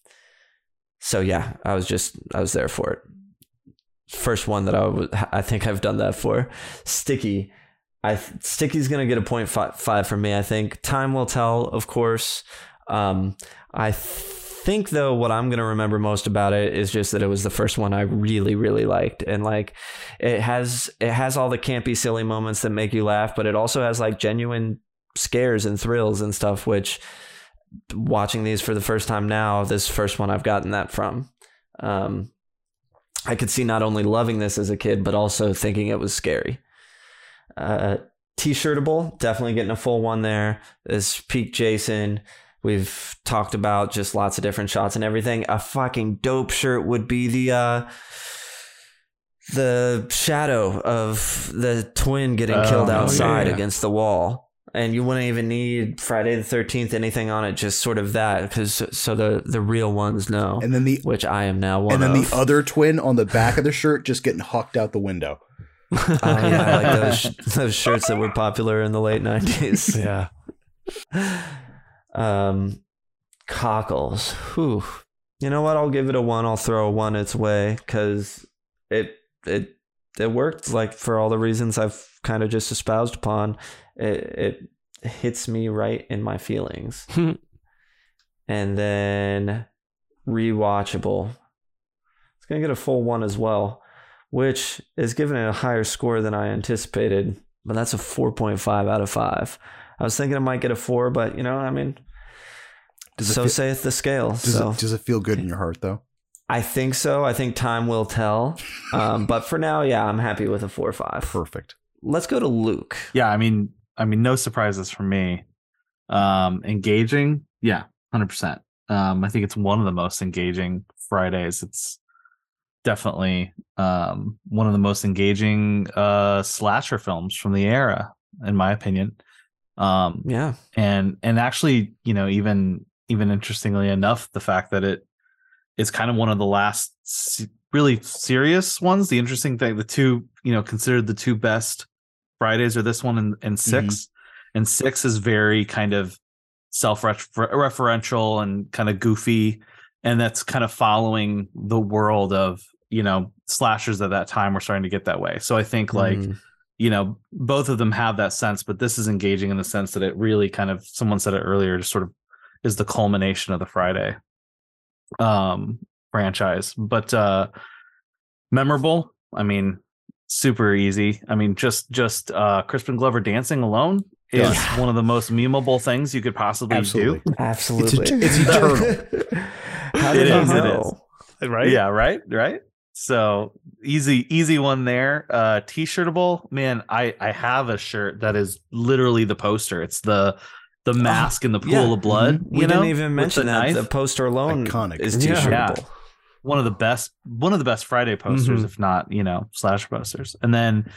[SPEAKER 2] so yeah, I was just I was there for it. First one that I was, I think I've done that for. Sticky, I Sticky's gonna get a point five, five from me. I think time will tell, of course. Um, I think though what I'm gonna remember most about it is just that it was the first one I really really liked, and like it has it has all the campy silly moments that make you laugh, but it also has like genuine scares and thrills and stuff, which watching these for the first time now, this first one I've gotten that from. Um, I could see not only loving this as a kid, but also thinking it was scary. Uh, t-shirtable, definitely getting a full one there. This peak Jason. We've talked about just lots of different shots and everything. A fucking dope shirt would be the uh, the shadow of the twin getting
[SPEAKER 4] Oh,
[SPEAKER 2] killed
[SPEAKER 4] yeah,
[SPEAKER 2] outside
[SPEAKER 3] yeah.
[SPEAKER 2] against the wall and you wouldn't even need Friday the Thirteenth anything on it, just sort of that, because so the the real ones know,
[SPEAKER 1] And then the
[SPEAKER 2] which I am now one.
[SPEAKER 1] and then
[SPEAKER 2] of.
[SPEAKER 1] the other twin on the back of the shirt just getting hucked out the window.
[SPEAKER 2] Oh, yeah, like those those shirts that were popular in the late nineties.
[SPEAKER 3] Yeah.
[SPEAKER 2] Um, cockles. Whew. You know what? I'll give it a one. I'll throw a one its way because it it it worked. Like for all the reasons I've kind of just espoused upon, it it hits me right in my feelings.
[SPEAKER 1] Hmm.
[SPEAKER 2] and then rewatchable. It's gonna get a full one as well, which is giving it a higher score than I anticipated. But that's a four point five out of five. I was thinking I might get a four, but you know, I mean,
[SPEAKER 1] Does it
[SPEAKER 2] so
[SPEAKER 1] feel-
[SPEAKER 2] saith the scale.
[SPEAKER 1] Does,
[SPEAKER 2] so
[SPEAKER 1] it, does it feel good in your heart though?
[SPEAKER 2] I think so. I think time will tell. Um, but for now, yeah, I'm happy with a four or five.
[SPEAKER 1] Perfect.
[SPEAKER 2] Let's go to Luke.
[SPEAKER 4] yeah i mean i mean no surprises for me um engaging yeah 100% um i think it's one of the most engaging fridays it's definitely um one of the most engaging uh slasher films from the era in my opinion um
[SPEAKER 2] Yeah,
[SPEAKER 4] and and actually you know even even interestingly enough the fact that it is kind of one of the last se- really serious ones the interesting thing the two you know considered the two best fridays are this one and, and 6 and six is very kind of self-referential and kind of goofy and that's kind of following the world of you know slashers at that time were starting to get that way so i think like
[SPEAKER 2] Mm.
[SPEAKER 4] you know, both of them have that sense, but this is engaging in the sense that it really kind of someone said it earlier, just sort of is the culmination of the Friday um franchise. But uh memorable, I mean, super easy. I mean, just just uh Crispin Glover dancing alone is one of the most memeable things you could possibly
[SPEAKER 1] Absolutely.
[SPEAKER 2] absolutely.
[SPEAKER 1] It's, it's eternal.
[SPEAKER 2] How
[SPEAKER 4] It
[SPEAKER 2] did I
[SPEAKER 4] is, it
[SPEAKER 2] know?
[SPEAKER 3] Right?
[SPEAKER 4] do. Yeah, right, right. So easy, easy one there. Uh t-shirtable, man. I I have a shirt that is literally the poster. It's the the mask in the
[SPEAKER 2] Oh,
[SPEAKER 4] pool
[SPEAKER 2] yeah. mm-hmm.
[SPEAKER 4] of blood.
[SPEAKER 2] We
[SPEAKER 4] you know,
[SPEAKER 2] didn't even
[SPEAKER 4] with
[SPEAKER 2] mention
[SPEAKER 4] the
[SPEAKER 2] that
[SPEAKER 4] knife.
[SPEAKER 2] the poster alone
[SPEAKER 1] Iconic.
[SPEAKER 2] is
[SPEAKER 1] Yeah.
[SPEAKER 2] t-shirtable.
[SPEAKER 4] Yeah. one of the best one of the best Friday posters,
[SPEAKER 3] Mhm.
[SPEAKER 4] if not, you know, slash posters. And then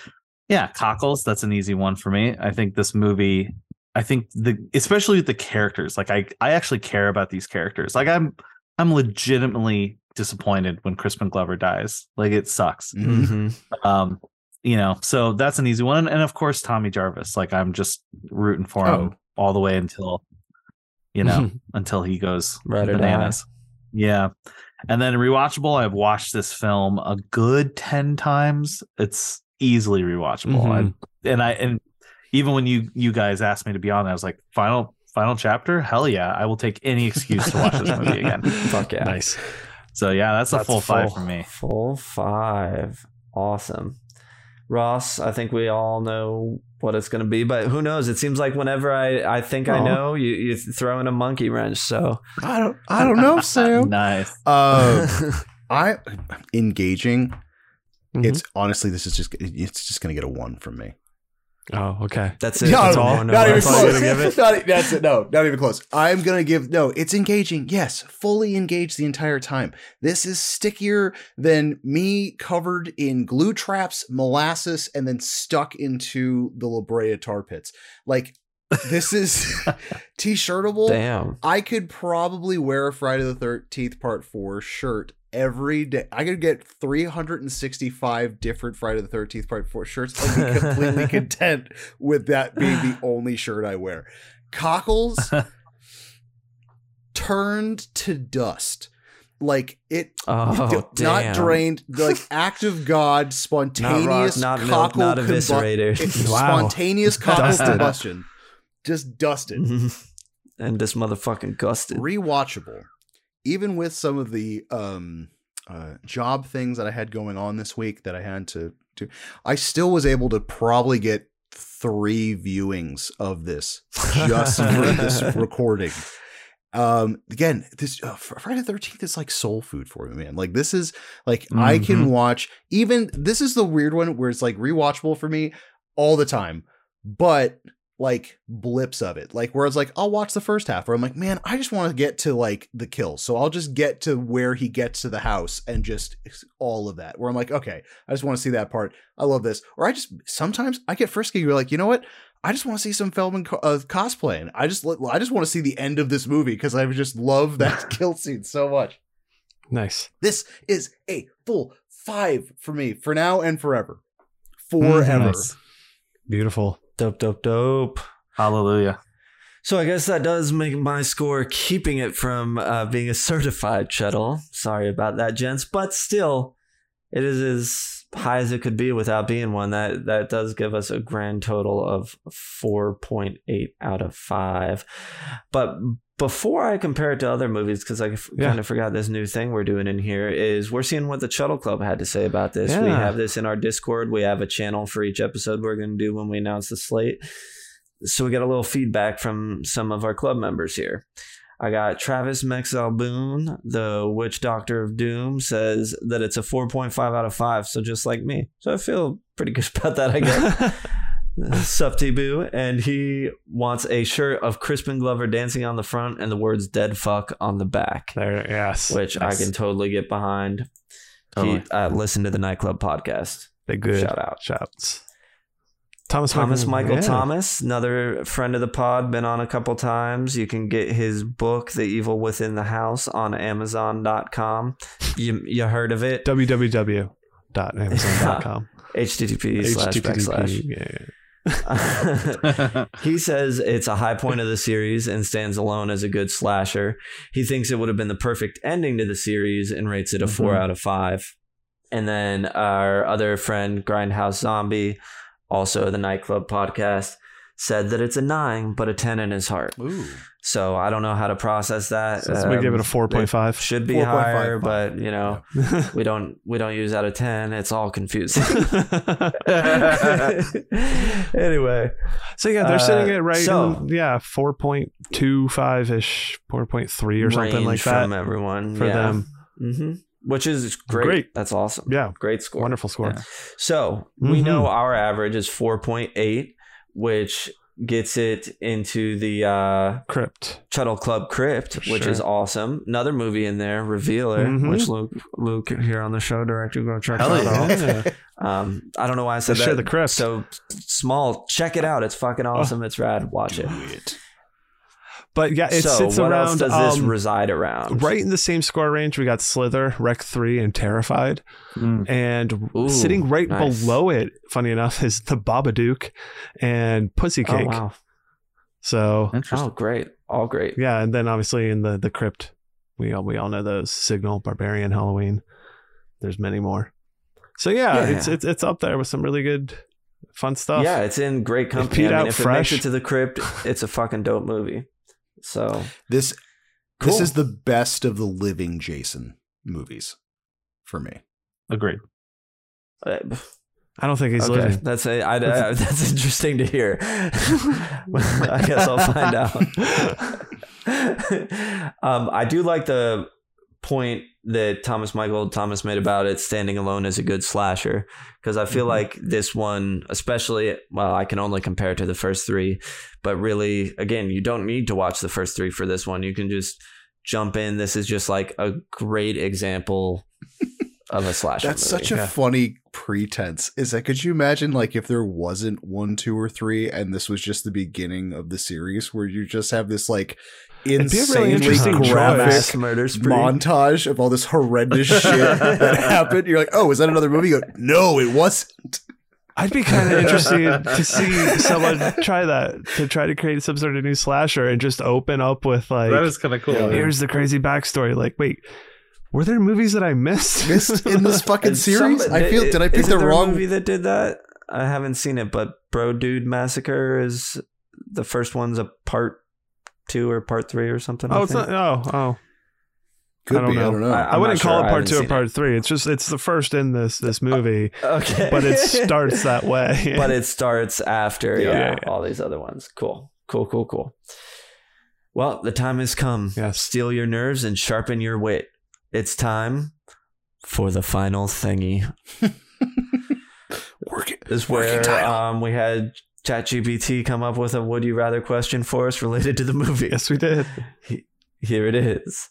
[SPEAKER 4] yeah, cockles, that's an easy one for me. I think this movie I think the especially with the characters, like I I actually care about these characters. Like I'm I'm legitimately disappointed when Crispin Glover dies. Like it sucks.
[SPEAKER 1] Mhm.
[SPEAKER 4] Um you know, so that's an easy one. And of course Tommy Jarvis. Like I'm just rooting for him all the way until you know, until he goes
[SPEAKER 2] Right or die.
[SPEAKER 4] bananas. Yeah. And then rewatchable, I've watched this film a good 10 times. It's easily rewatchable.
[SPEAKER 3] Mhm.
[SPEAKER 4] I, and I and even when you you guys asked me to be on, I was like, final final chapter? Hell yeah. I will take any excuse to watch this movie again.
[SPEAKER 2] Fuck yeah.
[SPEAKER 3] Nice.
[SPEAKER 4] So yeah, that's, a
[SPEAKER 3] That's
[SPEAKER 4] full, five
[SPEAKER 3] full.
[SPEAKER 4] for me.
[SPEAKER 2] Full five. Awesome. Ross, I think we all know what it's going to be, but who knows? It seems like whenever I, I think I
[SPEAKER 7] Aw.
[SPEAKER 2] know, you, you throw in a monkey wrench. So,
[SPEAKER 7] I don't. I don't know, Sam.
[SPEAKER 4] Nice. Oh,
[SPEAKER 1] Uh, I engaging.
[SPEAKER 2] Mm-hmm.
[SPEAKER 3] Mhm.
[SPEAKER 1] It's honestly, this is just it's just gonna get a one from me.
[SPEAKER 3] Oh, okay.
[SPEAKER 2] that's it.
[SPEAKER 1] No,
[SPEAKER 2] that's all.
[SPEAKER 3] not
[SPEAKER 2] No,
[SPEAKER 1] not even
[SPEAKER 2] that's all you're
[SPEAKER 1] close.
[SPEAKER 2] gonna give it.
[SPEAKER 1] Not e- that's it. No, not even close. I'm gonna give no. It's engaging. Yes, fully engaged the entire time. This is stickier than me covered in glue traps, molasses, and then stuck into the La Brea tar pits. Like this is t-shirtable.
[SPEAKER 2] Damn.
[SPEAKER 1] I could probably wear a Friday the Thirteenth Part Four shirt every day. I could get 365 different Friday the 13th Part 4 shirts and be completely content with that being the only shirt I wear. Cockles turned to dust. Like it
[SPEAKER 2] Oh,
[SPEAKER 1] d-
[SPEAKER 2] damn.
[SPEAKER 1] not drained, like act of God,
[SPEAKER 2] Not rock,
[SPEAKER 1] spontaneous
[SPEAKER 2] not milk,
[SPEAKER 1] cockle
[SPEAKER 2] not
[SPEAKER 1] combu-
[SPEAKER 2] eviscerated.
[SPEAKER 1] it's
[SPEAKER 4] Wow.
[SPEAKER 1] spontaneous cockle
[SPEAKER 4] Dusted.
[SPEAKER 1] combustion. Just dusted.
[SPEAKER 2] and this motherfucking gusted.
[SPEAKER 1] Rewatchable. Even with some of the um, uh, job things that I had going on this week that I had to do, I still was able to probably get three viewings of this just for this recording. Um, again, this uh, Fr- Friday the 13th is like soul food for me, man. Like, this is like I can watch even this is the weird one where it's like rewatchable for me all the time, but like blips of it, like where it's like I'll watch the first half where I'm like, man, I just want to get to like the kill, so I'll just get to where he gets to the house and just all of that. Where I'm like, okay, I just want to see that part. I love this, or I just sometimes I get frisky. You're like, you know what? I just want to see some Feldman co- uh, cosplay, and I just I just want to see the end of this movie because I just love that kill scene so much.
[SPEAKER 3] Nice.
[SPEAKER 1] This is a full five for me for now and forever. Forever.
[SPEAKER 4] Nice.
[SPEAKER 3] Beautiful.
[SPEAKER 2] Dope, dope, dope.
[SPEAKER 4] Hallelujah.
[SPEAKER 2] So I guess that does make my score keeping it from uh, being a certified shuttle. Sorry about that, gents, but still, it is as high as it could be without being one. That that does give us a grand total of four point eight out of five. But before I compare it to other movies, because I
[SPEAKER 3] Yeah.
[SPEAKER 2] kind of forgot this new thing we're doing in here is we're seeing what the Shuttle Club had to say about this. We
[SPEAKER 3] Yeah.
[SPEAKER 2] have this in our Discord. We have a channel for each episode we're going to do when we announce the slate. So we got a little feedback from some of our club members here. I got Travis Mexel Boone, the Witch Doctor of Doom, says that it's a 4.5 out of 5, so just like me. So I feel pretty good about that, I guess. Sufty Boo, and he wants a shirt of Crispin Glover dancing on the front and the words dead fuck on the back,
[SPEAKER 3] There. Yes.
[SPEAKER 2] which
[SPEAKER 4] Nice.
[SPEAKER 2] I can totally get behind.
[SPEAKER 4] Totally.
[SPEAKER 2] He, uh, listen to the nightclub podcast.
[SPEAKER 3] They good.
[SPEAKER 2] Shout out.
[SPEAKER 3] Shouts. Thomas.
[SPEAKER 2] Thomas Michael
[SPEAKER 3] Yeah.
[SPEAKER 2] Thomas, another friend of the pod, been on a couple times. You can get his book, The Evil Within the House, on Amazon.com. You you heard of it?
[SPEAKER 3] www.amazon.com.
[SPEAKER 2] HTTP slash backslash.
[SPEAKER 3] Yeah, yeah.
[SPEAKER 2] he says it's a high point of the series and stands alone as a good slasher. He thinks it would have been the perfect ending to the series and rates it a 4
[SPEAKER 4] Mhm.
[SPEAKER 2] out of five. And then our other friend, Grindhouse Zombie, also the nightclub podcast, said that it's a nine, but a 10 in his heart.
[SPEAKER 1] Ooh.
[SPEAKER 2] So I don't know how to process that.
[SPEAKER 3] So we
[SPEAKER 2] Um,
[SPEAKER 3] give it a 4.5.
[SPEAKER 2] should be
[SPEAKER 1] 4.5.
[SPEAKER 2] higher, but you know, we don't we don't use out of 10. It's all confusing. anyway,
[SPEAKER 3] So yeah, they're
[SPEAKER 2] Uh,
[SPEAKER 3] sitting at right
[SPEAKER 2] so-
[SPEAKER 3] in, yeah, 4.25 ish, 4.3 or something like
[SPEAKER 2] range
[SPEAKER 3] that
[SPEAKER 2] from everyone
[SPEAKER 3] for
[SPEAKER 2] yeah.
[SPEAKER 3] them.
[SPEAKER 2] hmm which is great.
[SPEAKER 3] Great.
[SPEAKER 2] That's awesome.
[SPEAKER 3] Yeah.
[SPEAKER 2] great score.
[SPEAKER 3] Wonderful score.
[SPEAKER 4] Yeah.
[SPEAKER 2] So we
[SPEAKER 3] Mhm.
[SPEAKER 2] know our average is four point eight, which gets it into the uh,
[SPEAKER 3] Crypt.
[SPEAKER 2] Shuttle Club Crypt,
[SPEAKER 3] For
[SPEAKER 2] which
[SPEAKER 3] sure.
[SPEAKER 2] is awesome. Another movie in there, Revealer,
[SPEAKER 3] Mhm.
[SPEAKER 2] which Luke Luke here on the show director going to check
[SPEAKER 4] Hell
[SPEAKER 2] out.
[SPEAKER 4] yeah.
[SPEAKER 2] all. Um, I don't know why I said
[SPEAKER 3] Let's share
[SPEAKER 2] that.
[SPEAKER 3] the Oh. crypt.
[SPEAKER 2] So small, check it out. It's fucking awesome. It's rad. Watch it.
[SPEAKER 3] But yeah, it
[SPEAKER 2] so
[SPEAKER 3] sits
[SPEAKER 2] what
[SPEAKER 3] around
[SPEAKER 2] else does this
[SPEAKER 3] um,
[SPEAKER 2] reside around?
[SPEAKER 3] right in the same score range. We got Slither, Wreck 3, and Terrified.
[SPEAKER 4] Mm.
[SPEAKER 3] And
[SPEAKER 2] Ooh,
[SPEAKER 3] sitting right
[SPEAKER 2] nice.
[SPEAKER 3] below it, funny enough, is the Babadook and Pussy
[SPEAKER 2] Oh
[SPEAKER 3] Cake.
[SPEAKER 2] wow.
[SPEAKER 3] So
[SPEAKER 2] Oh
[SPEAKER 4] Interesting.
[SPEAKER 2] great. All great.
[SPEAKER 3] yeah, and then obviously in the the crypt, we all we all know those Signal, Barbarian, Halloween. There's many more. So yeah,
[SPEAKER 2] Yeah.
[SPEAKER 3] it's it's it's up there with some really good, fun stuff.
[SPEAKER 2] Yeah, it's in great company.
[SPEAKER 3] Pete
[SPEAKER 2] I mean,
[SPEAKER 3] Out
[SPEAKER 2] if
[SPEAKER 3] Fresh-
[SPEAKER 2] it makes it to the crypt, it's a fucking dope movie. So
[SPEAKER 1] This
[SPEAKER 2] Cool.
[SPEAKER 1] this is the best of the living Jason movies for me.
[SPEAKER 4] Agreed.
[SPEAKER 2] uh,
[SPEAKER 3] I don't think he's
[SPEAKER 2] okay,
[SPEAKER 3] living.
[SPEAKER 2] that's a, I, I, that's interesting to hear. I guess I'll find out. um, I do like the point that Thomas Michael Thomas made about it standing alone as a good slasher because I feel like this one, especially, well, I can only compare it to the first three, but really, again, you don't need to watch the first three for this one. You can just jump in. This is just like a great example of a slasher.
[SPEAKER 1] That's
[SPEAKER 2] movie.
[SPEAKER 1] such a funny pretense. Is that could you imagine like if there wasn't one, two, or three, and this was just the beginning of the series where you just have this like
[SPEAKER 3] really
[SPEAKER 1] insanely
[SPEAKER 3] interesting
[SPEAKER 1] graphic
[SPEAKER 2] Mass murder spree.
[SPEAKER 1] montage of all this horrendous shit that happened. You're like, oh, is that another movie? You go, no, it wasn't.
[SPEAKER 3] I'd be kind of interested to see someone try that to try to create some sort of new slasher and just open up with like,
[SPEAKER 4] that is kind of cool.
[SPEAKER 3] here's the crazy backstory. Like, wait, were there movies that I missed?
[SPEAKER 1] Missed in this fucking
[SPEAKER 2] And some-
[SPEAKER 1] series. I feel. Did I pick
[SPEAKER 2] isn't
[SPEAKER 1] the
[SPEAKER 2] there a
[SPEAKER 1] wrong?
[SPEAKER 2] movie that did that? I haven't seen it, but Bro Dude Massacre is the first one's a part two or part three or something.
[SPEAKER 3] oh,
[SPEAKER 2] I
[SPEAKER 3] it's
[SPEAKER 2] think.
[SPEAKER 3] not. Oh, oh.
[SPEAKER 1] Could
[SPEAKER 3] I don't
[SPEAKER 1] be.
[SPEAKER 3] know.
[SPEAKER 1] I don't know.
[SPEAKER 2] I-
[SPEAKER 3] I'm I would not
[SPEAKER 2] sure.
[SPEAKER 3] call
[SPEAKER 2] I
[SPEAKER 3] it part
[SPEAKER 2] haven't
[SPEAKER 3] two
[SPEAKER 2] seen
[SPEAKER 3] or part three. It's just it's the first in this this movie,
[SPEAKER 2] Okay,
[SPEAKER 3] but it starts that way.
[SPEAKER 2] but it starts after
[SPEAKER 3] Yeah.
[SPEAKER 2] yeah,
[SPEAKER 3] Yeah, yeah.
[SPEAKER 2] all these other ones. Cool, cool, cool, cool. Well, the time has come.
[SPEAKER 3] Yes.
[SPEAKER 2] Steal your nerves and sharpen your wit. It's time for the final thingy.
[SPEAKER 1] Work it.
[SPEAKER 2] This is
[SPEAKER 1] Working
[SPEAKER 2] where
[SPEAKER 1] title.
[SPEAKER 2] um, we had ChatGPT come up with a "Would you rather" question for us related to the movie.
[SPEAKER 3] yes, we did.
[SPEAKER 2] Here it is.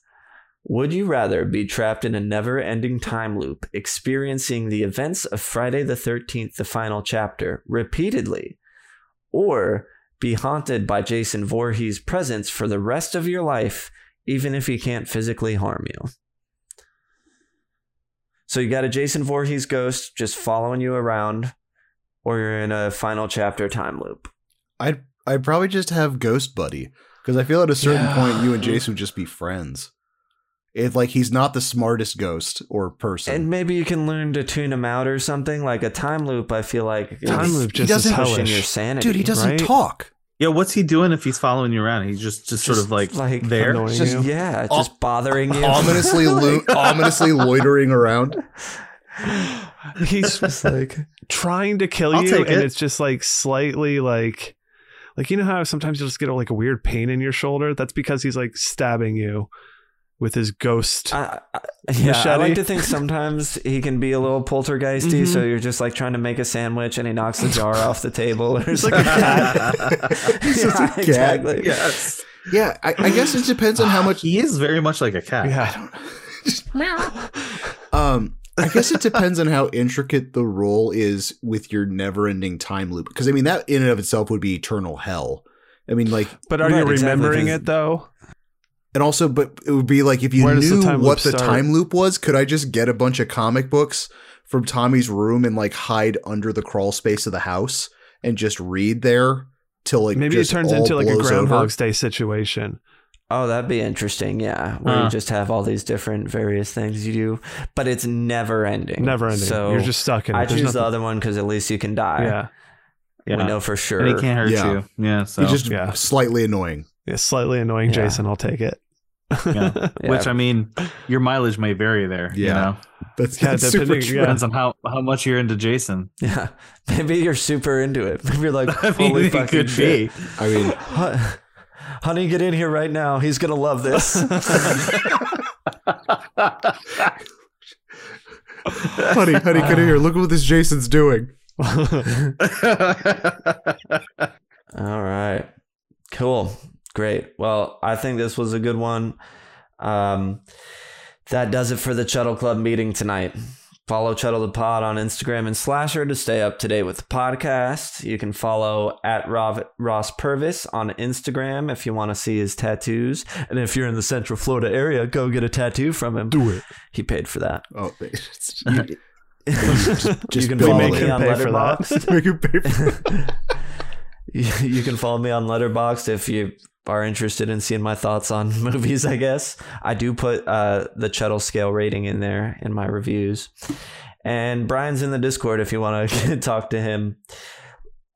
[SPEAKER 2] Would you rather be trapped in a never ending time loop, experiencing the events of Friday the 13th, the final chapter, repeatedly, or be haunted by Jason Voorhees' presence for the rest of your life, even if he can't physically harm you? So you got a Jason Voorhees ghost just following you around, or you're in a final chapter time loop.
[SPEAKER 7] I'd I'd probably just have Ghost Buddy because I feel at a certain point you and Jason would just be friends. If like he's not the smartest ghost or person,
[SPEAKER 2] And maybe you can learn to tune them out or something. Like a time loop, I feel like is-
[SPEAKER 3] Time loop
[SPEAKER 7] he
[SPEAKER 3] just is
[SPEAKER 7] doesn't
[SPEAKER 2] pushing your
[SPEAKER 3] hellish.
[SPEAKER 2] sanity.
[SPEAKER 7] dude, he doesn't
[SPEAKER 3] right?
[SPEAKER 7] talk.
[SPEAKER 4] Yeah, what's he doing if he's following you around? He's just just, sort
[SPEAKER 2] Just,
[SPEAKER 4] of like,
[SPEAKER 2] like,
[SPEAKER 4] there.
[SPEAKER 3] annoying
[SPEAKER 2] Just,
[SPEAKER 3] you.
[SPEAKER 2] yeah, it's
[SPEAKER 7] Om-
[SPEAKER 2] just bothering you.
[SPEAKER 7] ominously, lo- ominously loitering around.
[SPEAKER 3] He's
[SPEAKER 2] just like
[SPEAKER 3] trying to kill
[SPEAKER 4] I'll
[SPEAKER 3] you,
[SPEAKER 4] take
[SPEAKER 3] and
[SPEAKER 4] it.
[SPEAKER 3] it's just like slightly like, like you know how sometimes you'll just get like a weird pain in your shoulder. That's because he's like stabbing you with his ghost.
[SPEAKER 2] I, I, yeah, I
[SPEAKER 3] Machete.
[SPEAKER 2] like to think sometimes he can be a little poltergeisty,
[SPEAKER 4] Mhm.
[SPEAKER 2] so you're just like trying to make a sandwich and he knocks the jar off the table or
[SPEAKER 3] He's like a
[SPEAKER 2] something.
[SPEAKER 4] He's
[SPEAKER 7] just a
[SPEAKER 2] Yeah,
[SPEAKER 7] cat.
[SPEAKER 2] Exactly.
[SPEAKER 4] yes.
[SPEAKER 7] Yeah, I, I guess it depends on how much.
[SPEAKER 4] He is very much like a cat.
[SPEAKER 3] yeah,
[SPEAKER 7] Um, I guess it depends on how intricate the role is with your never-ending time loop. Because I mean, that in and of itself would be eternal hell. I mean, like,
[SPEAKER 3] but are
[SPEAKER 2] Right,
[SPEAKER 3] you
[SPEAKER 2] exactly,
[SPEAKER 3] remembering
[SPEAKER 2] 'cause-
[SPEAKER 3] it though?
[SPEAKER 7] and also, but it would be like if you
[SPEAKER 3] Where does the
[SPEAKER 7] knew
[SPEAKER 3] time
[SPEAKER 7] what
[SPEAKER 3] loop
[SPEAKER 7] the
[SPEAKER 3] start?
[SPEAKER 7] time loop was. Could I just get a bunch of comic books from Tommy's room and like hide under the crawl space of the house and just read there till like
[SPEAKER 3] Maybe it
[SPEAKER 7] just
[SPEAKER 3] turns
[SPEAKER 7] all
[SPEAKER 3] into like a
[SPEAKER 7] blows over?
[SPEAKER 3] Groundhog's Day situation.
[SPEAKER 2] Oh, that'd be interesting. Yeah, where
[SPEAKER 4] Huh.
[SPEAKER 2] you just have all these different various things you do, but it's never ending.
[SPEAKER 3] Never ending.
[SPEAKER 2] So
[SPEAKER 3] You're just stuck in it.
[SPEAKER 2] I
[SPEAKER 3] There's
[SPEAKER 2] choose the
[SPEAKER 3] nothing-
[SPEAKER 2] other one because at least you can die.
[SPEAKER 3] Yeah,
[SPEAKER 2] we
[SPEAKER 4] Yeah.
[SPEAKER 2] know for sure.
[SPEAKER 4] And he can't hurt
[SPEAKER 7] Yeah.
[SPEAKER 4] you. Yeah. So
[SPEAKER 7] It's just
[SPEAKER 3] yeah.
[SPEAKER 7] slightly annoying.
[SPEAKER 3] yeah, slightly annoying,
[SPEAKER 2] Yeah.
[SPEAKER 3] Jason. I'll take it.
[SPEAKER 4] Yeah.
[SPEAKER 2] Yeah.
[SPEAKER 4] which I mean, your mileage may vary there. You
[SPEAKER 7] Yeah.
[SPEAKER 4] know?
[SPEAKER 7] That's,
[SPEAKER 3] Yeah,
[SPEAKER 7] that's super
[SPEAKER 3] depending-
[SPEAKER 7] true.
[SPEAKER 3] Yeah.
[SPEAKER 4] Depends on how, how much you're into Jason.
[SPEAKER 2] Yeah, maybe you're super into it. Maybe you're like,
[SPEAKER 4] I mean,
[SPEAKER 2] holy
[SPEAKER 4] it
[SPEAKER 2] fucking
[SPEAKER 4] could
[SPEAKER 2] shit.
[SPEAKER 4] be.
[SPEAKER 7] I mean,
[SPEAKER 2] Hon- Honey, get in here right now. He's gonna love this.
[SPEAKER 7] honey, honey, get in here. Look what this Jason's doing.
[SPEAKER 2] All right, cool, great. Well, I think this was a good one. Um, that does it for the Chuddle Club meeting tonight. Follow Chuddle the Pod on Instagram and Slasher to stay up to date with the podcast. You can follow at Rob, Ross Purvis on Instagram if you want to see his tattoos. And if you're in the Central Florida area, go get a tattoo from him.
[SPEAKER 3] Do it.
[SPEAKER 2] He paid for that.
[SPEAKER 7] Oh, it's- you-
[SPEAKER 2] you
[SPEAKER 7] just
[SPEAKER 2] can
[SPEAKER 7] bill
[SPEAKER 2] follow
[SPEAKER 7] him.
[SPEAKER 2] me
[SPEAKER 7] Make
[SPEAKER 2] on
[SPEAKER 3] him pay for that.
[SPEAKER 2] Letterboxd.
[SPEAKER 7] make him pay for
[SPEAKER 2] you you can follow me on Letterboxd if you are interested in seeing my thoughts on movies, I guess. I do put uh, the Chettle scale rating in there in my reviews. And Brian's in the Discord if you want to talk to him.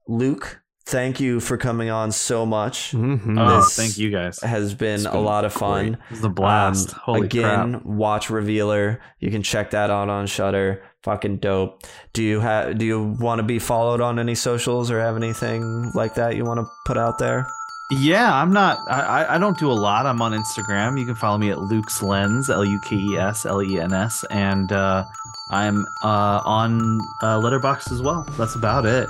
[SPEAKER 2] Luke, thank you for coming on so much.
[SPEAKER 3] Mhm.
[SPEAKER 4] oh,
[SPEAKER 2] This-
[SPEAKER 4] thank you guys. It
[SPEAKER 2] Has been,
[SPEAKER 7] Mm-hmm. It's
[SPEAKER 2] a
[SPEAKER 7] been
[SPEAKER 2] lot of fun.
[SPEAKER 7] great.
[SPEAKER 4] was a blast.
[SPEAKER 2] Um,
[SPEAKER 4] Holy
[SPEAKER 2] again,
[SPEAKER 4] crap.
[SPEAKER 2] Watch Revealer. You can check that out on Shutter. Fucking dope. Do you have? Do you want to be followed on any socials or have anything like that you want to put out there?
[SPEAKER 4] Yeah, I'm not. I, I- I don't do a lot. I'm on Instagram. You can follow me at Luke's Lens, L U K E S L E N S, and uh, I'm uh, on uh, Letterbox as well. That's about it.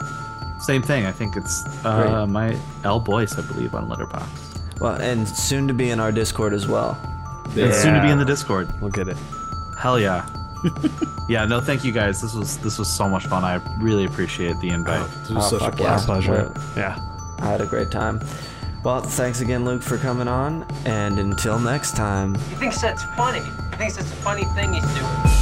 [SPEAKER 4] Same thing. I think it's uh,
[SPEAKER 2] Great.
[SPEAKER 4] my L Boyce, I believe, on Letterbox.
[SPEAKER 2] Well, and soon to be in our Discord as well.
[SPEAKER 4] And soon to be
[SPEAKER 3] Yeah.
[SPEAKER 4] in the Discord.
[SPEAKER 3] We'll get it.
[SPEAKER 4] Hell yeah. yeah. No, thank you guys. This was this was so much fun. I really appreciate the invite.
[SPEAKER 7] This was
[SPEAKER 2] Oh,
[SPEAKER 7] such a
[SPEAKER 2] fuck
[SPEAKER 7] blast.
[SPEAKER 3] Our pleasure.
[SPEAKER 2] Well,
[SPEAKER 3] Yeah.
[SPEAKER 2] I had a great time. Well, thanks again, Luke, for coming on. And until next time.
[SPEAKER 11] He thinks that's funny. He thinks it's a funny thing he's doing.